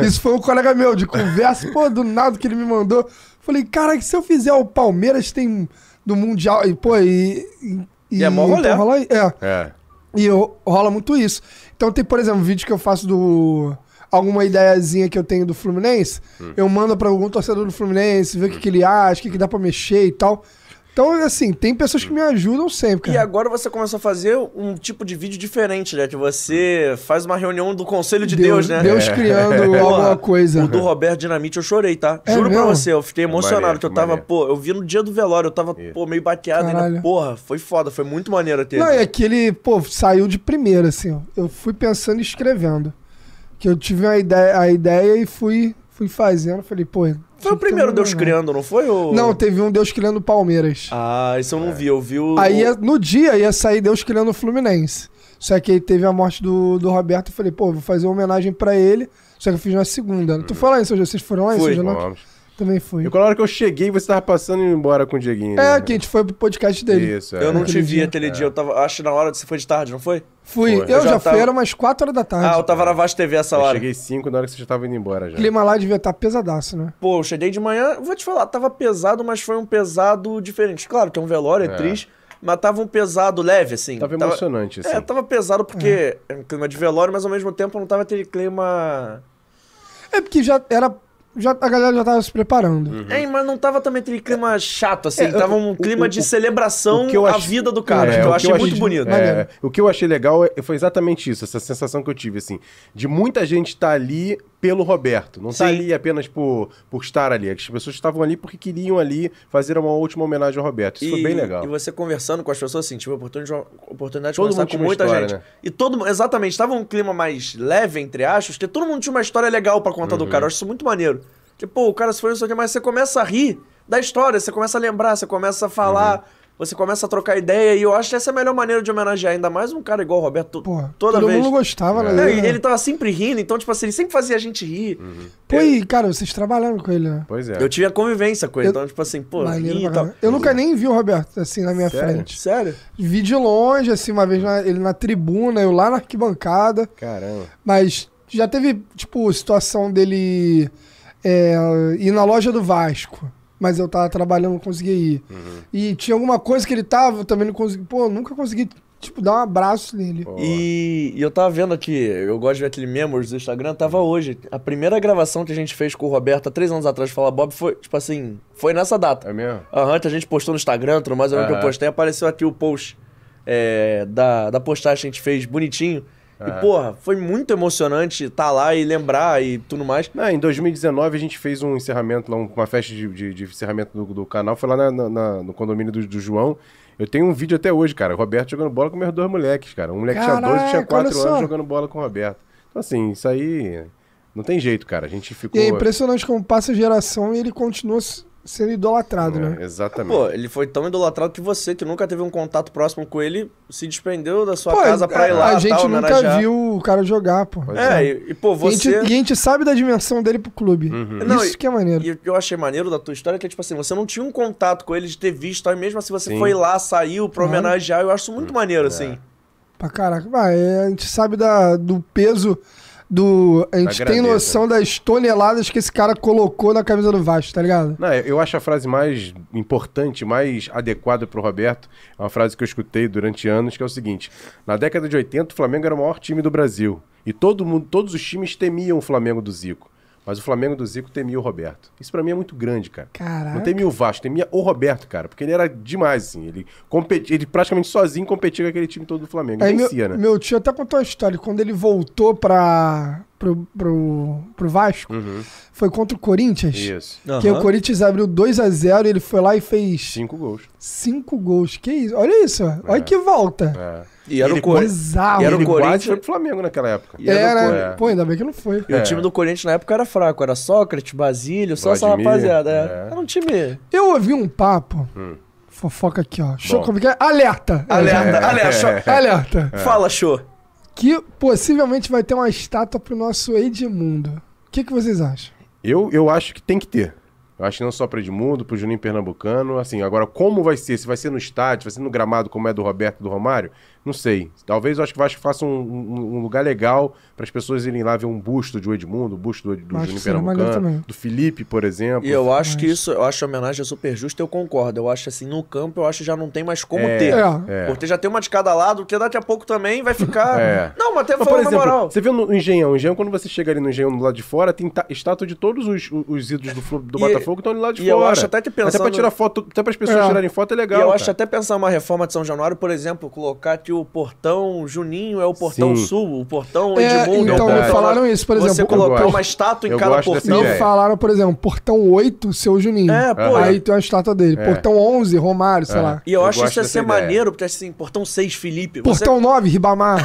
Speaker 3: Isso foi um colega meu de conversa, pô, do Naldo que ele me mandou. Falei, cara, que se eu fizer o Palmeiras tem um, do Mundial, e pô, e... E,
Speaker 1: E é mó rolê.
Speaker 3: então rola- é.
Speaker 2: É.
Speaker 3: E eu- rola muito isso. Então tem, por exemplo, vídeo que eu faço do. Alguma ideiazinha que eu tenho do Fluminense,
Speaker 1: Hum.
Speaker 3: eu mando pra algum torcedor do Fluminense, ver o que, que ele acha, o que, que dá pra mexer e tal. Então, assim, tem pessoas que me ajudam sempre,
Speaker 1: E
Speaker 3: cara.
Speaker 1: agora você começou a fazer um tipo de vídeo diferente, né? Que você faz uma reunião do Conselho de Deus,
Speaker 3: Deus,
Speaker 1: né?
Speaker 3: Deus criando
Speaker 1: Porra,
Speaker 3: alguma coisa.
Speaker 1: O do Roberto Dinamite eu chorei, tá?
Speaker 3: É
Speaker 1: Juro pra
Speaker 3: mesmo?
Speaker 1: você, eu fiquei emocionado,
Speaker 2: Maneiro,
Speaker 1: que eu tava,
Speaker 2: maneiro.
Speaker 1: pô, eu vi no dia do velório, eu tava, pô, meio baqueado ainda.
Speaker 3: Caralho.
Speaker 1: Porra, foi foda, foi muito maneiro aquele.
Speaker 3: Não, e aquele, pô, saiu de primeira, assim, ó. Eu fui pensando e escrevendo. Que eu tive a ideia, a ideia e fui, fui fazendo. Falei, pô.
Speaker 1: Foi o primeiro Deus criando, não foi? O...
Speaker 3: um né? Não, teve um Deus criando Palmeiras.
Speaker 1: Ah, isso eu não vi, eu vi o...
Speaker 3: Aí é ia- no dia ia sair Deus criando o Fluminense. Só que aí teve a morte do, do Roberto. Eu falei, pô, vou fazer uma homenagem pra ele. Só que eu fiz na segunda. Tu foi lá em São José? Vocês foram lá em
Speaker 1: Fui.
Speaker 3: São José? não?
Speaker 2: Vamos.
Speaker 3: Também fui.
Speaker 2: E quando a hora que eu cheguei, você tava passando e indo embora com o Dieguinho. né?
Speaker 3: É, que a gente foi pro podcast dele.
Speaker 2: Isso, é.
Speaker 1: Eu não te
Speaker 3: Aquele
Speaker 1: vi
Speaker 3: dia.
Speaker 1: aquele dia, eu tava, acho na hora, você foi de tarde, não foi?
Speaker 3: Fui.
Speaker 2: Foi.
Speaker 3: Eu,
Speaker 1: Eu já
Speaker 3: já,
Speaker 1: tava-
Speaker 3: fui, era umas 4 horas da tarde.
Speaker 1: Ah, eu tava na Vaz TV essa
Speaker 2: Eu
Speaker 1: hora.
Speaker 2: cheguei 5 na hora que você já tava indo embora já.
Speaker 3: O clima lá devia estar pesadaço, né?
Speaker 1: Pô, eu cheguei de manhã, vou te falar, tava pesado, mas foi um pesado diferente. Claro que é um velório, é, triste, mas tava um pesado leve, assim.
Speaker 2: Tava emocionante, assim.
Speaker 1: É, tava pesado porque é um clima de velório, mas ao mesmo tempo não tava aquele clima...
Speaker 3: É porque já era. Já, a galera já tava se preparando.
Speaker 1: É, mas não tava também aquele clima chato, assim.
Speaker 2: É, eu-
Speaker 1: tava um
Speaker 2: o-
Speaker 1: clima
Speaker 2: o-
Speaker 1: de
Speaker 2: o-
Speaker 1: celebração
Speaker 2: o que eu
Speaker 1: à
Speaker 2: ach-
Speaker 1: Então, vida do cara,
Speaker 2: É,
Speaker 1: que
Speaker 2: o
Speaker 1: eu
Speaker 2: que
Speaker 1: achei
Speaker 2: eu
Speaker 1: muito
Speaker 2: achei-
Speaker 1: bonito.
Speaker 2: É, o que eu achei legal é- foi exatamente isso, essa sensação que eu tive, assim, de muita gente estar ali pelo Roberto, não tá
Speaker 1: Sim.
Speaker 2: ali apenas por, por estar ali. As pessoas estavam ali porque queriam ali fazer uma última homenagem ao Roberto. Isso foi bem legal.
Speaker 1: E você conversando com as pessoas, assim, tive a oportunidade, oportunidade de
Speaker 2: Todo
Speaker 1: conversar
Speaker 2: mundo
Speaker 1: com
Speaker 2: tinha uma
Speaker 1: muita
Speaker 2: história,
Speaker 1: gente.
Speaker 2: né?
Speaker 1: E todo mundo, exatamente, tava um clima mais leve, entre aspas, porque todo mundo tinha uma história legal pra contar do
Speaker 2: Uhum.
Speaker 1: cara. Eu acho isso muito maneiro. Tipo, pô, o cara se foi isso aqui, mas você começa a rir da história, você começa a lembrar, você começa a falar,
Speaker 2: Uhum.
Speaker 1: você começa a trocar ideia, e eu acho que essa é a melhor maneira de homenagear, ainda mais um cara igual o Roberto,
Speaker 3: Pô,
Speaker 1: toda
Speaker 3: todo
Speaker 1: vez.
Speaker 3: mundo gostava, né?
Speaker 1: É, e ele tava sempre rindo, então, tipo assim, ele sempre fazia a gente rir.
Speaker 3: Pô, e, cara, vocês trabalharam com ele, né?
Speaker 2: Pois Uhum. é.
Speaker 1: Eu tinha convivência com ele,
Speaker 3: Eu-
Speaker 1: então, tipo assim, pô,
Speaker 3: Maneiro
Speaker 1: rir e
Speaker 3: pra
Speaker 1: tal.
Speaker 3: caralho. Eu nunca nem vi o Roberto, assim, na minha
Speaker 2: Sério?
Speaker 3: frente.
Speaker 1: Sério?
Speaker 3: Vi de longe, assim, uma vez na- ele na tribuna, eu lá na arquibancada.
Speaker 2: Caramba.
Speaker 3: Mas já teve, tipo, situação dele é, ir na loja do Vasco. Mas eu tava trabalhando, não conseguia ir.
Speaker 1: Uhum.
Speaker 3: E tinha alguma coisa que ele tava, eu também não consegui. Pô, eu nunca consegui, tipo, dar um abraço nele.
Speaker 2: Pô.
Speaker 1: E, e eu tava vendo aqui, eu gosto de ver aquele Memories do Instagram, tava
Speaker 3: Uhum.
Speaker 1: hoje. A primeira gravação que a gente fez com o Roberto há três anos atrás, Fala Bob, foi, tipo assim, foi nessa data.
Speaker 2: É mesmo?
Speaker 1: Aham, que a gente postou no Instagram, tudo mais, eu lembro que eu
Speaker 2: Aham.
Speaker 1: postei, apareceu aqui o post é, da, da postagem que a gente fez, bonitinho. E,
Speaker 2: Aham.
Speaker 1: porra, foi muito emocionante estar lá e lembrar e tudo mais.
Speaker 2: Não, em 2019 a gente fez um encerramento lá, um- uma festa de, de- de encerramento do, do canal, foi lá na- na- na- no condomínio do, do João. Eu tenho um vídeo até hoje, cara, o Roberto jogando bola com meus dois moleques, cara. Um moleque tinha
Speaker 3: Caraca,
Speaker 2: 12 e tinha 4
Speaker 3: olha
Speaker 2: anos
Speaker 3: só.
Speaker 2: jogando bola com o Roberto. Então, assim, isso aí não tem jeito, cara. A gente
Speaker 3: E
Speaker 2: ficou.
Speaker 3: é impressionante como passa a geração e ele continua s- sendo idolatrado, né?
Speaker 2: É, Exatamente.
Speaker 1: Pô, ele foi tão idolatrado que você, que nunca teve um contato próximo com ele, se despendeu da sua
Speaker 3: Pô,
Speaker 1: casa pra ir
Speaker 3: a-
Speaker 1: lá.
Speaker 3: A
Speaker 2: tá,
Speaker 1: tal,
Speaker 3: gente nunca
Speaker 1: homenagear.
Speaker 3: viu o cara jogar, pô.
Speaker 2: Pois
Speaker 1: É, e, e, pô,
Speaker 3: E a gente-
Speaker 1: você.
Speaker 3: E a gente sabe da dimensão dele pro clube.
Speaker 2: Uhum.
Speaker 1: Não,
Speaker 3: Isso que é maneiro.
Speaker 1: E o que eu achei maneiro da tua história é que, tipo assim, você não tinha um contato com ele de ter visto, aí mesmo assim você
Speaker 2: Sim. Hum. É.
Speaker 1: foi lá, saiu pra
Speaker 3: Claro.
Speaker 1: homenagear, eu acho isso muito maneiro, assim.
Speaker 3: Pra caraca. Ah, é, a gente sabe da, do peso do. A gente tem
Speaker 2: grandeza.
Speaker 3: noção das toneladas que esse cara colocou na camisa do Vasco, tá ligado?
Speaker 2: Não, eu eu acho a frase mais importante, mais adequada pro Roberto, é uma frase que eu escutei durante anos, que é o seguinte: na década de 80, o Flamengo era o maior time do Brasil. E todo mundo, todos os times temiam o Flamengo do Zico. Mas o Flamengo do Zico temia o Roberto. Isso pra mim é muito grande, cara.
Speaker 3: Caraca.
Speaker 2: Não temia o Vasco, temia o Roberto, cara. Porque ele era demais, assim. Ele, competia, ele praticamente sozinho competia com aquele time todo do Flamengo. Ele
Speaker 3: Aí É, meu,
Speaker 2: vencia, né?
Speaker 3: meu tio até contou a história. Quando ele voltou pra, pro, pro, pro Vasco, foi contra o Corinthians.
Speaker 2: Uhum. Isso.
Speaker 1: Aham.
Speaker 3: Que é o Corinthians abriu 2x0 e ele foi lá e fez
Speaker 2: Cinco gols.
Speaker 3: 5 gols. Que isso? Olha isso. Olha que volta.
Speaker 2: É.
Speaker 1: E era
Speaker 2: Ele
Speaker 1: o Corinthians.
Speaker 3: Bizarro.
Speaker 1: E era o
Speaker 2: ele
Speaker 1: Corinthians-
Speaker 2: quase foi pro Flamengo naquela época.
Speaker 1: E era o É.
Speaker 3: Era-
Speaker 2: Corinthians.
Speaker 3: Pô, ainda bem que não foi.
Speaker 2: é.
Speaker 1: E o time do Corinthians na época era fraco, era Sócrates, Basílio, só essa
Speaker 2: Vladimir,
Speaker 1: rapaziada. é.
Speaker 2: é.
Speaker 1: Era um time.
Speaker 3: Eu ouvi um papo.
Speaker 1: Hum.
Speaker 3: Fofoca aqui, ó. Show,
Speaker 2: Bom.
Speaker 3: como que é? Alerta!
Speaker 1: Alerta, alerta,
Speaker 3: É. Alerta!
Speaker 1: Fala, show.
Speaker 3: Que possivelmente vai ter uma estátua pro nosso Edmundo. O que, que vocês acham?
Speaker 2: Eu, eu acho que tem que ter. Eu acho que não só para Edmundo, para o Juninho Pernambucano. Assim, agora, como vai ser? Se vai ser no estádio, vai ser no gramado, como é do Roberto do Romário? Não sei. Talvez eu acho que o Vasco faça um, um- um lugar legal para as pessoas irem lá ver um busto de Edmundo, um busto do, do
Speaker 3: Acho
Speaker 2: Juninho
Speaker 3: que seria maneiro
Speaker 2: Pernambucano,
Speaker 3: também.
Speaker 2: do Felipe, por exemplo.
Speaker 1: E eu acho que isso, eu acho a homenagem super justa, eu concordo. Eu acho assim, no campo eu acho que já não tem mais como ter.
Speaker 3: É.
Speaker 2: É.
Speaker 1: Porque já tem uma de cada lado, porque daqui a pouco também vai ficar.
Speaker 2: É.
Speaker 1: Não, mas até
Speaker 2: Mas, por
Speaker 1: falando na
Speaker 2: exemplo,
Speaker 1: moral.
Speaker 2: você vê no Engenhão. Engenhão, quando você chega ali no Engenhão do lado de fora, tem ta- estátua de todos os, os ídolos do, Flu- do
Speaker 1: E-
Speaker 2: Botafogo estão ali do lado de
Speaker 1: e eu
Speaker 2: fora.
Speaker 1: acho até que
Speaker 2: Até pra
Speaker 1: pensando-
Speaker 2: tirar foto, até para as pessoas
Speaker 3: É.
Speaker 2: tirarem foto é legal.
Speaker 1: e eu
Speaker 2: cara.
Speaker 1: acho até pensar uma reforma de São Januário, por exemplo, colocar que o portão Juninho é o portão
Speaker 2: Sim.
Speaker 1: sul, o portão
Speaker 3: É,
Speaker 1: Edmundo é o
Speaker 3: então,
Speaker 1: portão.
Speaker 2: me
Speaker 3: falaram
Speaker 1: lá.
Speaker 3: isso, por
Speaker 1: Você
Speaker 3: exemplo,
Speaker 1: colocar
Speaker 2: eu
Speaker 1: uma
Speaker 2: gosto.
Speaker 1: estátua em
Speaker 2: Eu
Speaker 1: cada
Speaker 2: gosto dessa
Speaker 1: portão.
Speaker 3: Me
Speaker 2: ideia.
Speaker 3: falaram, por exemplo, portão 8, seu Juninho.
Speaker 1: É, pô.
Speaker 3: Aí tem uma estátua dele.
Speaker 2: É.
Speaker 3: Portão 11, Romário, sei lá.
Speaker 1: E eu,
Speaker 2: Eu
Speaker 1: acho
Speaker 2: gosto
Speaker 1: isso ia
Speaker 2: dessa
Speaker 1: ser
Speaker 2: ideia.
Speaker 1: maneiro, porque assim, portão 6, Felipe. Você,
Speaker 3: Portão 9, Ribamar.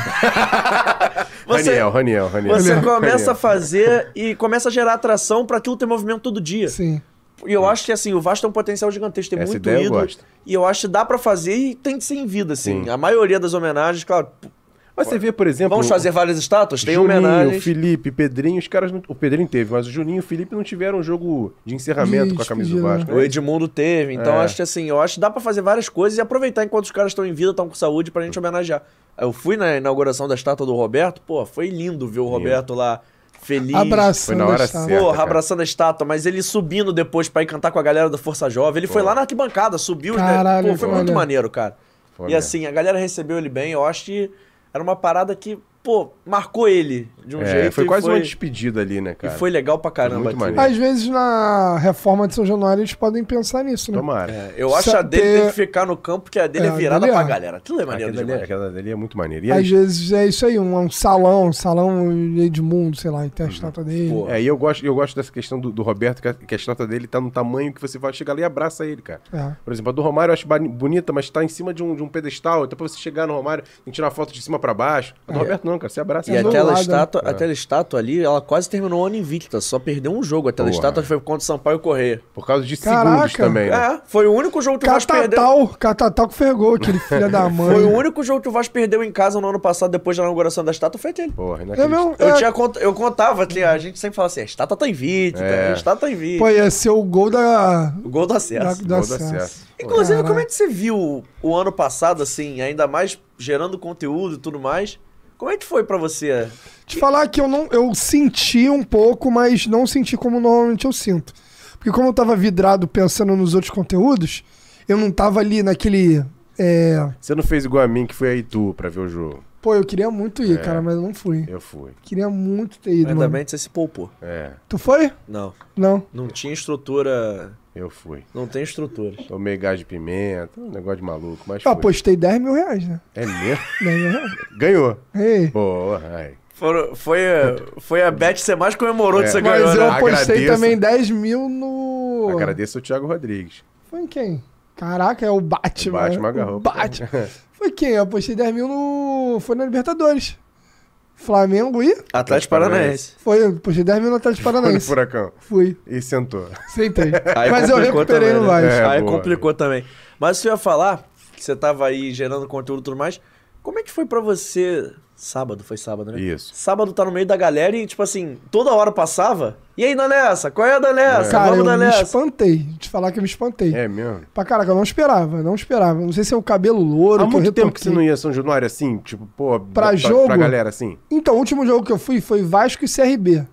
Speaker 1: você-
Speaker 2: Raniel, Raniel, Raniel.
Speaker 1: você
Speaker 2: Raniel.
Speaker 1: começa a fazer e começa a gerar atração pra aquilo ter movimento todo dia.
Speaker 3: Sim.
Speaker 1: E eu acho que assim, o Vasco tem um potencial gigantesco, tem
Speaker 2: Essa
Speaker 1: muito
Speaker 2: ideia eu
Speaker 1: ídolo.
Speaker 2: gosto.
Speaker 1: E eu acho que dá pra fazer e tem que ser em vida, assim.
Speaker 2: Sim.
Speaker 1: A maioria das homenagens, claro.
Speaker 2: Mas você vê, por exemplo.
Speaker 1: Vamos fazer várias estátuas? Tem
Speaker 2: Juninho,
Speaker 1: homenagens.
Speaker 2: Felipe, Pedrinho, os caras. Não... O Pedrinho teve, mas o Juninho e o Felipe não tiveram um jogo de encerramento
Speaker 3: De
Speaker 2: com a camisa do
Speaker 3: despedida,
Speaker 2: Vasco.
Speaker 1: O Edmundo teve, então
Speaker 2: É.
Speaker 1: acho que assim, eu acho que dá pra fazer várias coisas e aproveitar enquanto os caras estão em vida, estão com saúde, pra gente homenagear. Eu fui na inauguração da estátua do Roberto, pô, foi lindo ver o Roberto lá feliz.
Speaker 3: Abraçando
Speaker 2: Foi na hora
Speaker 3: a estátua.
Speaker 2: certa.
Speaker 1: Porra,
Speaker 2: cara.
Speaker 1: abraçando a estátua, mas ele subindo depois pra ir cantar com a galera da Força Jovem. Ele foi lá na arquibancada, subiu,
Speaker 3: Caralho,
Speaker 1: né? Pô, foi
Speaker 3: olha.
Speaker 1: muito maneiro, cara. e
Speaker 2: Foi mesmo.
Speaker 1: assim, a galera recebeu ele bem. Eu acho que era uma parada que, pô, marcou ele de um
Speaker 2: É,
Speaker 1: jeito.
Speaker 2: foi
Speaker 1: e
Speaker 2: quase
Speaker 1: foi,
Speaker 2: uma despedida ali, né,
Speaker 1: E
Speaker 2: cara?
Speaker 1: foi legal pra caramba.
Speaker 2: muito
Speaker 1: aquilo.
Speaker 2: maneiro.
Speaker 3: Às vezes na reforma de São Januário eles podem pensar nisso, né?
Speaker 2: Tomara.
Speaker 1: É, eu acho
Speaker 3: Só
Speaker 1: a dele
Speaker 3: ter-
Speaker 1: tem que ficar no campo, que a dele
Speaker 3: É,
Speaker 1: é,
Speaker 3: a
Speaker 1: virada
Speaker 3: dele é.
Speaker 1: pra galera. Aquilo é maneiro
Speaker 2: Aquela ali,
Speaker 1: demais.
Speaker 2: aquela ali é muito maneiro. E
Speaker 3: Às
Speaker 2: eles-
Speaker 3: vezes é isso aí, um, um salão, um salão Edmundo, sei lá, e
Speaker 1: Uhum.
Speaker 3: tem a estátua dele.
Speaker 1: Pô.
Speaker 2: É, e eu gosto, eu gosto dessa questão do, do Roberto, que a, que a estátua dele tá no tamanho que você vai chegar ali e abraça ele, cara.
Speaker 3: É.
Speaker 2: Por exemplo, a do Romário eu acho bani- bonita, mas tá em cima de um, de um pedestal. Então, pra você chegar no Romário, tem que tirar foto de cima pra baixo.
Speaker 3: É.
Speaker 2: A do Roberto não, cara. Você abraça
Speaker 1: E
Speaker 2: ele.
Speaker 3: do
Speaker 1: aquela
Speaker 3: lado,
Speaker 1: estátua, aquela estátua ali, ela quase terminou o ano invicta, só perdeu um jogo. Aquela
Speaker 2: Porra.
Speaker 1: estátua foi contra o Sampaio Correia.
Speaker 2: Por causa de
Speaker 3: Caraca.
Speaker 2: segundos também, né?
Speaker 1: É, foi o único jogo que o Vasco perdeu.
Speaker 3: Catatal, né? Catatal que fergou, aquele filho da mãe.
Speaker 1: Foi o único jogo que o Vasco perdeu em casa no ano passado, depois da inauguração da estátua, foi aquele.
Speaker 2: Porra,
Speaker 3: É
Speaker 2: inacreditável.
Speaker 3: mesmo?
Speaker 1: Eu,
Speaker 3: é,
Speaker 1: tinha cont- eu contava que a gente sempre fala assim, a estátua tá invicta,
Speaker 2: É.
Speaker 1: a estátua tá invicta.
Speaker 3: Pô, ia ser é, o gol da.
Speaker 1: O gol do
Speaker 3: da,
Speaker 1: acesso.
Speaker 3: do
Speaker 2: Gol do
Speaker 3: acesso.
Speaker 2: acesso.
Speaker 1: Inclusive,
Speaker 3: Caraca.
Speaker 1: como é que você viu o ano passado, assim, ainda mais gerando conteúdo e tudo mais? Como é que foi pra você?
Speaker 3: Te falar que eu não. Eu senti um pouco, mas não senti como normalmente eu sinto. Porque como eu tava vidrado pensando nos outros conteúdos, eu não tava ali naquele. é,
Speaker 2: Você não fez igual a mim, que foi aí tu pra ver o jogo.
Speaker 3: Pô, eu queria muito
Speaker 1: É.
Speaker 3: ir, cara, mas eu não fui.
Speaker 2: Eu fui.
Speaker 3: Queria muito ter ido.
Speaker 1: Ainda
Speaker 3: mano.
Speaker 1: bem que você se poupou.
Speaker 2: É,
Speaker 3: Tu foi?
Speaker 1: Não,
Speaker 3: Não.
Speaker 1: não tinha estrutura.
Speaker 2: eu fui.
Speaker 1: Não tem estrutura.
Speaker 2: Tomei gás de pimenta, um negócio de maluco, mas
Speaker 3: Eu
Speaker 2: foi.
Speaker 3: apostei 10 mil reais, né?
Speaker 2: É mesmo?
Speaker 3: 10 mil reais.
Speaker 2: Ganhou.
Speaker 3: Ei.
Speaker 2: Boa, ai.
Speaker 1: Foram- Foi, a- foi a Bet que você mais comemorou
Speaker 2: É.
Speaker 1: que você
Speaker 3: Mas
Speaker 1: ganhou,
Speaker 3: eu
Speaker 1: né?
Speaker 3: apostei
Speaker 2: Agradeço.
Speaker 3: também 10 mil no.
Speaker 2: Agradeço ao Thiago Rodrigues.
Speaker 3: Foi em quem? Caraca, é o Batman.
Speaker 2: O Batman agarrou.
Speaker 3: o Batman. Foi quem? Eu apostei 10 mil no. Foi na Libertadores. Flamengo e.
Speaker 1: Atlético Paranaense.
Speaker 3: Foi, eu apostei 10 mil no Atlético
Speaker 2: Foi no
Speaker 3: Paranaense.
Speaker 2: furacão.
Speaker 3: Fui,
Speaker 2: E sentou.
Speaker 3: sentei.
Speaker 1: Aí
Speaker 3: Mas eu
Speaker 1: complicou
Speaker 3: recuperei
Speaker 1: também,
Speaker 3: no
Speaker 1: né?
Speaker 3: Vasco.
Speaker 2: É,
Speaker 1: aí
Speaker 2: boa.
Speaker 1: complicou também. Mas se eu ia falar, que você tava aí gerando conteúdo e tudo mais, como é que foi pra você. Sábado, foi sábado, né?
Speaker 2: Isso.
Speaker 1: Sábado tá no meio da galera e, tipo assim, toda hora passava. E aí, dá nessa? Qual é a da nessa?
Speaker 3: Cara, eu
Speaker 1: Vamos da
Speaker 3: me
Speaker 1: nessa?
Speaker 3: espantei. Te falar que eu me espantei.
Speaker 2: É mesmo?
Speaker 3: Pra caraca, eu não esperava, não esperava. Não sei se é o cabelo louro,
Speaker 2: Há
Speaker 3: que eu
Speaker 2: muito tempo que você
Speaker 3: retoquei.
Speaker 2: não ia a São Januário assim, tipo, pô,
Speaker 3: Pra jogo?
Speaker 2: pra galera assim.
Speaker 3: Então, o último jogo que eu fui foi Vasco e CRB.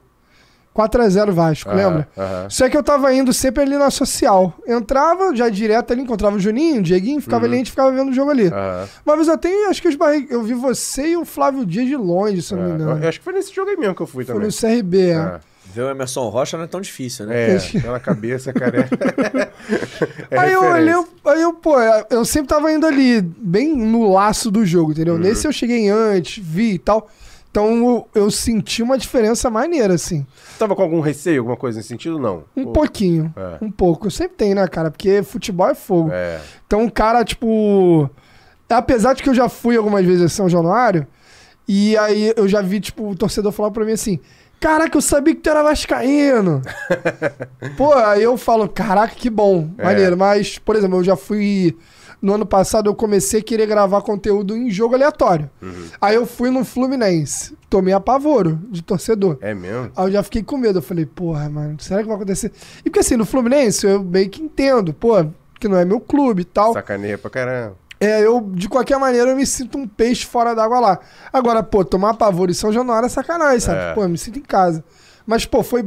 Speaker 3: 4x0 Vasco,
Speaker 2: Aham,
Speaker 3: lembra?
Speaker 2: aham.
Speaker 3: Só que eu tava indo sempre ali na social. Entrava já direto ali, encontrava o Juninho, o Dieguinho, ficava ali, a gente ficava vendo o jogo ali.
Speaker 2: Aham.
Speaker 3: Uma vez eu tenho, acho que eu esbarrei. Eu vi você e o Flávio Dias de longe, se eu não me engano.
Speaker 2: É, Eu acho que foi nesse jogo aí mesmo que eu fui
Speaker 3: Foi
Speaker 2: também.
Speaker 3: no CRB, é.
Speaker 2: Ah,
Speaker 1: Ver o Emerson Rocha não é tão difícil, né?
Speaker 2: É,
Speaker 3: Acho que-
Speaker 2: aquela cabeça, cara. É, é
Speaker 3: aí eu
Speaker 2: referência.
Speaker 3: olhei, eu- aí eu, pô, eu sempre tava indo ali, bem no laço do jogo, entendeu? Nesse eu cheguei antes, vi e tal. Então eu, eu senti uma diferença maneira, assim.
Speaker 2: Tava com algum receio, alguma coisa nesse sentido? Não.
Speaker 3: Um
Speaker 2: Pô,
Speaker 3: pouquinho.
Speaker 2: É.
Speaker 3: Um pouco. Eu sempre tenho, né, cara? Porque futebol é fogo.
Speaker 2: É.
Speaker 3: Então o cara, tipo. Apesar de que eu já fui algumas vezes a São Januário, e aí eu já vi, tipo, o torcedor falar pra mim assim: Caraca, eu sabia que tu era Vascaíno.
Speaker 2: É.
Speaker 3: Pô, aí eu falo, caraca, que bom, maneiro. Mas, por exemplo, eu já fui no ano passado eu comecei a querer gravar conteúdo em jogo aleatório.
Speaker 2: Uhum.
Speaker 3: Aí eu fui no Fluminense, tomei apavoro de torcedor.
Speaker 2: É mesmo?
Speaker 3: Aí eu já fiquei com medo. Eu falei, porra, mano, será que vai acontecer? E porque assim, no Fluminense eu meio que entendo, pô, que não é meu clube e tal.
Speaker 2: Sacaneia pra caramba.
Speaker 3: É, eu, de qualquer maneira, eu me sinto um peixe fora d'água lá. Agora, pô, tomar pavor em São Januário é sacanagem, sabe?
Speaker 2: É.
Speaker 3: Pô, eu me sinto em casa. Mas, pô, foi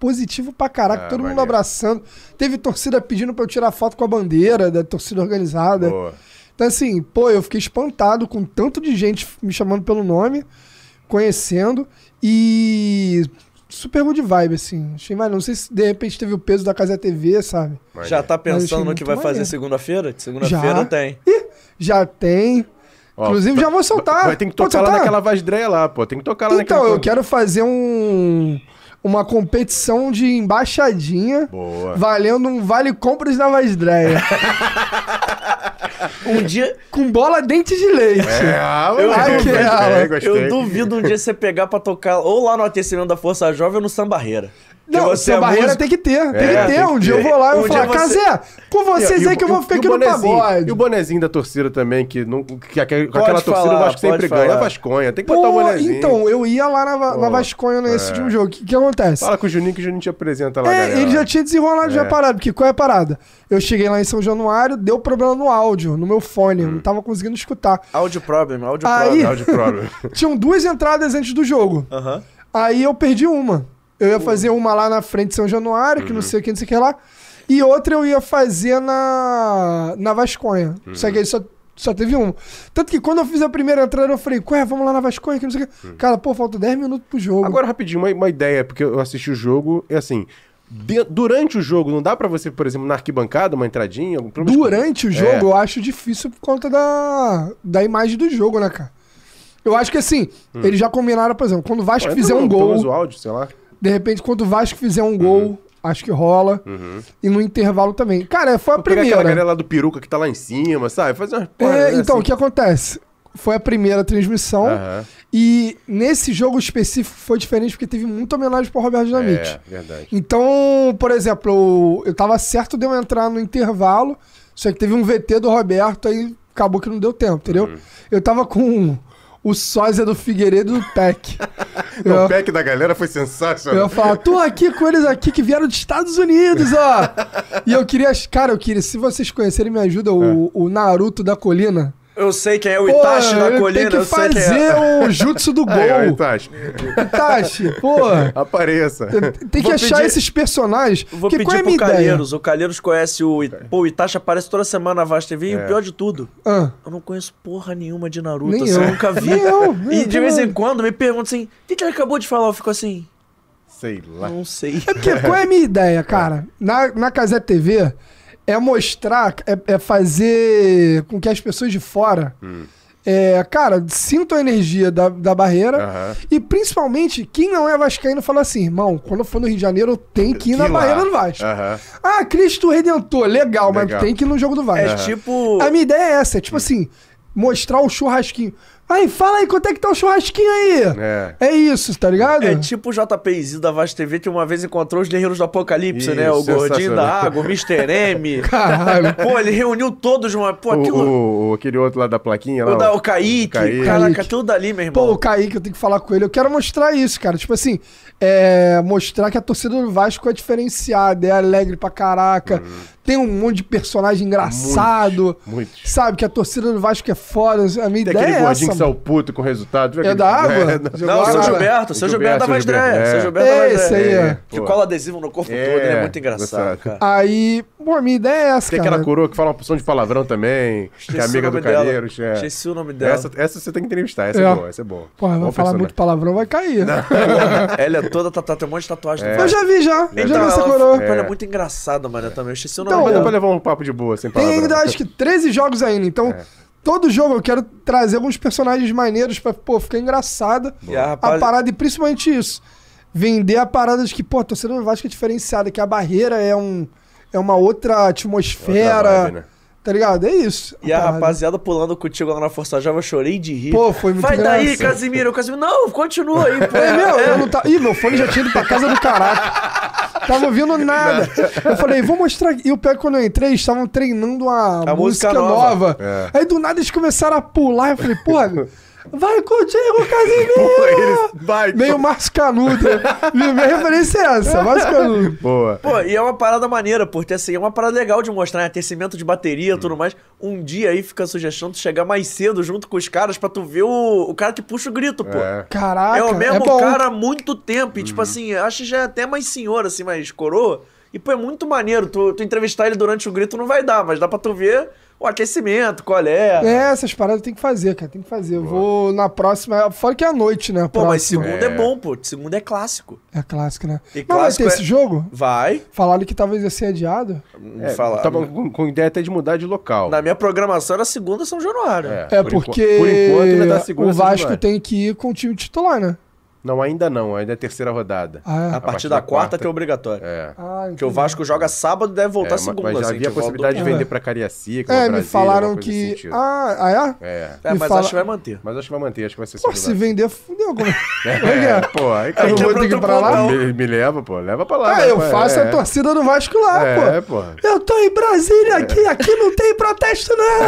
Speaker 3: positivo pra caraca,
Speaker 2: Ah,
Speaker 3: todo mundo
Speaker 2: maneiro.
Speaker 3: abraçando. Teve torcida pedindo pra eu tirar foto com a bandeira da torcida organizada.
Speaker 2: Boa.
Speaker 3: Então, assim, pô, eu fiquei espantado com tanto de gente me chamando pelo nome, conhecendo e super good vibe, assim. Achei mais, não sei se de repente teve o peso da Casa TV, sabe?
Speaker 2: Maneiro.
Speaker 1: Já tá pensando no
Speaker 3: muito
Speaker 1: que vai fazer
Speaker 3: maneiro.
Speaker 1: segunda-feira? De Segunda-feira
Speaker 3: Já.
Speaker 1: tem.
Speaker 3: Já tem.
Speaker 2: Ó,
Speaker 3: Inclusive,
Speaker 2: vai-
Speaker 3: já vou soltar.
Speaker 2: Vai ter que
Speaker 3: Pode
Speaker 2: tocar lá
Speaker 3: soltar?
Speaker 2: naquela vasdreia lá, pô. Tem que tocar lá
Speaker 3: Então,
Speaker 2: naquele-
Speaker 3: eu quero fazer um uma competição de embaixadinha
Speaker 2: Boa.
Speaker 3: valendo um vale compras da Vasdreia
Speaker 1: Um dia.
Speaker 3: com bola dente de leite.
Speaker 2: É, ah,
Speaker 1: Eu,
Speaker 3: Ai,
Speaker 2: moleque,
Speaker 3: que
Speaker 2: gostei,
Speaker 3: ela.
Speaker 2: gostei.
Speaker 1: eu duvido um dia você pegar pra tocar ou lá no aquecimento da Força Jovem ou no Sambarreira. Porque
Speaker 3: Não,
Speaker 1: você é
Speaker 3: essa barreira
Speaker 1: músico-
Speaker 3: tem que ter, tem
Speaker 2: É,
Speaker 3: que ter.
Speaker 2: tem
Speaker 3: Um
Speaker 2: que
Speaker 3: dia
Speaker 2: ter.
Speaker 3: eu vou lá e
Speaker 1: Um
Speaker 3: vou
Speaker 1: dia
Speaker 3: falar,
Speaker 1: você-
Speaker 3: Casé, com vocês
Speaker 2: E
Speaker 3: aí que eu
Speaker 2: o-
Speaker 3: vou ficar
Speaker 2: e o
Speaker 3: aqui no
Speaker 2: bonezinho?
Speaker 3: pagode.
Speaker 2: E o bonezinho da torcida também, que, não, que, que- que aquela
Speaker 1: Pode
Speaker 2: torcida
Speaker 1: falar,
Speaker 2: o Vasco sempre
Speaker 1: pode
Speaker 2: ganha. É
Speaker 1: falar.
Speaker 2: Vasconha, tem que botar o
Speaker 3: Pô,
Speaker 2: bonezinho.
Speaker 3: então, eu ia lá na, Va- na
Speaker 2: Pô,
Speaker 3: Vasconha nesse último jogo. O que, que acontece?
Speaker 2: É. Fala com o Juninho que o Juninho te apresenta lá, galera.
Speaker 3: É, ele já tinha desenrolado já
Speaker 2: É.
Speaker 3: a parada, porque qual é a parada? Eu cheguei lá em São Januário, deu problema no áudio, no meu fone,
Speaker 2: Hum.
Speaker 3: eu não tava conseguindo escutar.
Speaker 1: Áudio problem, áudio
Speaker 3: Aí-
Speaker 1: problem.
Speaker 2: Áudio problem.
Speaker 3: Tinham duas entradas antes do jogo.
Speaker 1: Aham.
Speaker 3: Aí eu perdi uma. Eu ia fazer uma lá na frente de São Januário,
Speaker 2: Uhum.
Speaker 3: que não sei o que, não sei o que lá. E outra eu ia fazer na, na Vasconha.
Speaker 2: Uhum.
Speaker 3: Só que aí só, só teve uma. Tanto que quando eu fiz a primeira entrada, eu falei, ué, vamos lá na Vasconha, que não sei o que. Cara, pô, falta 10 minutos pro jogo.
Speaker 2: Uhum. Agora, rapidinho, uma, uma ideia, porque eu assisti o jogo, e assim, de- durante o jogo, não dá pra você, por exemplo, na arquibancada, uma entradinha? Algum, pelo menos-
Speaker 3: Durante o
Speaker 2: É.
Speaker 3: jogo, eu acho difícil por conta da, da imagem do jogo, né, cara? Eu acho que assim, eles já combinaram, por exemplo, quando o
Speaker 2: Hum. Pô, então
Speaker 3: Vasco
Speaker 2: entra
Speaker 3: fizer
Speaker 2: no-
Speaker 3: um
Speaker 2: pelo menos o
Speaker 3: gol,
Speaker 2: áudio, sei lá.
Speaker 3: de repente, quando o Vasco fizer um gol,
Speaker 2: Uhum.
Speaker 3: acho que rola. E no intervalo também. Cara, foi a
Speaker 2: Vou pegar Uhum. aquela
Speaker 3: primeira.
Speaker 2: galera lá do peruca que tá lá em cima, sabe? Fazer umas
Speaker 3: É,
Speaker 2: paradas
Speaker 3: então, o
Speaker 2: assim.
Speaker 3: que acontece? Foi a primeira transmissão.
Speaker 2: Aham.
Speaker 3: E nesse jogo específico foi diferente porque teve muita homenagem pro Roberto Dinamite.
Speaker 2: É, verdade.
Speaker 3: Então, por exemplo, eu, eu tava certo de eu entrar no intervalo, só que teve um VT do Roberto, aí acabou que não deu tempo, entendeu?
Speaker 2: Uhum.
Speaker 3: Eu tava com o sósia do Figueiredo e do Peck.
Speaker 2: Não,
Speaker 3: eu,
Speaker 2: O pack da galera foi
Speaker 3: eu ia
Speaker 2: sensacional.
Speaker 3: falar, tô aqui com eles aqui que vieram dos Estados Unidos, ó. e eu queria, cara, eu queria, se vocês conhecerem, me ajuda,
Speaker 2: É.
Speaker 3: o, o Naruto da Colina.
Speaker 1: Eu sei quem é o Itachi
Speaker 3: Pô,
Speaker 1: da
Speaker 3: ele
Speaker 1: colina,
Speaker 3: tem
Speaker 1: eu
Speaker 3: que
Speaker 1: sei quem
Speaker 3: fazer
Speaker 1: é.
Speaker 3: o jutsu do gol.
Speaker 2: Aí, ó,
Speaker 1: então.
Speaker 2: Itachi,
Speaker 3: Itachi, pô.
Speaker 2: Apareça.
Speaker 3: Tem que
Speaker 1: Vou
Speaker 3: achar
Speaker 1: pedir-
Speaker 3: esses personagens.
Speaker 1: Vou
Speaker 3: Porque qual é
Speaker 1: pedir
Speaker 3: a minha
Speaker 1: pro
Speaker 3: ideia?
Speaker 1: Calheiros. O Calheiros conhece o. It... Pô, o Itachi aparece toda semana na Vaz TV e o pior de tudo.
Speaker 3: Ah.
Speaker 1: Eu não conheço porra nenhuma de Naruto,
Speaker 3: Nem
Speaker 1: assim, eu.
Speaker 3: eu.
Speaker 1: nunca vi.
Speaker 3: Nem eu, nem
Speaker 1: e de vez em
Speaker 3: também.
Speaker 1: quando me perguntam assim: o que, que ele acabou de falar? Eu fico assim:
Speaker 2: Sei lá.
Speaker 1: não sei.
Speaker 3: Porque qual é a minha ideia, cara? Na, na Casé TV é mostrar, é, é fazer com que as pessoas de fora,
Speaker 2: Hum.
Speaker 3: é, cara, sintam a energia da, da barreira.
Speaker 2: Aham.
Speaker 3: E principalmente, quem não é vascaíno fala assim, irmão, quando eu for no Rio de Janeiro, eu tenho que ir na
Speaker 2: Que lá.
Speaker 3: barreira do Vasco.
Speaker 2: Aham.
Speaker 3: Ah, Cristo Redentor, legal,
Speaker 2: Legal. Hum.
Speaker 3: mas tem que ir no jogo do
Speaker 1: É
Speaker 3: Vasco.
Speaker 1: tipo.
Speaker 3: A minha ideia é essa, é tipo assim, mostrar o churrasquinho. Aí, fala aí, quanto é que tá o churrasquinho aí?
Speaker 2: É.
Speaker 3: É, isso, tá ligado?
Speaker 1: É tipo o JPZ da Vaz TV que uma vez encontrou os guerreiros do Apocalipse,
Speaker 2: Isso,
Speaker 1: né? O Gordinho da
Speaker 2: sensacional.
Speaker 1: Água, o Mr. M.
Speaker 3: Caralho.
Speaker 1: Pô, ele reuniu todos uma. Pô,
Speaker 2: O,
Speaker 1: aquilo.
Speaker 2: o- o- aquele outro lá da plaquinha
Speaker 1: O,
Speaker 2: lá.
Speaker 1: da,
Speaker 2: ó.
Speaker 1: o Kaique.
Speaker 2: Kaique.
Speaker 1: Caraca,
Speaker 3: Kaique.
Speaker 1: tudo ali, meu irmão.
Speaker 3: Pô, o Kaique, eu tenho que falar com ele. Eu quero mostrar isso, cara. Tipo assim, é, mostrar que a torcida do Vasco é diferenciada, é alegre pra caraca.
Speaker 2: Uhum.
Speaker 3: Tem um monte de personagem engraçado.
Speaker 2: Muitos.
Speaker 3: Sabe, que a torcida do Vasco é foda. A minha
Speaker 2: Tem
Speaker 3: ideia
Speaker 2: aquele
Speaker 3: é
Speaker 2: gordinho
Speaker 3: essa,
Speaker 2: que saiu
Speaker 3: mano.
Speaker 2: puto com o resultado. viu
Speaker 3: É
Speaker 2: aquele-
Speaker 3: da água?
Speaker 2: da-
Speaker 3: Jogou
Speaker 1: Não, o seu
Speaker 3: água.
Speaker 1: Gilberto, o seu
Speaker 2: O
Speaker 1: Gilberto,
Speaker 2: Gilberto,
Speaker 1: da
Speaker 2: seu
Speaker 1: Vastreia.
Speaker 2: Gilberto,
Speaker 1: Seu
Speaker 2: é.
Speaker 1: Gilberto da
Speaker 3: É, esse aí,
Speaker 1: Vastreia.
Speaker 3: é.
Speaker 1: Que
Speaker 2: Pô.
Speaker 1: cola adesivo no corpo
Speaker 2: É,
Speaker 1: todo, ele é muito engraçado,
Speaker 2: engraçado.
Speaker 1: cara.
Speaker 3: Aí, pô, a minha ideia é essa,
Speaker 2: Tem
Speaker 3: cara.
Speaker 2: aquela coroa que fala uma porção de palavrão também, que é
Speaker 1: Esqueci
Speaker 2: amiga
Speaker 1: o
Speaker 2: do
Speaker 1: nome dela.
Speaker 2: Calheiros. É.
Speaker 1: Esqueci o nome dela.
Speaker 2: Essa, essa você tem que entrevistar, essa é,
Speaker 3: É.
Speaker 2: boa, essa é boa. né?
Speaker 3: Porra, vai
Speaker 2: Bom
Speaker 3: falar
Speaker 2: personagem.
Speaker 3: muito palavrão, vai cair.
Speaker 1: Ela é toda tatuada, tem um monte de tatuagem. no
Speaker 2: É.
Speaker 1: braço.
Speaker 3: Ah, Eu já vi já. Eu
Speaker 2: Então,
Speaker 3: já vi essa
Speaker 1: ela,
Speaker 3: coroa.
Speaker 1: pô, ela é muito engraçada, mano, também. Eu esqueci o nome
Speaker 3: Então,
Speaker 2: Mas dá pra
Speaker 1: dela.
Speaker 2: levar um papo de boa, sem
Speaker 3: Tem
Speaker 2: palavrão.
Speaker 3: ainda, acho que 13 jogos ainda. Então,
Speaker 1: É.
Speaker 3: todo jogo eu quero trazer alguns personagens maneiros pra, pô, ficar engraçada.
Speaker 1: E a
Speaker 3: A
Speaker 1: rapaz...
Speaker 3: parada, e principalmente isso. Vender a parada de que, pô, a torcida do Vasco é diferenciada, que a barreira é um é uma outra atmosfera.
Speaker 2: Outra vibe, né?
Speaker 3: Tá ligado? É isso.
Speaker 1: E a
Speaker 3: parada.
Speaker 1: rapaziada pulando contigo lá na Força Jovem, eu chorei de rir.
Speaker 3: Pô, foi muito
Speaker 1: Vai daí,
Speaker 3: engraçado.
Speaker 1: Casimiro. Casimiro, não, continua aí, pô. É.
Speaker 3: É meu, eu não tá. Ih, meu fone já tinha ido pra casa do caralho. Tava ouvindo nada. Eu falei, vou mostrar. E o pior é que quando eu entrei, eles estavam treinando uma
Speaker 1: A música
Speaker 3: música, nova.
Speaker 1: nova. É.
Speaker 3: Aí do nada eles começaram a pular. Eu falei, porra, vai contigo, Casimiro!
Speaker 2: Eles- vai,
Speaker 3: Meio Márcio Canudo. Minha referência é essa, Márcio Canudo.
Speaker 2: Boa.
Speaker 1: Pô, e é uma parada maneira, porque assim, é uma parada legal de mostrar, né? Aquecimento de bateria e tudo mais. Um dia aí fica a sugestão de chegar mais cedo junto com os caras pra tu ver o, o cara que puxa o grito, pô.
Speaker 2: É.
Speaker 3: Caraca,
Speaker 1: é o mesmo
Speaker 3: bom.
Speaker 1: cara há muito tempo. E, tipo assim, acho que já é até mais senhor, assim, mais coroa. E, pô, é muito maneiro. Tu, tu entrevistar ele durante o grito não vai dar, mas dá pra tu ver o aquecimento, qual é.
Speaker 3: É, essas paradas tem que fazer, cara. Tem que fazer. Eu vou na próxima. Fora que é à noite, né?
Speaker 1: Pô, mas
Speaker 3: Próxima.
Speaker 1: segundo é. bom, pô. Segundo é clássico.
Speaker 3: É clássico, né?
Speaker 1: E
Speaker 3: Mas vai ter
Speaker 1: clássico é-
Speaker 3: esse jogo?
Speaker 1: Vai.
Speaker 3: Falaram que talvez ia ser adiado.
Speaker 1: Vamos
Speaker 2: É,
Speaker 1: falar.
Speaker 2: Tava com, com ideia até de mudar de local.
Speaker 1: Na minha programação era segunda São Januário.
Speaker 3: É
Speaker 2: por enqua-
Speaker 3: porque
Speaker 2: por enquanto ainda tá segura
Speaker 3: o
Speaker 2: essa
Speaker 3: Vasco
Speaker 2: titular.
Speaker 3: tem que ir com o time titular, né?
Speaker 2: Não, ainda não. Ainda é a terceira rodada.
Speaker 3: Ah, é.
Speaker 1: A partir da quarta que é obrigatório.
Speaker 2: É.
Speaker 3: Ah,
Speaker 1: Porque o
Speaker 3: entendi.
Speaker 1: Vasco joga sábado e deve voltar
Speaker 2: É,
Speaker 1: segunda.
Speaker 2: mas já
Speaker 1: assim,
Speaker 2: havia a
Speaker 1: que volta
Speaker 2: possibilidade de
Speaker 1: domingo.
Speaker 2: vender pra Cariacica, pra
Speaker 3: tipo, É, me
Speaker 2: Brasília,
Speaker 3: falaram
Speaker 2: uma coisa nesse
Speaker 3: que.
Speaker 2: sentido.
Speaker 3: Ah, ah, é?
Speaker 2: É.
Speaker 1: É,
Speaker 3: Me
Speaker 1: mas
Speaker 3: fala-
Speaker 1: acho que vai manter.
Speaker 2: Mas acho que vai manter, acho que vai ser
Speaker 3: Pô,
Speaker 2: segunda.
Speaker 3: se vender, fudeu. Como...
Speaker 2: É, pô, aí
Speaker 3: Eu
Speaker 2: cara,
Speaker 3: vou ter que ir pra lá?
Speaker 2: me, me leva, pô, leva pra lá.
Speaker 3: Ah,
Speaker 2: né,
Speaker 3: eu
Speaker 2: pô,
Speaker 3: faço
Speaker 2: é,
Speaker 3: a torcida do Vasco lá,
Speaker 2: É,
Speaker 3: pô.
Speaker 2: pô. É.
Speaker 3: Eu tô em Brasília aqui, aqui não tem protesto, não!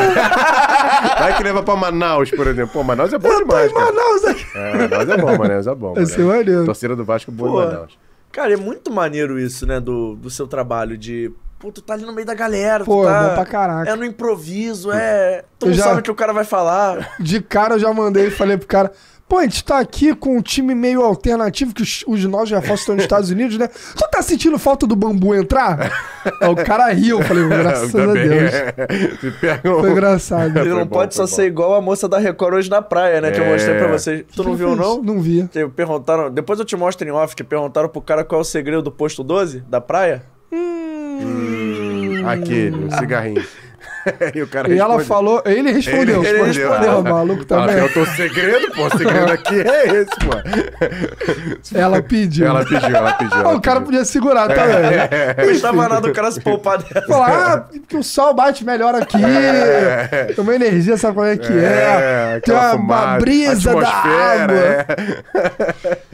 Speaker 2: Vai que leva pra Manaus, por exemplo. Pô, Manaus é bom
Speaker 3: Eu tô
Speaker 2: demais,
Speaker 3: em
Speaker 2: cara.
Speaker 3: Manaus aqui!
Speaker 2: É, Manaus é bom, Manaus é bom.
Speaker 3: Vai ser maneiro.
Speaker 2: Torcida do Vasco é boa
Speaker 1: Pô.
Speaker 2: em Manaus.
Speaker 1: Cara, é muito maneiro isso, né? Do, do seu trabalho de. Pô, tu tá ali no meio da galera,
Speaker 3: Pô,
Speaker 1: tu tá.
Speaker 3: é bom pra caraca.
Speaker 1: É no
Speaker 2: Hum.
Speaker 1: improviso, é. Tu
Speaker 3: Eu
Speaker 1: não
Speaker 3: já-
Speaker 1: sabe o que o cara vai falar.
Speaker 3: De cara eu já mandei e falei pro cara. Pô, a gente tá aqui com um time meio alternativo, que os, os nossos reforços estão nos Estados Unidos, né? Tu tá sentindo falta do bambu entrar? Aí o cara riu, eu falei, graças a
Speaker 2: Ainda bem,
Speaker 3: Deus.
Speaker 2: é. Se pega um...
Speaker 3: Foi engraçado.
Speaker 1: Ele
Speaker 2: Foi
Speaker 1: não
Speaker 2: bom,
Speaker 1: pode só
Speaker 2: foi
Speaker 1: ser
Speaker 2: bom.
Speaker 1: igual a moça da Record hoje na praia, né? Que eu
Speaker 2: É.
Speaker 1: mostrei pra vocês. Tu não viu, não?
Speaker 3: Não vi.
Speaker 1: Que Perguntaram. Depois eu te mostro em off, que perguntaram pro cara qual é o segredo do posto 12 da praia.
Speaker 2: Aquele, o cigarrinho. e o cara
Speaker 3: E ela
Speaker 2: responde. Ah,
Speaker 3: falou, ele respondeu.
Speaker 1: ele respondeu.
Speaker 3: Porra, maluco
Speaker 2: Ela
Speaker 3: também.
Speaker 2: perguntou o segredo, pô. O segredo aqui é esse, pô.
Speaker 3: Ela pediu.
Speaker 2: Ela pediu, ela pediu.
Speaker 3: Ah,
Speaker 2: ela
Speaker 3: o cara
Speaker 2: pediu.
Speaker 3: podia segurar também. né?
Speaker 1: Não estava nada o cara se poupar dessa.
Speaker 3: Falar, ah, porque o sol bate melhor aqui. Tem uma energia, sabe qual é que é? Tem
Speaker 2: aquela
Speaker 3: uma, uma
Speaker 2: fumaça,
Speaker 3: brisa da
Speaker 2: atmosfera,
Speaker 3: água.
Speaker 2: é.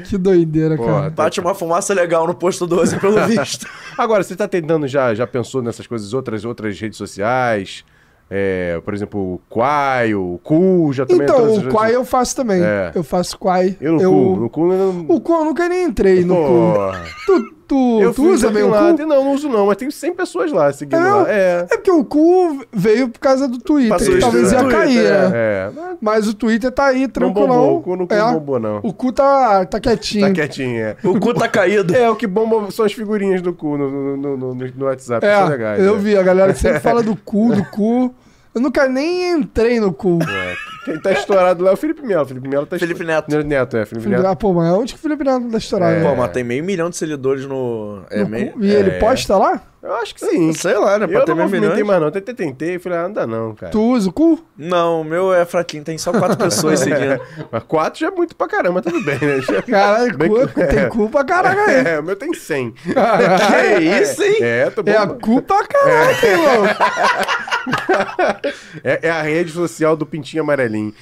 Speaker 3: Que doideira,
Speaker 2: Porra,
Speaker 3: cara.
Speaker 1: Bate uma fumaça legal no posto 12, pelo visto.
Speaker 2: Agora, você tá tentando, já, já pensou nessas coisas, outras, outras redes sociais? É, por exemplo, o Quai, o Cu, já também entrou
Speaker 3: Então,
Speaker 2: nessas
Speaker 3: o Quai
Speaker 2: redes-
Speaker 3: eu faço também.
Speaker 2: É.
Speaker 3: Eu faço Quai.
Speaker 2: Eu no
Speaker 3: eu...
Speaker 2: Cu, no Cu eu não...
Speaker 3: O Cu eu nunca nem entrei no Cu.
Speaker 2: Porra.
Speaker 3: Tu, tu,
Speaker 2: Eu um
Speaker 3: tu
Speaker 2: fui
Speaker 3: usa
Speaker 2: já
Speaker 3: bem
Speaker 2: tem
Speaker 3: o
Speaker 2: lá.
Speaker 3: Cu?
Speaker 2: Tem- Não, não uso não, mas tem 100 pessoas lá seguindo
Speaker 3: É,
Speaker 2: lá. É.
Speaker 3: É porque o Cu veio por causa do Twitter.
Speaker 1: Passou
Speaker 3: que
Speaker 1: isso
Speaker 3: talvez
Speaker 1: no
Speaker 3: ia
Speaker 1: Twitter,
Speaker 3: cair,
Speaker 1: é.
Speaker 3: né?
Speaker 2: É, mas
Speaker 3: Mas o Twitter tá aí,
Speaker 2: não
Speaker 3: tranquilão.
Speaker 2: bombou, o cu não,
Speaker 3: É.
Speaker 2: não bombou não.
Speaker 3: O cu tá, tá quietinho.
Speaker 2: Tá quietinho, é.
Speaker 1: O cu tá caído.
Speaker 2: É, o que bomba são as figurinhas do cu no, no, no, no- no WhatsApp.
Speaker 3: É,
Speaker 2: são legais.
Speaker 3: eu
Speaker 2: né?
Speaker 3: vi, a galera sempre fala do cu, do cu. Eu nunca nem entrei no cu.
Speaker 2: É, Quem tá estourado lá é o Felipe Melo. Felipe Melo tá
Speaker 1: Felipe
Speaker 2: estourado.
Speaker 1: Neto.
Speaker 2: Neto, é. Felipe
Speaker 3: Felipe,
Speaker 2: Neto.
Speaker 3: ah, pô, mas onde que o Felipe Neto tá estourado?
Speaker 2: É.
Speaker 1: Pô,
Speaker 3: né?
Speaker 1: mas tem meio milhão de seguidores no. É
Speaker 3: No
Speaker 1: meio.
Speaker 3: cu. E ele posta lá?
Speaker 2: Eu acho que sim.
Speaker 1: Sei lá, né? Pra
Speaker 2: Eu
Speaker 1: ter
Speaker 2: não
Speaker 1: meio
Speaker 2: movimentei
Speaker 1: milhão.
Speaker 2: mais não. Tentei, tentei. Falei, ah, não dá não, cara.
Speaker 3: um Tu usa o cu?
Speaker 1: Não, o meu é fraquinho, tem só quatro pessoas seguindo.
Speaker 2: Mas quatro já é muito pra caramba, tudo bem, né? Já-
Speaker 3: Caralho,
Speaker 2: Bem
Speaker 3: cu,
Speaker 2: que-
Speaker 3: tem cu pra caralho aí.
Speaker 2: É, o meu tem 100.
Speaker 1: que isso, hein?
Speaker 2: É, tô bom.
Speaker 3: É a cu pra caralho, irmão.
Speaker 2: É, é a rede social do Pintinho Amarelinho.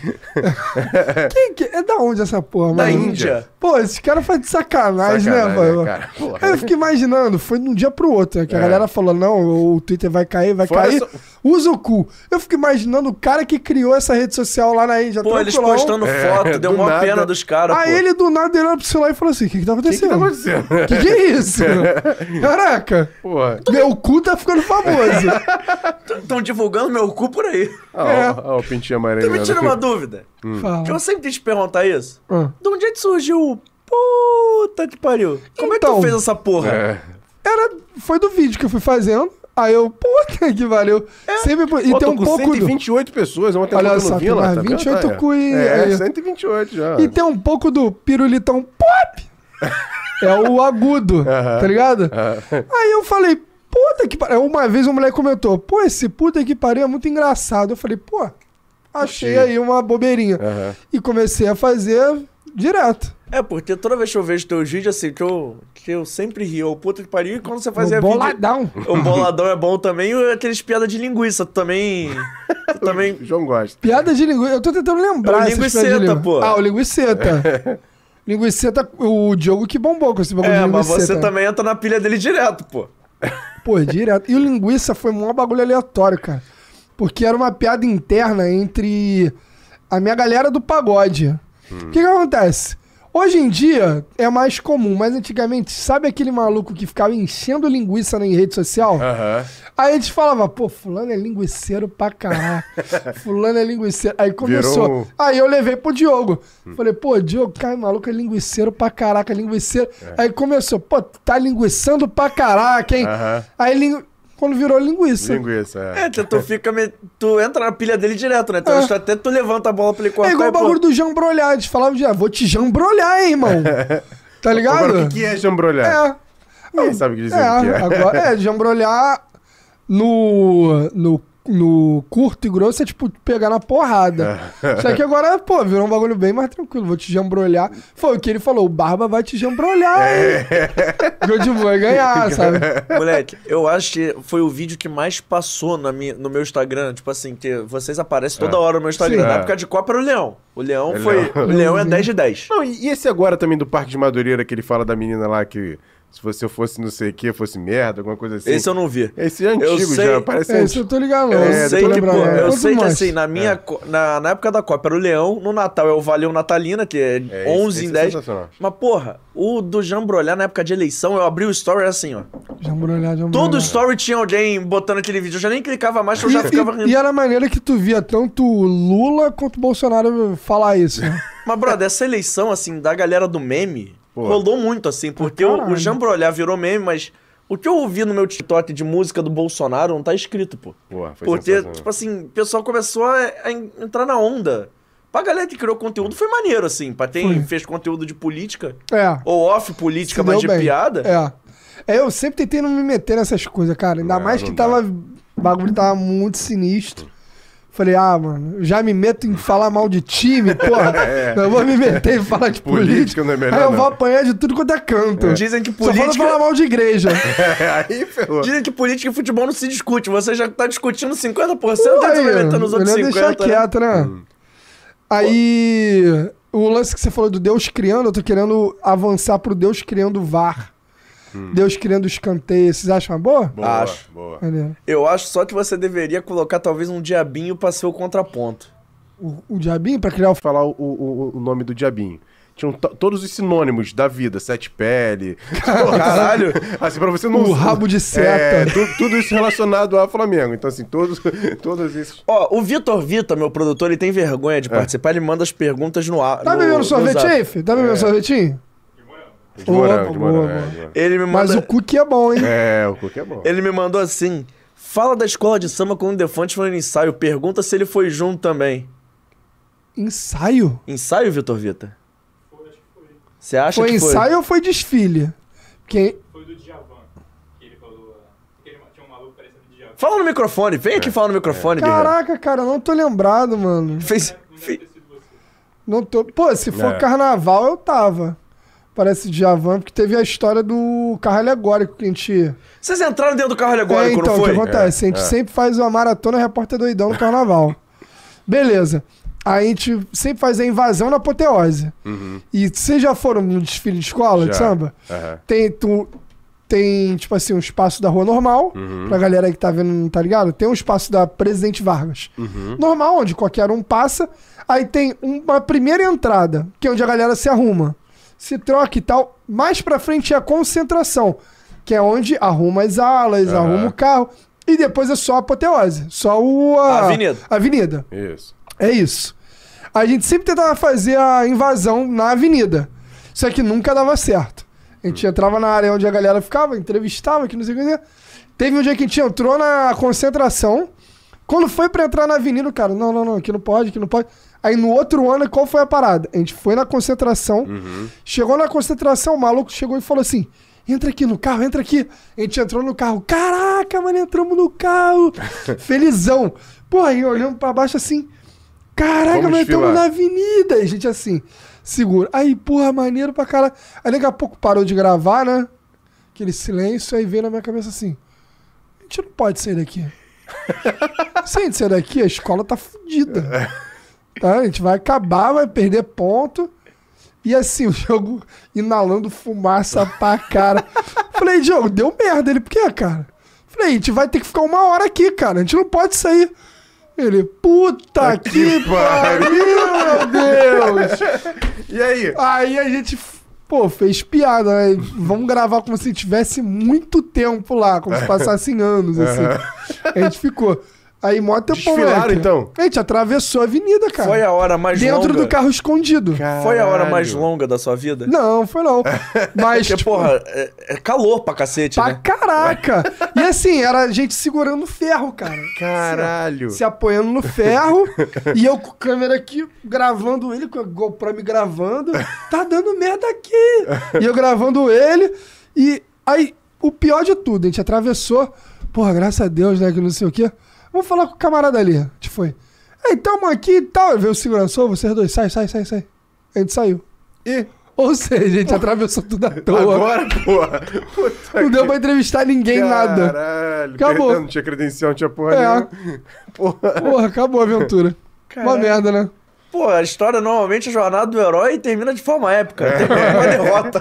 Speaker 3: Quem que... É da onde essa porra,
Speaker 1: Da
Speaker 3: mano?
Speaker 1: Índia.
Speaker 3: Pô, esse cara faz de sacanagem,
Speaker 2: Sacanagem,
Speaker 3: né, mano?
Speaker 2: né, cara? Porra.
Speaker 3: Aí eu fiquei imaginando, foi de um dia pro outro, né? Que a
Speaker 2: É.
Speaker 3: galera falou, não, o Twitter vai cair, vai
Speaker 2: Fora
Speaker 3: cair.
Speaker 2: só-
Speaker 3: Usa o cu. Eu fico imaginando o cara que criou essa rede social lá na Índia.
Speaker 1: Pô, eles
Speaker 3: tranquilão.
Speaker 1: postando foto, deu
Speaker 2: do
Speaker 1: uma
Speaker 2: nada.
Speaker 1: pena dos caras.
Speaker 3: Aí
Speaker 1: pô.
Speaker 3: Ah, ele do nada ele olha pro celular e falou assim: o que, que tá
Speaker 2: O que que
Speaker 3: acontecendo?
Speaker 2: tá
Speaker 3: O
Speaker 2: acontecendo?
Speaker 3: que, que é isso? Caraca!
Speaker 2: Porra.
Speaker 3: Meu cu tá ficando famoso.
Speaker 1: Estão divulgando meu cu por aí.
Speaker 2: Ó,
Speaker 3: É.
Speaker 2: ó, ó o Pintinho Amarelinho. né?
Speaker 1: Tu me tira uma dúvida.
Speaker 3: Fala.
Speaker 1: Que eu sempre tento te perguntar isso.
Speaker 3: Ah.
Speaker 1: De onde é que surgiu o puta que pariu? Como é
Speaker 3: Então.
Speaker 1: que tu fez essa porra?
Speaker 2: É.
Speaker 3: Era, foi do vídeo que eu fui fazendo. Aí eu, puta que valeu. Sempre, por- e
Speaker 2: Ó,
Speaker 3: tem
Speaker 2: É. tô
Speaker 3: um
Speaker 2: com
Speaker 3: pouco. do-
Speaker 2: 128 pessoas, ontem
Speaker 3: Olha
Speaker 2: eu
Speaker 3: só,
Speaker 2: no
Speaker 3: tem
Speaker 2: Vila,
Speaker 3: mais
Speaker 2: tá vendo?
Speaker 3: 28
Speaker 2: Aí, ó.
Speaker 3: cu e-
Speaker 2: É,
Speaker 3: aí.
Speaker 2: 128 já.
Speaker 3: E tem um pouco do pirulitão pop. É o agudo, tá ligado?
Speaker 2: Ah,
Speaker 3: Aí eu falei, puta que pariu. Uma vez um moleque comentou, pô, esse puta que pariu é muito engraçado. Eu falei, pô, achei aí uma bobeirinha.
Speaker 2: Aham.
Speaker 3: E comecei a fazer direto.
Speaker 1: É, porque toda vez que eu vejo teus vídeos, assim, que eu, que eu sempre rio, o puta que pariu, e quando você fazia
Speaker 3: No
Speaker 1: vídeo...
Speaker 3: boladão.
Speaker 1: O boladão é bom também, e aqueles piada de linguiça, tu também... Tu também...
Speaker 2: João gosta.
Speaker 3: Piada de linguiça. Eu tô tentando lembrar
Speaker 1: É o
Speaker 3: essas piadas
Speaker 1: linguiceta,
Speaker 3: de língua.
Speaker 1: pô.
Speaker 3: Ah, o linguiceta. Linguiceta, o Diogo que bombou com esse bagulho
Speaker 1: É,
Speaker 3: de né?
Speaker 1: mas
Speaker 3: linguiceta.
Speaker 1: você também entra na pilha dele direto, pô.
Speaker 3: Pô, direto. E o linguiça foi um bagulho aleatório, cara. Porque era uma piada interna entre a minha galera do pagode. O que, que acontece? Hoje em dia é mais comum, mas antigamente, sabe aquele maluco que ficava enchendo linguiça na rede social?
Speaker 2: Aham.
Speaker 3: Aí a gente falava, pô, fulano é linguiceiro pra caralho. fulano é linguiceiro. Aí começou.
Speaker 2: Virou um- Hum.
Speaker 3: Aí eu levei pro Diogo. Falei, pô, Diogo, cara, maluco é linguiceiro pra caraca, linguiceiro.
Speaker 2: É.
Speaker 3: Aí começou, pô, tá linguiçando pra caraca, hein?
Speaker 2: Aham.
Speaker 3: Aí lingu- quando virou linguiça.
Speaker 2: Linguiça, é.
Speaker 1: É,
Speaker 3: tá
Speaker 1: tu, tu fica. me- Tu entra na pilha dele direto, né? Então,
Speaker 3: É.
Speaker 1: acho que até tu levanta a bola pra ele cortar.
Speaker 3: É igual
Speaker 1: e,
Speaker 3: o
Speaker 1: pô,
Speaker 3: bagulho do jambrolhar. Eles falavam de, ah, vou te jambrolhar, hein, irmão. tá ligado?
Speaker 2: Agora, o que que é jambrolhar?
Speaker 3: É.
Speaker 2: Ninguém sabe dizer
Speaker 3: é,
Speaker 2: o que é.
Speaker 3: Agora, é, jambrolhar no, no, no curto e grosso é tipo pegar na porrada.
Speaker 2: É.
Speaker 3: Só que agora, pô, virou um bagulho bem mais tranquilo. Vou te jambrolhar. Foi o que ele falou: o Barba vai te jambrolhar.
Speaker 2: É.
Speaker 3: hein? Good boy vai ganhar, sabe?
Speaker 1: Moleque, eu acho que foi o vídeo que mais passou na minha, no meu Instagram. Tipo assim, que vocês aparecem toda hora no meu Instagram.
Speaker 2: Sim.
Speaker 1: Na
Speaker 2: É.
Speaker 1: época de Copa era o Leão. O Leão
Speaker 2: É
Speaker 1: foi.
Speaker 2: Leão.
Speaker 1: O Leão é 10 de 10.
Speaker 2: Não, e e esse agora também do Parque de Madureira, que ele fala da menina lá que se você fosse não sei o que, fosse merda, alguma coisa assim.
Speaker 1: Esse eu não vi.
Speaker 2: Esse é antigo
Speaker 1: Eu sei-
Speaker 2: já, parece
Speaker 3: É, isso
Speaker 2: antigo.
Speaker 3: eu tô ligado.
Speaker 1: Eu
Speaker 3: não.
Speaker 1: sei
Speaker 3: tô
Speaker 1: que, pô,
Speaker 3: lembrando,
Speaker 2: é,
Speaker 3: né?
Speaker 1: eu
Speaker 3: Quanto
Speaker 1: sei que
Speaker 3: mais?
Speaker 1: assim, na minha. co- Na, na época da Copa era o Leão, no Natal é o Valeu Natalina, que é,
Speaker 2: esse-
Speaker 1: 11
Speaker 2: esse
Speaker 1: em
Speaker 2: é
Speaker 1: 10.
Speaker 2: sensacional.
Speaker 1: Mas, porra, o do Jambrolhar na época de eleição, eu abri o story era assim, ó.
Speaker 3: Jambrolhar, jambrolhar.
Speaker 2: Hum.
Speaker 1: Todo story tinha alguém botando aquele vídeo. Eu já nem clicava mais, eu já
Speaker 3: E-
Speaker 1: ficava
Speaker 3: e, e
Speaker 1: rindo.
Speaker 3: era a maneira que tu via tanto Lula quanto Bolsonaro falar isso. né?
Speaker 1: Mas, brother, essa eleição, assim, da galera do meme,
Speaker 2: Pô.
Speaker 1: rolou muito, assim, porque o,
Speaker 3: caralho.
Speaker 1: o Jambrolhar virou meme, mas o que eu ouvi no meu TikTok de música do Bolsonaro não tá escrito, pô.
Speaker 2: Porra, foi
Speaker 1: Porque,
Speaker 2: sensacional.
Speaker 1: tipo assim, o pessoal começou a, a en- entrar na onda. Pra galera que criou conteúdo foi maneiro, assim, pra quem fez conteúdo de política,
Speaker 3: É.
Speaker 1: ou off política,
Speaker 3: Se deu
Speaker 1: mas de
Speaker 3: bem.
Speaker 1: piada.
Speaker 3: É. É, eu sempre tentei não me meter nessas coisas, cara. Ainda
Speaker 2: Não,
Speaker 3: mais
Speaker 2: não
Speaker 3: que
Speaker 2: dá.
Speaker 3: tava. O bagulho tava muito sinistro. Falei, ah, mano, eu já me meto em falar mal de time, porra. Eu vou me meter em falar de política.
Speaker 2: Política não é melhor,
Speaker 3: Aí eu
Speaker 2: não.
Speaker 3: vou apanhar de tudo quanto é canto.
Speaker 1: Dizem que
Speaker 3: Só falta
Speaker 1: política-
Speaker 3: falar mal de igreja.
Speaker 2: Aí ferrou.
Speaker 1: Dizem que política e futebol não se discute. Você já tá discutindo 50%, tá
Speaker 3: Aí,
Speaker 1: desmeritando os outros
Speaker 3: melhor
Speaker 1: 50%.
Speaker 3: deixar
Speaker 1: né?
Speaker 3: quieto, né? Aí, o lance que você falou do Deus criando, eu tô querendo avançar pro Deus criando VAR. Deus criando escanteio. Vocês acham uma boa?
Speaker 2: Boa,
Speaker 1: Acho.
Speaker 2: boa.
Speaker 3: Maneiro.
Speaker 1: Eu acho só que você deveria colocar talvez um diabinho pra ser o contraponto.
Speaker 3: O, o diabinho pra criar o.
Speaker 2: Falar o, o- o- o nome do diabinho. Tinham to- todos os sinônimos da vida, sete pele. Caralho! assim, pra você não.
Speaker 3: O rabo de seta.
Speaker 2: É, tu- tudo isso relacionado ao Flamengo. Então, assim, todos, todos esses.
Speaker 1: Ó, o Vitor Vita, meu produtor, ele tem vergonha de participar, ele manda as perguntas no ar.
Speaker 3: Tá
Speaker 1: no-
Speaker 3: bebendo
Speaker 1: no
Speaker 3: sorvete
Speaker 1: zap.
Speaker 3: aí, filho? Tá bebendo sorvetinho?
Speaker 2: De morango,
Speaker 3: Opa,
Speaker 2: de morango.
Speaker 3: boa,
Speaker 2: é,
Speaker 3: boa.
Speaker 2: de morango.
Speaker 1: Ele me manda...
Speaker 3: Mas o cookie é bom, hein?
Speaker 2: É, o Cook é bom.
Speaker 1: Ele me mandou assim: fala da escola de samba quando o Defante foi no ensaio. Pergunta se ele foi junto também.
Speaker 3: Ensaio?
Speaker 1: Ensaio, Vitor Vita? Você acha
Speaker 3: Foi
Speaker 1: que foi?
Speaker 3: ensaio ou foi desfile? Porque
Speaker 4: Foi do Djavan, que ele falou. ah, que ele- tinha um maluco parecendo Djavan.
Speaker 1: Fala no microfone, vem aqui falar no microfone,
Speaker 3: é.
Speaker 1: Birra.
Speaker 3: Caraca, cara, eu não tô lembrado, mano.
Speaker 1: Fez.
Speaker 4: Não deve
Speaker 1: fe-
Speaker 4: ter sido você.
Speaker 3: Não tô. Pô, se for
Speaker 2: É.
Speaker 3: carnaval, eu tava. Parece Djavan, porque teve a história do carro alegórico que a gente.
Speaker 1: Vocês entraram dentro do carro
Speaker 3: É,
Speaker 1: agora, quando
Speaker 3: então, o que
Speaker 1: foi?
Speaker 3: acontece? a gente
Speaker 2: É, é.
Speaker 3: sempre faz uma maratona repórter doidão no carnaval. Beleza. A gente sempre faz a invasão na apoteose. E vocês já foram no desfile de escola de
Speaker 2: Já.
Speaker 3: samba?
Speaker 2: Aham.
Speaker 3: Tem, tu, tem, tipo assim, um espaço da rua normal, pra galera que tá vendo, não tá ligado? Tem um espaço da Presidente Vargas. Normal, onde qualquer um passa. Aí tem uma primeira entrada, que é onde a galera se arruma, se troca e tal. Mais pra frente é a concentração, que é onde arruma as alas,
Speaker 2: Aham.
Speaker 3: arruma o carro. E depois é só a apoteose, só o... a-
Speaker 1: Avenida.
Speaker 3: Avenida.
Speaker 2: Isso.
Speaker 3: É isso. A gente sempre tentava fazer a invasão na avenida. Só que nunca dava certo. A gente entrava na área onde a galera ficava, entrevistava, que não sei o que. né? Teve um dia que a gente entrou na concentração. Quando foi pra entrar na avenida, o cara, não, não, não, aqui não pode, aqui não pode. Aí no outro ano, qual foi a parada? A gente foi na concentração,
Speaker 2: Uhum.
Speaker 3: chegou na concentração, o maluco chegou e falou assim: entra aqui no carro, entra aqui. A gente entrou no carro, caraca, mano, entramos no carro, felizão. Porra, aí olhando pra baixo assim, Caraca,
Speaker 2: Vamos
Speaker 3: nós estamos
Speaker 2: desfilar.
Speaker 3: na avenida. E gente assim, segura. Aí, porra, maneiro pra caralho. Aí daqui a pouco parou de gravar, né? Aquele silêncio, aí veio na minha cabeça assim: a gente não pode sair daqui. Se a gente sair daqui, a escola tá fudida. Tá? A gente vai acabar, vai perder ponto. E assim, o jogo inalando fumaça pra cara. Falei, Diogo, deu merda. Ele, por quê, cara? Falei, a gente vai ter que ficar uma hora aqui, cara. A gente não pode sair. Ele, puta que, pariu, meu Deus!
Speaker 2: E aí?
Speaker 3: Aí a gente, pô, fez piada, né? Vamos gravar como se tivesse muito tempo lá, como
Speaker 1: É.
Speaker 3: se passassem anos, assim. A gente ficou. Aí, mó tempão,
Speaker 2: Desfilaram,
Speaker 3: moleque.
Speaker 2: então?
Speaker 3: A gente atravessou a avenida, cara.
Speaker 1: Foi a hora mais
Speaker 3: Dentro
Speaker 1: longa.
Speaker 3: do carro escondido.
Speaker 1: Foi a hora mais
Speaker 2: Caralho.
Speaker 1: longa da sua vida?
Speaker 3: Não, foi não. Mas,
Speaker 1: Porque,
Speaker 3: tipo,
Speaker 1: porra, é, é calor pra cacete,
Speaker 3: pra
Speaker 1: né?
Speaker 3: caraca. E assim, era a gente segurando o ferro, cara.
Speaker 2: Caralho.
Speaker 3: Se apoiando no ferro. e eu com a câmera aqui, gravando ele, com a GoPro me gravando. Tá dando merda aqui. E eu gravando ele. E aí, o pior de tudo, a gente atravessou. Porra, graças a Deus, né? Que não sei o quê. Vamos falar com o camarada ali. A gente foi. Aí, tamo aqui e tal. Veio o segurança, "Ô, vocês dois, sai, sai, sai, sai. A gente saiu. E, ou seja, a gente atravessou tudo à toa.
Speaker 2: Agora, porra. Puta
Speaker 3: Não deu
Speaker 2: que-
Speaker 3: pra entrevistar ninguém, nada.
Speaker 2: Caralho.
Speaker 3: Acabou.
Speaker 2: perdão, Não tinha credencial, não tinha porra
Speaker 3: É.
Speaker 2: nenhuma. Porra.
Speaker 3: Porra, acabou a aventura. Uma
Speaker 1: Caralho.
Speaker 3: merda, né?
Speaker 1: Pô, a história normalmente, a jornada do herói termina de forma épica. Tem uma derrota.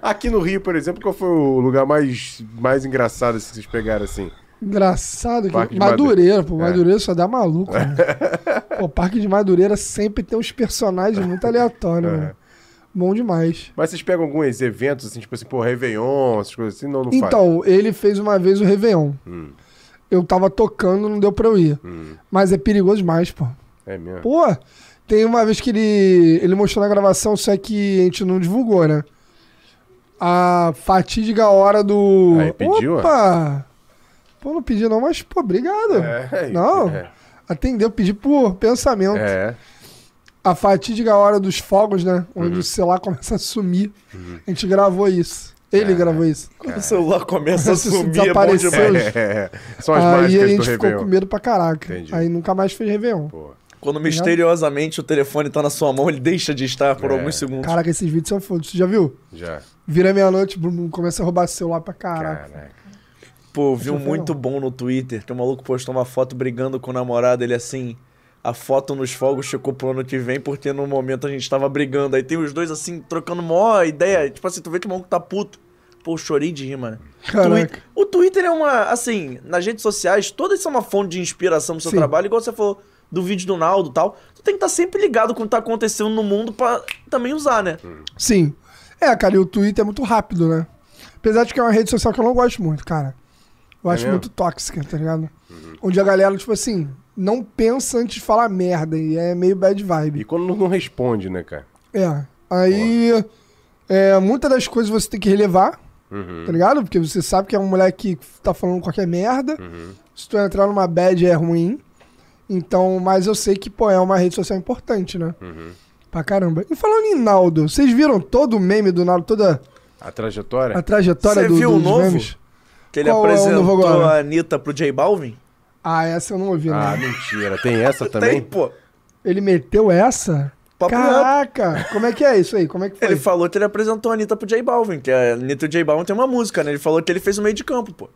Speaker 2: Aqui no Rio, por exemplo, qual foi o lugar mais, mais engraçado assim, que vocês pegaram assim?
Speaker 3: Engraçado
Speaker 2: Parque de
Speaker 3: que Madureira, pô,
Speaker 2: É.
Speaker 3: Madureira só dá maluco. Né? pô, Parque de Madureira sempre tem uns personagens muito aleatórios,
Speaker 2: É.
Speaker 3: mano. Bom demais.
Speaker 2: Mas vocês pegam alguns eventos, assim, tipo assim, pô, Réveillon, essas coisas assim? Não, não faz.
Speaker 3: Então, ele fez uma vez o Réveillon.
Speaker 2: Hum.
Speaker 3: Eu tava tocando, não deu pra eu ir. Mas é perigoso demais, pô.
Speaker 2: É mesmo.
Speaker 3: Pô, tem uma vez que ele, ele mostrou na gravação, só que a gente não divulgou, né? A fatídica hora do.
Speaker 2: Aí, pediu, ó.
Speaker 3: Opa! Pô, não pedi não, mas, pô, obrigado.
Speaker 2: É,
Speaker 3: não,
Speaker 2: é.
Speaker 3: atendeu, pedi por pensamento.
Speaker 2: É.
Speaker 3: A fatídica hora dos fogos, né?
Speaker 2: Uhum.
Speaker 3: Onde o celular começa a sumir. A gente gravou isso.
Speaker 2: É.
Speaker 3: Ele gravou isso.
Speaker 1: Quando o celular começa a
Speaker 3: Isso
Speaker 1: sumir, é bom
Speaker 3: desapareceu. né?
Speaker 1: demais.
Speaker 2: É. São as
Speaker 3: Aí a
Speaker 2: mágicas do
Speaker 3: gente ficou com
Speaker 2: Réveillon.
Speaker 3: medo pra caraca.
Speaker 2: Entendi.
Speaker 3: Aí nunca mais fez Réveillon.
Speaker 2: Pô.
Speaker 1: Quando misteriosamente o telefone tá na sua mão, ele deixa de estar por
Speaker 2: É.
Speaker 1: alguns segundos.
Speaker 3: Caraca, esses vídeos são foda. Você já viu?
Speaker 2: Já.
Speaker 3: Vira meia-noite, blum, blum, começa a roubar celular pra caraca.
Speaker 2: Caraca.
Speaker 1: Pô, vi um
Speaker 3: Deixa eu ver,
Speaker 1: muito bom no Twitter, que o maluco postou uma foto brigando com o namorado, ele assim... A foto nos fogos ficou pro ano que vem, porque no momento a gente tava brigando. Aí tem os dois assim, trocando mó ideia. Tipo assim, tu vê que o maluco tá puto. Pô, eu chorei de rir, mano.
Speaker 3: Caraca.
Speaker 1: Twi- O Twitter é uma, assim, nas redes sociais, todas são uma fonte de inspiração pro seu
Speaker 3: Sim.
Speaker 1: trabalho, igual você falou do vídeo do Naldo e tal. Tu tem que estar sempre ligado com o que tá acontecendo no mundo pra também usar, né?
Speaker 3: Sim. É, cara, e o Twitter é muito rápido, né? Apesar de que é uma rede social que eu não gosto muito, cara. Eu
Speaker 2: É
Speaker 3: acho
Speaker 2: mesmo? Uhum.
Speaker 3: muito tóxica, tá ligado? Onde a galera, tipo assim, não pensa antes de falar merda e é meio bad
Speaker 2: E
Speaker 3: vibe.
Speaker 2: quando não responde, né, cara?
Speaker 3: É. Aí, é, muitas das coisas você tem que relevar, tá ligado? Porque você sabe que é um moleque que tá falando qualquer merda. Se tu entrar numa bad é ruim. Então, mas eu sei que, pô, é uma rede social importante, né? Pra caramba. E falando em Naldo, vocês viram todo o meme do Naldo, toda
Speaker 2: A trajetória?
Speaker 3: a trajetória
Speaker 1: Você
Speaker 3: do,
Speaker 1: viu o
Speaker 3: dos
Speaker 1: novo?
Speaker 3: memes?
Speaker 1: Que ele
Speaker 3: Qual é o novo
Speaker 1: apresentou
Speaker 3: agora?
Speaker 1: a Anitta pro J Balvin?
Speaker 3: Ah, essa eu não ouvi,
Speaker 2: Ah,
Speaker 3: não.
Speaker 2: mentira. Tem essa
Speaker 1: Tem,
Speaker 2: também?
Speaker 1: pô.
Speaker 3: Ele meteu essa?
Speaker 1: Papo
Speaker 3: Caraca! Como é que é isso aí? Como é que foi?
Speaker 1: Ele falou que ele apresentou a Anitta pro J Balvin, que a Anitta e o J Balvin tem uma música, né? Ele falou que ele fez o meio de campo, pô.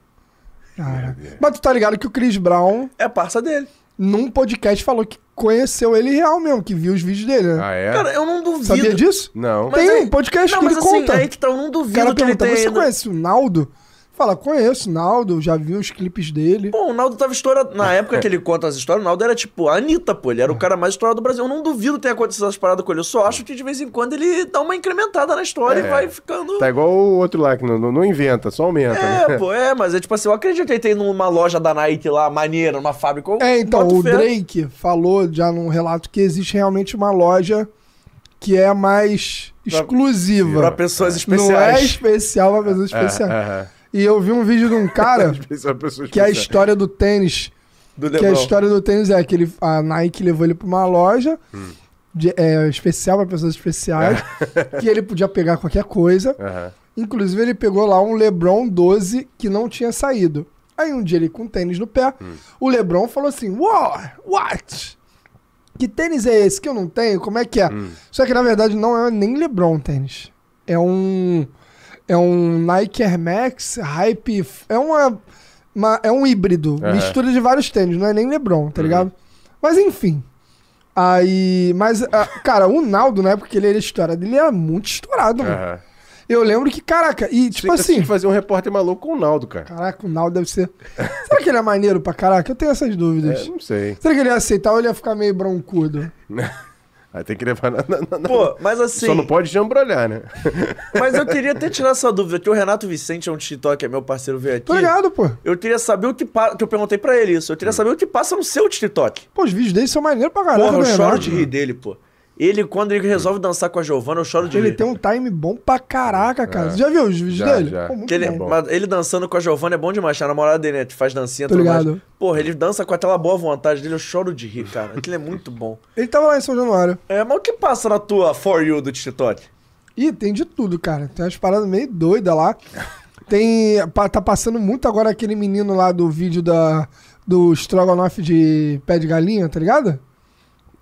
Speaker 3: Cara. Mas tu tá ligado que o Chris Brown,
Speaker 1: É parça dele.
Speaker 3: num podcast, falou que conheceu ele real mesmo, que viu os vídeos dele, né?
Speaker 2: Ah, é?
Speaker 1: Cara, eu não duvido.
Speaker 3: Sabia disso?
Speaker 2: Não.
Speaker 3: Mas- Tem um podcast
Speaker 1: não,
Speaker 3: que
Speaker 1: mas
Speaker 3: ele
Speaker 1: assim,
Speaker 3: conta.
Speaker 1: Aí que tá, eu não
Speaker 3: O cara
Speaker 1: duvido que ele
Speaker 3: pergunta,
Speaker 1: tenha
Speaker 3: você
Speaker 1: ido...
Speaker 3: conhece o Naldo? Fala, conheço o Naldo, já vi os clipes dele.
Speaker 1: Pô, o Naldo tava estourado. Na época que ele conta as histórias, o Naldo era tipo a Anitta, pô. Ele era o cara mais estourado do Brasil. Eu não duvido ter acontecido essas paradas com ele. Eu só acho que de vez em quando ele dá uma incrementada na história
Speaker 2: É.
Speaker 1: e vai ficando.
Speaker 2: Tá igual o outro lá, que não, não- não inventa, só aumenta,
Speaker 1: É,
Speaker 2: né?
Speaker 1: pô, é, mas é tipo assim, eu acredito que ele tem numa loja da Nike lá, maneira, numa fábrica. eu
Speaker 3: É, então,
Speaker 1: boto
Speaker 3: o
Speaker 1: fé.
Speaker 3: Drake falou já num relato que existe realmente uma loja que é mais
Speaker 1: Pra
Speaker 3: exclusiva.
Speaker 1: pessoas
Speaker 3: Não é
Speaker 1: especiais. É,
Speaker 3: especial pra pessoas especiais.
Speaker 2: Aham.
Speaker 3: E eu vi um vídeo de um cara
Speaker 2: Isso é uma pessoa
Speaker 3: que a
Speaker 2: especial.
Speaker 3: história do tênis.
Speaker 1: Do
Speaker 3: Que a
Speaker 1: Lebron.
Speaker 3: história do tênis é que ele, a Nike levou ele pra uma loja de- é, especial pra pessoas especiais. que ele podia pegar qualquer coisa.
Speaker 2: Aham.
Speaker 3: Inclusive, ele pegou lá um Lebron 12 que não tinha saído. Aí um dia ele com tênis no pé,
Speaker 2: Hum.
Speaker 3: o Lebron falou assim: Uau, what? Que tênis é esse que eu não tenho? Como é que é?
Speaker 2: Hum.
Speaker 3: Só que na verdade não é nem Lebron tênis. É um. É um Nike Air Max Hype. É uma. uma- é um híbrido.
Speaker 2: Aham. Uhum.
Speaker 3: Mistura de vários tênis, não é nem Lebron, tá ligado? Mas enfim. Aí. Mas, ah, cara, o Naldo, na época que ele era estourado, ele era muito estourado, mano.
Speaker 2: Aham.
Speaker 3: Eu lembro que, caraca, e tipo
Speaker 2: Tinha- tinha
Speaker 3: assim.
Speaker 2: que fazer um repórter maluco com o Naldo, cara.
Speaker 3: Caraca, o Naldo deve ser. Será que ele é maneiro pra caraca? Eu tenho essas dúvidas.
Speaker 2: É, não sei.
Speaker 3: Será que ele ia aceitar ou ele ia ficar meio broncudo?
Speaker 2: Aí tem que levar na. na- na- na-
Speaker 1: Pô, mas assim.
Speaker 2: Só não pode jambrolhar, né?
Speaker 1: Mas eu queria até tirar essa dúvida, que o Renato Vicente é um TikTok, é meu parceiro, veio aqui.
Speaker 3: Tô ligado, pô.
Speaker 1: Eu queria saber o que passa. Que eu perguntei pra ele isso. Eu queria saber o que passa no seu TikTok.
Speaker 3: Pô, os vídeos dele são maneiros pra caraca,
Speaker 1: Porra, eu
Speaker 3: né,
Speaker 1: choro
Speaker 3: Renato?
Speaker 1: de rir dele, pô. Ele, quando ele resolve dançar com a Giovana, eu choro de
Speaker 3: Hum. Ele
Speaker 1: rir.
Speaker 3: tem um time bom pra caraca, cara. Você já viu os vídeos
Speaker 2: Já,
Speaker 3: dele?
Speaker 2: já.
Speaker 3: Pô, muito
Speaker 1: Que ele,
Speaker 3: É bom.
Speaker 1: mas ele dançando com a Giovana é bom demais, a namorada dele, né? que Faz dancinha,
Speaker 3: Tô
Speaker 1: tudo
Speaker 3: ligado.
Speaker 1: mais. Porra, ele dança com aquela boa vontade dele, eu choro de rir, cara. Aquilo é muito bom.
Speaker 3: Ele tava lá em São Januário.
Speaker 1: É, mas o que passa na tua For You do TikTok?
Speaker 3: Ih, tem de tudo, cara. Tem umas paradas meio doidas lá. Tem. pa- Tá passando muito agora aquele menino lá do vídeo da, do Strogonoff de pé de galinha, tá ligado?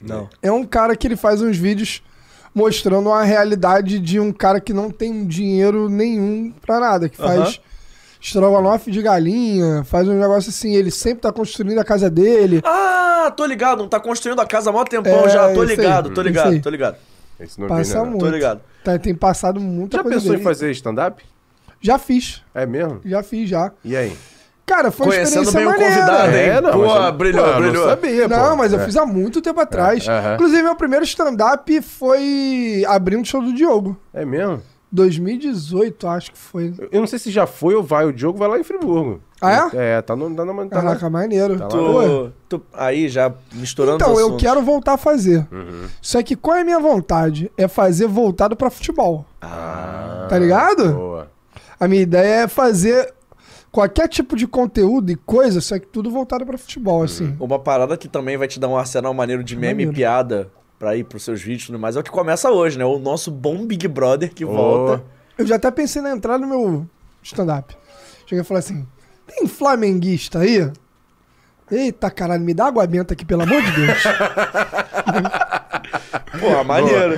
Speaker 1: Não.
Speaker 3: É um cara que ele faz uns vídeos mostrando a realidade de um cara que não tem dinheiro nenhum pra nada, que faz.
Speaker 1: Aham.
Speaker 3: Strogonoff de galinha, faz um negócio assim, ele sempre tá construindo a casa dele.
Speaker 1: Ah, tô ligado, não tá construindo a casa há mó tempão
Speaker 3: É,
Speaker 1: já. Tô
Speaker 3: isso aí,
Speaker 1: ligado, tô
Speaker 3: isso
Speaker 1: ligado,
Speaker 3: aí.
Speaker 1: tô ligado.
Speaker 2: Esse não
Speaker 3: Passa
Speaker 2: vem, né, não.
Speaker 3: muito.
Speaker 1: Tô ligado.
Speaker 3: Tá- tem passado muita
Speaker 2: Já
Speaker 3: coisa
Speaker 2: pensou em
Speaker 3: dele.
Speaker 2: fazer stand-up?
Speaker 3: Já fiz,
Speaker 2: É mesmo?
Speaker 3: já fiz, já.
Speaker 2: E aí?
Speaker 3: Cara, foi uma
Speaker 1: Conhecendo
Speaker 3: experiência
Speaker 1: bem o
Speaker 3: maneira.
Speaker 1: convidado, hein?
Speaker 2: É, não,
Speaker 1: Pô,
Speaker 2: mas eu-
Speaker 1: brilhou,
Speaker 2: pô, eu
Speaker 1: brilhou.
Speaker 2: Não sabia, pô.
Speaker 3: Não, mas eu
Speaker 2: É.
Speaker 3: fiz há muito tempo atrás.
Speaker 2: aham.
Speaker 3: Inclusive, meu primeiro stand-up foi abrindo o show do Diogo.
Speaker 2: É mesmo?
Speaker 3: 2018, acho que foi.
Speaker 2: Eu- Eu não sei se já foi ou vai. O Diogo vai lá em Friburgo.
Speaker 3: Ah,
Speaker 2: é? É, tá, no, tá, na, tá,
Speaker 3: Caraca,
Speaker 2: na,
Speaker 3: maneiro.
Speaker 2: lá.
Speaker 3: Pô,
Speaker 1: Tu, tu- aí já misturando
Speaker 3: Então,
Speaker 1: os
Speaker 3: eu
Speaker 1: assuntos. Uhum.
Speaker 3: quero voltar a fazer. Só que qual é a minha vontade? É fazer voltado pra futebol.
Speaker 1: Ah,
Speaker 3: tá ligado?
Speaker 2: Ah, Boa.
Speaker 3: A minha ideia é fazer qualquer tipo de conteúdo e coisa, só que tudo voltado pra
Speaker 1: Uhum.
Speaker 3: futebol, assim.
Speaker 1: Uma parada que também vai te dar um arsenal maneiro de meme
Speaker 3: Maneiro.
Speaker 1: e piada pra ir pros seus vídeos e tudo mais. É o que começa hoje, né? O nosso bom Big Brother que
Speaker 2: Ô.
Speaker 1: volta.
Speaker 3: Eu já até pensei em entrar no meu stand-up. Cheguei a falar assim: tem flamenguista aí? Eita caralho, me dá água benta aqui, pelo amor de Deus.
Speaker 1: Porra, é maneiro.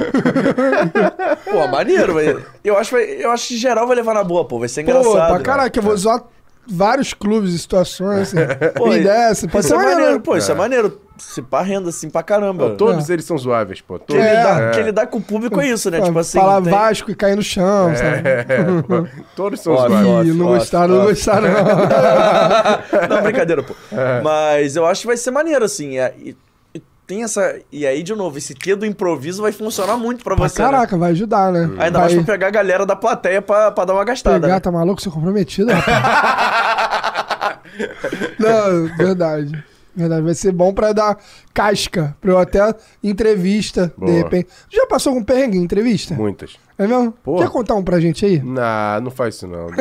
Speaker 1: Pô, é maneiro, velho. Eu acho, vai- eu acho que geral vai levar na boa, pô. Vai ser engraçado. né?
Speaker 3: Pô, pra caraca, eu vou zoar vários clubes e situações. Assim.
Speaker 1: Pô,
Speaker 3: Minha ideia é essa, pode
Speaker 1: Isso
Speaker 3: ser
Speaker 1: é maneiro,
Speaker 3: maneiro.
Speaker 1: pô. Isso é maneiro. Se pá, renda assim pra caramba.
Speaker 2: Pô,
Speaker 3: É.
Speaker 2: todos eles são zoáveis, pô.
Speaker 1: Que,
Speaker 2: Todos.
Speaker 1: ele dá,
Speaker 2: É.
Speaker 1: que ele dá com o público é isso, né? Tipo assim.
Speaker 3: Falar
Speaker 1: tem-
Speaker 3: Vasco e cair no chão, sabe?
Speaker 2: É, pô. Todos são
Speaker 1: Ó,
Speaker 2: zoáveis.
Speaker 1: ó.
Speaker 3: Ih, não
Speaker 1: Off,
Speaker 3: gostaram, não
Speaker 1: off.
Speaker 3: gostaram, não.
Speaker 1: Não, brincadeira, pô. Mas eu acho que vai ser maneiro, assim. é- e, e tem essa. E aí, de novo, esse quê do improviso vai funcionar muito pra
Speaker 3: Pra
Speaker 1: você. né?
Speaker 3: caraca, vai ajudar, né?
Speaker 1: Ainda
Speaker 3: vai
Speaker 1: mais pra pegar a galera da plateia pra, pra dar uma gastada.
Speaker 3: pegar,
Speaker 1: né?
Speaker 3: tá maluco? Você é comprometido, rapaz. não, verdade. Verdade, vai ser bom pra dar casca, pra eu até entrevista,
Speaker 2: Boa.
Speaker 3: de repente. Já passou algum perrengue em entrevista?
Speaker 2: Muitas.
Speaker 3: É mesmo?
Speaker 2: Porra.
Speaker 3: Quer contar um pra gente
Speaker 1: Hum.
Speaker 3: aí?
Speaker 2: Não, não faz isso, não. né?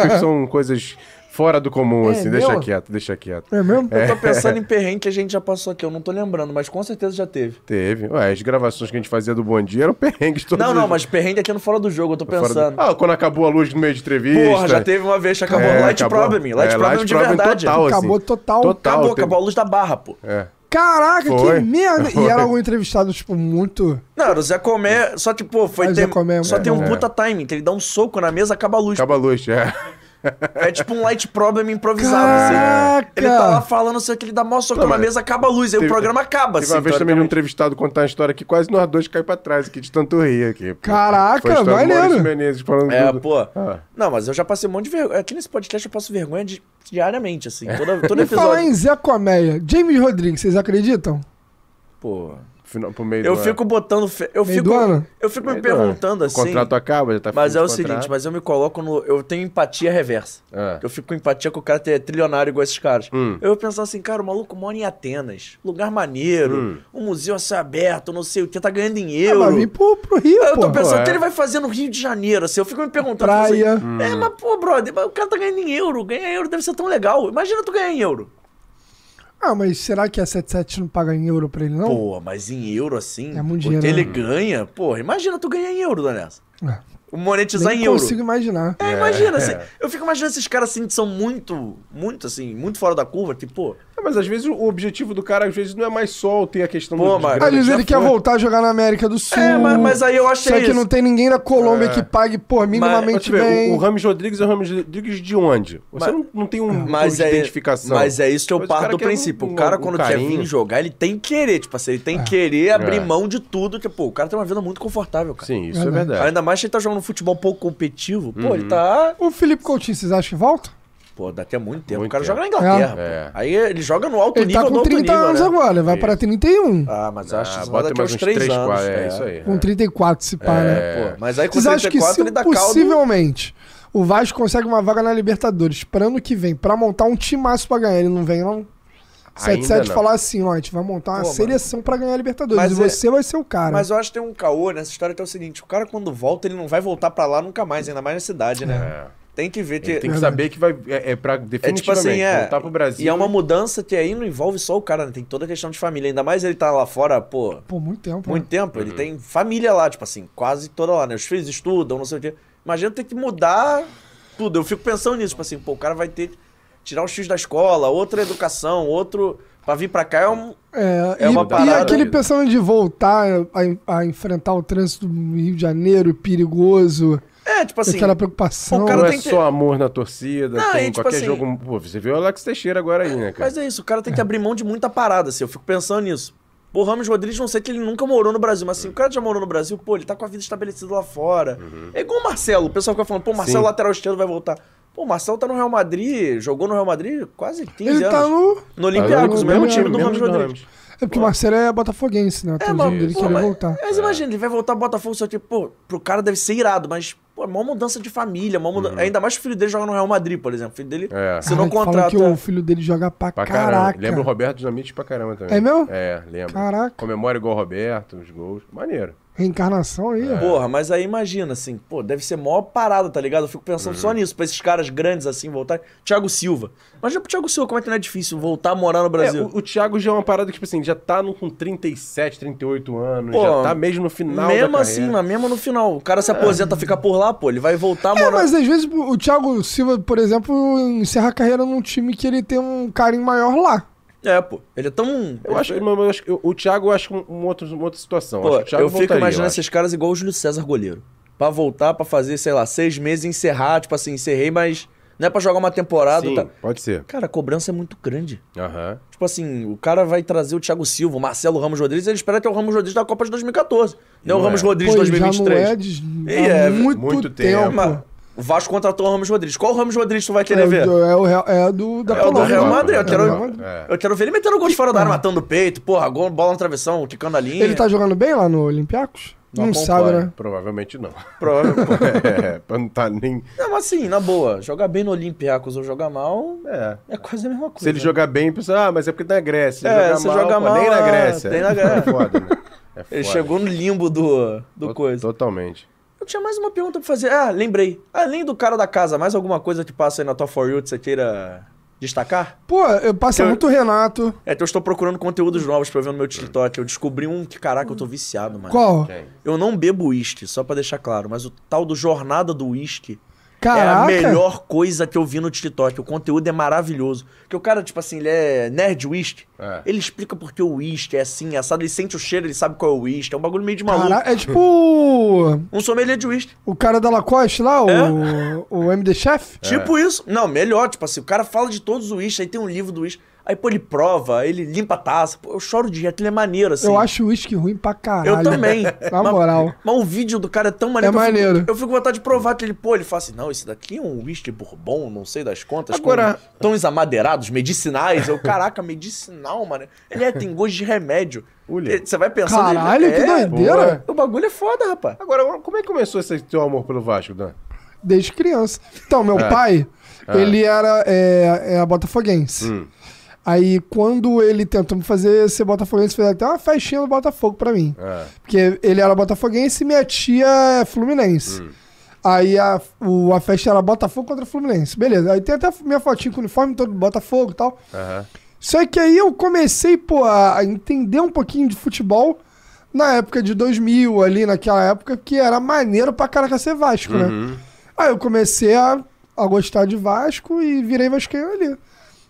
Speaker 2: Porque são coisas fora do comum,
Speaker 3: É,
Speaker 2: assim. Deixa
Speaker 3: meu?
Speaker 2: quieto, deixa quieto.
Speaker 3: É mesmo?
Speaker 1: Eu tô pensando em perrengue que a gente já passou aqui, eu não tô lembrando, mas com certeza já teve.
Speaker 2: Teve. Ué, as gravações que a gente fazia do Bom Dia eram perrengues todos
Speaker 1: Não, não,
Speaker 2: os-
Speaker 1: mas perrengue aqui no Fora do Jogo, eu tô
Speaker 2: fora do-
Speaker 1: pensando.
Speaker 2: Ah, quando acabou a luz no meio de entrevista.
Speaker 1: Porra, já teve uma vez que acabou.
Speaker 2: É,
Speaker 1: light
Speaker 2: acabou.
Speaker 1: problem, light
Speaker 2: É,
Speaker 1: problem
Speaker 2: light
Speaker 1: de
Speaker 2: problem
Speaker 1: verdade.
Speaker 2: total.
Speaker 3: Acabou
Speaker 2: assim.
Speaker 3: total.
Speaker 2: Total.
Speaker 1: Acabou,
Speaker 2: teve-
Speaker 1: acabou a luz da barra, pô.
Speaker 2: É.
Speaker 3: Caraca,
Speaker 2: Foi.
Speaker 3: que merda! E
Speaker 2: Foi.
Speaker 3: era algum entrevistado, tipo, muito.
Speaker 1: Não, era o Zé Comé, só que, pô, foi
Speaker 3: Ah, o
Speaker 1: ter-
Speaker 3: Zé Comé é
Speaker 1: só
Speaker 3: muito
Speaker 1: tem um
Speaker 2: bom.
Speaker 1: puta timing, que ele dá um soco na mesa, acaba a luz.
Speaker 2: Acaba a luz, é.
Speaker 1: É tipo um light problem improvisado, assim.
Speaker 3: Caraca!
Speaker 1: Ele tá lá falando, não sei o que, ele dá mó soco
Speaker 2: Não,
Speaker 1: na
Speaker 2: mas-
Speaker 1: mesa, acaba a luz, aí
Speaker 2: Teve-
Speaker 1: o programa acaba,
Speaker 2: Teve uma
Speaker 1: assim.
Speaker 2: vez também um entrevistado contar uma história que quase nós dois caímos pra trás aqui de tanto rir aqui. pô.
Speaker 3: Caraca,
Speaker 2: Foi a história do
Speaker 3: maneiro.
Speaker 2: Maurício Menezes falando
Speaker 1: É,
Speaker 2: tudo.
Speaker 1: pô.
Speaker 2: Ah.
Speaker 1: Não, mas eu já passei um monte de vergonha. Aqui nesse podcast eu passo vergonha di- diariamente, assim. Toda, todo
Speaker 3: Me falar
Speaker 1: episódio.
Speaker 3: em Zé Coméia. James Rodrigues, vocês acreditam?
Speaker 2: Tipo,
Speaker 1: Pô.
Speaker 2: Final, pro meio
Speaker 1: Eu
Speaker 2: do
Speaker 1: fico botando. fe- Eu
Speaker 3: Meio
Speaker 1: fico,
Speaker 3: do ano?
Speaker 1: eu fico me
Speaker 2: Meio do ano.
Speaker 1: perguntando
Speaker 2: ano. O
Speaker 1: assim.
Speaker 2: É, contrato acaba, já tá
Speaker 1: Mas
Speaker 2: fim
Speaker 1: é o
Speaker 2: de
Speaker 1: seguinte,
Speaker 2: contrato.
Speaker 1: mas eu me coloco no. Eu tenho empatia reversa.
Speaker 2: Ah.
Speaker 1: Eu fico com empatia com o cara que é trilionário igual esses caras.
Speaker 2: Hum.
Speaker 1: Eu vou pensar assim, cara, o maluco mora em Atenas. Lugar maneiro,
Speaker 2: Hum.
Speaker 1: um museu a céu aberto, não sei o que, tá ganhando dinheiro.
Speaker 3: Ah, vai vir pro, pro Rio,
Speaker 1: eu
Speaker 3: pô.
Speaker 1: tô pensando
Speaker 2: é.
Speaker 1: o que ele vai fazer no Rio de Janeiro, assim. Eu fico me perguntando.
Speaker 3: Praia.
Speaker 1: assim, É, mas pô, brother, mas o cara tá ganhando em euro. Ganhar em euro deve ser tão legal. Imagina tu ganhar em euro.
Speaker 3: Ah, mas será que a 77 não paga em euro pra ele, não?
Speaker 1: Pô, mas em euro assim.
Speaker 3: É muito
Speaker 1: o que
Speaker 3: dinheiro,
Speaker 1: ele
Speaker 3: né?
Speaker 1: ganhar, porra, imagina tu ganhar em euro, Danessa.
Speaker 3: É.
Speaker 1: Monetizar
Speaker 3: Nem
Speaker 1: em euro.
Speaker 3: consigo imaginar.
Speaker 1: É, imagina, assim, eu fico imaginando esses caras assim que são muito, muito assim, muito fora da curva, tipo, pô,
Speaker 2: É, mas às vezes o objetivo do cara, às vezes, não é mais só ter a questão
Speaker 1: Pô,
Speaker 2: do
Speaker 1: mas-
Speaker 3: Às vezes
Speaker 2: já
Speaker 3: ele quer
Speaker 2: foi.
Speaker 3: voltar a jogar na América do Sul.
Speaker 1: É, mas, mas aí eu achei
Speaker 3: Só que
Speaker 1: isso.
Speaker 3: não tem ninguém na Colômbia
Speaker 1: É.
Speaker 3: que pague por
Speaker 2: Mas,
Speaker 3: minimamente
Speaker 2: tipo,
Speaker 3: bem.
Speaker 2: o, o Rames Rodrigues é o Rames Rodrigues de onde? Você
Speaker 1: Mas-
Speaker 2: não, não tem um
Speaker 1: Mas
Speaker 2: tipo
Speaker 1: é,
Speaker 2: de identificação.
Speaker 1: mas é isso que eu
Speaker 2: Mas o
Speaker 1: parto
Speaker 2: cara
Speaker 1: do
Speaker 2: quer um-
Speaker 1: princípio.
Speaker 2: um-
Speaker 1: o cara,
Speaker 2: um
Speaker 1: quando quer
Speaker 2: carinho.
Speaker 1: vir jogar, ele tem que querer. Tipo assim, ele tem que querer abrir
Speaker 2: É.
Speaker 1: mão de tudo. Tipo, o cara tem uma vida muito confortável, cara.
Speaker 2: Sim, isso é Uhum.
Speaker 3: Verdade.
Speaker 2: verdade.
Speaker 1: Ainda mais se ele tá jogando um futebol pouco competitivo. Pô, ele tá.
Speaker 3: O Felipe Coutinho, vocês acham que volta?
Speaker 1: Pô, dá até muito tempo. o
Speaker 2: Muito
Speaker 1: cara
Speaker 2: tempo.
Speaker 1: joga na Inglaterra.
Speaker 2: É.
Speaker 1: pô. Aí ele joga no alto
Speaker 3: Ele
Speaker 1: nível
Speaker 3: tá
Speaker 1: no
Speaker 3: com
Speaker 1: alto
Speaker 3: 30
Speaker 1: nível.
Speaker 3: anos
Speaker 1: né?
Speaker 3: agora, vai para 31.
Speaker 1: Ah, mas acho que
Speaker 2: Ah,
Speaker 1: isso vai
Speaker 2: bota
Speaker 1: daqui
Speaker 2: mais
Speaker 1: uns
Speaker 2: uns
Speaker 1: 3
Speaker 2: 3,
Speaker 1: anos.
Speaker 2: 4. É, isso aí.
Speaker 3: Com 34 se pá, né?
Speaker 1: É, pô. Mas aí com
Speaker 3: Vocês acham que
Speaker 1: 34
Speaker 3: se
Speaker 1: ele dá caldo.
Speaker 3: possivelmente o Vasco consegue uma vaga na Libertadores para ano que vem, pra montar um timaço pra ganhar, ele não vem não?
Speaker 2: Ainda
Speaker 3: 77
Speaker 2: não.
Speaker 3: falar assim, ó, a gente vai montar uma
Speaker 1: Pô, mano.
Speaker 3: seleção pra ganhar a Libertadores
Speaker 1: Mas
Speaker 3: e
Speaker 1: é-
Speaker 3: você vai ser o cara.
Speaker 1: Mas eu acho que tem um caô nessa história que é o seguinte: o cara quando volta, ele não vai voltar pra lá nunca mais, ainda mais na cidade,
Speaker 3: É.
Speaker 1: né? Tem que ver.
Speaker 2: É. Ele
Speaker 1: Tem,
Speaker 2: tem que saber que vai. É, é pra
Speaker 1: É
Speaker 2: definitivamente
Speaker 1: tipo assim, é.
Speaker 2: voltar pro Brasil.
Speaker 1: E é uma mudança que aí não envolve só o cara, né? Tem toda a questão de família. Ainda mais ele tá lá fora, pô,
Speaker 3: Pô, muito tempo.
Speaker 1: muito
Speaker 3: né?
Speaker 1: tempo. Ele tem família lá, tipo assim, quase toda lá, né? Os filhos estudam, não sei o quê. Imagina ter que mudar tudo. Eu fico pensando nisso, tipo assim, pô, o cara vai ter que tirar os filhos da escola, outra educação, outro. Pra vir pra cá é um.
Speaker 3: É,
Speaker 1: É
Speaker 3: e,
Speaker 1: uma
Speaker 3: e
Speaker 1: parada.
Speaker 3: aquele pensamento de voltar a, a enfrentar o trânsito do Rio de Janeiro perigoso,
Speaker 1: É, tipo assim.
Speaker 3: aquela preocupação.
Speaker 1: o
Speaker 2: Não
Speaker 1: cara
Speaker 2: é
Speaker 1: tem que-
Speaker 2: só amor na torcida,
Speaker 1: Não, e,
Speaker 2: tem
Speaker 1: tipo
Speaker 2: qualquer
Speaker 1: assim-
Speaker 2: jogo. Pô, você viu o Alex Teixeira agora aí, né, cara?
Speaker 1: Mas é isso, o cara tem que abrir mão de muita parada, assim. Eu fico pensando nisso. Pô, o Ramos Rodrigues, não sei que ele nunca morou no Brasil, mas assim, o cara já morou no Brasil, pô, ele tá com a vida estabelecida lá fora. É igual o Marcelo, o pessoal fica falando, pô, o Marcelo
Speaker 2: Sim.
Speaker 1: lateral esquerdo vai voltar. Pô, o Marcelo tá no Real Madrid, jogou no Real Madrid quase 15
Speaker 3: Ele
Speaker 1: anos.
Speaker 3: tá no.
Speaker 1: No Olympiacos,
Speaker 3: Ah,
Speaker 1: o
Speaker 3: no
Speaker 1: mesmo
Speaker 3: Olympiacos,
Speaker 1: time do Ramos Rodrigues.
Speaker 3: É porque o Marcelo é botafoguense, né? Tem
Speaker 1: É,
Speaker 3: o
Speaker 1: mas,
Speaker 3: jogo dele
Speaker 1: pô,
Speaker 3: querer
Speaker 1: mas-
Speaker 3: voltar.
Speaker 1: mas imagina, ele vai voltar pro Botafogo, só que, tipo, pô, pro cara deve ser irado, mas, pô, é mó mudança de família, mó mudança... ainda mais que o filho dele joga no Real Madrid, por exemplo. O filho dele,
Speaker 2: Uhum. É.
Speaker 1: se não
Speaker 3: Caralho, falam
Speaker 1: contrata...
Speaker 3: que o filho dele joga pra,
Speaker 2: Pra
Speaker 3: caraca.
Speaker 2: caramba. Lembra o Roberto Dinamite pra caramba também.
Speaker 3: É mesmo?
Speaker 2: É, lembra.
Speaker 3: Caraca.
Speaker 2: Comemora igual o Roberto, os gols. Maneiro.
Speaker 3: Reencarnação aí, ó.
Speaker 1: Porra, mas aí imagina, assim, pô, deve ser maior parada, tá ligado? Eu fico pensando
Speaker 2: Uhum.
Speaker 1: só nisso, pra esses caras grandes assim voltarem. Thiago Silva. Imagina pro Thiago Silva como é que não é difícil voltar a morar no
Speaker 2: É,
Speaker 1: Brasil.
Speaker 2: o, o Thiago já é uma parada que, tipo assim, já tá no, com 37, 38 anos,
Speaker 1: Pô,
Speaker 2: já tá mesmo no final da
Speaker 1: mesmo
Speaker 2: carreira. É.
Speaker 1: assim, mas mesmo no final. O cara se aposenta, fica por lá, pô, ele vai voltar a
Speaker 3: É,
Speaker 1: morar.
Speaker 3: mas às vezes o Thiago Silva, por exemplo, encerra a carreira num time que ele tem um carinho maior lá.
Speaker 1: É, pô, ele é tão.
Speaker 2: Eu acho, que- mas eu acho que- o Thiago eu acho um, um outro, uma outra situação.
Speaker 1: Pô,
Speaker 2: acho que o Thiago
Speaker 1: eu fico
Speaker 2: voltaria,
Speaker 1: imaginando
Speaker 2: acho.
Speaker 1: esses caras igual o Júlio César goleiro. Pra voltar, pra fazer, sei lá, seis meses e encerrar, tipo assim, encerrei, mas não é pra jogar uma temporada.
Speaker 2: Sim,
Speaker 1: tá-
Speaker 2: pode ser.
Speaker 1: Cara, a cobrança é muito grande.
Speaker 2: Aham.
Speaker 1: Tipo assim, o cara vai trazer o Thiago Silva, o Marcelo Ramos Rodrigues, ele espera ter o Ramos Rodrigues da Copa de 2014. Não é o
Speaker 2: Não
Speaker 1: Ramos
Speaker 2: é.
Speaker 1: Rodrigues
Speaker 3: Pô, ele já não
Speaker 1: 2023.
Speaker 3: é de,
Speaker 1: E
Speaker 3: há
Speaker 1: é,
Speaker 3: muito,
Speaker 2: muito
Speaker 3: tempo.
Speaker 2: tempo.
Speaker 1: Mas o Vasco contratou o Ramos Rodrigues. Qual Ramos Rodrigues tu vai querer
Speaker 3: é,
Speaker 1: ver?
Speaker 3: do- é o Real- é do da
Speaker 1: É o do
Speaker 3: Colômbia,
Speaker 1: Real
Speaker 3: né?
Speaker 1: Madrid.
Speaker 3: É
Speaker 1: Eu
Speaker 3: do
Speaker 1: quero,
Speaker 3: Real Madrid. Então.
Speaker 2: É.
Speaker 1: eu quero ver ele metendo gol de fora da área, matando o peito, porra, gol, bola na travessão, quicando a linha.
Speaker 3: Ele tá jogando bem lá no Olympiacos? Não,
Speaker 1: Não
Speaker 3: sabe, né?
Speaker 2: Tá, Provavelmente não.
Speaker 1: Provável, pô.
Speaker 2: é, pra não tá nem...
Speaker 1: Não, mas assim, na boa, jogar bem no Olympiacos ou jogar mal
Speaker 2: É.
Speaker 1: é quase a mesma coisa.
Speaker 2: Se ele jogar bem, pensa, ah, mas é porque tá na Grécia. Se ele
Speaker 1: É,
Speaker 2: jogar
Speaker 1: se jogar
Speaker 2: pô,
Speaker 1: mal,
Speaker 2: nem na
Speaker 1: ah,
Speaker 2: Grécia.
Speaker 1: tem na
Speaker 2: É
Speaker 1: Grécia.
Speaker 2: foda, né? É
Speaker 1: Ele
Speaker 2: foda.
Speaker 1: chegou no limbo do, do
Speaker 2: To-
Speaker 1: coisa.
Speaker 2: Totalmente.
Speaker 1: Eu tinha mais uma pergunta pra fazer. Ah, lembrei. Além do cara da casa, mais alguma coisa que passa aí na tua For You que você queira destacar?
Speaker 3: Pô, eu passo
Speaker 1: Eu-
Speaker 3: muito o Renato.
Speaker 1: É que eu estou procurando conteúdos novos pra eu ver no meu TikTok. Eu descobri um que, caraca, eu tô viciado, mano.
Speaker 3: Qual?
Speaker 2: Quem?
Speaker 1: Eu não bebo uísque, só pra deixar claro, mas o tal do Jornada do Uísque é a
Speaker 3: Caraca.
Speaker 1: melhor coisa que eu vi no TikTok. O conteúdo é maravilhoso. Porque o cara, tipo assim, ele é nerd uísque.
Speaker 2: É.
Speaker 1: Ele explica por que o uísque é assim, é assado. Ele sente o cheiro, ele sabe qual é o uísque. É um bagulho meio de maluco.
Speaker 3: Caraca, é tipo o-
Speaker 1: Um sommelier de uísque.
Speaker 3: o cara da Lacoste lá, o,
Speaker 1: É?
Speaker 3: o MD Chef.
Speaker 1: Tipo isso. Não, melhor. Tipo assim, o cara fala de todos os uísques, aí tem um livro do uísque. Aí, pô, ele prova, ele limpa a taça. Pô, eu choro de jeito, ele é maneiro, assim.
Speaker 3: Eu acho o uísque ruim pra caralho. né?
Speaker 1: Eu também.
Speaker 3: Na
Speaker 1: Mas-
Speaker 3: moral.
Speaker 1: Mas, o vídeo do cara é tão maneiro. que
Speaker 3: É
Speaker 1: eu fico-
Speaker 3: maneiro.
Speaker 1: Eu fico com vontade de provar que ele, pô, ele fala assim, não, esse daqui é um whisky bourbon, não sei das contas,
Speaker 2: Agora-
Speaker 1: com tons amadeirados, medicinais. Eu, caraca, medicinal, mano. Ele é, tem gosto de remédio.
Speaker 2: Olha.
Speaker 1: Ele- Você vai pensando... ele-
Speaker 3: Caralho, que
Speaker 1: é,
Speaker 3: doideira.
Speaker 1: O bagulho é foda, rapaz.
Speaker 2: Agora, como é que começou esse teu amor pelo Vasco, Dan?
Speaker 3: desde criança. Então, meu pai, ele era é, é, botafoguense. Aí, quando ele tentou me fazer ser botafoguense, fez até uma festinha do Botafogo pra mim.
Speaker 2: Ah.
Speaker 3: Porque ele era botafoguense e minha tia é fluminense. Aí a, o- a festa era Botafogo contra Fluminense. Beleza. Aí tem até minha fotinha com o uniforme todo do Botafogo e tal.
Speaker 2: Aham.
Speaker 3: Só que aí eu comecei, pô, a entender um pouquinho de futebol na época de 2000, ali naquela época, que era maneiro pra caraca ser Vasco, né? Aí eu comecei a, a gostar de Vasco e virei vascaíno ali.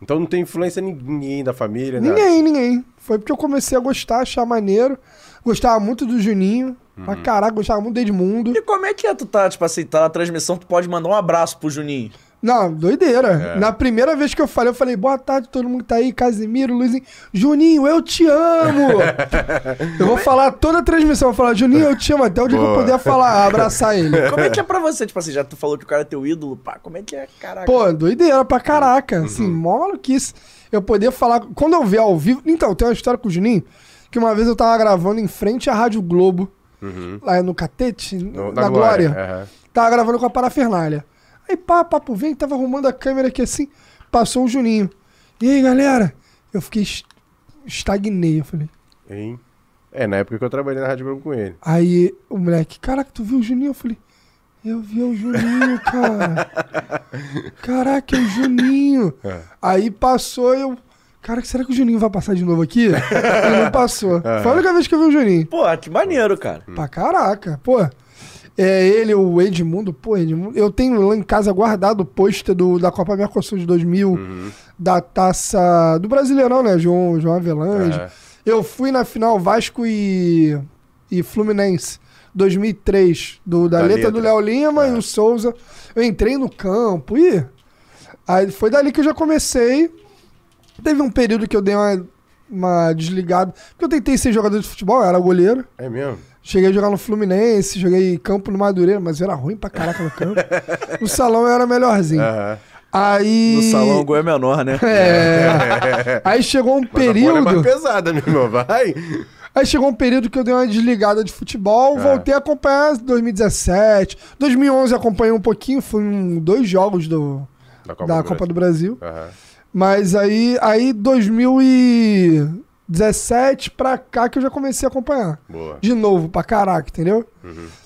Speaker 2: Então não tem influência ninguém da família, né?
Speaker 3: Ninguém, ninguém. Foi porque eu comecei a gostar, achar maneiro. Gostava muito do Juninho. Pra caraca, gostava muito do Edmundo.
Speaker 1: E como é que é tu tá, tipo assim, tá na transmissão, tu pode mandar um abraço pro Juninho.
Speaker 3: Não, doideira. Na primeira vez que eu falei, eu falei, boa tarde, todo mundo que tá aí, Casimiro, Luizinho. Juninho, eu te amo! eu vou falar toda a transmissão, eu vou falar, Juninho, eu te amo, até o dia que eu
Speaker 2: Boa.
Speaker 3: puder falar, abraçar ele.
Speaker 1: Como é que é pra você? Tipo assim, já tu falou que o cara é teu ídolo, pá, como é que é, caraca?
Speaker 3: Pô, doideira pra caraca. Assim, mó maluquice. Eu poder falar. Quando eu ver ao vivo. Então, tem uma história com o Juninho que uma vez eu tava gravando em frente à Rádio Globo, lá no Catete,
Speaker 2: No-
Speaker 3: na,
Speaker 2: na
Speaker 3: Glória.
Speaker 2: Glória, é. aham.
Speaker 3: Tava gravando com a parafernália. Aí, pá, papo vem, tava arrumando a câmera aqui assim. Passou o Juninho. E aí, galera? Eu fiquei. es- Estagnei. Eu falei.
Speaker 2: Hein? É, na época que eu trabalhei na Rádio Globo com ele.
Speaker 3: Aí o moleque, caraca, tu viu o Juninho? Eu falei, eu vi o Juninho, cara. Caraca, é o Juninho.
Speaker 2: É.
Speaker 3: Aí passou eu. Cara, será que o Juninho vai passar de novo aqui? Ele não passou. Foi a única vez que eu vi o Juninho.
Speaker 1: Pô, que maneiro, cara.
Speaker 3: Pra caraca, pô. É ele, o Edmundo, pô, Edmundo. Eu tenho lá em casa guardado o pôster do- da Copa Mercosul de 2000,
Speaker 2: Uhum.
Speaker 3: da taça do Brasileirão, né? João, João Avelange.
Speaker 2: É.
Speaker 3: Eu fui na final Vasco e, e Fluminense, 2003, do, da,
Speaker 2: Da
Speaker 3: letra,
Speaker 2: letra. É.
Speaker 3: do Léo Lima e o Souza. Eu entrei no campo e. Aí foi dali que eu já comecei. Teve um período que eu dei uma, uma desligada. Porque eu tentei ser jogador de futebol, eu era goleiro.
Speaker 2: É mesmo?
Speaker 3: Cheguei a jogar no Fluminense, joguei campo no Madureira, mas eu era ruim pra caraca no campo. No salão eu era melhorzinho.
Speaker 2: Aham.
Speaker 3: Aí.
Speaker 1: No salão o gol é menor, né?
Speaker 3: É. Aí chegou um
Speaker 2: Mas a bola é
Speaker 3: período.
Speaker 2: mais pesada, meu irmão, vai.
Speaker 3: Aí chegou um período que eu dei uma desligada de futebol,
Speaker 2: É.
Speaker 3: voltei a acompanhar 2017. 2011 eu acompanhei um pouquinho, fui em dois jogos do,
Speaker 2: Da
Speaker 3: da Copa do Brasil.
Speaker 2: Aham.
Speaker 3: Mas aí, aí 2017 pra cá que eu já comecei a acompanhar.
Speaker 2: Boa.
Speaker 3: De novo, pra caraca, entendeu?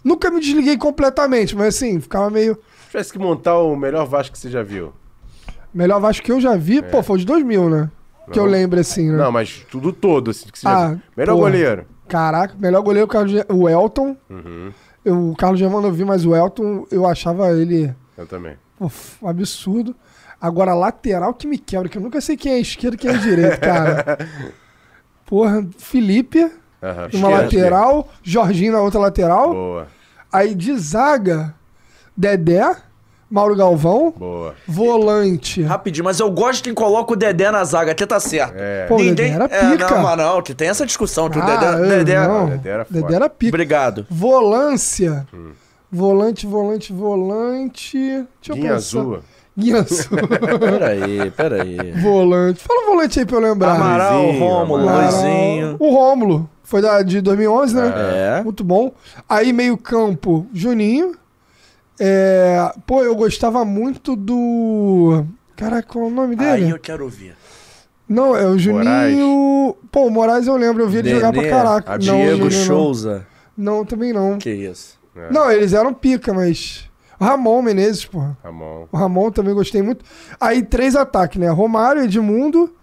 Speaker 3: Nunca me desliguei completamente, mas assim, ficava meio.
Speaker 2: Se tivesse que montar o melhor Vasco que você já viu.
Speaker 3: Melhor Vasco que eu já vi, pô, foi o de 2000, né? Que eu
Speaker 2: É. Não.
Speaker 3: lembro assim, né?
Speaker 2: Não, mas tudo todo, assim, que você
Speaker 3: Ah,
Speaker 2: já viu. Melhor
Speaker 3: porra.
Speaker 2: goleiro. Uhum,
Speaker 3: Caraca, melhor goleiro o, Carlos, Ge- o Elton. Eu, o Carlos Germano eu vi, mas o Elton eu achava ele
Speaker 2: Eu também.
Speaker 3: uf, um absurdo. Agora, lateral que me quebra, que eu nunca sei quem é esquerdo e quem é direito, cara. Porra, Felipe,
Speaker 2: Aham. Esquerda,
Speaker 3: numa lateral, Jorginho na outra lateral.
Speaker 2: esquerda. Boa,
Speaker 3: Aí de zaga, Dedé, Mauro Galvão,
Speaker 2: boa.
Speaker 3: volante.
Speaker 1: É Rapidinho, mas eu gosto quem coloca o Dedé na zaga, até tá certo.
Speaker 2: É.
Speaker 3: Pô, o Dedé era
Speaker 1: É,
Speaker 3: pica.
Speaker 1: não, mas não, que tem essa discussão, que o
Speaker 3: Ah,
Speaker 1: Dedé...
Speaker 3: eu
Speaker 1: Dedé...
Speaker 3: não.
Speaker 2: Dedé era foda.
Speaker 3: Dedé era pica.
Speaker 1: Obrigado.
Speaker 3: Volância. Volante, volante, volante. Deixa eu
Speaker 2: Guinha
Speaker 3: pensar.
Speaker 2: azul.
Speaker 3: Guinha azul.
Speaker 1: Peraí, peraí.
Speaker 3: volante. Fala o volante aí pra eu lembrar.
Speaker 1: Amaral,
Speaker 2: Luizinho,
Speaker 1: Rômulo,
Speaker 2: Amaral.
Speaker 1: Luizinho...
Speaker 3: O Rômulo. Foi da, de 2011, né?
Speaker 1: É.
Speaker 3: Muito bom. Aí, meio campo, Juninho. É, Pô, eu gostava muito do... Caraca, qual é o nome dele?
Speaker 1: Aí eu quero ouvir.
Speaker 3: Não, é o Juninho... Pô, o Moraes eu lembro, eu vi ele jogar pra
Speaker 1: Dedé,
Speaker 3: caraca. Não, o
Speaker 1: Diego
Speaker 3: Juninho não.
Speaker 1: Souza.
Speaker 3: Não, também não.
Speaker 1: Que isso.
Speaker 2: É.
Speaker 3: Não, eles eram pica, mas... Ramon Menezes, porra.
Speaker 2: Ramon.
Speaker 3: O Ramon também gostei muito. Aí três ataques, né? Romário, Edmundo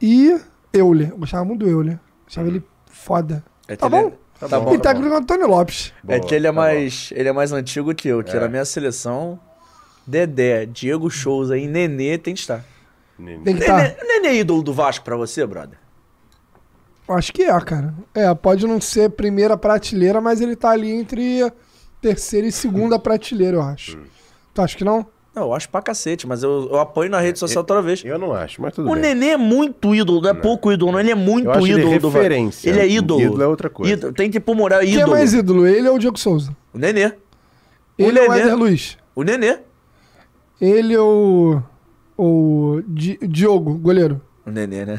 Speaker 3: e Euler. Eu gostava muito do Euler. Achava ele foda.
Speaker 1: É
Speaker 3: Tá
Speaker 1: que ele-
Speaker 3: bom.
Speaker 1: Tá
Speaker 2: Tá
Speaker 1: bom.
Speaker 3: e técnico é o Antônio Lopes.
Speaker 1: É
Speaker 2: Boa,
Speaker 1: que ele é
Speaker 2: tá
Speaker 1: mais, ele é mais antigo que eu, que
Speaker 2: É.
Speaker 1: na minha seleção, Dedé, Diego Souza e Nenê tem que estar.
Speaker 2: Nini.
Speaker 3: Tem que tá.
Speaker 1: Nenê,
Speaker 3: estar.
Speaker 1: Nenê é ídolo do Vasco pra você, brother?
Speaker 3: Acho que é, cara. É, pode não ser primeira prateleira, mas ele tá ali entre terceira e segunda prateleira, eu acho.
Speaker 1: Hum.
Speaker 3: Tu acha que não?
Speaker 1: Não, eu acho pra cacete, mas eu, eu apoio na rede social toda vez.
Speaker 2: Eu não acho, mas É, tudo
Speaker 1: O
Speaker 2: bem.
Speaker 1: Nenê é muito ídolo, não é pouco ídolo, não. Ele é muito
Speaker 2: Eu acho ele
Speaker 1: ídolo do Vasco.
Speaker 2: referência.
Speaker 1: Ele é ídolo.
Speaker 2: Ídolo é outra coisa.
Speaker 1: Ídolo- Tem que ir pro moral, é
Speaker 3: Quem é
Speaker 1: ídolo.
Speaker 3: mais ídolo? Ele ou o Diogo Souza?
Speaker 1: O Nenê. O
Speaker 3: Ele ou o
Speaker 1: Nenê.
Speaker 3: Éder Luiz?
Speaker 1: O Nenê.
Speaker 3: Ele ou o Di- Diogo, goleiro?
Speaker 1: O Nenê, né?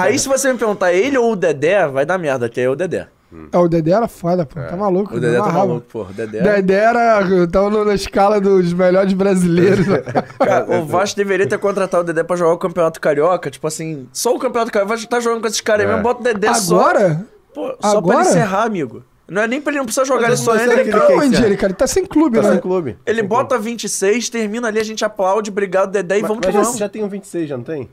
Speaker 1: Aí se você me perguntar ele ou o Dedé, vai dar merda, que é o Dedé.
Speaker 3: É, o Dedé era foda, pô. Tá maluco.
Speaker 1: O Dedé tá
Speaker 3: amarrava.
Speaker 1: maluco, porra. O Dedé...
Speaker 3: Dedé era. Tava no- na escala dos melhores brasileiros.
Speaker 1: É. Cara, o Vasco deveria ter contratado o Dedé pra jogar o Campeonato Carioca. Tipo assim, só o Campeonato Carioca. O Vasco tá jogando com esses caras aí
Speaker 2: É.
Speaker 1: mesmo. Bota o Dedé só.
Speaker 3: Agora?
Speaker 1: Pô, só pra
Speaker 3: Agora?
Speaker 1: ele encerrar, amigo. Não é nem pra ele não precisar jogar, ele
Speaker 2: Mas
Speaker 1: só
Speaker 2: será
Speaker 1: entra.
Speaker 2: que
Speaker 1: e
Speaker 2: ele
Speaker 1: cai.
Speaker 2: quer-
Speaker 3: Não, Andy, ele, cara, ele tá sem clube,
Speaker 2: Tá
Speaker 3: né?
Speaker 2: sem clube.
Speaker 1: Ele
Speaker 2: Sem
Speaker 1: bota 26, termina ali, a gente aplaude, obrigado, Dedé, e
Speaker 2: clube.
Speaker 1: vamos
Speaker 2: Mas,
Speaker 1: que
Speaker 2: mas
Speaker 1: vamos.
Speaker 2: já, já tem um 26, já não tem?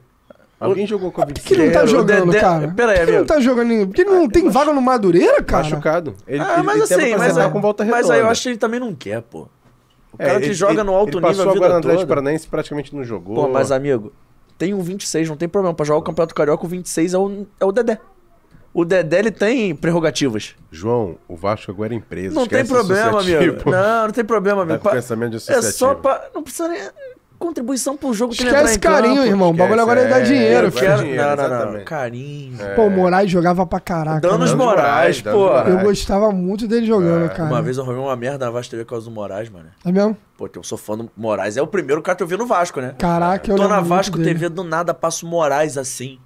Speaker 2: Alguém jogou com a
Speaker 3: Por que
Speaker 2: 26?
Speaker 3: ele não tá
Speaker 1: O
Speaker 3: jogando,
Speaker 1: Dedé- Pera aí,
Speaker 3: cara? Por que ele não
Speaker 1: amigo.
Speaker 3: tá jogando em. Por que ele não tem vaga no Madureira, cara?
Speaker 2: Machucado. Ele,
Speaker 1: Ah,
Speaker 2: ele,
Speaker 1: mas
Speaker 2: ele tem
Speaker 1: assim,
Speaker 2: pra
Speaker 1: mas,
Speaker 2: acertar
Speaker 1: aí-
Speaker 2: com volta
Speaker 1: mas
Speaker 2: redonda. É,
Speaker 1: aí eu acho que ele também não quer, pô. O cara que joga no alto nível a
Speaker 2: passou agora no
Speaker 1: vida
Speaker 2: Atlético
Speaker 1: toda.
Speaker 2: Paranaense praticamente não jogou.
Speaker 1: Pô, mas amigo, tem um 26, não tem problema. Pra jogar o Campeonato Carioca, o 26 é o, é o Dedé. O Dedé, ele tem prerrogativas.
Speaker 2: João, o Vasco agora é empresa.
Speaker 1: Não tem
Speaker 2: esquece
Speaker 1: problema,
Speaker 2: associativo. Tá
Speaker 1: amigo. Não, não tem problema, amigo.
Speaker 2: com
Speaker 1: Pa-
Speaker 2: pensamento
Speaker 1: é
Speaker 2: associativo.
Speaker 1: só pra... Não precisa nem... Contribuição pro jogo que ele entrar
Speaker 3: Esquece
Speaker 1: em campo.
Speaker 3: carinho, irmão. O bagulho agora é dar
Speaker 2: Esquece, é,
Speaker 3: dinheiro,
Speaker 1: Eu
Speaker 2: vai
Speaker 3: filho.
Speaker 1: quero...
Speaker 2: dinheiro,
Speaker 1: não, não, não.
Speaker 2: exatamente.
Speaker 1: Carinho.
Speaker 3: Pô, o Moraes jogava pra caraca.
Speaker 1: Danos
Speaker 3: mano.
Speaker 2: Danos
Speaker 1: morais,
Speaker 2: morais, danos
Speaker 1: pô.
Speaker 2: morais.
Speaker 3: Eu gostava muito dele jogando, cara.
Speaker 1: É, Uma vez eu arrumei uma merda na Vasco TV por causa do Moraes, mano.
Speaker 3: É mesmo?
Speaker 1: Pô, que eu sou fã do Moraes. É o primeiro cara que eu vi no Vasco, né?
Speaker 3: Caraca, eu
Speaker 1: Tô
Speaker 3: lembro
Speaker 1: na
Speaker 3: é um muito
Speaker 1: Vasco
Speaker 3: dele.
Speaker 1: TV, do nada passo Moraes assim.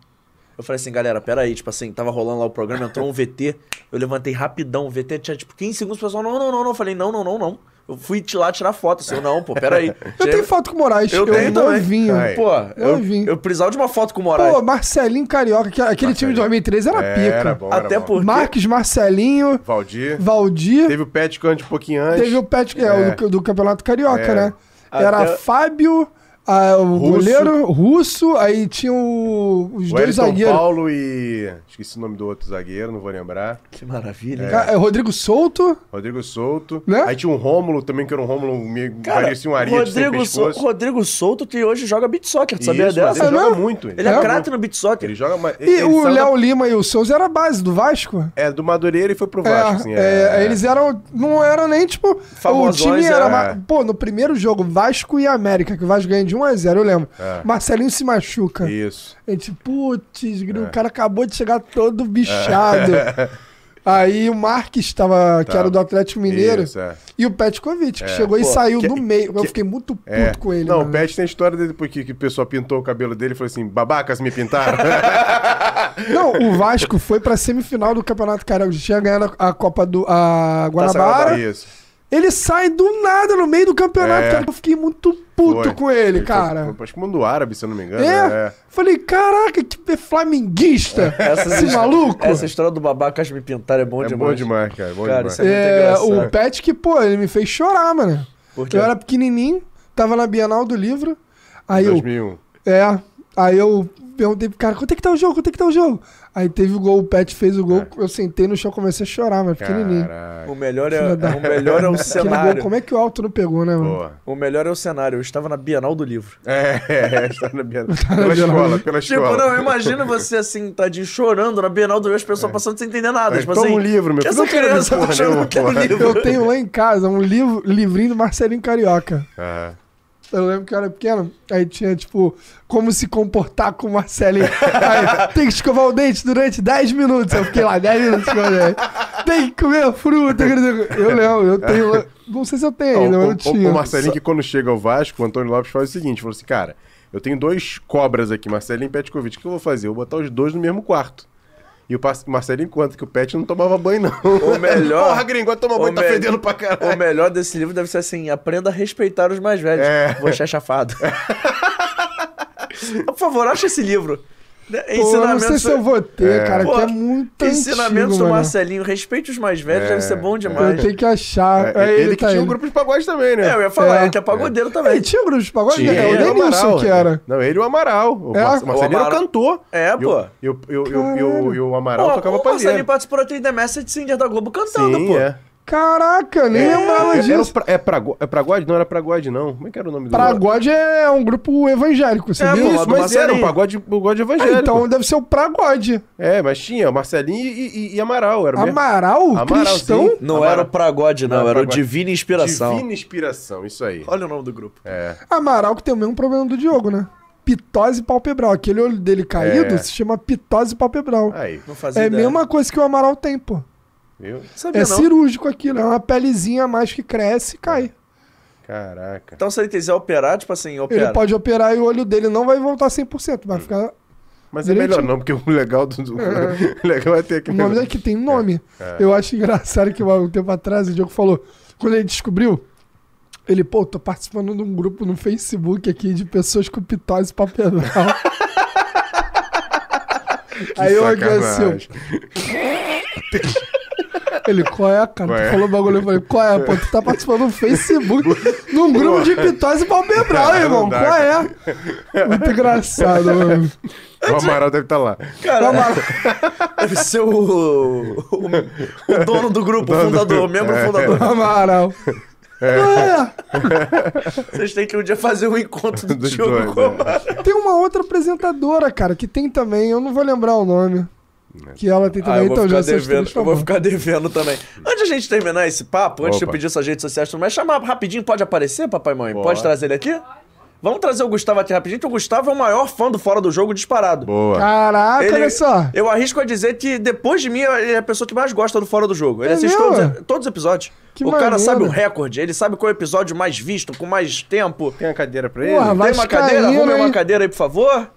Speaker 1: Eu falei assim, galera, peraí, tipo assim, tava rolando lá o programa, entrou um VT, eu levantei rapidão, o VT tinha tipo 15 segundos, o pessoal, não, não, não, não, eu falei, não, não, não, não. Eu fui te lá tirar foto, assim, eu, não, pô, peraí.
Speaker 3: Eu tenho foto com o Moraes.
Speaker 1: Eu tenho também.
Speaker 3: novinho.
Speaker 2: Ai.
Speaker 1: Pô, eu,
Speaker 3: Novinho.
Speaker 1: eu precisava de uma foto com o Moraes.
Speaker 3: Pô, Marcelinho Carioca. que- Aquele time de 2013 era
Speaker 2: É,
Speaker 3: pica.
Speaker 2: Era bom,
Speaker 1: Até
Speaker 2: era bom.
Speaker 1: porque...
Speaker 3: Marques, Marcelinho,
Speaker 2: Valdir.
Speaker 3: Valdir. Teve,
Speaker 2: Teve o Pet Cante um pouquinho antes.
Speaker 3: o Pet é,
Speaker 2: É.
Speaker 3: o do, do Campeonato Carioca,
Speaker 2: É.
Speaker 3: né? Era
Speaker 1: Até-
Speaker 3: Fábio, ah, o
Speaker 2: Russo.
Speaker 3: goleiro russo, aí tinha o- os
Speaker 2: o
Speaker 3: dois
Speaker 2: Wellington
Speaker 3: zagueiros.
Speaker 2: Paulo e. Esqueci o nome do outro zagueiro, não vou lembrar.
Speaker 1: Que maravilha.
Speaker 3: Ca- é, Rodrigo Souto.
Speaker 2: Rodrigo Souto.
Speaker 3: Né?
Speaker 2: Aí tinha um Rômulo também, que era um Rômulo meio
Speaker 1: Cara,
Speaker 2: parecia um Ariete sem
Speaker 1: Rodrigo, Sol-
Speaker 2: pescoço.
Speaker 1: Rodrigo Souto, que hoje joga beat soccer, tu sabia
Speaker 2: Isso, mas
Speaker 1: dessa?
Speaker 2: Ele joga
Speaker 3: mesmo?
Speaker 2: muito.
Speaker 1: Ele é,
Speaker 3: É?
Speaker 1: craque no beat soccer.
Speaker 2: Ele joga mais.
Speaker 3: E o Léo Lima e o Souza era a base do Vasco.
Speaker 2: É, do Madureira e foi pro
Speaker 3: É,
Speaker 2: Vasco, assim.
Speaker 3: é, eles eram. Não eram nem, tipo.
Speaker 1: Famosões,
Speaker 3: o time era.
Speaker 1: é.
Speaker 3: ma- Pô, no primeiro jogo, Vasco e América, que o Vasco ganha de 1x0, eu lembro.
Speaker 2: É.
Speaker 3: Marcelinho se machuca.
Speaker 2: Isso.
Speaker 3: A gente, putz,
Speaker 2: É.
Speaker 3: o cara acabou de chegar todo bichado. Aí o Marques tava, que era do Atlético Mineiro.
Speaker 2: Isso, é.
Speaker 3: E o Petkovic, que chegou e
Speaker 1: Pô,
Speaker 3: saiu
Speaker 2: que-
Speaker 3: no meio. Eu
Speaker 2: que-
Speaker 3: fiquei muito puto
Speaker 2: É.
Speaker 3: com ele.
Speaker 2: não,
Speaker 3: mano.
Speaker 2: o Pet tem a história dele, porque que o pessoal pintou o cabelo dele e falou assim: babacas me pintaram.
Speaker 3: Não, o Vasco foi pra semifinal do Campeonato Carioca. Tinha ganhado a Copa do a Guanabara.
Speaker 2: Isso.
Speaker 3: Ele sai do nada no meio do campeonato,
Speaker 2: É.
Speaker 3: cara. Eu fiquei muito puto
Speaker 2: Foi.
Speaker 3: com ele,
Speaker 2: foi-
Speaker 3: cara.
Speaker 2: foi- acho que mundo árabe, se eu não me engano.
Speaker 3: é.
Speaker 2: É.
Speaker 3: Falei, caraca, que é flamenguista. Esse
Speaker 1: histó-
Speaker 3: maluco.
Speaker 1: Essa história do babacas me pintar é bom
Speaker 2: É
Speaker 1: demais.
Speaker 2: bom demais, cara. Bom
Speaker 1: Cara,
Speaker 2: demais.
Speaker 1: isso é- muito
Speaker 3: É,
Speaker 1: engraçado.
Speaker 3: o Pet que, pô, ele me fez chorar, mano.
Speaker 1: Por quê?
Speaker 3: Eu era pequenininho, tava na Bienal do Livro. Aí eu,
Speaker 2: 2001.
Speaker 3: É. Aí eu perguntei pro cara, quanto é que tá o jogo? Quanto é que tá o jogo? Aí teve o gol, o Pet fez o
Speaker 1: É.
Speaker 3: gol, eu sentei no chão comecei a chorar, mas pequenininho.
Speaker 2: Caraca.
Speaker 1: O melhor é,
Speaker 3: Filha da-
Speaker 1: o melhor é o
Speaker 3: Aquele gol,
Speaker 1: cenário.
Speaker 3: como é que o alto não pegou, né, mano?
Speaker 2: Boa.
Speaker 1: O melhor é o cenário. Eu estava na Bienal do Livro.
Speaker 2: É, está na minha...
Speaker 3: na
Speaker 2: Pela
Speaker 3: minha-
Speaker 2: escola, pela
Speaker 1: Tipo,
Speaker 2: escola.
Speaker 1: não, imagina você assim, tadinho, chorando na Bienal do Livro, as pessoas passando sem entender nada.
Speaker 2: É,
Speaker 1: tipo
Speaker 2: toma
Speaker 1: assim,
Speaker 2: um livro, meu
Speaker 1: que
Speaker 2: filho,
Speaker 1: Essa
Speaker 2: eu quero
Speaker 1: criança
Speaker 2: porra
Speaker 1: tá chorando
Speaker 2: nenhuma,
Speaker 1: que é um
Speaker 2: porra.
Speaker 1: livro.
Speaker 3: Eu tenho lá em casa um livro, livrinho do Marcelinho Carioca.
Speaker 2: Ah,
Speaker 3: Eu lembro que eu era pequeno, aí tinha, tipo, como se comportar com o Marcelinho. Aí, tem que escovar o dente durante 10 minutos. Eu fiquei lá 10 minutos escovando o dente. Tem que comer fruta. que não sei o quê. Eu lembro, eu tenho. lá- É, Não sei se eu tenho
Speaker 2: o,
Speaker 3: ainda, mas
Speaker 2: o-
Speaker 3: eu tinha.
Speaker 2: o Marcelinho, que quando chega ao Vasco, o Antônio Lopes faz o seguinte: falou assim, cara, eu tenho dois cobras aqui, Marcelinho e Petkovic. O que eu vou fazer? Eu vou botar os dois no mesmo quarto. E o Pas- Marcelinho conta que o Pet não tomava banho, não.
Speaker 1: O melhor-
Speaker 2: Porra, gringo, vai tomar
Speaker 1: O
Speaker 2: banho, tá
Speaker 1: me-
Speaker 2: fedendo pra
Speaker 1: O
Speaker 2: caralho.
Speaker 1: melhor desse livro deve ser assim: aprenda a respeitar os mais velhos.
Speaker 2: É.
Speaker 1: Você é chafado. Por favor, acha esse livro. Né?
Speaker 3: Pô, eu não sei se eu vou ter,
Speaker 2: É.
Speaker 3: cara,
Speaker 1: Pô,
Speaker 3: que é muito
Speaker 1: Ensinamentos
Speaker 3: antigo,
Speaker 1: do
Speaker 3: mano.
Speaker 1: Marcelinho. Respeite os mais velhos,
Speaker 2: É,
Speaker 1: deve ser bom
Speaker 3: Eu
Speaker 1: demais.
Speaker 3: tenho que achar.
Speaker 2: É,
Speaker 3: Aí
Speaker 2: ele,
Speaker 3: ele
Speaker 2: que
Speaker 3: tá
Speaker 2: tinha
Speaker 3: aí.
Speaker 2: um grupo de pagode também, né?
Speaker 1: É, eu ia falar,
Speaker 3: É.
Speaker 1: ele é pagodeiro
Speaker 3: Ele
Speaker 1: também.
Speaker 3: tinha um grupo de pagode?
Speaker 2: Tinha, ele
Speaker 3: né?
Speaker 2: e
Speaker 3: É o Denilson que
Speaker 2: né?
Speaker 3: era.
Speaker 2: Não, ele e o Amaral. O,
Speaker 3: É?
Speaker 2: Mar-
Speaker 3: O
Speaker 2: Marcelinho
Speaker 1: Amaral-
Speaker 2: era cantor.
Speaker 1: É,
Speaker 2: E o-
Speaker 1: pô.
Speaker 2: E o, e o, e o, e o, e o Amaral
Speaker 1: Pô,
Speaker 2: tocava
Speaker 1: o Marcelinho
Speaker 2: pandeiro.
Speaker 1: participou da 3D Message Singer da Globo cantando,
Speaker 2: Sim,
Speaker 1: pô.
Speaker 2: é.
Speaker 3: Caraca, nem lembrava
Speaker 2: É, era o
Speaker 3: disso.
Speaker 2: pra- é, prago, é Pragode? Não era Pragode, não. Como é que era o nome do
Speaker 3: Pragode é um grupo evangélico, você
Speaker 1: É,
Speaker 3: viu?
Speaker 1: pô,
Speaker 2: Isso,
Speaker 1: do
Speaker 2: mas
Speaker 1: Marcelinho.
Speaker 2: era um pagode, pagode
Speaker 3: Ah,
Speaker 2: evangélico.
Speaker 3: então deve ser o Pragode.
Speaker 2: É, mas tinha Marcelinho e, e- e Amaral. Era o mesmo.
Speaker 3: Amaral?
Speaker 2: Amaral,
Speaker 3: Cristão?
Speaker 2: sim.
Speaker 1: Não
Speaker 2: Amaral.
Speaker 1: era o Pragode, não,
Speaker 2: Não,
Speaker 1: era o
Speaker 2: Pragode.
Speaker 1: Divina Inspiração.
Speaker 2: Divina Inspiração, isso aí.
Speaker 1: Olha o nome do grupo.
Speaker 2: É.
Speaker 3: Amaral que tem o mesmo problema do Diogo, né? Pitose palpebral. Aquele olho dele caído
Speaker 2: É.
Speaker 3: se chama pitose palpebral.
Speaker 2: Aí,
Speaker 1: Não fazia
Speaker 3: É a
Speaker 1: ideia.
Speaker 3: mesma coisa que o Amaral tem, pô.
Speaker 2: viu?
Speaker 1: Sabia
Speaker 3: É
Speaker 1: não.
Speaker 3: cirúrgico aquilo, é uma pelezinha a mais que cresce e cai.
Speaker 2: Caraca.
Speaker 1: Então se ele quiser operar, tipo assim,
Speaker 3: Ele
Speaker 1: opera.
Speaker 3: pode operar e o olho dele não vai voltar 100%, vai ficar...
Speaker 2: Mas é
Speaker 3: Direitinho.
Speaker 2: melhor não, porque o legal do. do- o legal é ter
Speaker 3: O
Speaker 2: aquele.
Speaker 3: nome é que tem nome. Eu acho engraçado que um tempo atrás o Diogo falou, quando ele descobriu, ele, pô, tô participando de um grupo no Facebook aqui de pessoas com pitose papelão. Aí eu olhei assim,
Speaker 2: Sacanagem.
Speaker 3: Ele, qual é, cara?
Speaker 2: Qual
Speaker 3: Tu
Speaker 2: é?
Speaker 3: falou o bagulho, eu falei, qual é, pô? Tu tá participando do Facebook num grupo de pitose palpebral, irmão.
Speaker 2: não dá,
Speaker 3: Qual é? Muito engraçado, mano.
Speaker 2: O Amaral deve estar lá.
Speaker 1: Cara, deve ser
Speaker 2: É.
Speaker 1: o, o, o dono do grupo, o fundador, o membro fundador.
Speaker 3: Amaral. É.
Speaker 1: Vocês têm que um dia fazer um encontro do
Speaker 2: Dos
Speaker 1: Diogo
Speaker 2: dois, é. né?
Speaker 1: Cobar.
Speaker 3: Tem uma outra apresentadora, cara, que tem também, eu não vou lembrar o nome. Que ela tem também,
Speaker 1: Ah, eu vou
Speaker 3: então já
Speaker 1: ficar
Speaker 3: sei os
Speaker 1: devendo,
Speaker 3: três,
Speaker 1: eu vou
Speaker 3: tá bom.
Speaker 1: ficar devendo também. Antes de a gente terminar esse papo, antes de eu
Speaker 2: Opa.
Speaker 1: pedir suas redes sociais, tudo mais, chamar rapidinho, pode aparecer, papai e mãe? Pode,
Speaker 2: Pode.
Speaker 1: trazer ele aqui? Vamos trazer o Gustavo aqui rapidinho, que o Gustavo é o maior fã do Fora do Jogo disparado.
Speaker 2: Boa.
Speaker 3: Caraca,
Speaker 1: Ele-
Speaker 3: olha só.
Speaker 1: Eu arrisco a dizer que depois de mim ele é a pessoa que mais gosta do Fora do Jogo. Ele
Speaker 3: É
Speaker 1: assiste
Speaker 3: mesmo?
Speaker 1: todos, todos os episódios.
Speaker 3: Que
Speaker 1: o cara
Speaker 3: maneiro.
Speaker 1: sabe o recorde, ele sabe qual é o episódio mais visto, com mais tempo.
Speaker 2: Tem a cadeira pra ele?
Speaker 3: Porra, vai
Speaker 1: Tem uma cadeira,
Speaker 3: Vascaíno,
Speaker 1: arrume uma
Speaker 3: hein?
Speaker 1: cadeira aí, por favor.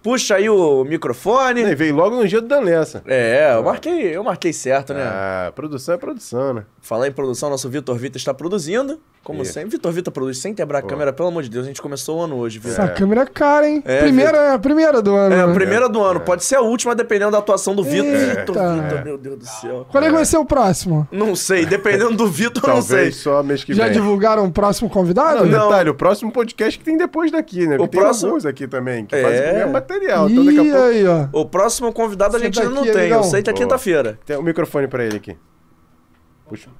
Speaker 1: Puxa aí o microfone.
Speaker 2: Ele veio logo no dia do Danessa.
Speaker 1: É, eu marquei, eu marquei certo, né?
Speaker 2: Ah, produção é produção, né?
Speaker 1: Falar em produção, nosso Vitor Vita está produzindo. Como
Speaker 2: Isso.
Speaker 1: sempre. Vitor Vita produz sem quebrar a câmera, pelo amor de Deus. A gente começou o ano hoje, Vitor.
Speaker 3: Essa câmera é cara, hein?
Speaker 1: É,
Speaker 3: primeira, a primeira do ano.
Speaker 1: É, a
Speaker 3: né?
Speaker 1: primeira do ano. Pode ser a última, dependendo da atuação do Vitor.
Speaker 3: Eita.
Speaker 1: Vitor, Vitor, meu Deus do céu.
Speaker 3: Qual é que vai ser o próximo?
Speaker 1: Não sei, dependendo do Vitor, eu não sei.
Speaker 2: Talvez só mês que
Speaker 3: Já
Speaker 2: vem.
Speaker 3: divulgaram o próximo convidado?
Speaker 1: Ah, Não.
Speaker 2: Detalhe, o próximo podcast que tem depois daqui, né? Porque tem
Speaker 1: próximo-
Speaker 2: alguns aqui também, que
Speaker 1: É.
Speaker 2: fazem o mesmo material. Então daqui a
Speaker 3: Ih,
Speaker 2: pouco...
Speaker 3: aí, ó.
Speaker 1: O próximo convidado a
Speaker 3: Você
Speaker 1: gente
Speaker 3: tá
Speaker 1: ainda não
Speaker 3: aqui,
Speaker 1: tem. Eu
Speaker 3: amigão?
Speaker 1: sei que é
Speaker 2: Boa.
Speaker 1: quinta-feira.
Speaker 2: Tem o microfone pra ele aqui. Puxa.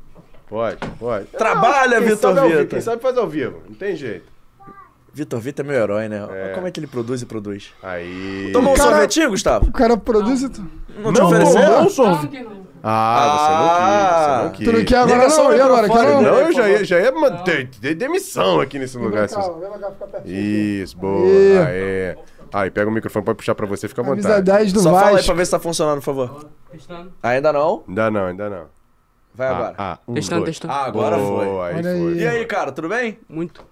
Speaker 2: Pode, pode.
Speaker 1: Trabalha,
Speaker 2: Não, quem
Speaker 1: Vitor
Speaker 2: sabe ao vivo,
Speaker 1: Vitor.
Speaker 2: Quem sabe faz ao vivo. Não tem jeito.
Speaker 1: Vitor Vita é meu herói, né? Olha Como é que ele produz e produz.
Speaker 2: Aí...
Speaker 1: Tomou um
Speaker 3: Cara-
Speaker 1: sorvetinho, Gustavo?
Speaker 3: O cara produz e tu...
Speaker 1: Não, te ofereceram?
Speaker 2: tomou um sorvete. Ah,
Speaker 1: Ah.
Speaker 2: você não quis,
Speaker 3: Tu
Speaker 2: você
Speaker 3: não
Speaker 2: não quis.
Speaker 3: quer agora
Speaker 1: Liga só o
Speaker 3: não? E agora? Quer
Speaker 1: microfone,
Speaker 3: não?
Speaker 1: né?
Speaker 2: Não, eu já ia, já ia man- ter, ter demissão aqui nesse lugar.
Speaker 1: É,
Speaker 2: se você-
Speaker 3: Vem cá, fica pertinho.
Speaker 2: Isso, boa.
Speaker 3: Aí.
Speaker 2: Aê. Aí, pega o microfone, pode puxar pra você, fica à
Speaker 3: Camisa
Speaker 2: vontade.
Speaker 3: 10 do
Speaker 1: Só fala aí pra
Speaker 3: Vasco.
Speaker 1: ver se tá funcionando, por favor. Ainda não?
Speaker 2: Ainda não, ainda não.
Speaker 1: Vai agora.
Speaker 2: Ah, ah, um,
Speaker 5: Testando,
Speaker 2: dois.
Speaker 5: testando.
Speaker 1: Ah, agora
Speaker 2: Boa,
Speaker 1: foi.
Speaker 2: Aí
Speaker 3: Olha
Speaker 2: foi.
Speaker 3: aí.
Speaker 1: E aí, cara, tudo bem?
Speaker 5: Muito,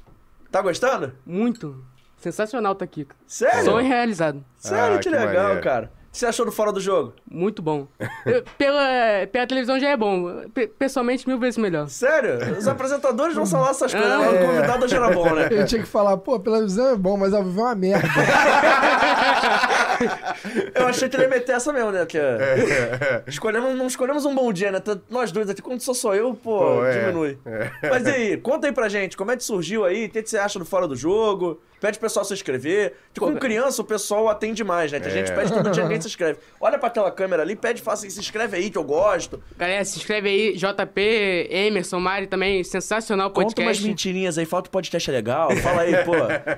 Speaker 1: Tá gostando?
Speaker 5: muito. Sensacional tá aqui. cara.
Speaker 1: Sério?
Speaker 5: Sonho realizado.
Speaker 1: Sério,
Speaker 2: Ah,
Speaker 1: que
Speaker 2: que
Speaker 1: legal,
Speaker 2: maneiro.
Speaker 1: cara. O que você achou do Fora do Jogo?
Speaker 5: Muito bom. Eu- pela, pela televisão já é bom. Pe- pessoalmente, mil vezes melhor.
Speaker 1: Sério? Os apresentadores não são lá essas coisas,
Speaker 5: É.
Speaker 1: mas o convidado já era bom, né?
Speaker 3: Eu tinha que falar, pô, pela visão é bom, mas ao vivo é uma merda.
Speaker 1: Eu achei que ele ia meter essa mesmo, né? Que...
Speaker 2: É.
Speaker 1: Escolhemos, não escolhemos um bom dia, né? Tá- Nós dois aqui, quando só sou eu, pô,
Speaker 2: Pô, é.
Speaker 1: diminui. Mas e aí, conta aí pra gente, como é que surgiu aí? O que que você acha do Fora do Jogo? Pede o pessoal se inscrever. Porque com criança o pessoal atende mais, né? Que a gente
Speaker 2: É.
Speaker 1: pede todo dia, ninguém se inscreve. Olha pra aquela câmera ali, pede e fala assim, se inscreve aí que eu gosto.
Speaker 5: Galera, se inscreve aí. JP, Emerson, Mari também. Sensacional
Speaker 1: Conta umas
Speaker 5: podcast.
Speaker 1: mentirinhas aí, fala que o podcast é legal. Fala aí, pô.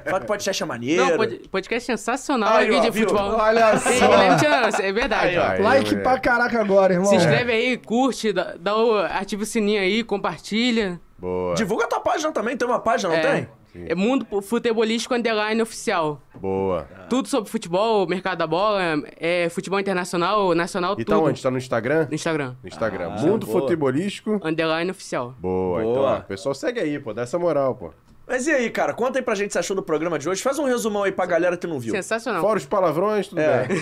Speaker 1: Fala que o podcast é maneiro.
Speaker 5: Não, pod- podcast é sensacional
Speaker 1: Aí,
Speaker 5: aqui
Speaker 1: ó,
Speaker 5: de
Speaker 1: viu?
Speaker 5: futebol.
Speaker 3: Olha só.
Speaker 5: Sim, Guilherme Tirança, é verdade.
Speaker 2: Aí, ó. Aí,
Speaker 3: like
Speaker 2: moleque.
Speaker 3: pra caraca agora, irmão.
Speaker 5: Se
Speaker 1: É.
Speaker 5: inscreve aí, curte, dá, dá o, ativa o sininho aí, compartilha.
Speaker 2: Boa,
Speaker 1: Divulga a tua página também, tem uma página, não
Speaker 5: é,
Speaker 1: tem?
Speaker 5: é Mundo Futebolístico Underline Oficial.
Speaker 2: boa.
Speaker 5: Tudo sobre futebol, mercado da bola, é, futebol internacional, nacional,
Speaker 2: E tá
Speaker 5: tudo.
Speaker 2: onde? Tá no Instagram?
Speaker 5: No Instagram.
Speaker 2: No Instagram. Mundo
Speaker 1: Ah, boa.
Speaker 2: Futebolístico.
Speaker 5: Underline Oficial.
Speaker 2: Boa. Então,
Speaker 1: Boa.
Speaker 2: ó, pessoal, segue aí, pô. Dá essa moral, pô.
Speaker 1: Mas e aí, cara, conta aí pra gente o que você achou do programa de hoje. Faz um resumão aí pra galera que não viu.
Speaker 5: Sensacional.
Speaker 2: Fora os palavrões, tudo
Speaker 1: É.
Speaker 2: bem.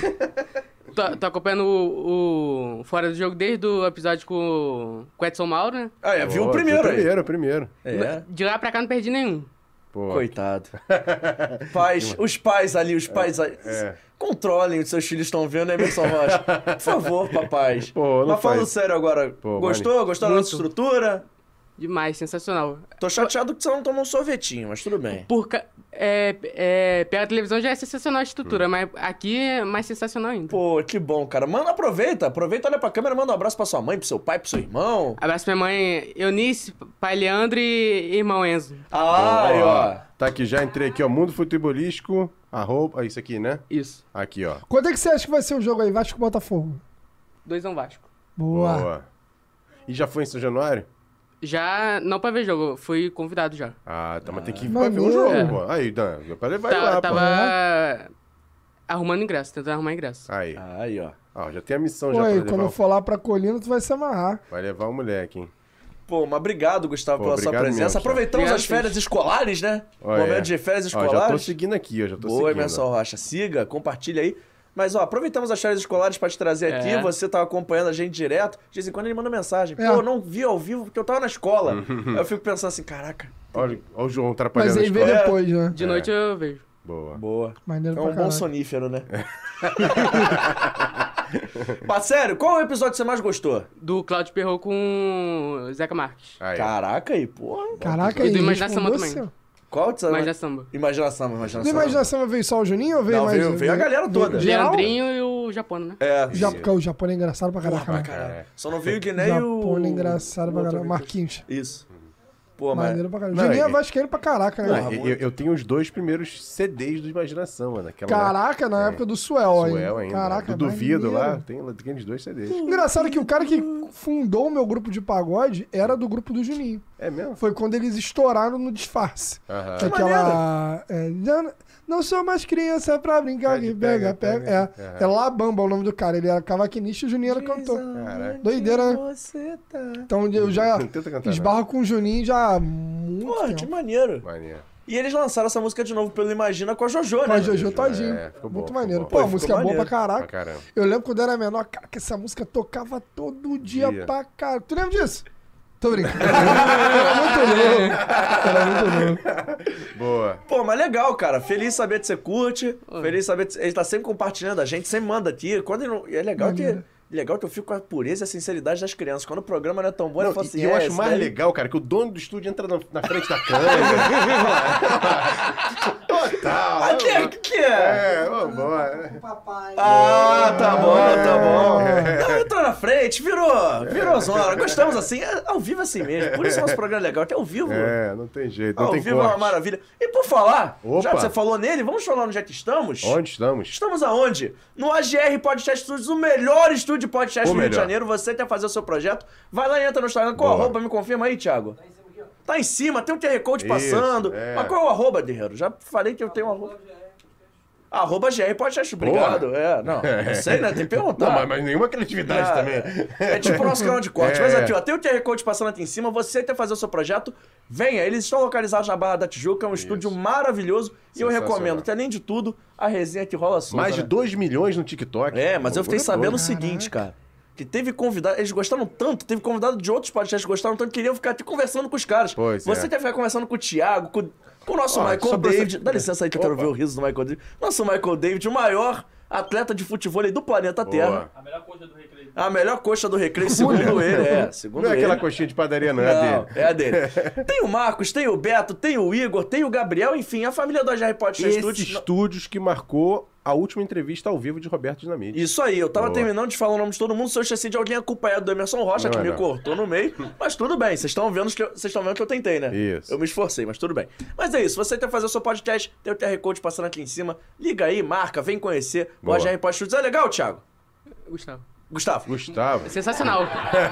Speaker 5: Tô, tô acompanhando o, o Fora do Jogo desde o episódio com, com o Edson Mauro, né?
Speaker 1: Ah, é, viu o
Speaker 2: Boa,
Speaker 1: primeiro
Speaker 2: foi o
Speaker 1: aí.
Speaker 2: Primeiro, o primeiro.
Speaker 1: É.
Speaker 5: De lá pra cá não perdi nenhum.
Speaker 2: Pô.
Speaker 1: Coitado. Pais, os pais ali, os
Speaker 2: É,
Speaker 1: pais ali. Controlem o que seus filhos estão vendo, né, Emerson Rocha? Por favor, papais.
Speaker 2: Pô, não
Speaker 1: Mas falando
Speaker 2: faz.
Speaker 1: sério agora,
Speaker 2: Pô,
Speaker 1: gostou? Gostou da
Speaker 5: Muito.
Speaker 1: nossa estrutura?
Speaker 5: Demais, sensacional.
Speaker 1: Tô chateado que você não tomou um sorvetinho, mas tudo bem.
Speaker 5: Por ca... é, é, pela televisão já é sensacional a
Speaker 2: Hum.
Speaker 5: estrutura, mas aqui é mais sensacional ainda.
Speaker 1: Pô, que bom, cara. Manda, aproveita. Aproveita, olha pra câmera, manda um abraço pra sua mãe, pro seu pai, pro seu irmão.
Speaker 5: Abraço pra minha mãe Eunice, pai Leandro e irmão Enzo.
Speaker 1: Ah, aí, ó.
Speaker 2: Tá aqui, já entrei aqui, ó. Mundo Futebolístico. Arroba. Isso aqui, né?
Speaker 5: Isso.
Speaker 2: Aqui, ó.
Speaker 3: Quanto é que você acha que vai ser o jogo aí? Vasco e Botafogo.
Speaker 5: Dois não Vasco.
Speaker 3: Boa.
Speaker 2: Boa. E já foi em São Januário?
Speaker 5: Já, não pra ver jogo, eu fui convidado já.
Speaker 2: Ah, tá, mas tem que ir pra
Speaker 3: Maneiro.
Speaker 2: ver o jogo,
Speaker 5: É.
Speaker 2: pô. Aí, Dan, vai levar
Speaker 5: Tá-
Speaker 2: lá,
Speaker 5: tava
Speaker 2: pô.
Speaker 5: arrumando ingresso, tentando arrumar ingresso.
Speaker 2: Aí,
Speaker 1: Aí, ó.
Speaker 2: ó, já tem a missão já
Speaker 3: Pô,
Speaker 2: pra
Speaker 3: aí,
Speaker 2: levar.
Speaker 3: quando
Speaker 2: o-
Speaker 3: for lá pra colina, tu vai se amarrar.
Speaker 2: Vai levar o moleque, hein?
Speaker 1: Pô, mas obrigado, Gustavo,
Speaker 2: Pô,
Speaker 1: pela sua
Speaker 2: obrigado
Speaker 1: presença.
Speaker 2: mesmo, cara.
Speaker 1: Aproveitamos
Speaker 5: Obrigado,
Speaker 1: as férias
Speaker 5: gente.
Speaker 1: escolares, né?
Speaker 2: Ó,
Speaker 1: Momento
Speaker 2: é.
Speaker 1: de férias
Speaker 2: Ó, já tô
Speaker 1: escolares.
Speaker 2: seguindo aqui, ó. Já tô
Speaker 1: Boa,
Speaker 2: seguindo.
Speaker 1: Emerson Rocha. Siga, compartilha aí. Mas, ó, aproveitamos as férias escolares pra te trazer aqui.
Speaker 5: É.
Speaker 1: Você tava acompanhando a gente direto. De vez em quando ele manda mensagem.
Speaker 3: É.
Speaker 1: Pô, não vi ao vivo porque eu tava na escola. aí eu fico pensando assim, caraca.
Speaker 2: Olha, olha o João atrapalhando
Speaker 1: é,
Speaker 3: Mas é-
Speaker 2: a
Speaker 3: aí vê
Speaker 2: escola.
Speaker 1: escola.
Speaker 3: depois, né?
Speaker 5: De noite eu vejo.
Speaker 2: Boa.
Speaker 1: Boa.
Speaker 3: Maneiro
Speaker 1: É
Speaker 3: pra
Speaker 1: um bom
Speaker 3: caralho.
Speaker 1: sonífero, né?
Speaker 2: É.
Speaker 1: mas sério, qual é o episódio que você mais gostou?
Speaker 5: Do Cláudio Perro com Zeca Marques.
Speaker 2: Aí,
Speaker 1: Caraca aí, porra.
Speaker 3: Caraca, tipo,
Speaker 5: E
Speaker 3: aí.
Speaker 5: do Imaginação
Speaker 3: respondeu
Speaker 5: também.
Speaker 3: seu.
Speaker 1: Qual que você...
Speaker 5: Mas já samba.
Speaker 1: Imaginação, imaginação.
Speaker 3: Do Imaginação veio só o Juninho ou veio
Speaker 1: Não,
Speaker 3: mais?
Speaker 1: veio- veio a galera toda.
Speaker 3: Geral?
Speaker 5: Leandrinho e o Japona, né?
Speaker 1: É.
Speaker 3: Já, porque o Japão é engraçado pra
Speaker 1: Porra,
Speaker 3: caraca.
Speaker 1: pra
Speaker 3: né?
Speaker 1: caralho.
Speaker 2: É.
Speaker 1: Só não veio o Guiné e o...
Speaker 3: Japão é engraçado pra
Speaker 1: o outro
Speaker 3: caralho.
Speaker 1: aqui.
Speaker 3: Marquinhos.
Speaker 1: Isso. Pô, mas.
Speaker 3: Maneiro pra caralho.
Speaker 2: Não,
Speaker 3: Juninho é
Speaker 2: é-
Speaker 3: vascaíno pra caraca, né?
Speaker 1: é
Speaker 2: Não, eu, eu tenho os dois primeiros CDs do Imaginação, mano. Aquela
Speaker 3: Caraca,
Speaker 1: É.
Speaker 3: na época do Suel ainda.
Speaker 2: Suel ainda.
Speaker 3: Caraca,
Speaker 2: do Duvido
Speaker 3: maneiro.
Speaker 2: lá, tem, tem os dois CDs.
Speaker 3: Engraçado que o cara que fundou o meu grupo de pagode era do grupo do Juninho.
Speaker 2: É mesmo?
Speaker 3: Foi quando eles estouraram no disfarce.
Speaker 2: Aham.
Speaker 3: Que é aquela. é, não, não sou mais criança pra brincar que pega, pega. É,
Speaker 2: Aham.
Speaker 3: é Labamba o nome do cara. Ele era cavaquinista e o Juninho era cantor.
Speaker 2: Caraca.
Speaker 3: Doideira, né?
Speaker 1: Você tá.
Speaker 3: Então eu já
Speaker 2: Tenta cantar, né?
Speaker 3: esbarro com o Juninho já há muito
Speaker 1: Porra, que
Speaker 3: tempo.
Speaker 1: tipo, maneiro.
Speaker 2: Mania.
Speaker 1: E eles lançaram essa música de novo pelo Imagina com a JoJo, né?
Speaker 3: Com a Jojo todinho.
Speaker 2: É, ficou bom,
Speaker 3: muito
Speaker 2: ficou
Speaker 3: maneiro.
Speaker 2: bom.
Speaker 3: Pô, a
Speaker 1: Pô,
Speaker 3: música
Speaker 1: ficou
Speaker 3: é boa pra
Speaker 1: maneiro.
Speaker 2: Pra
Speaker 3: caraca.
Speaker 2: caramba.
Speaker 3: Eu lembro quando eu era menor, cara, que essa música tocava todo dia,
Speaker 2: Dia.
Speaker 3: pra caralho. Tu lembra disso? Tô brincando. era muito louco. Era muito louco.
Speaker 2: Boa.
Speaker 1: Pô, mas legal, cara. Feliz
Speaker 2: É.
Speaker 1: saber que você curte. Feliz saber que ele tá sempre compartilhando a gente, sempre manda aqui. Quando ele não... e É legal que.
Speaker 3: Maneiro.
Speaker 1: Legal que eu fico com a pureza e a sinceridade das crianças. Quando o programa não é tão bom,
Speaker 2: Não,
Speaker 1: eu falo assim,
Speaker 2: e eu
Speaker 1: é,
Speaker 2: acho
Speaker 1: isso
Speaker 2: mais
Speaker 1: daí-
Speaker 2: legal, cara, que o dono do estúdio entra na, na frente da câmera. Total.
Speaker 1: Ah, que é? Que que é?
Speaker 2: É, vambora.
Speaker 1: Ah, tá bom, tá bom.
Speaker 2: É.
Speaker 1: Então entrou na frente, virou, virou zona. Gostamos assim, é ao vivo assim mesmo. Por isso o nosso programa é legal, que é ao vivo.
Speaker 2: É, não tem jeito, não
Speaker 1: ao
Speaker 2: tem
Speaker 1: vivo é uma
Speaker 2: corte.
Speaker 1: maravilha. E por falar, já
Speaker 2: Opa.
Speaker 1: que você falou nele, vamos falar onde é que estamos?
Speaker 2: Onde estamos?
Speaker 1: Estamos aonde? No AGR Podcast Studios, o melhor estúdio de podcast
Speaker 2: O
Speaker 1: do Rio de
Speaker 2: melhor.
Speaker 1: Janeiro. Você quer fazer o seu projeto? Vai lá e entra no Instagram. Qual
Speaker 2: Boa.
Speaker 1: arroba? Me confirma aí, Thiago. Tá em cima, tem um QR Code
Speaker 2: Isso,
Speaker 1: passando.
Speaker 2: é.
Speaker 1: Mas qual é o arroba, Guerreiro? Já falei que eu tenho um arroba. Arroba GR Podcast, obrigado.
Speaker 2: Boa.
Speaker 1: É, não, não sei, né? Tem que perguntar.
Speaker 2: Não, mas, mas nenhuma criatividade
Speaker 1: Ah,
Speaker 2: também.
Speaker 1: É tipo o nosso canal de corte.
Speaker 2: É.
Speaker 1: Mas aqui, ó, tem o QR Code passando aqui em cima. Você quer fazer o seu projeto? Venha, eles estão localizados na Barra da Tijuca, é um estúdio maravilhoso. E eu
Speaker 2: Sensacional.
Speaker 1: recomendo, que além de tudo, a resenha que rola solta,
Speaker 2: Mais de
Speaker 1: né?
Speaker 2: 2 milhões no TikTok.
Speaker 1: É, mas eu fiquei
Speaker 2: Bagulho
Speaker 1: sabendo o
Speaker 2: doido.
Speaker 1: seguinte, cara. Que teve convidado, eles gostaram tanto, teve convidado de outros podcasts que gostaram tanto, que queriam ficar aqui conversando com os caras.
Speaker 2: Pois
Speaker 1: Você
Speaker 2: é.
Speaker 1: quer ficar conversando com o Thiago, com, com o nosso
Speaker 2: Ó, só
Speaker 1: Michael David.
Speaker 2: David.
Speaker 1: Dá licença aí que eu quero
Speaker 2: Opa.
Speaker 1: ver o riso do Michael David. Nosso Michael David, o maior atleta de futebol aí do planeta Terra.
Speaker 2: Boa.
Speaker 4: A melhor coisa do recreio.
Speaker 1: A melhor coxa do recreio, segundo ele. É, segundo
Speaker 2: Não é
Speaker 1: ele.
Speaker 2: aquela coxinha de padaria, não, é a
Speaker 1: Não,
Speaker 2: dele.
Speaker 1: é a dele. Tem o Marcos, tem o Beto, tem o Igor, tem o Gabriel, enfim, a família do AGR Podcast
Speaker 2: Esses
Speaker 1: Studios.
Speaker 2: estúdios que marcou a última entrevista ao vivo de Roberto Dinamite.
Speaker 1: Isso aí, eu tava
Speaker 2: Boa.
Speaker 1: terminando de falar o nome de todo mundo, se eu esqueci de alguém acompanhado do Emerson Rocha,
Speaker 2: Não
Speaker 1: que
Speaker 2: é
Speaker 1: me
Speaker 2: não.
Speaker 1: cortou no meio, mas tudo bem, vocês estão vendo que eu- vocês estão vendo que eu tentei, né?
Speaker 2: Isso.
Speaker 1: Eu me esforcei, mas tudo bem. Mas é isso, você quer fazer o seu podcast, tem o QR Code passando aqui em cima, liga aí, marca, vem conhecer,
Speaker 2: Boa.
Speaker 1: pode Pod Studios. É legal, Thiago?
Speaker 5: Gustavo.
Speaker 1: Gustavo.
Speaker 2: Gustavo.
Speaker 5: Sensacional.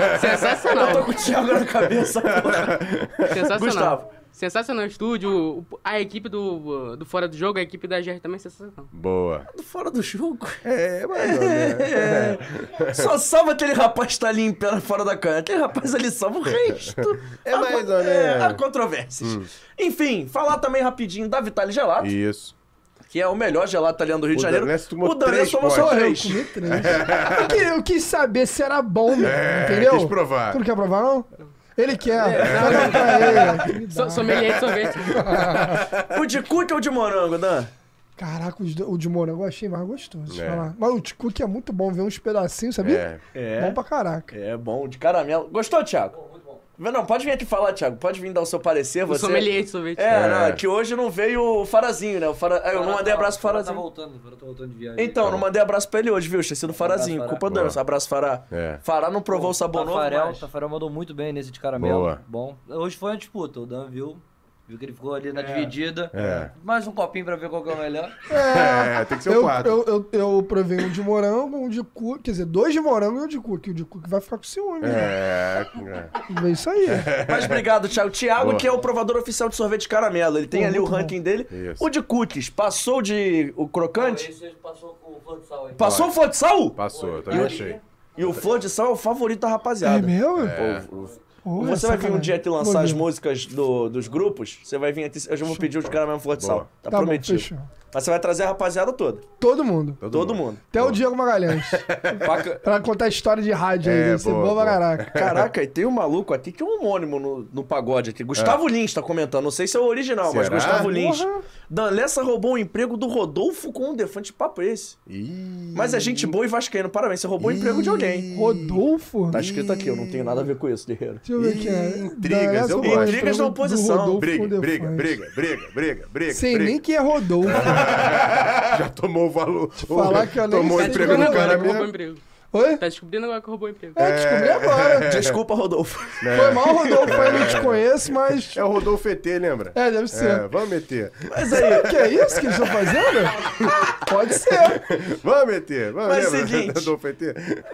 Speaker 1: Eu tô
Speaker 5: Sensacional.
Speaker 1: com o Thiago na cabeça. porra.
Speaker 5: Sensacional.
Speaker 1: Gustavo.
Speaker 5: Sensacional o estúdio. o- A equipe do, do Fora do Jogo, a equipe da GR também é sensacional.
Speaker 2: Boa.
Speaker 1: Fora do jogo. É.
Speaker 2: É, mas não, né?
Speaker 1: Só salva aquele rapaz que tá ali em pé fora da cana. Aquele rapaz ali salva o resto.
Speaker 2: É mais ou
Speaker 1: É,
Speaker 2: menos. Hum.
Speaker 1: há controvérsias. Enfim, falar também rapidinho da Vitale Gelato,
Speaker 2: Isso.
Speaker 1: que é o melhor gelato italiano do Rio de
Speaker 2: O
Speaker 1: Janeiro.
Speaker 2: Danese tomou
Speaker 1: o Danese
Speaker 2: três
Speaker 1: tomou só
Speaker 2: potes.
Speaker 3: Eu
Speaker 1: três.
Speaker 3: comi três. Eu né? que- Eu quis saber se era bom, mesmo, entendeu?
Speaker 2: É. quis provar.
Speaker 3: Tu não quer provar, não? Ele quer.
Speaker 1: É,
Speaker 3: Fala pra ele.
Speaker 5: So, sommelier de sorvete.
Speaker 1: O de cuca ou de morango, Dan?
Speaker 3: Caraca, os do- o de morango eu achei mais gostoso.
Speaker 2: É.
Speaker 3: falar. Mas o de cookie é muito bom, ver uns pedacinhos, sabia?
Speaker 2: É.
Speaker 1: É.
Speaker 3: Bom pra caraca.
Speaker 1: É bom, de caramelo. Gostou, Thiago? Não, pode vir aqui falar, Thiago. Pode vir dar o seu parecer.
Speaker 5: O
Speaker 1: Você...
Speaker 5: sommelier de sorvete.
Speaker 1: É, não, é que hoje não veio o Farazinho, né? O Fara... ah, Eu não mandei abraço pro
Speaker 6: fora Tá
Speaker 1: Farazinho.
Speaker 6: voltando, agora eu tô voltando de viagem.
Speaker 1: Então, não mandei abraço pra ele hoje, viu? Tinha sido o Farazinho.
Speaker 6: Abraço,
Speaker 1: Culpa do
Speaker 2: Fará.
Speaker 1: Anderson. Abraço, Fará.
Speaker 2: É.
Speaker 1: Fará não provou o sabor novo.
Speaker 6: Tafarel,
Speaker 1: mas-
Speaker 6: Tafarel tá mandou muito bem nesse de caramelo.
Speaker 2: Boa.
Speaker 6: Bom. Hoje foi uma disputa, o Dan viu. Viu que ele ficou ali na dividida.
Speaker 2: É.
Speaker 6: Mais um copinho pra ver qual que é o melhor.
Speaker 2: É, tem que ser o
Speaker 3: Eu,
Speaker 2: quatro.
Speaker 3: eu, eu, eu provei um de morango, um de cookie. Quer dizer, dois de morango e um de cookie. O de cookie vai ficar com ciúme. É.
Speaker 2: É, é.
Speaker 3: É isso aí.
Speaker 1: Mas obrigado, Thiago. Thiago,
Speaker 2: Boa.
Speaker 1: que é o provador oficial de sorvete de caramelo. Ele tem
Speaker 3: Pô,
Speaker 1: ali o
Speaker 3: muito
Speaker 1: ranking dele.
Speaker 2: Isso.
Speaker 1: O de cookies. Passou de o crocante?
Speaker 6: ele passou com o flor de sal aí.
Speaker 1: Passou o flor de sal?
Speaker 2: Passou, eu também
Speaker 1: Eu-
Speaker 2: achei.
Speaker 1: E o flor de sal é o favorito da
Speaker 3: É
Speaker 1: rapaziada.
Speaker 3: meu?
Speaker 1: Você vai vir um
Speaker 3: Porra, sacanagem.
Speaker 1: dia aqui
Speaker 3: Vou
Speaker 1: lançar as
Speaker 3: ver.
Speaker 1: músicas do- dos grupos? Você vai vir aqui. Eu já vou pedir os caramelo flor de
Speaker 2: Boa.
Speaker 1: sal. Tá,
Speaker 3: Tá bom,
Speaker 1: prometido.
Speaker 3: fechou.
Speaker 1: Mas você vai trazer a rapaziada toda.
Speaker 3: Todo mundo.
Speaker 1: Todo mundo.
Speaker 3: Até o Diego Magalhães.
Speaker 1: Paca-
Speaker 3: pra contar a história de rádio aí.
Speaker 2: É,
Speaker 3: Deve ser
Speaker 2: boa,
Speaker 3: boa pra
Speaker 2: boa.
Speaker 3: caraca.
Speaker 1: Caraca, e tem um maluco aqui que é um homônimo no, no pagode aqui. Gustavo Lins tá comentando. Não sei se é o original, mas
Speaker 2: Será?
Speaker 1: Gustavo Lins.
Speaker 3: Porra.
Speaker 1: Dan Lessa roubou o emprego do Rodolfo com um defante de papo esse.
Speaker 2: Ih,
Speaker 1: Mas é gente boa e vascaíno. Parabéns, você roubou o emprego de alguém.
Speaker 3: Rodolfo?
Speaker 1: Tá escrito aqui, eu não tenho nada a ver com isso, guerreiro.
Speaker 3: Deixa eu ver aqui. é.
Speaker 2: Intrigas,
Speaker 3: Da-
Speaker 2: eu
Speaker 3: do
Speaker 2: gosto.
Speaker 1: Intrigas da
Speaker 3: do
Speaker 1: oposição.
Speaker 3: Rodolfo
Speaker 2: briga,
Speaker 3: Defante.
Speaker 2: briga, briga, briga, briga, briga.
Speaker 3: Sei
Speaker 2: briga.
Speaker 3: nem quem é Rodolfo.
Speaker 2: Já tomou o valor.
Speaker 3: falar que eu nem
Speaker 2: tomou o
Speaker 3: sei
Speaker 2: emprego
Speaker 3: de é.
Speaker 2: do
Speaker 5: Tá
Speaker 3: nada.
Speaker 2: cara
Speaker 5: Roubou
Speaker 2: mesmo.
Speaker 5: emprego.
Speaker 3: Oi?
Speaker 5: Tá descobrindo agora que roubou o emprego.
Speaker 3: É, descobri agora.
Speaker 1: Desculpa, Rodolfo.
Speaker 3: Foi mal, Rodolfo, eu não te conheço, mas.
Speaker 2: É o Rodolfo ET, lembra?
Speaker 3: É, deve ser.
Speaker 2: É, vamos meter.
Speaker 3: Mas aí, que é isso que eles estão fazendo? Pode ser.
Speaker 2: Vamos meter. Vamos
Speaker 1: Mas
Speaker 2: lembra?
Speaker 1: seguinte-
Speaker 2: Rodolfo ET.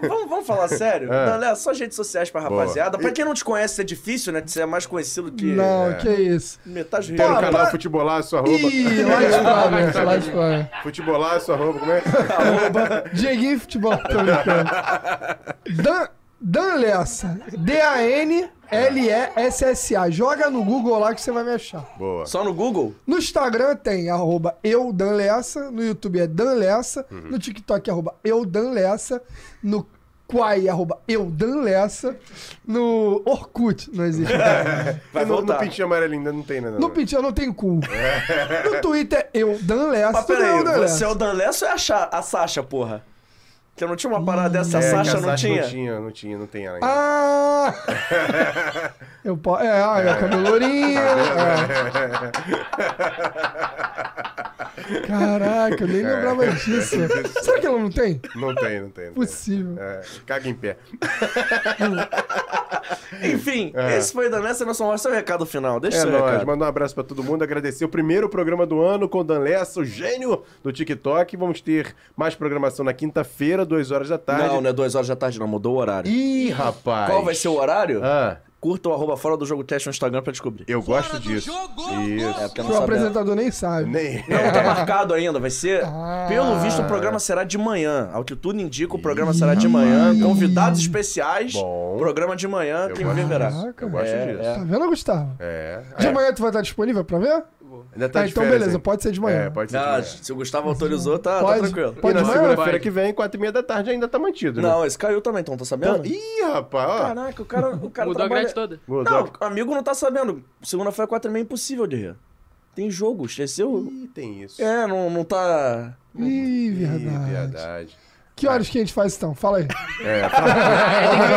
Speaker 1: Vamos, vamos falar sério?
Speaker 2: É.
Speaker 1: Não, Léo, só redes sociais pra
Speaker 2: Boa.
Speaker 1: rapaziada. Pra quem não te conhece, é difícil, né? Você é mais conhecido que
Speaker 2: é.
Speaker 3: Não, que é isso.
Speaker 1: metade do
Speaker 2: Tem
Speaker 1: Rio.
Speaker 2: no
Speaker 3: Pô,
Speaker 2: canal
Speaker 3: para-
Speaker 2: Futebolaço, arroba.
Speaker 3: Ih, lá de fora, velho, lá de fora.
Speaker 2: Futebolaço, arroba, como é?
Speaker 3: Dieguinho Futebol. Tô brincando. Dan, Dan Lessa. D-A-N-L-E-S-S-A. Joga no Google lá que você vai me achar.
Speaker 2: Boa.
Speaker 1: Só no Google?
Speaker 3: No Instagram tem arroba eu Dan Lessa, no YouTube é Dan Lessa,
Speaker 1: Uhum.
Speaker 3: no TikTok é arroba eu Dan Lessa, no Quai arroba eu Dan Lessa, no Orkut não existe.
Speaker 1: Vai
Speaker 2: E no, no
Speaker 1: voltar.
Speaker 2: pintinho amarelo ainda não tem, né? não,
Speaker 3: no
Speaker 2: né?
Speaker 3: Pintinho eu não tenho cu. No Twitter é eu Dan Lessa,
Speaker 1: Mas
Speaker 3: tudo é
Speaker 1: peraí,
Speaker 3: eu Dan
Speaker 2: né,
Speaker 1: você
Speaker 3: Lessa.
Speaker 1: é o Dan Lessa ou é a, Cha- a Sasha, porra? Que eu não tinha uma parada dessa, a
Speaker 2: É, que
Speaker 1: Sasha não tinha.
Speaker 2: Não tinha, não tinha, não tem ela ainda.
Speaker 3: Ah! eu po... É, ah, é cabelo lourinho. é. Caraca, eu nem lembrava
Speaker 2: É.
Speaker 3: disso. Será que ela não tem?
Speaker 2: Não tem, não tem. Não tem.
Speaker 3: Possível.
Speaker 2: É, caga em pé.
Speaker 1: Enfim, esse foi o Dan Lessa, nosso maior seu recado final. Deixa
Speaker 2: É
Speaker 1: eu
Speaker 2: nóis,
Speaker 1: recado.
Speaker 2: mandar um abraço pra todo mundo, agradecer o primeiro programa do ano com o Dan Lessa, o gênio do TikTok. Vamos ter mais programação na quinta-feira, 2 horas da tarde.
Speaker 1: Não, não é duas horas da tarde, não. Mudou o horário.
Speaker 2: Ih, rapaz.
Speaker 1: Qual vai ser o horário?
Speaker 2: Ah,
Speaker 1: Curta o arroba fora do jogo teste no Instagram pra descobrir.
Speaker 2: eu gosto disso. Isso.
Speaker 1: É, porque eu
Speaker 3: Que
Speaker 1: não
Speaker 3: o
Speaker 1: sabe.
Speaker 3: apresentador nem sabe.
Speaker 2: Nem...
Speaker 1: Não tá marcado ainda, vai ser.
Speaker 3: Ah.
Speaker 1: Pelo visto, o programa será de manhã. Ao que tudo indica, o programa será de manhã. Convidados especiais.
Speaker 2: Bom.
Speaker 1: Programa de manhã,
Speaker 2: Eu
Speaker 1: quem
Speaker 2: gosto
Speaker 1: viver verá.
Speaker 3: disso.
Speaker 2: Eu gosto
Speaker 1: É,
Speaker 2: disso.
Speaker 1: é.
Speaker 3: Tá vendo, Gustavo?
Speaker 2: É.
Speaker 3: De
Speaker 2: É,
Speaker 3: manhã tu vai estar disponível pra ver?
Speaker 2: Ainda tá
Speaker 3: Ah,
Speaker 2: de
Speaker 3: então
Speaker 2: férias,
Speaker 3: beleza,
Speaker 2: hein?
Speaker 3: pode ser de manhã.
Speaker 2: É, pode ser de
Speaker 1: Ah,
Speaker 2: manhã.
Speaker 1: se o Gustavo autorizou, tá, tá
Speaker 3: Pode.
Speaker 1: tranquilo.
Speaker 3: Pode
Speaker 2: e na
Speaker 3: manhã?
Speaker 2: segunda-feira
Speaker 5: Pode.
Speaker 2: que vem, quatro e meia da tarde, ainda tá mantido, né?
Speaker 1: Não, esse caiu também, então, tá sabendo?
Speaker 2: Ih, rapaz, ó.
Speaker 1: Caraca, o cara, o cara
Speaker 5: Mudou a
Speaker 1: trabalha...
Speaker 5: grade toda.
Speaker 2: Mudou.
Speaker 1: Não, o amigo não tá sabendo. Segunda-feira, quatro e meia, impossível de rir. Tem jogo, esqueceu?
Speaker 2: Ih, tem isso.
Speaker 1: É, não, não tá...
Speaker 3: Ih,
Speaker 2: Ih,
Speaker 3: verdade.
Speaker 2: verdade. É, tá,
Speaker 3: Que horas que a gente faz então? Fala aí.
Speaker 5: Tem que ver com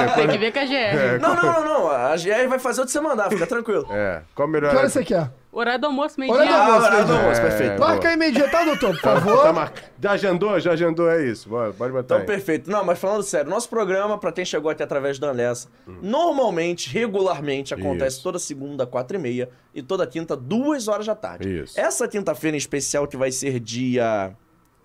Speaker 5: a GE. Tem que ver com a GE.
Speaker 1: Não, não, não, não. A GR vai fazer o de você mandar, fica tranquilo.
Speaker 2: É, qual o melhor...
Speaker 3: Que horas você quer?
Speaker 5: Horário do almoço, meio
Speaker 3: Horário do
Speaker 5: dia.
Speaker 1: Ah,
Speaker 3: almoço,
Speaker 1: horário do
Speaker 3: entendi.
Speaker 1: almoço,
Speaker 2: É,
Speaker 1: perfeito.
Speaker 2: boa.
Speaker 3: Marca aí meio-dia, tá, doutor? Por favor.
Speaker 2: Tá mar... Já agendou? Já agendou, é isso. Bora, pode botar
Speaker 1: Então,
Speaker 2: aí.
Speaker 1: perfeito. Não, mas falando sério, nosso programa, pra quem chegou aqui através da Anlessa, normalmente, regularmente, acontece
Speaker 2: Hum. Isso.
Speaker 1: toda segunda, quatro e meia, e toda quinta, duas horas da tarde.
Speaker 2: Isso.
Speaker 1: Essa quinta-feira em especial, que vai ser dia...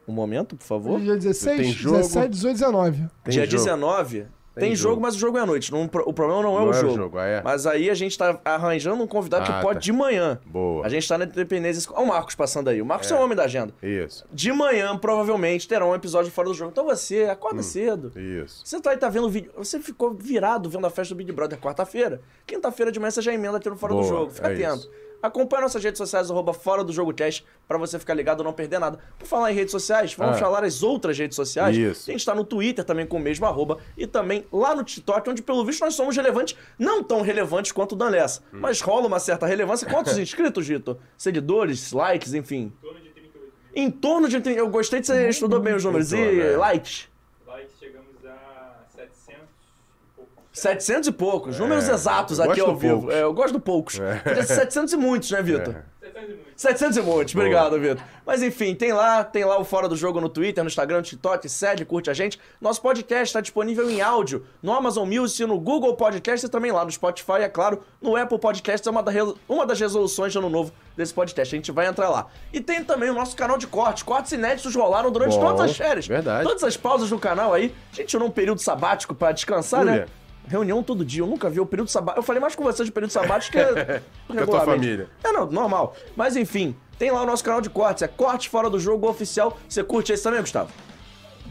Speaker 1: Um momento, por favor.
Speaker 3: Dia 16,
Speaker 2: Tem jogo.
Speaker 3: 17, 18, 19.
Speaker 2: Tem
Speaker 1: dia
Speaker 2: jogo.
Speaker 1: 19... Tem,
Speaker 2: Tem
Speaker 1: jogo,
Speaker 2: jogo.
Speaker 1: mas o jogo é à noite. Não- o problema não é
Speaker 2: Não
Speaker 1: o
Speaker 2: é o
Speaker 1: jogo.
Speaker 2: jogo, ah, é?
Speaker 1: Mas aí a gente tá arranjando um convidado
Speaker 2: Ah,
Speaker 1: que pode
Speaker 2: tá.
Speaker 1: de manhã.
Speaker 2: Boa.
Speaker 1: A gente tá na Independência. Olha o Marcos passando aí. O Marcos é, o homem da agenda.
Speaker 2: Isso,
Speaker 1: De manhã, provavelmente, terá um episódio fora do jogo. Então você, acorda
Speaker 2: Hum,
Speaker 1: cedo.
Speaker 2: isso.
Speaker 1: Você tá aí, tá vendo o vídeo. Você ficou virado vendo a festa do Big Brother quarta-feira. Quinta-feira de manhã você já emenda aqui no Fora do
Speaker 2: Boa,
Speaker 1: Jogo. Fica
Speaker 2: é
Speaker 1: atento.
Speaker 2: isso.
Speaker 1: Acompanhe nossas redes sociais, arroba Fora do Jogo Cast, pra você ficar ligado e não perder nada. Por falar em redes sociais, vamos
Speaker 2: Ah.
Speaker 1: falar as outras redes sociais.
Speaker 2: Isso.
Speaker 1: A gente tá no Twitter também com o mesmo arroba e também lá no TikTok, onde pelo visto nós somos relevantes, não tão relevantes quanto o Dan Lessa,
Speaker 2: Hum.
Speaker 1: mas rola uma certa relevância. Quantos inscritos, Vitor? Seguidores, likes, enfim.
Speaker 4: Em torno de 38 mil
Speaker 1: Em torno de. Eu gostei de você estudou bem os números.
Speaker 2: Uhum. Em
Speaker 1: e
Speaker 2: torno, é.
Speaker 1: likes?
Speaker 4: likes, chegamos a 700 e pouco.
Speaker 1: 700 e poucos, números exatos
Speaker 2: É, eu
Speaker 1: aqui
Speaker 2: gosto
Speaker 1: ao
Speaker 2: do
Speaker 1: vivo.
Speaker 2: poucos. É.
Speaker 1: É, eu gosto do poucos. Podia ser 700 e muitos, né, Vitor?
Speaker 4: 700 e muito.
Speaker 1: 700 e muitos, obrigado, Vitor. Mas enfim, tem lá, tem lá o Fora do Jogo no Twitter, no Instagram, no TikTok, segue, curte a gente. Nosso podcast está disponível em áudio no Amazon Music, no Google Podcast e também lá no Spotify, é claro, no Apple Podcast, é uma, da re- uma das resoluções de ano novo desse podcast. A gente vai entrar lá. E tem também o nosso canal de cortes. Cortes inéditos rolaram durante
Speaker 2: Bom,
Speaker 1: todas as férias. Então,
Speaker 2: verdade.
Speaker 1: Todas as pausas do canal aí. A gente tirou um período sabático para descansar, né?
Speaker 2: Olha.
Speaker 1: Reunião todo dia, eu nunca vi o período sabático. Eu falei mais com vocês de período sabático que é
Speaker 2: tua
Speaker 1: regularmente.
Speaker 2: família.
Speaker 1: É, não, normal. Mas enfim, tem lá o nosso canal de cortes. É Corte Fora do Jogo Oficial. Você curte esse também, Gustavo?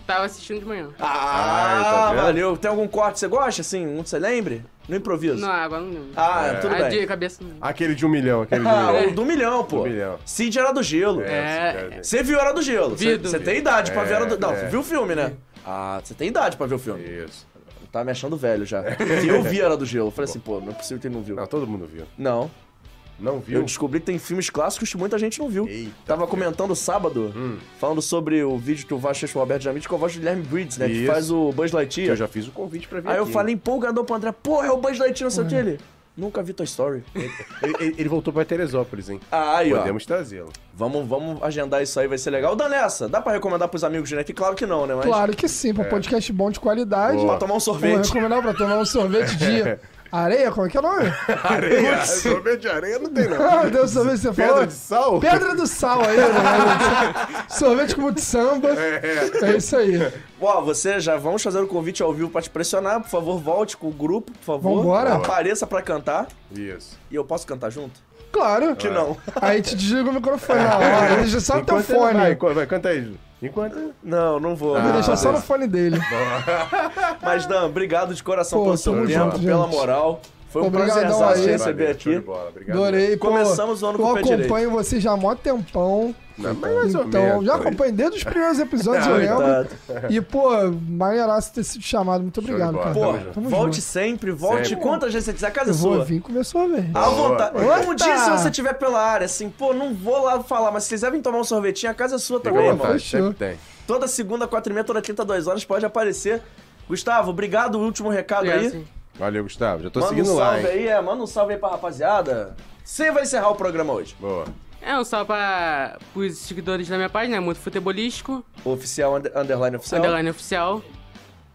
Speaker 5: Tava assistindo de manhã.
Speaker 2: Ah, tá vendo?
Speaker 1: valeu. Tem algum corte que você gosta, assim? Um que você lembre? No improviso.
Speaker 5: Não, agora não lembro.
Speaker 1: Ah,
Speaker 2: É.
Speaker 1: tudo
Speaker 5: Ah,
Speaker 1: bem.
Speaker 5: de cabeça não.
Speaker 2: Aquele de um milhão, aquele de um
Speaker 1: Ah, o
Speaker 2: milhão.
Speaker 1: do milhão, pô.
Speaker 2: Do milhão.
Speaker 1: Cid era do gelo.
Speaker 5: É.
Speaker 2: esse
Speaker 1: Você viu Era do Gelo. Você
Speaker 5: Vido.
Speaker 1: você tem idade pra ver Era do... Não,
Speaker 2: É,
Speaker 1: você
Speaker 2: é.
Speaker 1: viu o filme, né? Ah, você tem idade pra ver o
Speaker 2: cara.
Speaker 1: filme.
Speaker 2: Isso.
Speaker 1: Tá me achando velho já. Que eu vi Era do Gelo. Eu Falei assim, pô, não é possível que ele não viu.
Speaker 2: É. Não, todo mundo viu.
Speaker 1: Não.
Speaker 2: Não viu?
Speaker 1: Eu descobri que tem filmes clássicos que muita gente não viu.
Speaker 2: Eita, Hum.
Speaker 1: Tava comentando sábado, falando sobre o vídeo que o Vasco fez com o Alberto Jamit com a voz do Guilherme Briggs, né? Que
Speaker 2: Isso.
Speaker 1: faz o Buzz
Speaker 2: Eu
Speaker 1: Lightyear.
Speaker 2: já fiz o convite pra vir
Speaker 1: Aí eu
Speaker 2: aqui. Hum.
Speaker 1: falei empolgador pro André, porra, é o Buzz Lightyear, não sei o que ele. Nunca vi Toy Story.
Speaker 2: Ele, ele- ele voltou pra Teresópolis, hein?
Speaker 1: Ah, aí, ó.
Speaker 2: Podemos trazê-lo.
Speaker 1: Vamos, vamos agendar isso aí, vai ser legal. Dá nessa, dá pra recomendar pros amigos de net? Claro que não, né? Mas
Speaker 3: Claro que sim,
Speaker 2: É.
Speaker 3: pra um podcast bom de qualidade.
Speaker 1: pra tomar um
Speaker 3: Vou
Speaker 1: sorvete.
Speaker 3: recomendar pra tomar um sorvete de areia, como é que é o nome?
Speaker 2: Areia, sorvete de areia não tem não.
Speaker 3: Ah, Deus, sorvete que você
Speaker 2: Pedra
Speaker 3: falou.
Speaker 2: de sal?
Speaker 3: Pedra do sal aí, né? Sorvete com muito samba. É isso aí.
Speaker 1: Ó, você já vamos fazer o convite ao vivo pra te pressionar. Por favor, volte com o grupo, por favor.
Speaker 3: Vambora.
Speaker 1: Apareça pra cantar.
Speaker 2: Isso.
Speaker 1: E eu posso cantar junto?
Speaker 3: Claro.
Speaker 2: É.
Speaker 1: Que não.
Speaker 3: Aí te desliga o microfone na hora, deixa só o
Speaker 1: tá
Speaker 3: teu
Speaker 2: Enquanto Ah, ele
Speaker 3: fone.
Speaker 2: Vai, co- vai, canta aí. Enquanto...
Speaker 1: Não, não vou.
Speaker 3: Vou
Speaker 1: não.
Speaker 3: deixar só no fone dele.
Speaker 1: Mas, Dan, obrigado de coração
Speaker 3: Pô,
Speaker 1: pelo seu
Speaker 3: tamo
Speaker 1: tempo,
Speaker 3: junto,
Speaker 1: pela
Speaker 3: gente.
Speaker 1: moral. Foi um
Speaker 3: Obrigadão
Speaker 1: prazer te
Speaker 3: aí.
Speaker 1: receber
Speaker 2: Show de
Speaker 1: aqui.
Speaker 2: bola, obrigado.
Speaker 3: Adorei. pô.
Speaker 1: Começamos o ano com o pé
Speaker 3: Eu acompanho vocês já há mó tempão.
Speaker 2: Não, mas mais ou
Speaker 3: Então,
Speaker 2: menos,
Speaker 3: já
Speaker 2: por aí.
Speaker 3: acompanho desde os primeiros episódios, eu lembro.
Speaker 1: Coitado.
Speaker 3: E, pô, maneiraço ter sido chamado.
Speaker 2: de
Speaker 3: Muito obrigado,
Speaker 2: bola.
Speaker 3: cara.
Speaker 1: Pô,
Speaker 2: Tamo junto.
Speaker 1: volte sempre, volte
Speaker 2: Sempre.
Speaker 1: quantas vezes você quiser, a casa é
Speaker 3: Eu vou
Speaker 1: sua.
Speaker 3: vir comer sorvete.
Speaker 1: À vontade.
Speaker 3: Boa.
Speaker 1: Um dia, se
Speaker 3: Eita.
Speaker 1: você estiver pela área, assim, pô, não vou lá falar, mas se quiser vir tomar um sorvetinho, a casa é sua
Speaker 2: Fica à
Speaker 1: também,
Speaker 3: Pô,
Speaker 1: irmão.
Speaker 2: vontade,
Speaker 3: fechou.
Speaker 2: sempre tem.
Speaker 1: Toda segunda, quatro e meia, toda quinta, duas horas, pode aparecer. Gustavo, obrigado, último recado
Speaker 5: É,
Speaker 1: aí.
Speaker 5: assim.
Speaker 2: Valeu, Gustavo. Já tô
Speaker 1: Manda um
Speaker 2: seguindo lá,
Speaker 1: salve
Speaker 2: hein?
Speaker 1: aí, é, manda um salve aí pra rapaziada. Você vai encerrar o programa hoje.
Speaker 2: Boa.
Speaker 5: É um salve para os seguidores da minha página, é Muito Futebolístico,
Speaker 1: Oficial, under- underline oficial.
Speaker 5: underline oficial.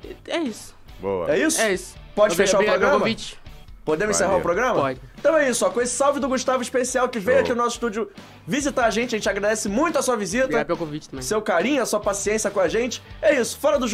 Speaker 5: E É isso.
Speaker 2: Boa.
Speaker 1: É isso?
Speaker 5: É isso.
Speaker 1: Pode fechar o
Speaker 5: Obrigado pelo
Speaker 1: programa?
Speaker 5: convite.
Speaker 1: Podemos encerrar
Speaker 2: Valeu.
Speaker 1: o programa?
Speaker 5: Pode.
Speaker 1: Então é isso, ó. Com esse salve do Gustavo Especial que veio
Speaker 2: Show.
Speaker 1: aqui no nosso estúdio visitar a gente. A gente agradece muito a sua visita,
Speaker 5: Obrigado pelo convite também.
Speaker 1: seu carinho, a sua paciência com a gente. É isso, fora do